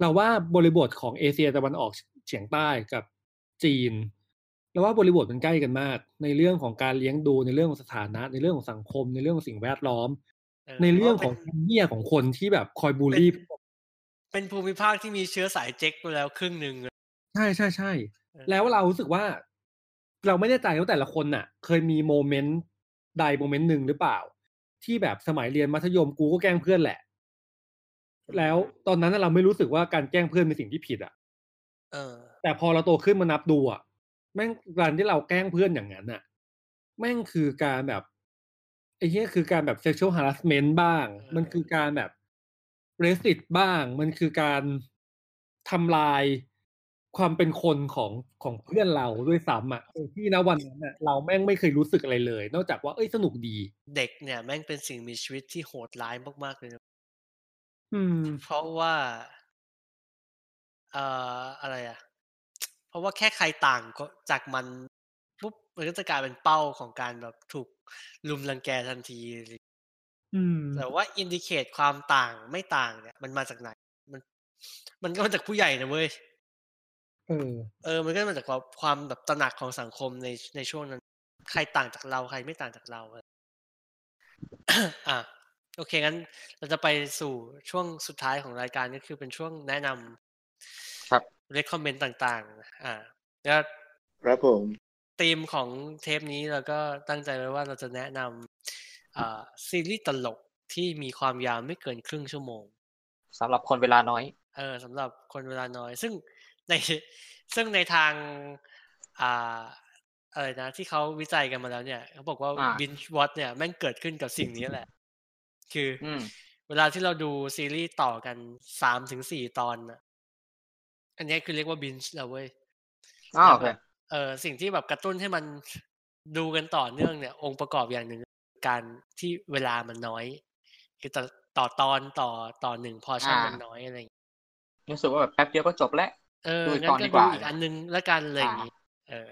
Speaker 4: เราว่าบริบทของเอเชียตะวันออกเฉียงใต้กับจีน เราว่าบริบทมันใกล้กันมาก ในเรื่องของการเลี้ยงดูในเรื่องของสถานะ ในเรื่องของสังคม ในเรื่องของสิ่งแวดล้อม
Speaker 1: เออ
Speaker 4: ในเรื่องของ
Speaker 1: พาะว่า
Speaker 4: ค
Speaker 1: ป็น
Speaker 4: วามเหี้ยของคนที่แบบคอยบูลลี่
Speaker 1: เป็น เป็นภูมิภาคที่มีเชื้อสายเจ๊กไปแล้วครึ่งหนึ่งเลย
Speaker 4: ใช่ใช่ใช่
Speaker 1: เออ
Speaker 4: แล้วเรารู้สึกว่า เราไม่แน่ใจว่าแต่ละคนน่ะ เคยมีโมเมนต์ใดโมเมนต์หนึ่งหรือเปล่า ที่แบบสมัยเรียนมัธยมกูก็แกล้งเพื่อนแหละ แล้วตอนนั้นนะเราไม่รู้สึกว่าการแกล้งเพื่อนเป็นสิ่งที่ผิดอ่ะ
Speaker 1: เออ
Speaker 4: แต่พอเราโตขึ้นมานับดูอ่ะแม่งการที่เราแกล้งเพื่อนอย่างนั้นอ่ะ แม่งคือการแบบไอ้เนี้ยคือการแบบ sexual harassment บ้าง
Speaker 1: เออ
Speaker 4: มันคือการแบบ racist บ้าง มันคือการทำลายความเป็นคนของของเพื่อนเราด้วยซ้ำอ่ะโดยที่นะวันนั้นอ่ะเราแม่งไม่เคยรู้สึกอะไรเลย นอกจากว่าเอ้ยสนุกดี
Speaker 1: เด็กเนี่ยแม่งเป็นสิ่งมีชีวิตที่โหดร้ายมากๆเลยนะ
Speaker 4: อืม
Speaker 1: เพราะว่า เอ่ออะไรอ่ะ เพราะว่าแค่ใครต่างก็จากมันปุ๊บมันก็จะกลายเป็นเป้าของการแบบถูกลุมรังแกทันทีหรือ
Speaker 4: อืม
Speaker 1: แต่ว่าอินดิเคตความต่างไม่ต่างเนี่ย มันมาจากไหน มัน มันก็มาจากผู้ใหญ่นะเว้ย
Speaker 4: เออ
Speaker 1: เออมันก็มาจากความความแบบตระหนักของสังคมในในช่วงนั้น ใครต่างจากเราใครไม่ต่างจาก <coughs> เราอะไร อ่ะโอเคงั้น เราจะไปสู่ช่วงสุดท้ายของรายการก็คือเป็นช่วงแนะนำ
Speaker 3: ครับ
Speaker 1: เลคคอมเมนต์ต่างๆ อ่าแล้ว
Speaker 2: ครับผม
Speaker 1: ธีมของเทปนี้เราก็ตั้งใจไว้ว่าเราจะแนะนำอ่าซีรีส์ตลกที่มีความยาวไม่เกินครึ่งชั่วโมง
Speaker 3: สำหรับคนเวลาน้อย
Speaker 1: เออสำหรับคนเวลาน้อย ซึ่งใน <laughs> ซึ่งในทาง อ่าอะไรนะ ที่เขาวิจัยกันมาแล้วเนี่ยเขาบอกว่า
Speaker 3: อ่า
Speaker 1: binge watch เนี่ยแม่งเกิดขึ้นกับสิ่งนี้แหละ คืออ
Speaker 3: อืม
Speaker 1: เวลาที่เราดูซีรีส์ต่อกันสามถึงสี่ตอนน่ะ อันเนี้ยคือเรียกว่า binge แล้วเว้ย
Speaker 3: อ้าวโอเค
Speaker 1: เออสิ่งที่แบบกระตุ้นให้มันดูกันต่อเนื่องเนี่ย องค์ประกอบอย่างหนึ่งการที่เวลามันน้อย คือต่อต่อตอนต่อต่อหนึ่งพอชั่นมันน้อยอะไรอย่างเงี้ย
Speaker 3: รู้สึกว่าแบบแป๊บเดียวก็จบแล้ว
Speaker 1: เออ
Speaker 3: ดูอีก
Speaker 1: งั้
Speaker 3: ต
Speaker 1: น
Speaker 3: อน
Speaker 1: ก็
Speaker 3: ดีกว่า
Speaker 1: ดูอีกอันนึงละกันอะไรอย่าง
Speaker 3: อ่า
Speaker 1: นี้ เออ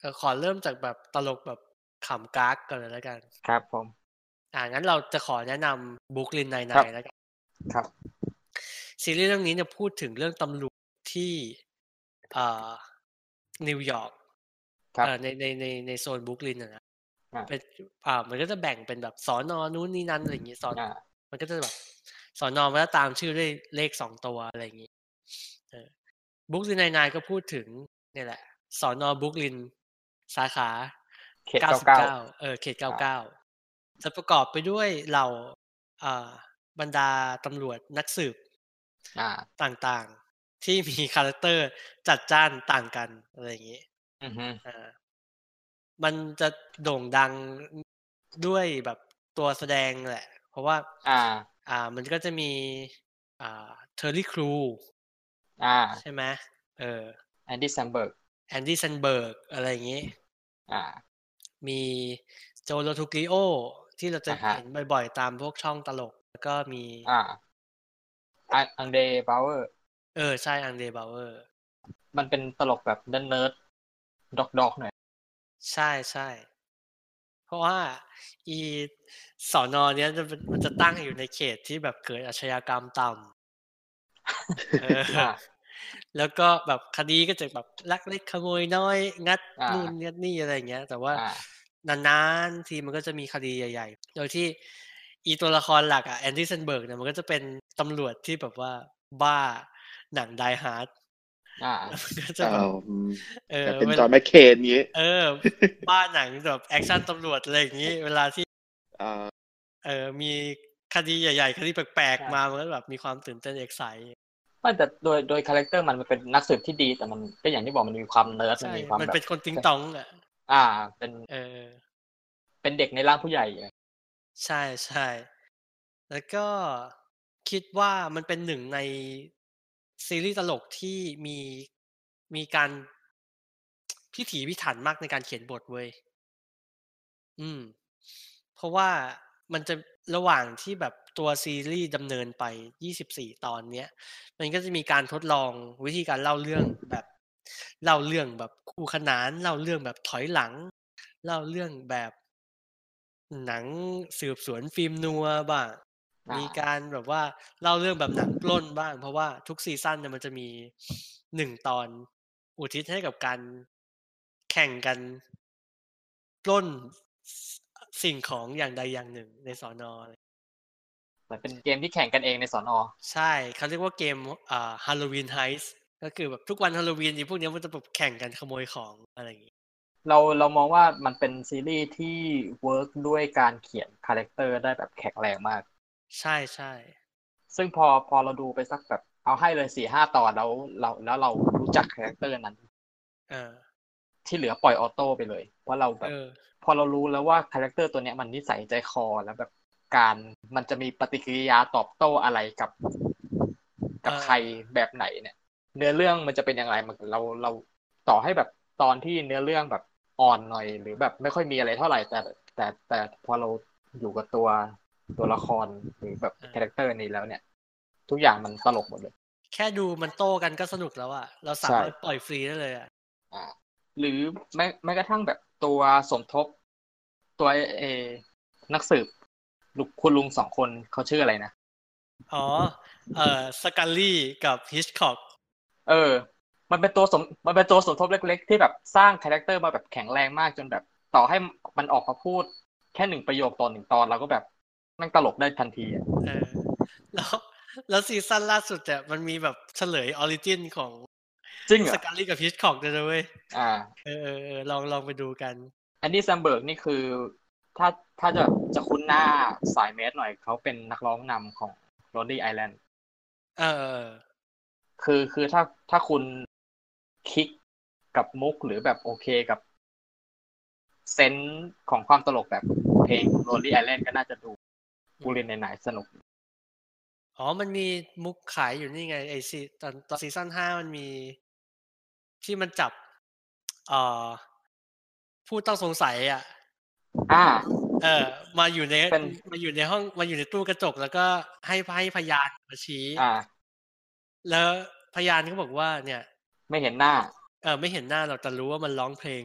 Speaker 1: เออขอเริ่มจากแบบตลกแบบขำก๊ากก่อนเลยละกัน
Speaker 3: ครับผม
Speaker 1: อ่างั้นเราจะขอแนะนำบุ๊กลินไนไน
Speaker 3: ครับ
Speaker 1: แล้วกัน
Speaker 3: ครับ
Speaker 1: ซีรีส์เรื่องนี้เนี่ยพูดถึงเรื่องตำรวจที่เอ่อนิวยอร์ก
Speaker 3: ครับ
Speaker 1: เอ่อในในในในโซนบรุกลินอะนะ
Speaker 3: อ่า
Speaker 1: เป็นอ่ามันก็จะแบ่งเป็นแบบสอนอนู้นนี่นั่นอะไรอย่างงี้สอน
Speaker 3: อ่า
Speaker 1: มันก็จะแบบสอนอมันก็ตามชื่อด้วยเลขสองตัวอะไรอย่างงี้บุ๊กลินนายก็พูดถึงเนี่ยแหละสอนอบุ๊กลินสาขา
Speaker 3: เขตเก้า
Speaker 1: เออเขตเก้าเก้าจะประกอบไปด้วยเหล่าอ่าบรรดาตำรวจนักสืบ
Speaker 3: อ่า
Speaker 1: ต่างๆ ที่มีคาแรคเตอร์จัดจ้านต่างกันอะไรอย่างงี้
Speaker 3: อือฮึ
Speaker 1: อ่ามันจะโด่งดังด้วยแบบตัวแสดงแหละ เพราะว่า
Speaker 3: อ่า
Speaker 1: อ่า มันก็จะมี อ่าเทอร์รี่ครู
Speaker 3: อ่า
Speaker 1: ใช่ไหมเออ
Speaker 3: แอนดี้แซมเบิร์ก
Speaker 1: แอนดี้ซันเบิร์กอะไรอย่างนี้
Speaker 3: อ่า
Speaker 1: มีโจโลทูกริโอ ที่เราจะ
Speaker 3: อ่าฮะ
Speaker 1: เห็นบ่อยๆ ตามพวกช่องตลก แล้วก็มี
Speaker 3: อ่าอันอังเดย์บาวเวอร์
Speaker 1: เออ ใช่ อังเดบาวเวอร์
Speaker 3: มันเป็นตลกแบบเนิร์ดๆด็อกๆหน่อย
Speaker 1: ใช่ใช่ เพราะว่าอีสอนอเนี้ยจะเป็นมันจะตั้งอยู่ในเขตที่แบบเกิดอาชญากรรมต่ำเออ
Speaker 3: อ่า
Speaker 1: แล้วก็แบบคดีก็จะแบบลักเล็กขโมยน้อย งัด
Speaker 3: อ่านู่
Speaker 1: นู่นงัดนี่อะไรอย่างเงี้ย แต่ว่า
Speaker 3: อ่า
Speaker 1: นานๆทีมันก็จะมีคดีใหญ่ ๆ โดยที่อีตัวละครหลักอะแอนดี้เซนเบิร์กเนี่ยมันก็จะเป็นตำรวจที่แบบว่าบ้าหนังไดฮาร์ด
Speaker 3: อ่า
Speaker 1: <laughs> ก็จะแบบ
Speaker 2: เอาอืม
Speaker 1: เออ
Speaker 2: แต่เป็น
Speaker 1: ว
Speaker 2: จ
Speaker 1: ลา
Speaker 2: อห์นแมคเคนนี้
Speaker 1: เออ บ้านหนังแบบแอคชั่นตำรวจอะไรอย่างนี้ เวลาที่
Speaker 2: อ่า
Speaker 1: เออมีคดีใหญ่ๆ คดีแปลก
Speaker 3: ใช่
Speaker 1: ๆมามันก็แบบมีความตื่นเต้นเอกไซ
Speaker 3: ไม่แต่โดยโดยคาแรคเตอร์มันมันเป็นนักสืบที่ดี แต่มันก็อย่างที่บอกมันมีความเนิร์ดมัน
Speaker 1: ใช่
Speaker 3: มีความ
Speaker 1: มัน
Speaker 3: แบบ
Speaker 1: เป็นคนติงตองอ่ะ
Speaker 3: อ่า เป็น
Speaker 1: เออ
Speaker 3: เป็นเด็กในร่างผู้ใหญ่อะ
Speaker 1: ใช่ใช่แล้วก็คิดว่ามันเป็นหนึ่งในซีรีส์ตลกที่มีมีการพิถีพิถันมากในการเขียนบทเว้ย อืม เพราะว่า มันจะระหว่างที่แบบตัวซีรีส์ดำเนินไป 24 ตอนเนี้ย มันก็จะมีการทดลองวิธีการเล่าเรื่องแบบเล่าเรื่องแบบคู่ขนานเล่าเรื่องแบบถอยหลัง เล่าเรื่องแบบหนังสืบสวนฟิล์มนัวบ้าง
Speaker 3: อ่า
Speaker 1: มี
Speaker 3: มี
Speaker 1: การแบบว่าเล่าเรื่องแบบหนังปล้นบ้าง เพราะว่าทุกซีซั่นเนี่ยมันจะมีหนึ่งตอนอุทิศให้กับการแข่งกันปล้นสิ่งของอย่างใดอย่างหนึ่งในสอนอ
Speaker 3: เหมือนเป็นเกมที่แข่งกันเองในสอนอ
Speaker 1: ใช่เขาเรียกว่าเกมอ่าฮาโลวีนไฮส์ก็คือแบบทุกวันฮาโลวีนไอีพวกเนี้ยมันจะแบบแข่งกันขโมยของอะไรอย่างงี้
Speaker 3: เราเรามองว่ามันเป็นซีรีส์ที่เวิร์กด้วยการเขียนคาแรคเตอร์ได้แบบแข็งแรงมาก
Speaker 1: ใช่ใช่
Speaker 3: ซึ่งพอพอเราดูไปสักแบบเอาให้เลยสี่ห้าตอนแล้วเราแล้วเรารู้จักคาแรคเตอร์นั้น
Speaker 1: เออ
Speaker 3: ที่เหลือปล่อยออโต้ไปเลย เพราะเราแบบ
Speaker 1: เออ
Speaker 3: พอเรารู้แล้วว่าคาแรคเตอร์ตัวเนี้ยมันนิสัยใจคอแล้วแบบการมันจะมีปฏิกิริยาตอบโต้อะไรกับ กับ
Speaker 1: เออ
Speaker 3: ใครแบบไหนเนี่ย เนื้อเรื่องมันจะเป็นอย่างไรมันเราเราต่อให้แบบตอนที่เนื้อเรื่องแบบอ่อนหน่อย หรือแบบไม่ค่อยมีอะไรเท่าไหร่แต่แต่แต่พอเราอยู่กับตัวตัวละครหรือแบบคาแรคเตอร์นี้แล้วเนี่ย ทุกอย่างมันตลกหมดเลย
Speaker 1: แค่ดูมันโต้กันก็สนุกแล้วอะเราสามารถปล่อยฟรีได้เลยอะ
Speaker 3: หรือแม้แม้กระทั่งแบบตัวสมทบ ตัวเอเอนักสืบลูกคุณลุงสองคนเขาชื่ออะไรนะ
Speaker 1: อ๋อ เออสกัลลี่กับฮิชคอก
Speaker 3: เออ มันเป็นตัวสมมันเป็นตัวสมทบเล็ก ๆ ที่แบบสร้างคาแรคเตอร์มาแบบแข็งแรงมากจนแบบ ต่อให้มันออกมาพูดแค่หนึ่งประโยคตอนหนึ่งตอนเราก็แบบแมันตลกได้ทันทีอะ
Speaker 1: เออ แล้วแล้วซีซั่นล่าสุดเนี่ยมันมีแบบเฉลยออริจินของ
Speaker 3: จริงเหร
Speaker 1: ส
Speaker 3: อ
Speaker 1: กัลลี่กับฮิชคอกด้วยนะเว้ย
Speaker 3: อ่า
Speaker 1: เออเออเออลองลองไปดูกัน
Speaker 3: อันดี้แซมเบิร์กนี่คือ ถ้าถ้าจะจะคุ้นหน้าสายเมสหน่อยเขาเป็นนักร้องนำของ Lonely Island
Speaker 1: เออเออ
Speaker 3: คือคือถ้าถ้าคุณคลิกกับมุกหรือแบบโอเคกับ เซนส์ของความตลกแบบเพลง Lonely Island ก็น่าจะดูกูเรียนไหนๆสนุก
Speaker 1: อ๋อ มันมีมุกขายอยู่นี่ไงไอซีตอนตอนซีซั่นห้ามันมี ที่มันจับ เอ่อ ผู้ต้องสงสัยอ่ะ
Speaker 3: อ่า
Speaker 1: เออ มาอยู่ใน
Speaker 3: เป็น
Speaker 1: มาอยู่ในห้องมาอยู่ในตู้กระจก แล้วก็ให้ให้พยานมาชี้
Speaker 3: อ่า
Speaker 1: แล้วพยานก็บอกว่า เนี่ย
Speaker 3: ไม่เห็นหน้า
Speaker 1: เออไม่เห็นหน้าหรอกแต่รู้ว่ามันร้องเพลง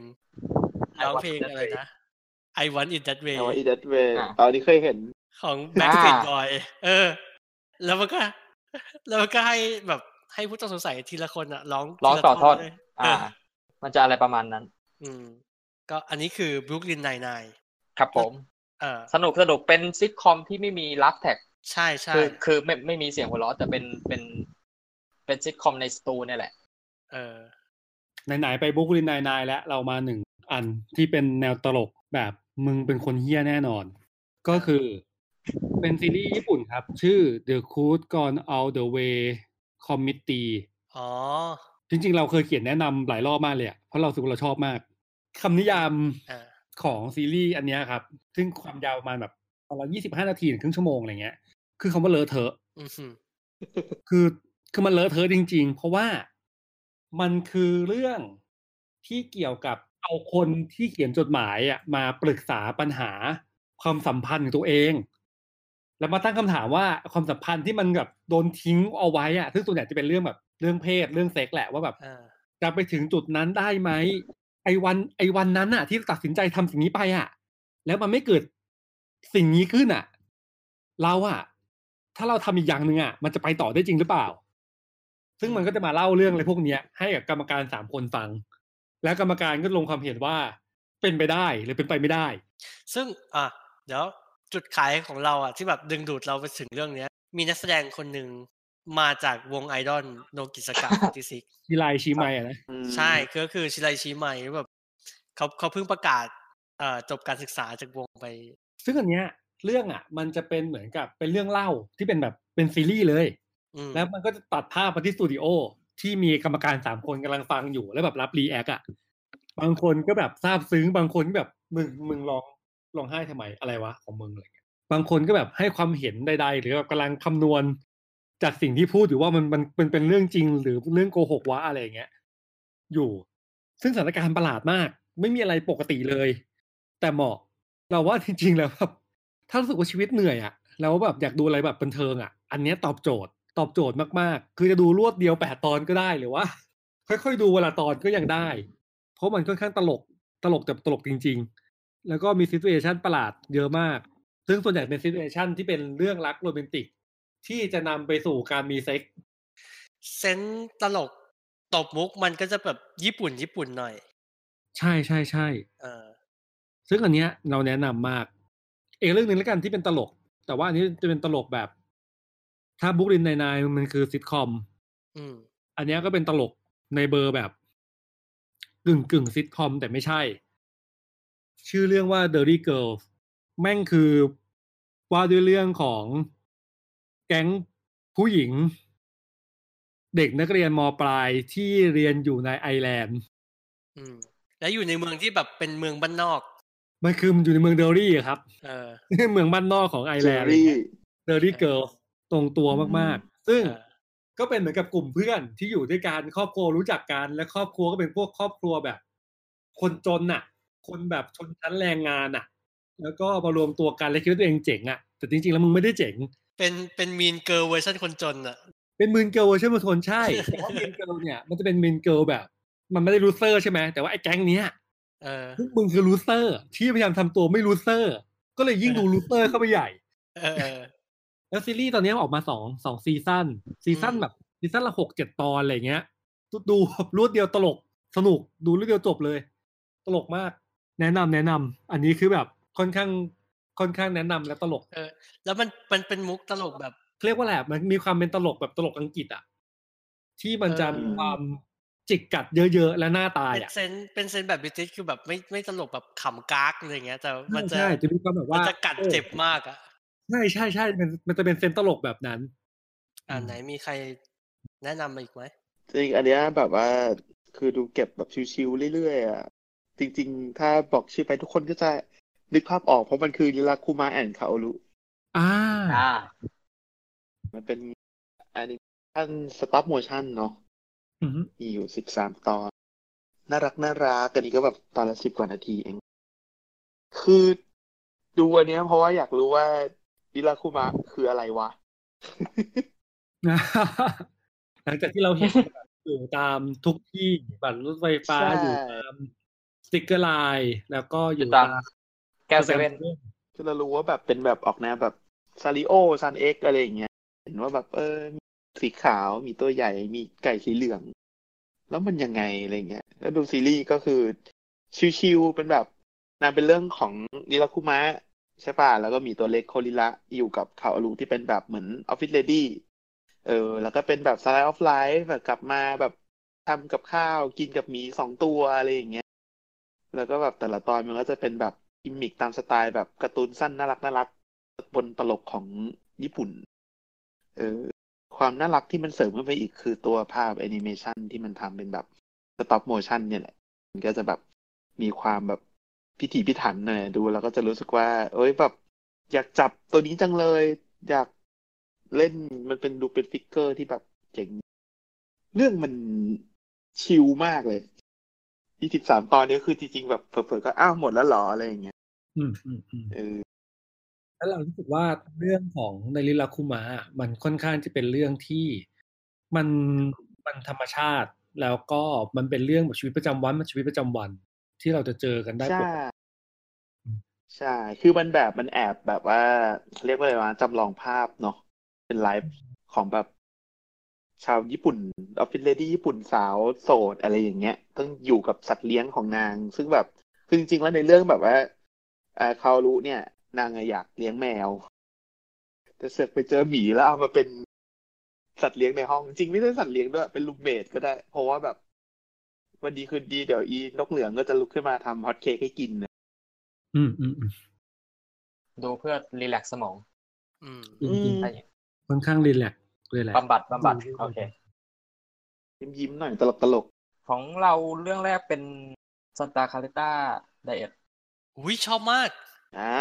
Speaker 3: I
Speaker 1: ร้อง
Speaker 3: want
Speaker 1: เพลง
Speaker 3: it that
Speaker 1: อะไร
Speaker 3: way
Speaker 1: นะ I want it that
Speaker 2: เอ
Speaker 1: way
Speaker 2: ว่าอีเดทเวย์
Speaker 3: อ่ะ
Speaker 2: ตอนนี้เคยเห็น
Speaker 1: ของ Backstreet
Speaker 3: อ่า
Speaker 1: Boy เออ แล้วมันก็ แล้วมันก็ให้แบบให้ผู้ต้องสงสัยทีละคนอ่ะ ร้อง
Speaker 3: ร้อง
Speaker 1: ทีละ
Speaker 3: ต่อทอด
Speaker 1: เลย
Speaker 3: อ่า มันจะอะไรประมาณนั้น
Speaker 1: อืมก็อันนี้คือบรุกลินไนไน
Speaker 3: ครับผม
Speaker 1: เออ
Speaker 3: สนุกสนุกเป็นซิทคอมที่ไม่มีลับแท็ก
Speaker 1: ใช่ใช่
Speaker 3: คือคือไม่ไม่มีเสียงหัวเราะแต่เป็นเป็นเป็นซิทคอมในสตูเนี่ยแหละ
Speaker 1: เออ
Speaker 4: ไหนๆไปบุกลินนายนายแล้วเรามาหนึ่งอันที่เป็นแนวตลกแบบมึงเป็นคนเฮี้ยแน่นอน ก็คือเป็นซีรีส์ญี่ปุ่นครับ ชื่อ The Good Gone All the Way Committee
Speaker 1: อ๋อ
Speaker 4: จริงๆ เราเคยเขียนแนะนำหลายรอบมากเลยอะเพราะเรารู้สึกว่าเราชอบมากคำนิยาม
Speaker 1: อ่า
Speaker 4: ของซีรีส์อันเนี้ยครับ ซึ่งความยาวประมาณแบบตอนละยี่สิบห้าณ25 นาทีถึงครึ่งชั่วโมงอะไรเงี้ย คือคำว่าเลอะเทอะ
Speaker 1: อือหือ
Speaker 4: คือคือมันเลอะเทอะจริง ๆ เพราะว่ามันคือเรื่องที่เกี่ยวกับเอาคนที่เขียนจดหมายอ่ะมาปรึกษาปัญหาความสัมพันธ์ของตัวเอง แล้วมาตั้งคำถามว่าความสัมพันธ์ที่มันแบบโดนทิ้งเอาไว้อ่ะซึ่งส่วนใหญ่จะเป็นเรื่องแบบเรื่องเพศเรื่องเซ็กส์แหละว่าแบบ
Speaker 1: อ่า
Speaker 4: จะไปถึงจุดนั้นได้ไหมไอ้วันไอ้วันนั้นน่ะ ที่ตัดสินใจทำสิ่งนี้ไปอ่ะ แล้วมันไม่เกิดสิ่งนี้ขึ้นอ่ะ เราอ่ะ ถ้าเราทำอีกอย่างหนึ่งอ่ะ มันจะไปต่อได้จริงหรือเปล่า ซึ่งมันก็จะมาเล่าเรื่องอะไรพวกเนี้ย ให้กับกรรมการสามคนฟัง แล้วกรรมการก็ลงความเห็นว่าเป็นไปได้หรือเป็นไปไม่ได้
Speaker 1: ซึ่งอ่ะเดี๋ยวจุดขายของเราอ่ะที่แบบดึงดูดเราไปถึงเรื่องเนี้ย มีนักแสดงคนหนึ่งมาจากวงไอดอลโนกิสกะ ติ
Speaker 3: <laughs>
Speaker 1: ซิก
Speaker 4: ทีไลชีไมอะนะ
Speaker 1: ใช่ก็คือชิไรชิไมแบบเขาเขาเพิ่งประกาศเอ่อจบการศึกษาจากวงไป
Speaker 4: ซึ่งอันเนี้ย เรื่องอ่ะ มันจะเป็นเหมือนกับเป็นเรื่องเล่าที่เป็นแบบเป็นซีรีส์เลย
Speaker 1: อืม
Speaker 4: แล้วมันก็จะตัดภาพมาที่สตูดิโอที่มีกรรมการสามคนกำลังฟังอยู่แล้วแบบรับรีแอคอะบางคนก็แบบซาบซึ้ง บางคนก็แบบมึงมึงร้องร้องไห้ทำไมอะไรวะของมึงอะไรเงี้ยบางคนก็แบบให้ความเห็นใดๆ หรือแบบกำลังคำนวณ จากสิ่งที่พูดอยู่ว่ามันมันมันเป็นเรื่องจริง หรือเรื่องโกหกวะอะไรอย่างเงี้ยอยู่ ซึ่งสถานการณ์ประหลาดมาก ไม่มีอะไรปกติเลย แต่เหมาะ เราว่าจริงๆแล้วแบบ ถ้ารู้สึกว่าชีวิตเหนื่อยอะแล้วแบบอยากดูอะไรแบบบันเทิงอะอันเนี้ยตอบโจทย์ ตอบโจทย์มากๆ คือจะดูรวดเดียวแปดตอนก็ได้หรือว่า <laughs> ค่อยๆดูเวลาตอนก็ยังได้ เพราะมันค่อนข้างตลกตลกแต่ตลกจริง ๆ แล้วก็มีซิ t u เอชันประหลาดเยอะมาก ซึ่งส่วนใหญ่เป็นซิ t u เอชันที่เป็นเรื่องรักโรแมนติก ที่จะนำไปสู่การมีเซ็กซ์
Speaker 1: เซนส์ตลกตบมุกมันก็จะแบบญี่ปุ่นญี่ปุ่นหน่อย
Speaker 4: ใช่ใช่ใช่
Speaker 1: เออ
Speaker 4: ซึ่งอันเนี้ยเราแนะนำมาก เอกเรื่องหนึ่งแล้วกันที่เป็นตลก แต่ว่าอันนี้จะเป็นตลกแบบ ถ้าบุ๊กลินนายนายมันคือซิทคอม
Speaker 1: อืม
Speaker 4: อันเนี้ยก็เป็นตลกในเบอร์แบบกึ่งกึ่งซิทคอมแต่ไม่ใช่ ชื่อเรื่องว่า Dirty Girls แม่งคือว่าด้วยเรื่องของแก๊งผู้หญิง เด็กนักเรียนมปลายที่เรียนอยู่ในไอร์แลนด์
Speaker 1: อืม แล้วอยู่ในเมืองที่แบบเป็นเมืองบ้านนอก
Speaker 4: มันคืออยู่ในเมืองเดอรี่อะครับ <laughs>
Speaker 1: เออ
Speaker 4: เมืองบ้านนอกของไอร์
Speaker 2: เจ
Speaker 4: แล
Speaker 2: อน
Speaker 4: ด์
Speaker 2: รี่
Speaker 4: เดอ
Speaker 1: <laughs>
Speaker 4: รี่เกิลตรงตัวมากๆ ซึ่ง
Speaker 1: เออ
Speaker 4: ก็เป็นเหมือนกับกลุ่มเพื่อนที่อยู่ด้วยกันครอบครัวรู้จักกัน และครอบครัวก็เป็นพวกครอบครัวแบบ คนจนน่ะ คนแบบชนชั้นแรงงานน่ะ แล้วก็มารวมตัวกันและคิดว่าตัวเองเจ๋งอ่ะแต่จริงๆแล้วมึงไม่ได้เจ๋ง
Speaker 1: เป็นเป็นมีนเกิร์ลเวอร์ชันคนจนอ่ะ
Speaker 4: เป็นมินเกิลเวอร์ชันมาทนใช่แต่ว่ามินเกิลเนี่ยมันจะเป็นมินเกิลแบบ มันไม่ได้รูเซอร์ใช่ไหมแต่ว่าไอ้แก๊งเนี้ย
Speaker 1: เออ
Speaker 4: พวกมึงคือรูเซอร์ที่พยายามทำตัวไม่รูเซอร์ก็เลยยิ่งดูรูเซอร์เข้าไปใหญ่
Speaker 1: เออเออ
Speaker 4: แล้วซีรีส์ตอนนี้ออกมาสองสองซีซั่นซีซั่น
Speaker 1: อืม
Speaker 4: แบบซีซั่นละหกเจ็ดตอนอะไรเงี้ยดูดูแบบรวดเดียวตลกสนุกดูรวดเดียวจบเลย ตลกมาก แนะนำแนะนำอันนี้คือแบบค่อนข้างค่อนข้างแนะนำและตลก
Speaker 1: แล้วมันมันเป็นมุกตลกแบบ
Speaker 4: เรียกว่าแหละไรมันมีความเป็นตลกแบบตลกอังกฤษอ่ะที่มันจะ
Speaker 1: เออ
Speaker 4: มีความจิกกัดเยอะๆ และหน้าตาย
Speaker 1: เป็น
Speaker 4: อ่ะ
Speaker 1: เซนส์เป็นเซนส์แบบบิทิชคือแบบไม่ไม่ตลกแบบขำกากอะไรอย่างเงี้ยแต่มันจะ
Speaker 4: ใช่จะมีความแบบ
Speaker 1: มัน
Speaker 4: ว่า
Speaker 1: จะกัดเจ็บมากอ่ะ
Speaker 4: ใช่ใช่ใช่มันมันจะเป็นเซนตลกแบบนั้น
Speaker 1: อ่า
Speaker 4: อืม
Speaker 1: ไหนมีใครแนะนำมาอีกไหม
Speaker 2: จริงอันเนี้ยแบบว่าคือดูเก็บแบบชิวๆเรื่อยๆอ่ะจริง ๆ ถ้าบอกชื่อไปทุกคนก็จะนึกภาพออกเพราะมันคือลิลาคุมาแอนคาโอรุ
Speaker 4: อ่า
Speaker 3: อ่า
Speaker 2: มันเป็นแอนิเมชันสต็อปโมชั่นเนาะ
Speaker 4: อือฮึ
Speaker 2: มีอยู่สิบสามตอน น่ารักน่ารักอันนี้ก็แบบตอนละสิบกว่านาทีเอง คือดูอันเนี้ยเพราะว่าอยากรู้ว่าลิลาคุมาคืออะไรวะ
Speaker 4: หลังจากที่เราเห็น <laughs> อยู่ตามทุกที่บัตรรถไฟฟ้า
Speaker 2: ใช่
Speaker 4: อยู่ตามสติกเกอร์ไลน์แล้วก็อ
Speaker 3: อยู่
Speaker 4: ยู่
Speaker 3: ตา
Speaker 4: ตาม ม
Speaker 3: แก้วเซเว่น
Speaker 2: ก็จะรู้ว่าแบบเป็นแบบออกแนวแบบซาริโอซันเอ็กอะไรอย่างเงี้ย เห็นว่าแบบเออมีสีขาวมีตัวใหญ่มีไก่สีเหลือง แล้วมันยังไงอะไรเงี้ย แล้วดูซีรีส์ก็คือชิวๆเป็นแบบนางเป็นเรื่องของนิราคุมะใช่ป่ะแล้วก็มีตัวเล็กโคลิระอยู่กับคาอารุที่เป็นแบบเหมือนออฟฟิศเลดี้เออ แล้วก็เป็นแบบสไลด์ออฟไลฟ์แบบกลับมาแบบทำกับข้าวกินกับหมีสองตัวอะไรอย่างเงี้ย แล้วก็แบบแต่ละตอนมันก็จะเป็นแบบกิมมิกตามสไตล์แบบการ์ตูนสั้นน่ารักน่ารักบนตลกของญี่ปุ่น เออความน่ารักที่มันเสริมขึ้นไปอีกคือตัวภาพแอนิเมชันที่มันทำเป็นแบบสต็อปโมชันเนี่ยแหละ มันก็จะแบบมีความแบบพิถีพิถันหน่อยดูแล้วก็จะรู้สึกว่า เอ้ยแบบ อยากจับตัวนี้จังเลย อยากเล่นมันเป็นดูเป็นฟิกเกอร์ที่แบบเจ๋งเรื่องมันชิลมากเลย ยี่สิบสามตอนนี้คือจริงๆแบบเผลอๆก็อ้าวหมดแล้วเหรออะไรอย่างเงี้ย
Speaker 4: อืมอืมอืม
Speaker 2: เออ
Speaker 4: แล้วเรารู้สึกว่าเรื่องของในลิลาคุมะมันค่อนข้างจะเป็นเรื่องที่มันมันธรรมชาติ แล้วก็มันเป็นเรื่องแบบชีวิตประจำวันมันชีวิตประจำวัน ที่เราจะเจอกันได้
Speaker 2: ใช่
Speaker 4: ปกติ
Speaker 2: ใช่ คือมันแบบมันแอบแบบว่าเรียกว่าอะไรวะจำลองภาพเนาะเป็นไลฟ์ของแบบ ชาวญี่ปุ่นออฟฟิศเลดี้ญี่ปุ่นสาวโสดอะไรอย่างเงี้ย ต้องอยู่กับสัตว์เลี้ยงของนาง ซึ่งแบบคือจริงๆแล้วในเรื่องแบบว่าเอ่อคาโอรุเนี่ย นางอะอยากเลี้ยงแมว แต่เสือกไปเจอหมีแล้วเอามาเป็นสัตว์เลี้ยงในห้อง จริงไม่ใช่สัตว์เลี้ยงด้วยเป็นลูกเมดก็ได้ เพราะว่าแบบ วันดีคืนดีเดี๋ยวอีนกเหลืองก็จะลุกขึ้นมาทำฮอตเค้กให้กินนะ
Speaker 4: อืมอืมอืม
Speaker 3: ดูเพื่อรีแลกซ์สมอง
Speaker 1: อืม
Speaker 4: จริง
Speaker 2: อืม
Speaker 4: ๆค่อนข้างรีแลกซ์เลยแหละ
Speaker 3: บำบัดบำบัด
Speaker 4: อืม
Speaker 3: โอเค
Speaker 2: ยิ้มยิ้มๆหน่อยตลกตลก
Speaker 3: ของเราเรื่องแรกเป็นสตาร์คาลิต้าไดเอท
Speaker 1: อุ้ยชอบมาก
Speaker 2: ๆอ่า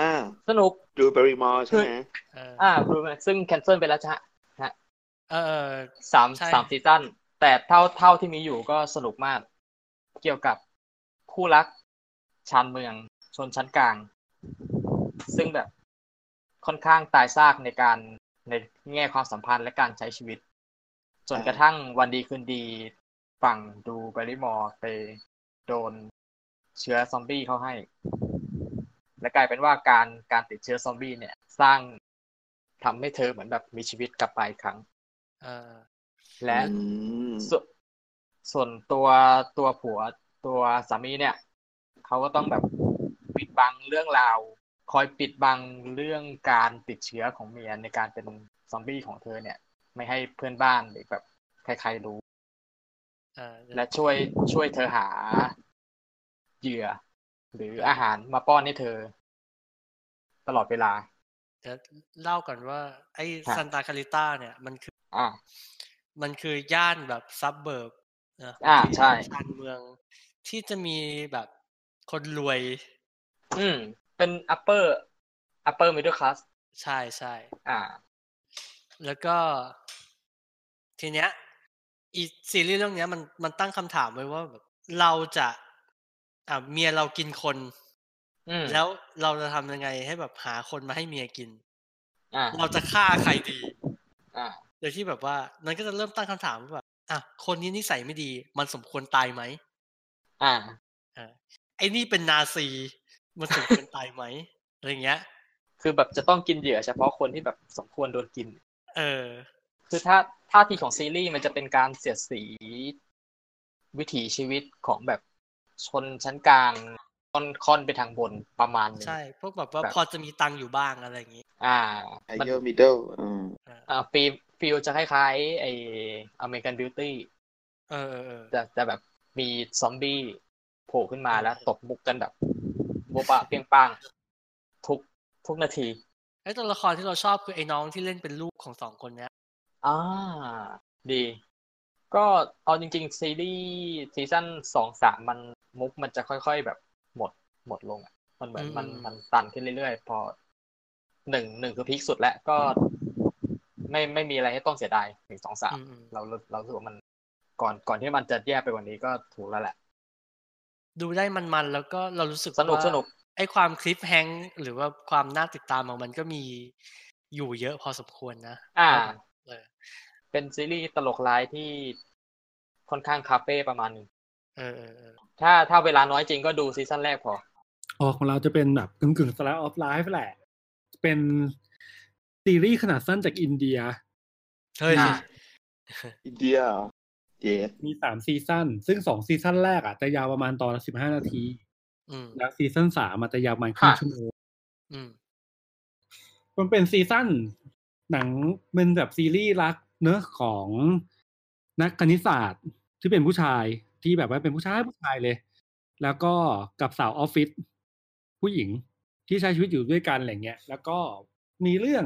Speaker 3: สนุก
Speaker 2: ดูเบอริมอร์ใช่ไหม
Speaker 1: เออ
Speaker 3: อ่าบรูแมนซึ่งแคนเซิลไปแล้วจ้ะ
Speaker 1: เออ
Speaker 3: สาม
Speaker 1: ใช่
Speaker 3: สามซีซั่นแต่เท่าเท่าที่มีอยู่ก็สนุกมาก เกี่ยวกับคู่รักชานเมือง ชนชั้นกลาง ซึ่งแบบ ค่อนข้างตายซากในการในแง่ความสัมพันธ์และการใช้ชีวิต จนกระทั่งวันดีคืนดีฝั่งดูเบริมอร์ไปโดนเชื้อซอมบี้เข้าให้ และกลายเป็นว่าการการติดเชื้อซอมบี้เนี่ย สร้างทำให้เธอเหมือนแบบมีชีวิตกลับไปอีกครั้ง
Speaker 1: เออ
Speaker 3: และ
Speaker 2: อืม
Speaker 3: สส่วนตัวตัวผัวตัวสามีเนี่ย เขาก็ต้องแบบปิดบังเรื่องราว คอยปิดบังเรื่องการติดเชื้อของเมียในการเป็นซอมบี้ของเธอเนี่ย ไม่ให้เพื่อนบ้านหรือแบบใครๆรู้
Speaker 1: เออ
Speaker 3: และช่วยช่วยเธอหาเหยื่อ หรืออาหารมาป้อนให้เธอ ตลอดเวลา
Speaker 1: เดี๋ยวเล่าก่อนว่า ไอ้
Speaker 3: ครับ
Speaker 1: ซันตาคาริต้าเนี่ยมันคือ
Speaker 3: อ่า
Speaker 1: มันคือย่านแบบซับเบิร์บนะ
Speaker 3: อ่า
Speaker 1: ที่
Speaker 3: ใช่
Speaker 1: ชานเมืองที่จะมีแบบคนรวย
Speaker 3: อืม เป็น upper upper middle class
Speaker 1: ใช่ใช่
Speaker 3: อ่า
Speaker 1: แล้วก็ ทีเนี้ยอีซีรีส์เรื่องเนี้ยมันมันตั้งคำถามไว้ว่าแบบเราจะอ่าเมียเรากินคน
Speaker 3: อืม
Speaker 1: แล้วเราจะทำยังไงให้แบบหาคนมาให้เมียกิน
Speaker 3: อ่า
Speaker 1: เราจะฆ่าใครดี
Speaker 3: อ่า
Speaker 1: โดยที่แบบว่า มันก็จะเริ่มตั้งคำถามว่าแบบอ่ะคนนี้นิสัยไม่ดี มันสมควรตายไหม
Speaker 3: อ่า
Speaker 1: ไอ้นี่เป็นนาซี มันสมควรตายไหมอะไรเงี้ย
Speaker 3: คือแบบจะต้องกินเหยื่อเฉพาะคนที่แบบสมควรโดนกิน
Speaker 1: เออ
Speaker 3: คือถ้าท่าทีของซีรีส์มันจะเป็นการเสียดสี วิถีชีวิตของแบบชนชั้นกลางค่อนค่อนไปทางบนประมาณหนึง
Speaker 1: ใช่พวกแบบว่า
Speaker 3: แบบ
Speaker 1: พอจะมีตังค์อยู่บ้างอะไรอย่างงี้
Speaker 3: อ่า
Speaker 2: ไอเยอร์มิดเดิลอืม
Speaker 3: อ่าฟีลฟีลจะคล้ายๆไออเมริกันบิวตี้
Speaker 1: เออเออเออ
Speaker 3: แต่แต่แบบมีซอมบี้โผล่ขึ้นมาแล้ว
Speaker 1: เออ
Speaker 3: ตบมุกกันแบบโบะบะเปรียงปังทุกทุกนาที
Speaker 1: ไอ้ตัวละครที่เราชอบคือไอ้น้องที่เล่นเป็นลูกของสองคนเนี้ย
Speaker 3: อ่าดี ก็เอาจริง ๆ ซีรีส์ซีซั่นสองสามมันมุกมันจะค่อยๆแบบหมดหมดลงอ่ะ มันเหมือน
Speaker 1: อืม
Speaker 3: มันมันตันขึ้นเรื่อยๆ พอหนึ่งหนึ่งคือพีคสุดแล้วก็ไม่ไม่มีอะไรให้ต้องเสียดายหนึ่งสองสาม
Speaker 1: อืมอืม
Speaker 3: เรารู้เรารู้สึกว่ามันก่อนก่อนที่มันจะแย่ไปกว่านี้ก็ถูกแล้วแหละ
Speaker 1: ดูได้มันๆแล้วก็เรารู้สึก
Speaker 3: สนุก
Speaker 1: ว่า
Speaker 3: สนุก
Speaker 1: ไอ้ความคลิปแฮงก์หรือว่าความน่าติดตามของมันก็มีอยู่เยอะพอสมควรนะ
Speaker 3: อ่า
Speaker 1: เออ
Speaker 3: เป็นซีรีส์ตลกร้ายที่ค่อนข้างคาเฟ่ประมาณหนึง
Speaker 1: เออเออเออ
Speaker 3: ถ้าถ้าเวลาน้อยจริงก็ดูซีซั่นแรกพอ
Speaker 4: ออของเราจะเป็นแบบกึ่งกึ่งสไลด์ออฟไลฟ์แหละ เป็นซีรีส์ขนาดสั้นจากอินเดีย
Speaker 1: เฮ้ย
Speaker 3: อ่า
Speaker 2: อินเดียเยส
Speaker 4: มีสามซีซั่นซึ่งสองซีซั่นแรกอ่ะจะยาวประมาณตอนละสิบห้านาที
Speaker 1: อืม
Speaker 4: แล้วซีซั่นสามอาจจะยาวประมาณครึ่ง
Speaker 3: ค่ะ
Speaker 4: ชั่วโมง
Speaker 1: อืม
Speaker 4: มันเป็นซีซั่นหนังเป็นแบบซีรีส์รักเนอะของนักคณิตศาสตร์ที่เป็นผู้ชายที่แบบว่าเป็นผู้ชายผู้ชายเลย แล้วก็กับสาวออฟฟิศผู้หญิงที่ใช้ชีวิตอยู่ด้วยกันอะไรเงี้ยแล้วก็มีเรื่อง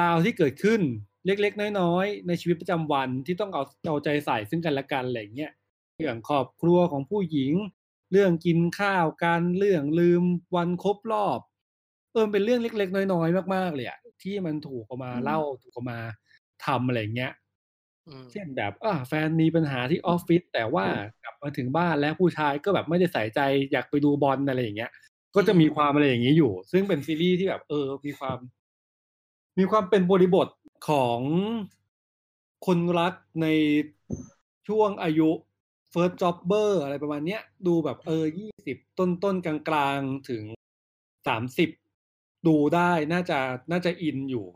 Speaker 4: ราวที่เกิดขึ้นเล็กๆ น้อยๆ ในชีวิตประจำวันที่ต้องเอาเอาใจใส่ซึ่งกันและกันอะไรเงี้ยเรื่องครอบครัวของผู้หญิง เรื่องกินข้าวการเรื่องลืมวันครบรอบ เออมันเป็นเรื่องเล็ก ๆ น้อยๆมากๆเลยอะที่มันถูกเอามาเล่าถูกเอามาทำอะไรเงี้ย
Speaker 1: อืม
Speaker 4: เช่นแบบอ่ะแฟนมีปัญหาที่ออฟฟิศแต่ว่ากลับมาถึงบ้านแล้วผู้ชายก็แบบไม่ได้ใส่ใจอยากไปดูบอลอะไรอย่างเงี้ย ก็จะมีความอะไรอย่างนี้อยู่ ซึ่งเป็นซีรีส์ที่แบบ เออ มีความ มีความเป็นบริบทของคนรักในช่วงอายุ first jobber อะไรประมาณเนี้ย ดูแบบเออยี่สิบต้นต้นๆ กลางกลางๆ ถึงสามสิบดูได้น่าจะน่าจะอินอยู่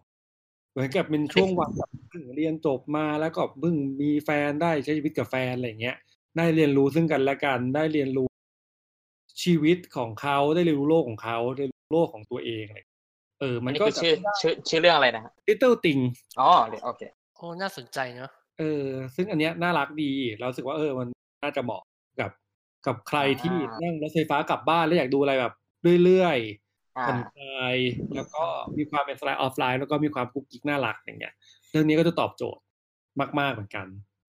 Speaker 4: เหมือนกับเป็นช่วงวัยแบบเพิ่งเรียนจบมาแล้วก็เพิ่งมีแฟนได้ใช้ชีวิตกับแฟนอะไรอย่างเงี้ย ได้เรียนรู้ซึ่งกันและกันได้เรียนรู้ ชีวิตของเขาได้เรียนรู้โลกของเขาได้เรียนรู้โลกของตัวเองอะไรอย่างเงี้ยเออ
Speaker 3: อั
Speaker 4: มัน
Speaker 3: นนี้คื
Speaker 4: ก็
Speaker 3: อ
Speaker 4: จะ
Speaker 3: ชื่อชื่อชื่อเรื่องอะไรนะฮะ
Speaker 4: little thing
Speaker 3: อ๋อเดี๋ยวโอเค
Speaker 1: โอ้น่าสนใจเนอะ
Speaker 4: เออ ซึ่งอันเนี้ยน่ารักดี เรารู้สึกว่าเออ มันน่าจะเหมาะกับกับใครที่
Speaker 3: อ่า
Speaker 4: นั่งรถไฟฟ้ากลับบ้านแล้วอยากดูอะไรแบบเรื่อยๆ
Speaker 3: อ่า
Speaker 4: ผ่อนคลายแล้วก็มีความเป็นสไลด์ออฟไลน์แล้วก็มีความกุ๊กกิ๊กน่ารักอย่างเงี้ย เรื่องนี้ก็จะตอบโจทย์มากๆเหมือนกัน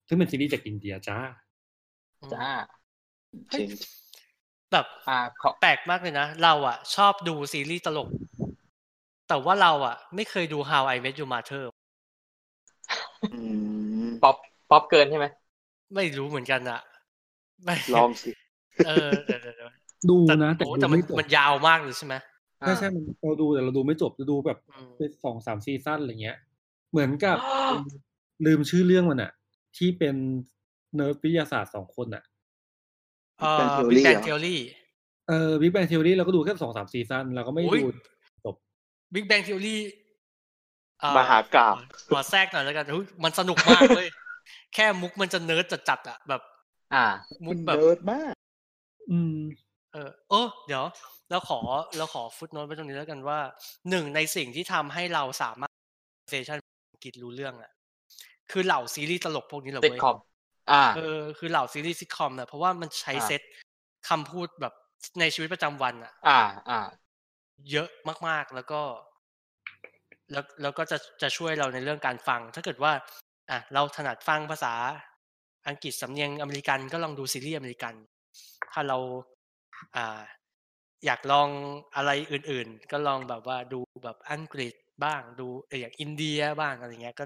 Speaker 4: ซึ่งเป็นซีรีส์จากอินเดียจ้า
Speaker 1: อืม
Speaker 3: จ้า
Speaker 1: เฮ้
Speaker 2: เจ๋
Speaker 1: ย
Speaker 2: ง
Speaker 1: แบบ
Speaker 3: อ่าขอ
Speaker 1: แปลกมากเลยนะ เราอ่ะ ชอบดูซีรีส์ตลก แต่ว่าเราอ่ะ ไม่เคยดู How I Met Your Mother
Speaker 2: อืม
Speaker 3: ป๊อปป๊อปเกินใช่ไหม
Speaker 1: ไม่รู้เหมือนกันอะไม่
Speaker 2: <laughs> ลองสิ
Speaker 1: <laughs> เออเดี๋ยวเดี๋ยวเดี๋ยว
Speaker 4: ดู
Speaker 1: แต่
Speaker 4: นะ แต่
Speaker 1: โอ้
Speaker 4: ดู
Speaker 1: แต่มัน
Speaker 4: ไม่จบ
Speaker 1: มันยาวมากเลยใช่ไหม
Speaker 4: ใช่ใช่มันเราดูแต่เราดูไม่จบเราดูแบบ
Speaker 1: อืม
Speaker 4: ไปสองสามซีซั่นอะไรเงี้ย เหมือนกับ ลืมชื่อเรื่องมันอะที่เป็นเนิร์ดวิทยาศาสตร์สองคนอะ
Speaker 1: เอ่อ
Speaker 2: Big Bang
Speaker 1: วิ
Speaker 2: Theory
Speaker 1: แบง
Speaker 2: เหรอ
Speaker 1: เทอรี่
Speaker 4: เออวิกแบงท h โอรีเราก็ดูแค่สองสามซีซั่นเราก็ไม่
Speaker 1: อุ๊ย
Speaker 4: ดู
Speaker 1: บิ๊กแบงเทอรี่
Speaker 2: มหากราบ
Speaker 1: ขอแทรกหน่อยแล้วกันเฮ้ยมันสนุกมากเลย แค่มุกมันจะเนิร์ดจัดๆอ่ะแบบ
Speaker 3: อ่า
Speaker 1: มุ
Speaker 2: มั
Speaker 1: ก
Speaker 2: น
Speaker 1: แบบ
Speaker 2: เนิร์ดมาก
Speaker 4: อืม
Speaker 1: เออเออเดี๋ยวเราขอเราขอฟุตโนตไว้ตรงนี้แล้วกันว่าหนึ่งในสิ่งที่ทำให้เราสามารถเซชันอังกฤษรู้เรื่องอ่ะ คือเหล่าซีรีส์ตลกพวกนี้เหรา
Speaker 3: ติด
Speaker 1: เว้ย
Speaker 3: คอม อ่า
Speaker 1: เออคือเหล่าซีรีส์ซิทคอมนะเพราะว่ามันใช้
Speaker 3: อ่า
Speaker 1: เซตคำพูดแบบในชีวิตประจำวันอ่ะ
Speaker 3: อ่า อ่า
Speaker 1: เยอะมากๆ แล้วก็ แล้วแล้วก็จะจะช่วยเราในเรื่องการฟัง ถ้าเกิดว่า อ่ะเราถนัดฟังภาษาอังกฤษสำเนียงอเมริกันก็ลองดูซีรีส์อเมริกัน ถ้าเราอ่า อยากลองอะไรอื่น ๆ ก็ลองแบบว่าดูแบบอังกฤษบ้างดูเอ่ออย่างอินเดียบ้างอะไรเงี้ยก็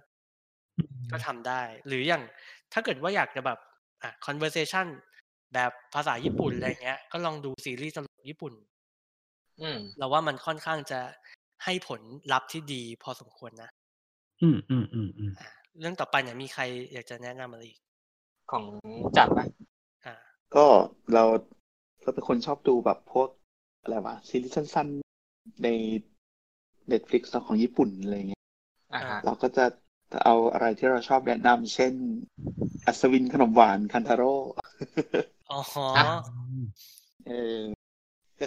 Speaker 1: ก็ทำได้ หรืออย่างถ้าเกิดว่าอยากจะแบบอ่ะ conversation แบบภาษาญี่ปุ่นอะไรเงี้ย ก็ลองดูซีรีส์ตลกญี่ปุ่น
Speaker 3: อืม
Speaker 1: เราว่ามันค่อนข้างจะให้ผลลัพธ์ที่ดีพอสมควรนะ
Speaker 4: อืมอืมอืมอืม
Speaker 1: อ่าเรื่องต่อไปเนี่ยมีใครอยากจะแนะนำอะไรอีก
Speaker 3: ของจัดไหม
Speaker 1: อ่า
Speaker 2: ก็เราเราเป็นคนชอบดูแบบพวกอะไรวะซีรีส์สั้นๆ ใน Netflix ของญี่ปุ่นอะไรเงี้ย
Speaker 3: อ่าฮะ
Speaker 2: เราก็จะเอาอะไรที่เราชอบแนะนำเช่น อัศวินขนมหวานคันทาโร่ <laughs>
Speaker 1: อ๋อ
Speaker 3: อ่ะ
Speaker 2: เออ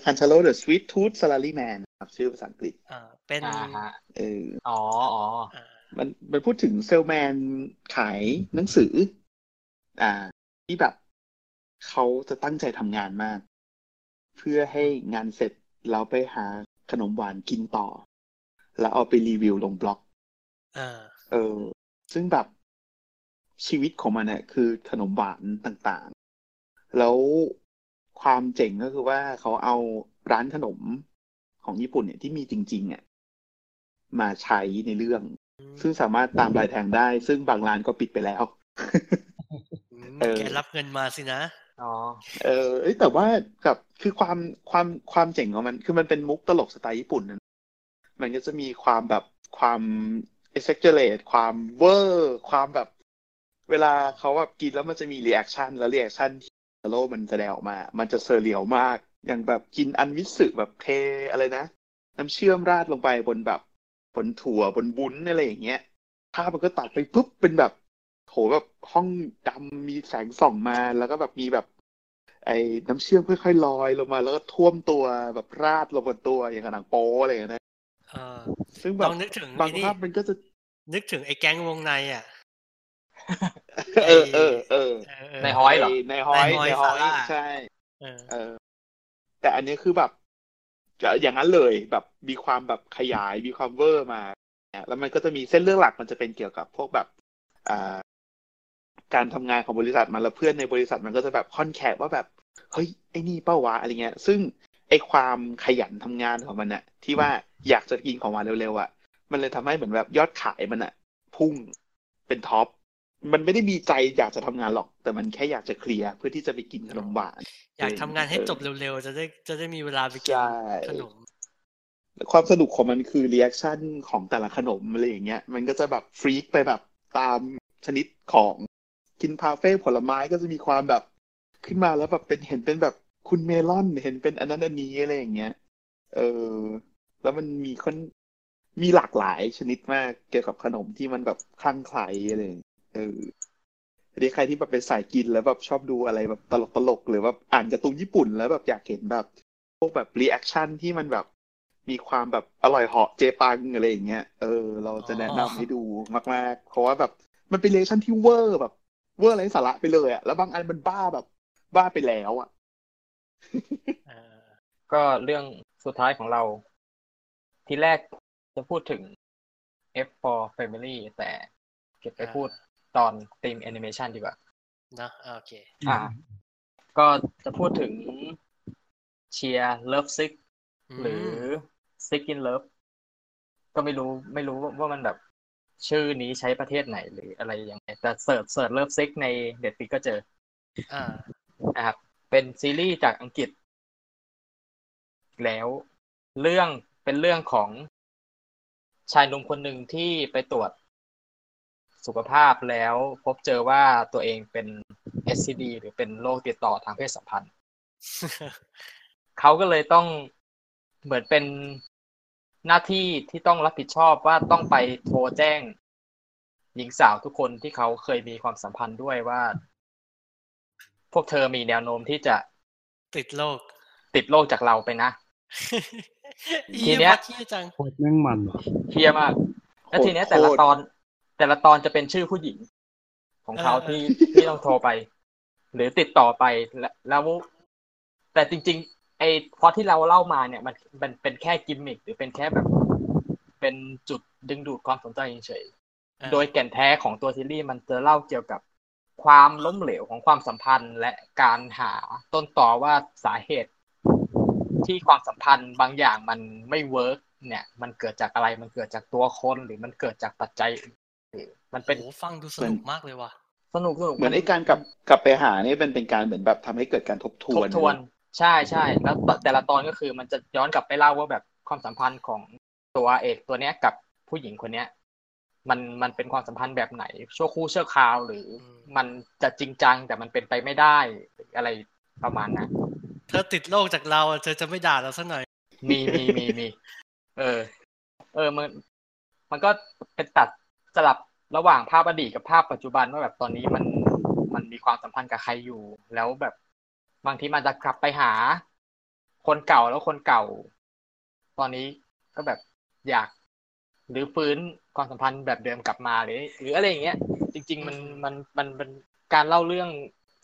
Speaker 2: คันทาโร่ The Sweet Tooth Salaryman ครับชื่อภาษาอังกฤษ
Speaker 1: อ่าเป็น
Speaker 3: อ่าฮะ
Speaker 2: เออ
Speaker 3: อ๋อ อ๋อ
Speaker 1: อ่า
Speaker 2: มันมันพูดถึงเซลแมนขายหนังสือ อ่า ที่แบบเขาจะตั้งใจทำงานมาก เพื่อให้งานเสร็จเราไปหาขนมหวานกินต่อ แล้วเอาไปรีวิวลงบล็อก
Speaker 1: เออ
Speaker 2: เออ ซึ่งแบบชีวิตของมันเนี่ยคือขนมหวานต่างๆ แล้วความเจ๋งก็คือว่าเขาเอาร้านขนมของญี่ปุ่นเนี่ยที่มีจริงๆอ่ะมาใช้ในเรื่อง
Speaker 1: อืม
Speaker 2: ซึ่งสามารถตามรายแทงได้ ซึ่งบางร้านก็ปิดไปแล้ว เออ
Speaker 1: แกรับเงินมาสินะ
Speaker 3: อ๋อ
Speaker 2: เออเอ้ยแต่ว่ากับคือความความความเจ๋งของมัน คือมันเป็นมุกตลกสไตล์ญี่ปุ่นนะมันก็จะมีความแบบความเอ็กซ์เจเลตความเวอร์ ความแบบ เวลาเขาแบบกินแล้วมันจะมีรีแอคชั่นแล้วรีแอคชั่นที่โลมันแสดงออกมา มันจะเซอร์เรียลมาก อย่างแบบกินอันวิสึแบบเทอะไรนะ น้ำเชื่อมราดลงไปบนแบบบนถั่วบนบุ้นอะไรอย่างเงี้ยภาพมันก็ตัดไปปุ๊บเป็นแบบ โถแบบห้องดำมีแสงส่องมาแล้วก็แบบมีแบบ ไอ้น้ำเชื่อมค่อยๆลอยลงมาแล้วก็ท่วมตัวแบบราดลงบนตัวอย่างกับหนังโป๊อะไรอย่างเงี้ยนะ
Speaker 1: เออ
Speaker 2: ซึ่งแบ
Speaker 1: ล
Speaker 2: บ
Speaker 1: องนึกถึง
Speaker 2: บาง
Speaker 1: ไอ้นี่
Speaker 2: ภาพมันก็จะ
Speaker 1: นึกถึงไอ้แก๊งวงในอ่ะ
Speaker 2: เออเออเอ
Speaker 1: เอ
Speaker 2: อ
Speaker 1: อเออ
Speaker 3: ในฮอ ยเหร
Speaker 2: ในฮอยใน
Speaker 1: ในฮ
Speaker 2: ฮ
Speaker 1: อย ย
Speaker 2: อ
Speaker 1: ซาร่า
Speaker 2: ใช่
Speaker 1: เออ
Speaker 2: เออ แต่อันนี้คือแบบจะอย่างนั้นเลยแบบมีความแบบขยายมีความเวอร์มาเนี่ยแล้วมันก็จะมีเส้นเรื่องหลักมันจะเป็นเกี่ยวกับพวกแบบอ่าการทำงานของบริษัทมันแล้วเพื่อนในบริษัทมันก็จะแบบคอนแคคว่าแบบเฮ้ยไอ้นี่เป้าวะอะไรเงี้ย ซึ่งไอ้ความขยันทำงานของมันน่ะ ที่ว่าอยากจะกินของหวานเร็วๆอ่ะ มันเลยทำให้เหมือนแบบยอดขายมันอ่ะ พุ่งเป็นท็อปมันไม่ได้มีใจอยากจะทำงานหรอก แต่มันแค่อยากจะเคลียร์เพื่อที่จะไปกินขนมหวาน
Speaker 1: อยากทำงานให้จบเร็วๆ จะได้จะได้มีเวลาไปกิน
Speaker 2: ใช่
Speaker 1: ขนม
Speaker 2: ความสนุกของมันคือรีแอคชั่นของแต่ละขนมอะไรอย่างเงี้ย มันก็จะแบบฟรีกไปแบบตามชนิดของกินพาเฟ่ผลไม้ก็จะมีความแบบขึ้นมาแล้วแบบเป็นเห็นเป็นแบบคุณเมลอนเห็นเป็นอันนั้นอันนี้อะไรอย่างเงี้ย เออ แล้วมันมีคนมีหลากหลายชนิดมากเกี่ยวกับขนมที่มันแบบคลั่งไคล้อะไรอย่างเงี้ยเออทีนี้ใครที่แบบเป็นสายกินแล้วแบบชอบดูอะไรแบบตลกตลกๆหรือว่าอ่านการ์ตูนญี่ปุ่นแล้วแบบอยากเห็นแบบ พวกแบบรีแอคชั่นที่มันแบบมีความแบบอร่อยเหาะเจปังอะไรอย่างเงี้ยเออ เราจะแนะนำให้ดูมาก ๆ เพราะว่าแบบมันเป็นรีแอคชั่นที่เวอร์แบบ เวอร์ไร้สาระไปเลยอะแล้วบางอันมันบ้าแบบบ้าไปแล้วอะ
Speaker 1: เออ
Speaker 3: ก็เรื่องสุดท้ายของเรา ที่แรกจะพูดถึง F for Family แต่เก็บไปพูดตอนทีมแอนิเมชันดีกว่า
Speaker 1: เนอะอ่ะโอเค
Speaker 3: อ่า ก็จะพูดถึงเชียร์เลิฟซิกหรือซิก in นเลิฟก็ไม่รู้ไม่รู้ว่ามันแบบชื่อนี้ใช้ประเทศไหนหรืออะไรยังไงแต่เสิร์ชเสิร์ชเลิฟซิกในเด็ดฟิกก็เจอ
Speaker 1: อ่า <laughs>
Speaker 3: นะครับเป็นซีรีส์จากอังกฤษ แล้ว เรื่องเป็นเรื่องของชายหนุ่มคนหนึ่งที่ไปตรวจสุขภาพแล้วพบเจอว่าตัวเองเป็น STD หรือเป็นโรคติดต่อทางเพศสัมพันธ์ เขาก็เลยต้องเหมือนเป็นหน้าที่ที่ต้องรับผิดชอบว่าต้องไปโทรแจ้ง หญิงสาวทุกคนที่เขาเคยมีความสัมพันธ์ด้วยว่า พวกเธอมีแนวโน้มที่จะ
Speaker 1: ติดโรค
Speaker 3: ติดโรคจากเราไปนะ ที
Speaker 1: <laughs> อี
Speaker 3: เนี้
Speaker 1: ย
Speaker 3: ย
Speaker 1: พอขี้จัง
Speaker 4: โคตรแม่งมันว่ะ
Speaker 3: เฮียมาก แล้วทีเนี้ยแต่ละตอน แต่ละตอนจะเป็นชื่อผู้หญิง ของเขา
Speaker 1: เออ
Speaker 3: ที่ที่ต้องโทรไป หรือติดต่อไปแล้วแล้วแต่จริง ๆ ไอ้พอที่เราเล่ามาเนี่ย มันมันเป็นแค่กิมมิคหรือเป็นแค่แบบ เป็นจุดดึงดูดความสนใจเฉย
Speaker 1: อ่ะ
Speaker 3: ๆโดยแก่นแท้ของตัวซีรีส์มันจะเล่าเกี่ยวกับความล้มเหลวของความสัมพันธ์ และการหาต้นต่อว่าสาเหตุ ที่ความสัมพันธ์บางอย่างมันไม่เวิร์กเนี่ย มันเกิดจากอะไรมันเกิดจากตัวคนหรือมันเกิดจากปัจจัยอื่นมันเป็น
Speaker 1: โหฟังดูสนุกมากเลยว่ะ
Speaker 3: สนุกสนุก
Speaker 2: เหมือนไอ้การกลับกลับไปหานี่เป็นเป็นการเหมือนแบบทำให้เกิดการทบท
Speaker 3: ท
Speaker 2: ว
Speaker 3: บ
Speaker 2: น
Speaker 3: ทวนใช่ใช่แล้วแต่ละตอนก็คือมันจะย้อนกลับไปเล่าว่าแบบความสัมพันธ์ของตัวเอกตัวเนี้ยกับผู้หญิงคนเนี้ย มันมันเป็นความสัมพันธ์แบบไหน ชั่วครู่ชั่วคราวหรืออ
Speaker 1: ม
Speaker 3: มันจะจริงจังแต่มันเป็นไปไม่ได้หรืออะไรประมาณนั้น
Speaker 1: เธอติดโรคจากเราเธอจะไม่ด่าเราสักหน่อย
Speaker 3: มีมีมีมี เออ เออมัน มันก็เป็นตัดสลับระหว่างภาพอดีตกับภาพปัจจุบันว่าแบบตอนนี้มันมันมีความสัมพันธ์กับใครอยู่ แล้วแบบบางทีมันจะกลับไปหา คนเก่าแล้วคนเก่า ตอนนี้ก็แบบอยากหรือฟื้นความสัมพันธ์แบบเดิมกลับมาหรือ หรืออะไรอย่างเงี้ย จริง ๆ มันมันมันเป็นการเล่าเรื่อง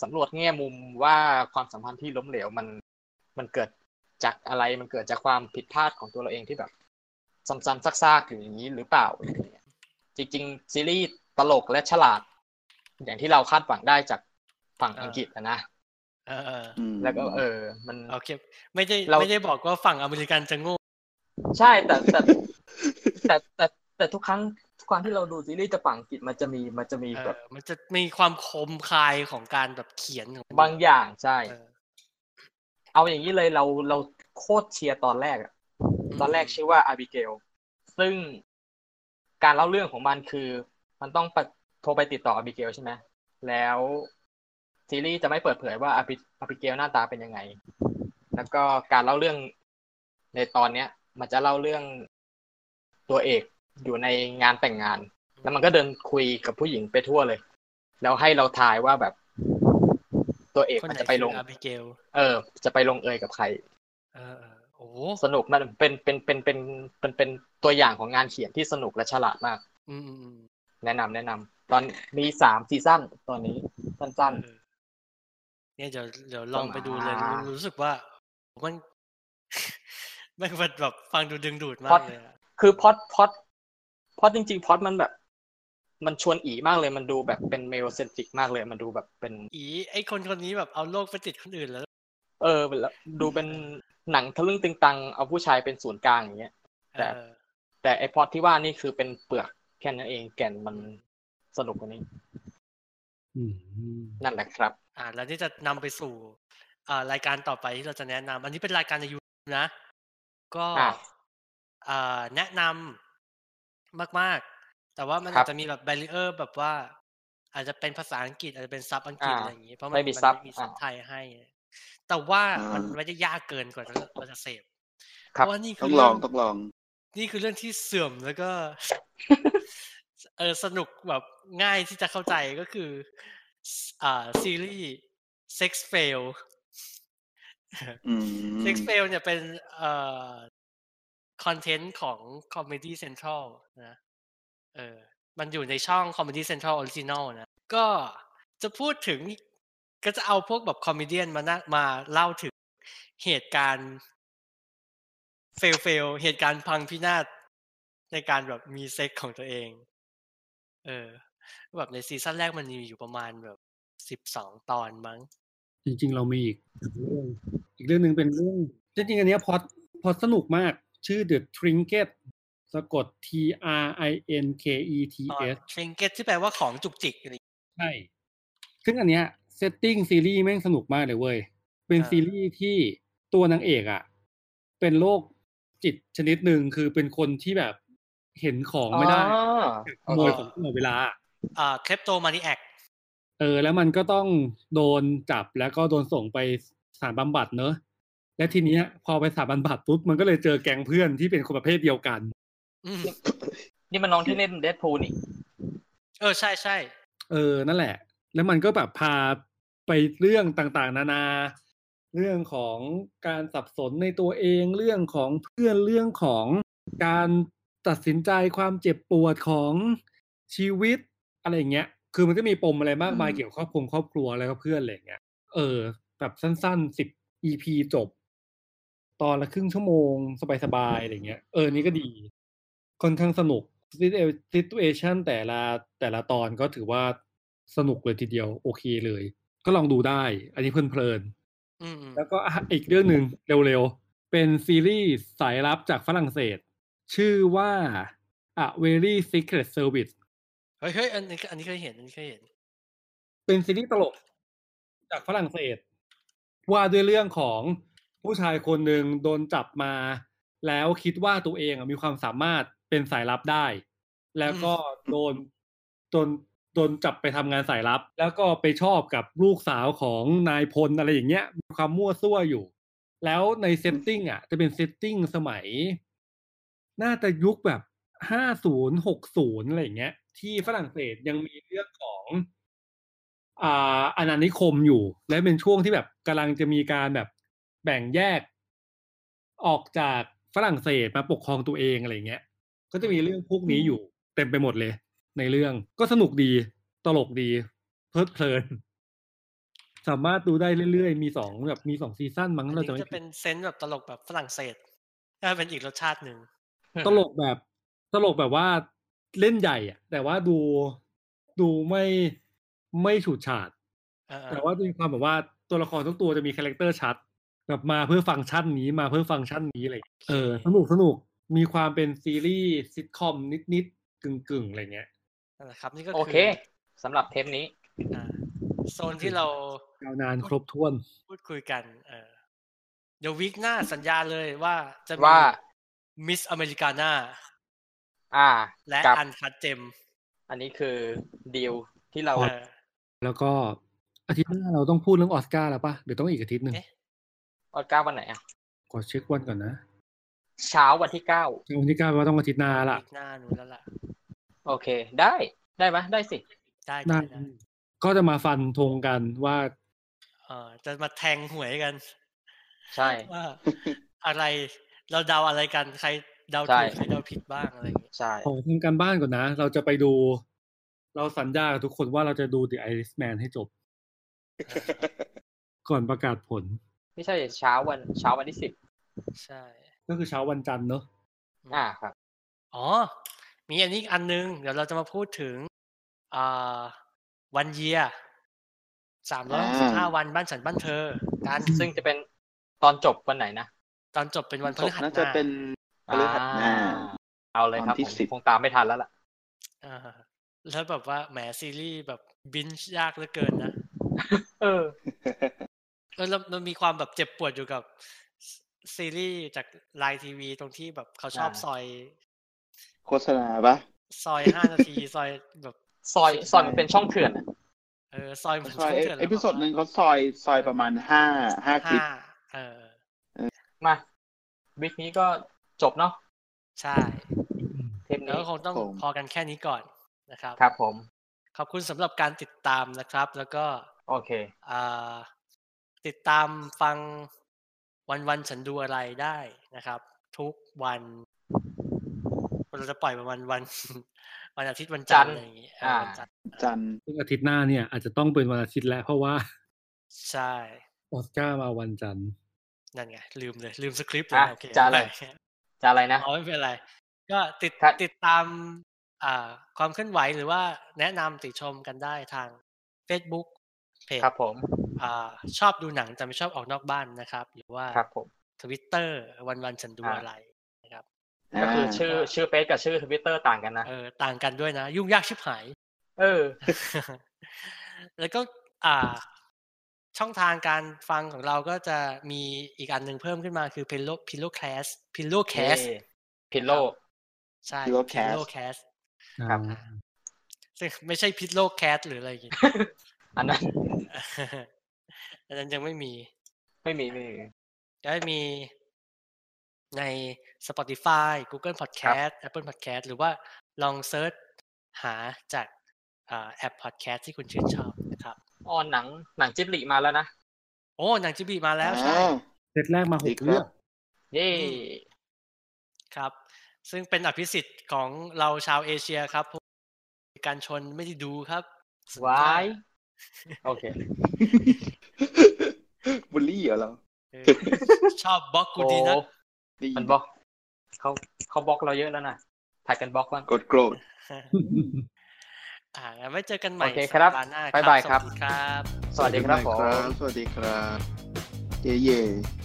Speaker 3: สำรวจแง่มุมว่าความสัมพันธ์ที่ล้มเหลวมันมันเกิดจากอะไรมันเกิดจากความผิดพลาดของตัวเราเองที่แบบ ซ้ำๆซากๆอยู่อย่างนี้หรือเปล่าอะไรอย่างเงี้ยจริง ๆ ซีรีส์ตลกและฉลาด อย่างที่เราคาดหวังได้จากฝั่ง
Speaker 1: เอออั
Speaker 3: อังกฤษอะนะ
Speaker 1: เออเออ
Speaker 2: อืม
Speaker 3: แล้วก็เออ มัน
Speaker 1: โอเค ไม่ได้
Speaker 3: เรา
Speaker 1: ไม่ได้บอกว่าฝั่งอเมริกันจะโง่
Speaker 3: ใช่แต่แต่แต่แต่แต่แต่ทุกครั้งทุกครั้งที่เราดูซีรีส์จากฝั่งอังกฤษมันจะมีมันจะมี
Speaker 1: เอ
Speaker 3: แบ
Speaker 1: อบ มันจะมีความคมคายของการแบบเขียนของมัน
Speaker 3: บางอย่างใช่
Speaker 1: เออ
Speaker 3: เอาอย่างนี้เลยเราเราโคตรเชียร์ตอนแรกอะตอนแรกชื่อว่าอาบิเกล ซึ่งการเล่าเรื่องของมันคือ มันต้องไปโทรไปติดต่ออาบิเกลใช่ไหมแล้วซีรีส์จะไม่เปิดเผยว่าอาบิอาบิเกลหน้าตาเป็นยังไง แล้วก็การเล่าเรื่องในตอนเนี้ย มันจะเล่าเรื่องตัวเอกอยู่ในงานแต่งงาน แล้วมันก็เดินคุยกับผู้หญิงไปทั่วเลย แล้วให้เราทายว่าแบบตัวเอก
Speaker 1: คน
Speaker 3: มัน
Speaker 1: ไหน
Speaker 3: จะไปลง
Speaker 1: อาบิเกล
Speaker 3: เออ จะไปลงเอยกับใคร
Speaker 1: เออเออโอ้โห
Speaker 3: สนุกมันเป็นเป็นเป็นเป็นเป็นเป็นตัวอย่างของงานเขียนที่สนุกและฉลาดมาก
Speaker 1: อืมอืมอืม
Speaker 3: แนะนำแนะนำตอนมีสามซีซั่นตอนนี้สั้น
Speaker 1: เออเนี่ยเดี๋ยวเดี๋ยวลองไปดูเลย
Speaker 3: ประมาณ
Speaker 1: รู้สึกว่ามัน <laughs> มันแบบฟังดูดึงดูดมากเลยอะ
Speaker 3: ๆ คือพอดพอดพอดจริง ๆพอดมันแบบ มันชวนอีมากเลยมันดูแบบเป็นเมลเซนติกมากเลย มันดูแบบเป็น
Speaker 1: อีไอคนคนนี้แบบเอาโรคไปติดคนอื่นแล้ว
Speaker 3: เออแล้วดูเป็นหนังทะลึ่งตึงตังเอาผู้ชายเป็นศูนย์กลางอย่างเงี้ย แต่
Speaker 1: เออ
Speaker 3: แต่ไอพอดที่ว่านี่คือเป็นเปลือกแค่นั้นเองแก่นมันสนุกกว่านี้
Speaker 4: อืม
Speaker 3: นั่นแหละครับ
Speaker 1: อ่า แล้วนี่จะนำไปสู่อ่ารายการต่อไปที่เราจะแนะนำอันนี้เป็นรายการในยูทูบนะ ก็
Speaker 3: อ่ะ
Speaker 1: อ่าแนะนำมาก ๆ แต่ว่ามัน
Speaker 3: ครั
Speaker 1: อา
Speaker 3: บ
Speaker 1: จจะมีแบบแบรีเออร์แบบว่า อาจจะเป็นภาษาอังกฤษ อาจจะเป็นซับอังกฤษ
Speaker 3: อ่า
Speaker 1: อะไรอย่างนี้ เพราะมัน
Speaker 3: ไม่มี
Speaker 1: น
Speaker 3: ซับ
Speaker 1: มีซับ
Speaker 3: อ่า
Speaker 1: ไทยให้ แต่ว่า
Speaker 2: อ่ามั
Speaker 1: มันไม่ได้ยากเกินกว่าที่เราจะเสพ
Speaker 3: ค
Speaker 1: เพ
Speaker 3: รับ
Speaker 1: ราะว่านี่คื
Speaker 2: ต้อ
Speaker 1: อง
Speaker 2: ล
Speaker 1: เรื่
Speaker 2: อ
Speaker 1: อง ง
Speaker 2: ต้องลอง
Speaker 1: นี่คือเรื่องที่เสื่อมแล้วก็ เออสนุกแบบง่ายที่จะเข้าใจก็คือสอ่าซีรีส์ Sex Fail
Speaker 2: อืม
Speaker 1: Sex Fail เนี่ยเป็นเอ่อคอนเทนต์ของ Comedy Central นะเออมันอยู่ในช่อง Comedy Central Original นะ ก็จะพูดถึงก็จะเอาพวกแบบคอมเมดี้มานะมาเล่าถึงเหตุการณ์ เฟลเฟลเหตุการณ์พังพินาศในการแบบมีเซ็กของตัวเอง เออ แบบในซีซั่นแรกมันมีอยู่ประมาณแบบสิบสองตอนมั้ง
Speaker 4: จริง ๆ เรามีอีกเรื่อง อีกเรื่องหนึ่งเป็นเรื่อง จริงๆ อันเนี้ยพอดพอดสนุกมาก ชื่อ The Trinket สะกด T R I N K E T
Speaker 1: ตอน
Speaker 4: S
Speaker 1: เทรงเก็ตที่แปลว่าของจุกจิกอะไร
Speaker 4: ใช่ ซึ่งอันเนี้ยเซตติ้งซีรีส์แม่งสนุกมากเลยเว้ย เป็น
Speaker 1: อ่า
Speaker 4: ซีรีส์ที่ตัวนางเอกอะเป็นโรค จิตชนิดหนึ่งคือเป็นคนที่แบบเห็นของไม่ได้
Speaker 3: อ๋อ
Speaker 4: ขโมยของตลอดเวลา
Speaker 1: อ่าคริปโตมานิแอค
Speaker 4: เออ แล้วมันก็ต้องโดนจับแล้วก็โดนส่งไปสถารบำบัดเนอะและทีเนี้ย พอไปสถารบำบัดปุ๊บมันก็เลยเจอแก๊งเพื่อนที่เป็นคนประเภทเดียวกัน
Speaker 3: นี่มันน้องที่เล่นเดดพูนี่
Speaker 1: เออใช่ใช่
Speaker 4: เออ นั่นแหละ แล้วมันก็แบบพาไปเรื่องต่างๆ นานา เรื่องของการสับสนในตัวเอง เรื่องของเพื่อน เรื่องของการตัดสินใจความเจ็บปวดของชีวิตอะไรอย่างเงี้ย คือมันก็มีปมอะไรมากมาย
Speaker 2: อืม
Speaker 4: เกี่ยวกับครอบครัวครอบครัวอะไรกับเพื่อนอะไรอย่างเงี้ย เออ แบบสั้นๆสิบ EP จบ ตอนละครึ่งชั่วโมง สบายๆอะไรเงี้ย เออ นี่ก็ดี ค่อนข้างสนุก situation แต่ละแต่ละตอนก็ถือว่าสนุกเลยทีเดียว โอเคเลย ก็ลองดูได้ อันนี้เพลิน
Speaker 1: อืมอืม
Speaker 4: ๆ แล้วก็อ่ะอีกเรื่องหนึ่งเร็วๆ เป็นซีรีส์สายลับจากฝรั่งเศส ชื่อว่า A Very Secret Service
Speaker 1: เฮ้ยเฮ้ยอันนี้อันนี้เคยเห็นอันนี้เคยเห็น
Speaker 4: เป็นซีรีส์ตลกจากฝรั่งเศส ว่าด้วยเรื่องของผู้ชายคนหนึ่งโดนจับมา แล้วคิดว่าตัวเองอะมีความสามารถเป็นสายลับได้ แล้วก็โดนโดนโดนจับไปทำงานสายลับ แล้วก็ไปชอบกับลูกสาวของนายพลอะไรอย่างเงี้ยมีความมั่วซั่วอยู่ แล้วในเซตติ้งอ่ะ จะเป็นเซตติ้งสมัย น่าจะยุคแบบห้าศูนย์หกศูนย์อะไรอย่างเงี้ย ที่ฝรั่งเศสยังมีเรื่องของ อ่าอาณานิคมอยู่ และเป็นช่วงที่แบบกำลังจะมีการแบบแบ่งแยก ออกจากฝรั่งเศสมาปกครองตัวเองอะไรเงี้ย ก็จะมีเรื่องพวกนี้อยู่ เต็มไปหมดเลย ในเรื่องก็สนุกดีตลกดี เพลิดเพลิน สามารถดูได้เรื่อยๆ มีสองแบบมีสองซีซั่นมั้ง
Speaker 1: อัน
Speaker 4: เราจะ
Speaker 1: นี้
Speaker 4: ไม่
Speaker 1: จะ
Speaker 4: ผิ
Speaker 1: เป็
Speaker 4: ด
Speaker 1: นเซนส์แบบตลกแบบฝรั่งเศสก็เป็นอีกรสชาติหนึ่ง
Speaker 4: ตลกแบบ ตลกแบบว่าเล่นใหญ่อะแต่ว่าดูดูไม่ไม่ฉูดฉาด
Speaker 1: เออเอ
Speaker 4: แต่
Speaker 1: อ
Speaker 4: ว่าจะมีความแบบว่าตัวละครทุกตัวจะมีคาแรคเตอร์ชัดแบบมาเพื่อฟังก์ชันนี้มาเพื่อฟังก์ชันนี้อะไรอย่างเงี้ยเออสนุกสนุกมีความเป็นซีรีส์ซิทคอมนิดนิดๆกึ่งกึ่งๆอะไรเงี้ย
Speaker 1: นั่นแหละครับนี่ก็
Speaker 3: โอเคสำหรับเทปนี้
Speaker 1: อ่าโซนที่เรา
Speaker 4: ยาวนานครบถ้วน
Speaker 1: พูดคุยกัน เออเดี๋ยววิกหน้าสัญญาเลยว่าจะมี
Speaker 3: ว่า
Speaker 1: มิสอเมริกาน่า
Speaker 3: อ่า
Speaker 1: และ
Speaker 3: กับ
Speaker 1: อันคัดเจม
Speaker 3: อันนี้คือดีลที่เรา
Speaker 1: เออ
Speaker 4: แล้วก็อาทิตย์หน้าเราต้องพูดเรื่องออสการ์แล้วปะเดี๋ยวต้องอีกอาทิตย์หนึ่ง
Speaker 1: เอ๊ะ
Speaker 3: ออสการ์วันไหนอ่ะ
Speaker 4: ขอเช็ควันก่อนนะ
Speaker 3: เช้าวันที่เก้า
Speaker 4: วันที่เก้าว่าต้องอาทิตย์หน้าละ
Speaker 1: วิกหน้านู้นแล้วล่ะ
Speaker 3: โอเค ได้ได้ไหมได้สิ
Speaker 1: ได้
Speaker 4: ได้
Speaker 1: ได้ได้
Speaker 4: ก็จะมาฟันธงกันว่า
Speaker 1: เออจะมาแทงหวยกัน
Speaker 3: ใช่
Speaker 1: ว่าอะไรเราเดาอะไรกันใครเดา
Speaker 3: ใช่
Speaker 1: ถูกใครเดาผิดบ้างอะไรอย่างเงี้ย
Speaker 3: ใช่
Speaker 4: ขอทำการบ้านก่อนนะ เราจะไปดู เราสัญญากับทุกคนว่าเราจะดู The Irishman ให้จบก่อนประกาศผล
Speaker 3: ไม่ใช่เช้าวันเช้าวันที่สิบ
Speaker 1: ใช่
Speaker 4: ก็คือเช้าวันจันทร์เนอะ
Speaker 3: อ่าครับ
Speaker 1: อ๋อ มีอันนี้อีกอันนึง เดี๋ยวเราจะมาพูดถึงอ่าวันเยียสามร้อยสิบห้า
Speaker 2: อ่า
Speaker 1: วันบ้านฉันบ้านเธอกัน
Speaker 3: ซึ่งจะเป็นตอนจบวันไหนนะ
Speaker 1: ตอนจบเป็นวันพ
Speaker 2: จ
Speaker 1: ฤ
Speaker 2: บ
Speaker 1: หัส
Speaker 2: น่า
Speaker 1: ห
Speaker 2: จะ
Speaker 1: น้า
Speaker 2: เป็นพฤหัสหน้า
Speaker 3: อ่เอาเลยครั
Speaker 2: ต
Speaker 3: บ
Speaker 2: อนที่
Speaker 3: ผม
Speaker 2: สิบ
Speaker 3: คงตามไม่ทันแล้วล่ะ
Speaker 1: อ่าแล้วแบบว่าแหมซีรีส์แบบบินช์ยากเหลือเกินนะ
Speaker 3: เออ
Speaker 1: เออแล้วมันมีความแบบเจ็บปวดอยู่กับซซีรีส์จากไลน์ทีวีตรงที่แบบเขาชอบ
Speaker 3: อ่า
Speaker 1: ซอย
Speaker 2: โฆษณาปะ
Speaker 1: ซอยห้านาที ซอยแบบ
Speaker 3: ซอยซอยมันเป็นช่องเถื่อนอะ
Speaker 1: เออซอยเหมือน
Speaker 2: ซอย
Speaker 1: ช่งถื่น
Speaker 2: เอ
Speaker 1: แล้ว
Speaker 2: พิ
Speaker 1: แบบ
Speaker 2: โซด
Speaker 1: ว่า
Speaker 2: หนึ่งเขาซอยซอยประมาณห้าห้าคลิป
Speaker 1: ห้าเออ
Speaker 3: มาวิกนี้ก็จบเนาะ
Speaker 1: ใช่
Speaker 3: เทป
Speaker 1: แล้ว
Speaker 3: นี้
Speaker 1: ก็คงต้อง
Speaker 2: ผม
Speaker 1: พอกันแค่นี้ก่อนนะครับ
Speaker 3: ครับผม
Speaker 1: ขอบคุณสำหรับการติดตามนะครับ แล้วก็
Speaker 3: โอเค
Speaker 1: อ่าติดตามฟังวันวันๆฉันดูอะไรได้นะครับ ทุกวันเราจะปล่อยประมาณ <laughs> วัน วันอาทิตย์วันจันทร์
Speaker 3: จันทร์
Speaker 1: อะไรอย่างงี้เอออา วันจันทร์
Speaker 2: จันทร์
Speaker 4: ซึ่งอาทิตย์หน้าเนี่ยอาจจะต้องเป็นวันอาทิตย์แล้วเพราะว่า <laughs>
Speaker 1: ใช่
Speaker 4: ออสการ์มาวันจันทร์
Speaker 1: นั่นไง ลืมเลย ลืมสคริปต์เลย
Speaker 3: อ่ะ
Speaker 1: โอเค
Speaker 3: จะอะไร
Speaker 1: ม่เป็นไร
Speaker 3: จะอะไรนะ
Speaker 1: อ๋อไม่เป็นไร ก็ติด
Speaker 3: ครับ
Speaker 1: ติดตามอ่าความเคลื่อนไหวหรือว่าแนะนำติชมกันได้ทาง Facebook เพจ
Speaker 3: ครับผม
Speaker 1: อ่าชอบดูหนังแต่ไม่ชอบออกนอกบ้านนะครับ หรือว่า
Speaker 3: ครับผม
Speaker 1: ทวิตเตอร์วันวันๆฉันดู
Speaker 3: อ่า
Speaker 1: อะไร
Speaker 3: ก็คือชื่อชื่อเฟซกับชื่อทวิตเตอร์ต่างกันนะ
Speaker 1: เออต่างกันด้วย <laughs> นะ ยุ่งยากชิบหาย
Speaker 3: เออ
Speaker 1: แล้วก็อ่า ช่องทางการฟังของเราก็จะมีอีกอันหนึ่งเพิ่มขึ้นมาคือ Pillow Pillow Cast Pillow Cast
Speaker 3: พิลโล
Speaker 1: ใช่
Speaker 2: Pillow Cast
Speaker 1: Pillow Cast
Speaker 3: ครับ
Speaker 4: อ่า
Speaker 1: ซึ่งไม่ใช่ Pillow Cast หรืออะไรอย่างงี้
Speaker 3: อันนั้น
Speaker 1: <laughs> อันนั้นยังไม่มี
Speaker 3: ไม่มีไม่มี
Speaker 1: ได้มีใน Spotify Google Podcast Apple Podcast หรือว่าลองเซิร์ชหาจากอ่าแอป Podcast ที่คุณชื่นชอบนะครับ
Speaker 3: ออนหนังหนังจิบลิมาแล้วนะ
Speaker 1: โอ้หนังจิบีมาแล้วใช่
Speaker 2: อ่า
Speaker 4: เซตแรกมาห
Speaker 2: ดี
Speaker 4: ก
Speaker 2: ครับ
Speaker 4: เรื่อง
Speaker 3: เย่
Speaker 1: อืม ครับ ซึ่งเป็นอภิสิทธิ์ของเราชาวเอเชียครับผมการชนไม่ได้ดูครับสุดยอด
Speaker 3: วายโอเค
Speaker 2: บูลลี่เหรอเรา
Speaker 1: เออชอบบล็อกกูดีนัก
Speaker 3: โอ้
Speaker 2: ได้ยิ
Speaker 3: มัน นบล็อกเขาเขาบล็อกเราเยอะแล้วนะผัดกันบล็อกบ้าง
Speaker 2: กดโกรธ
Speaker 1: อ่างั้นไว้เจอกันใหม่
Speaker 3: โอเคครับ
Speaker 1: สัปดาห์หน้า
Speaker 3: บ๊ายบายครับ
Speaker 1: สวัสดีครับ
Speaker 3: สวัสดีครับผม
Speaker 2: สวัสดีครับ สวัสดีครับ เย่ๆ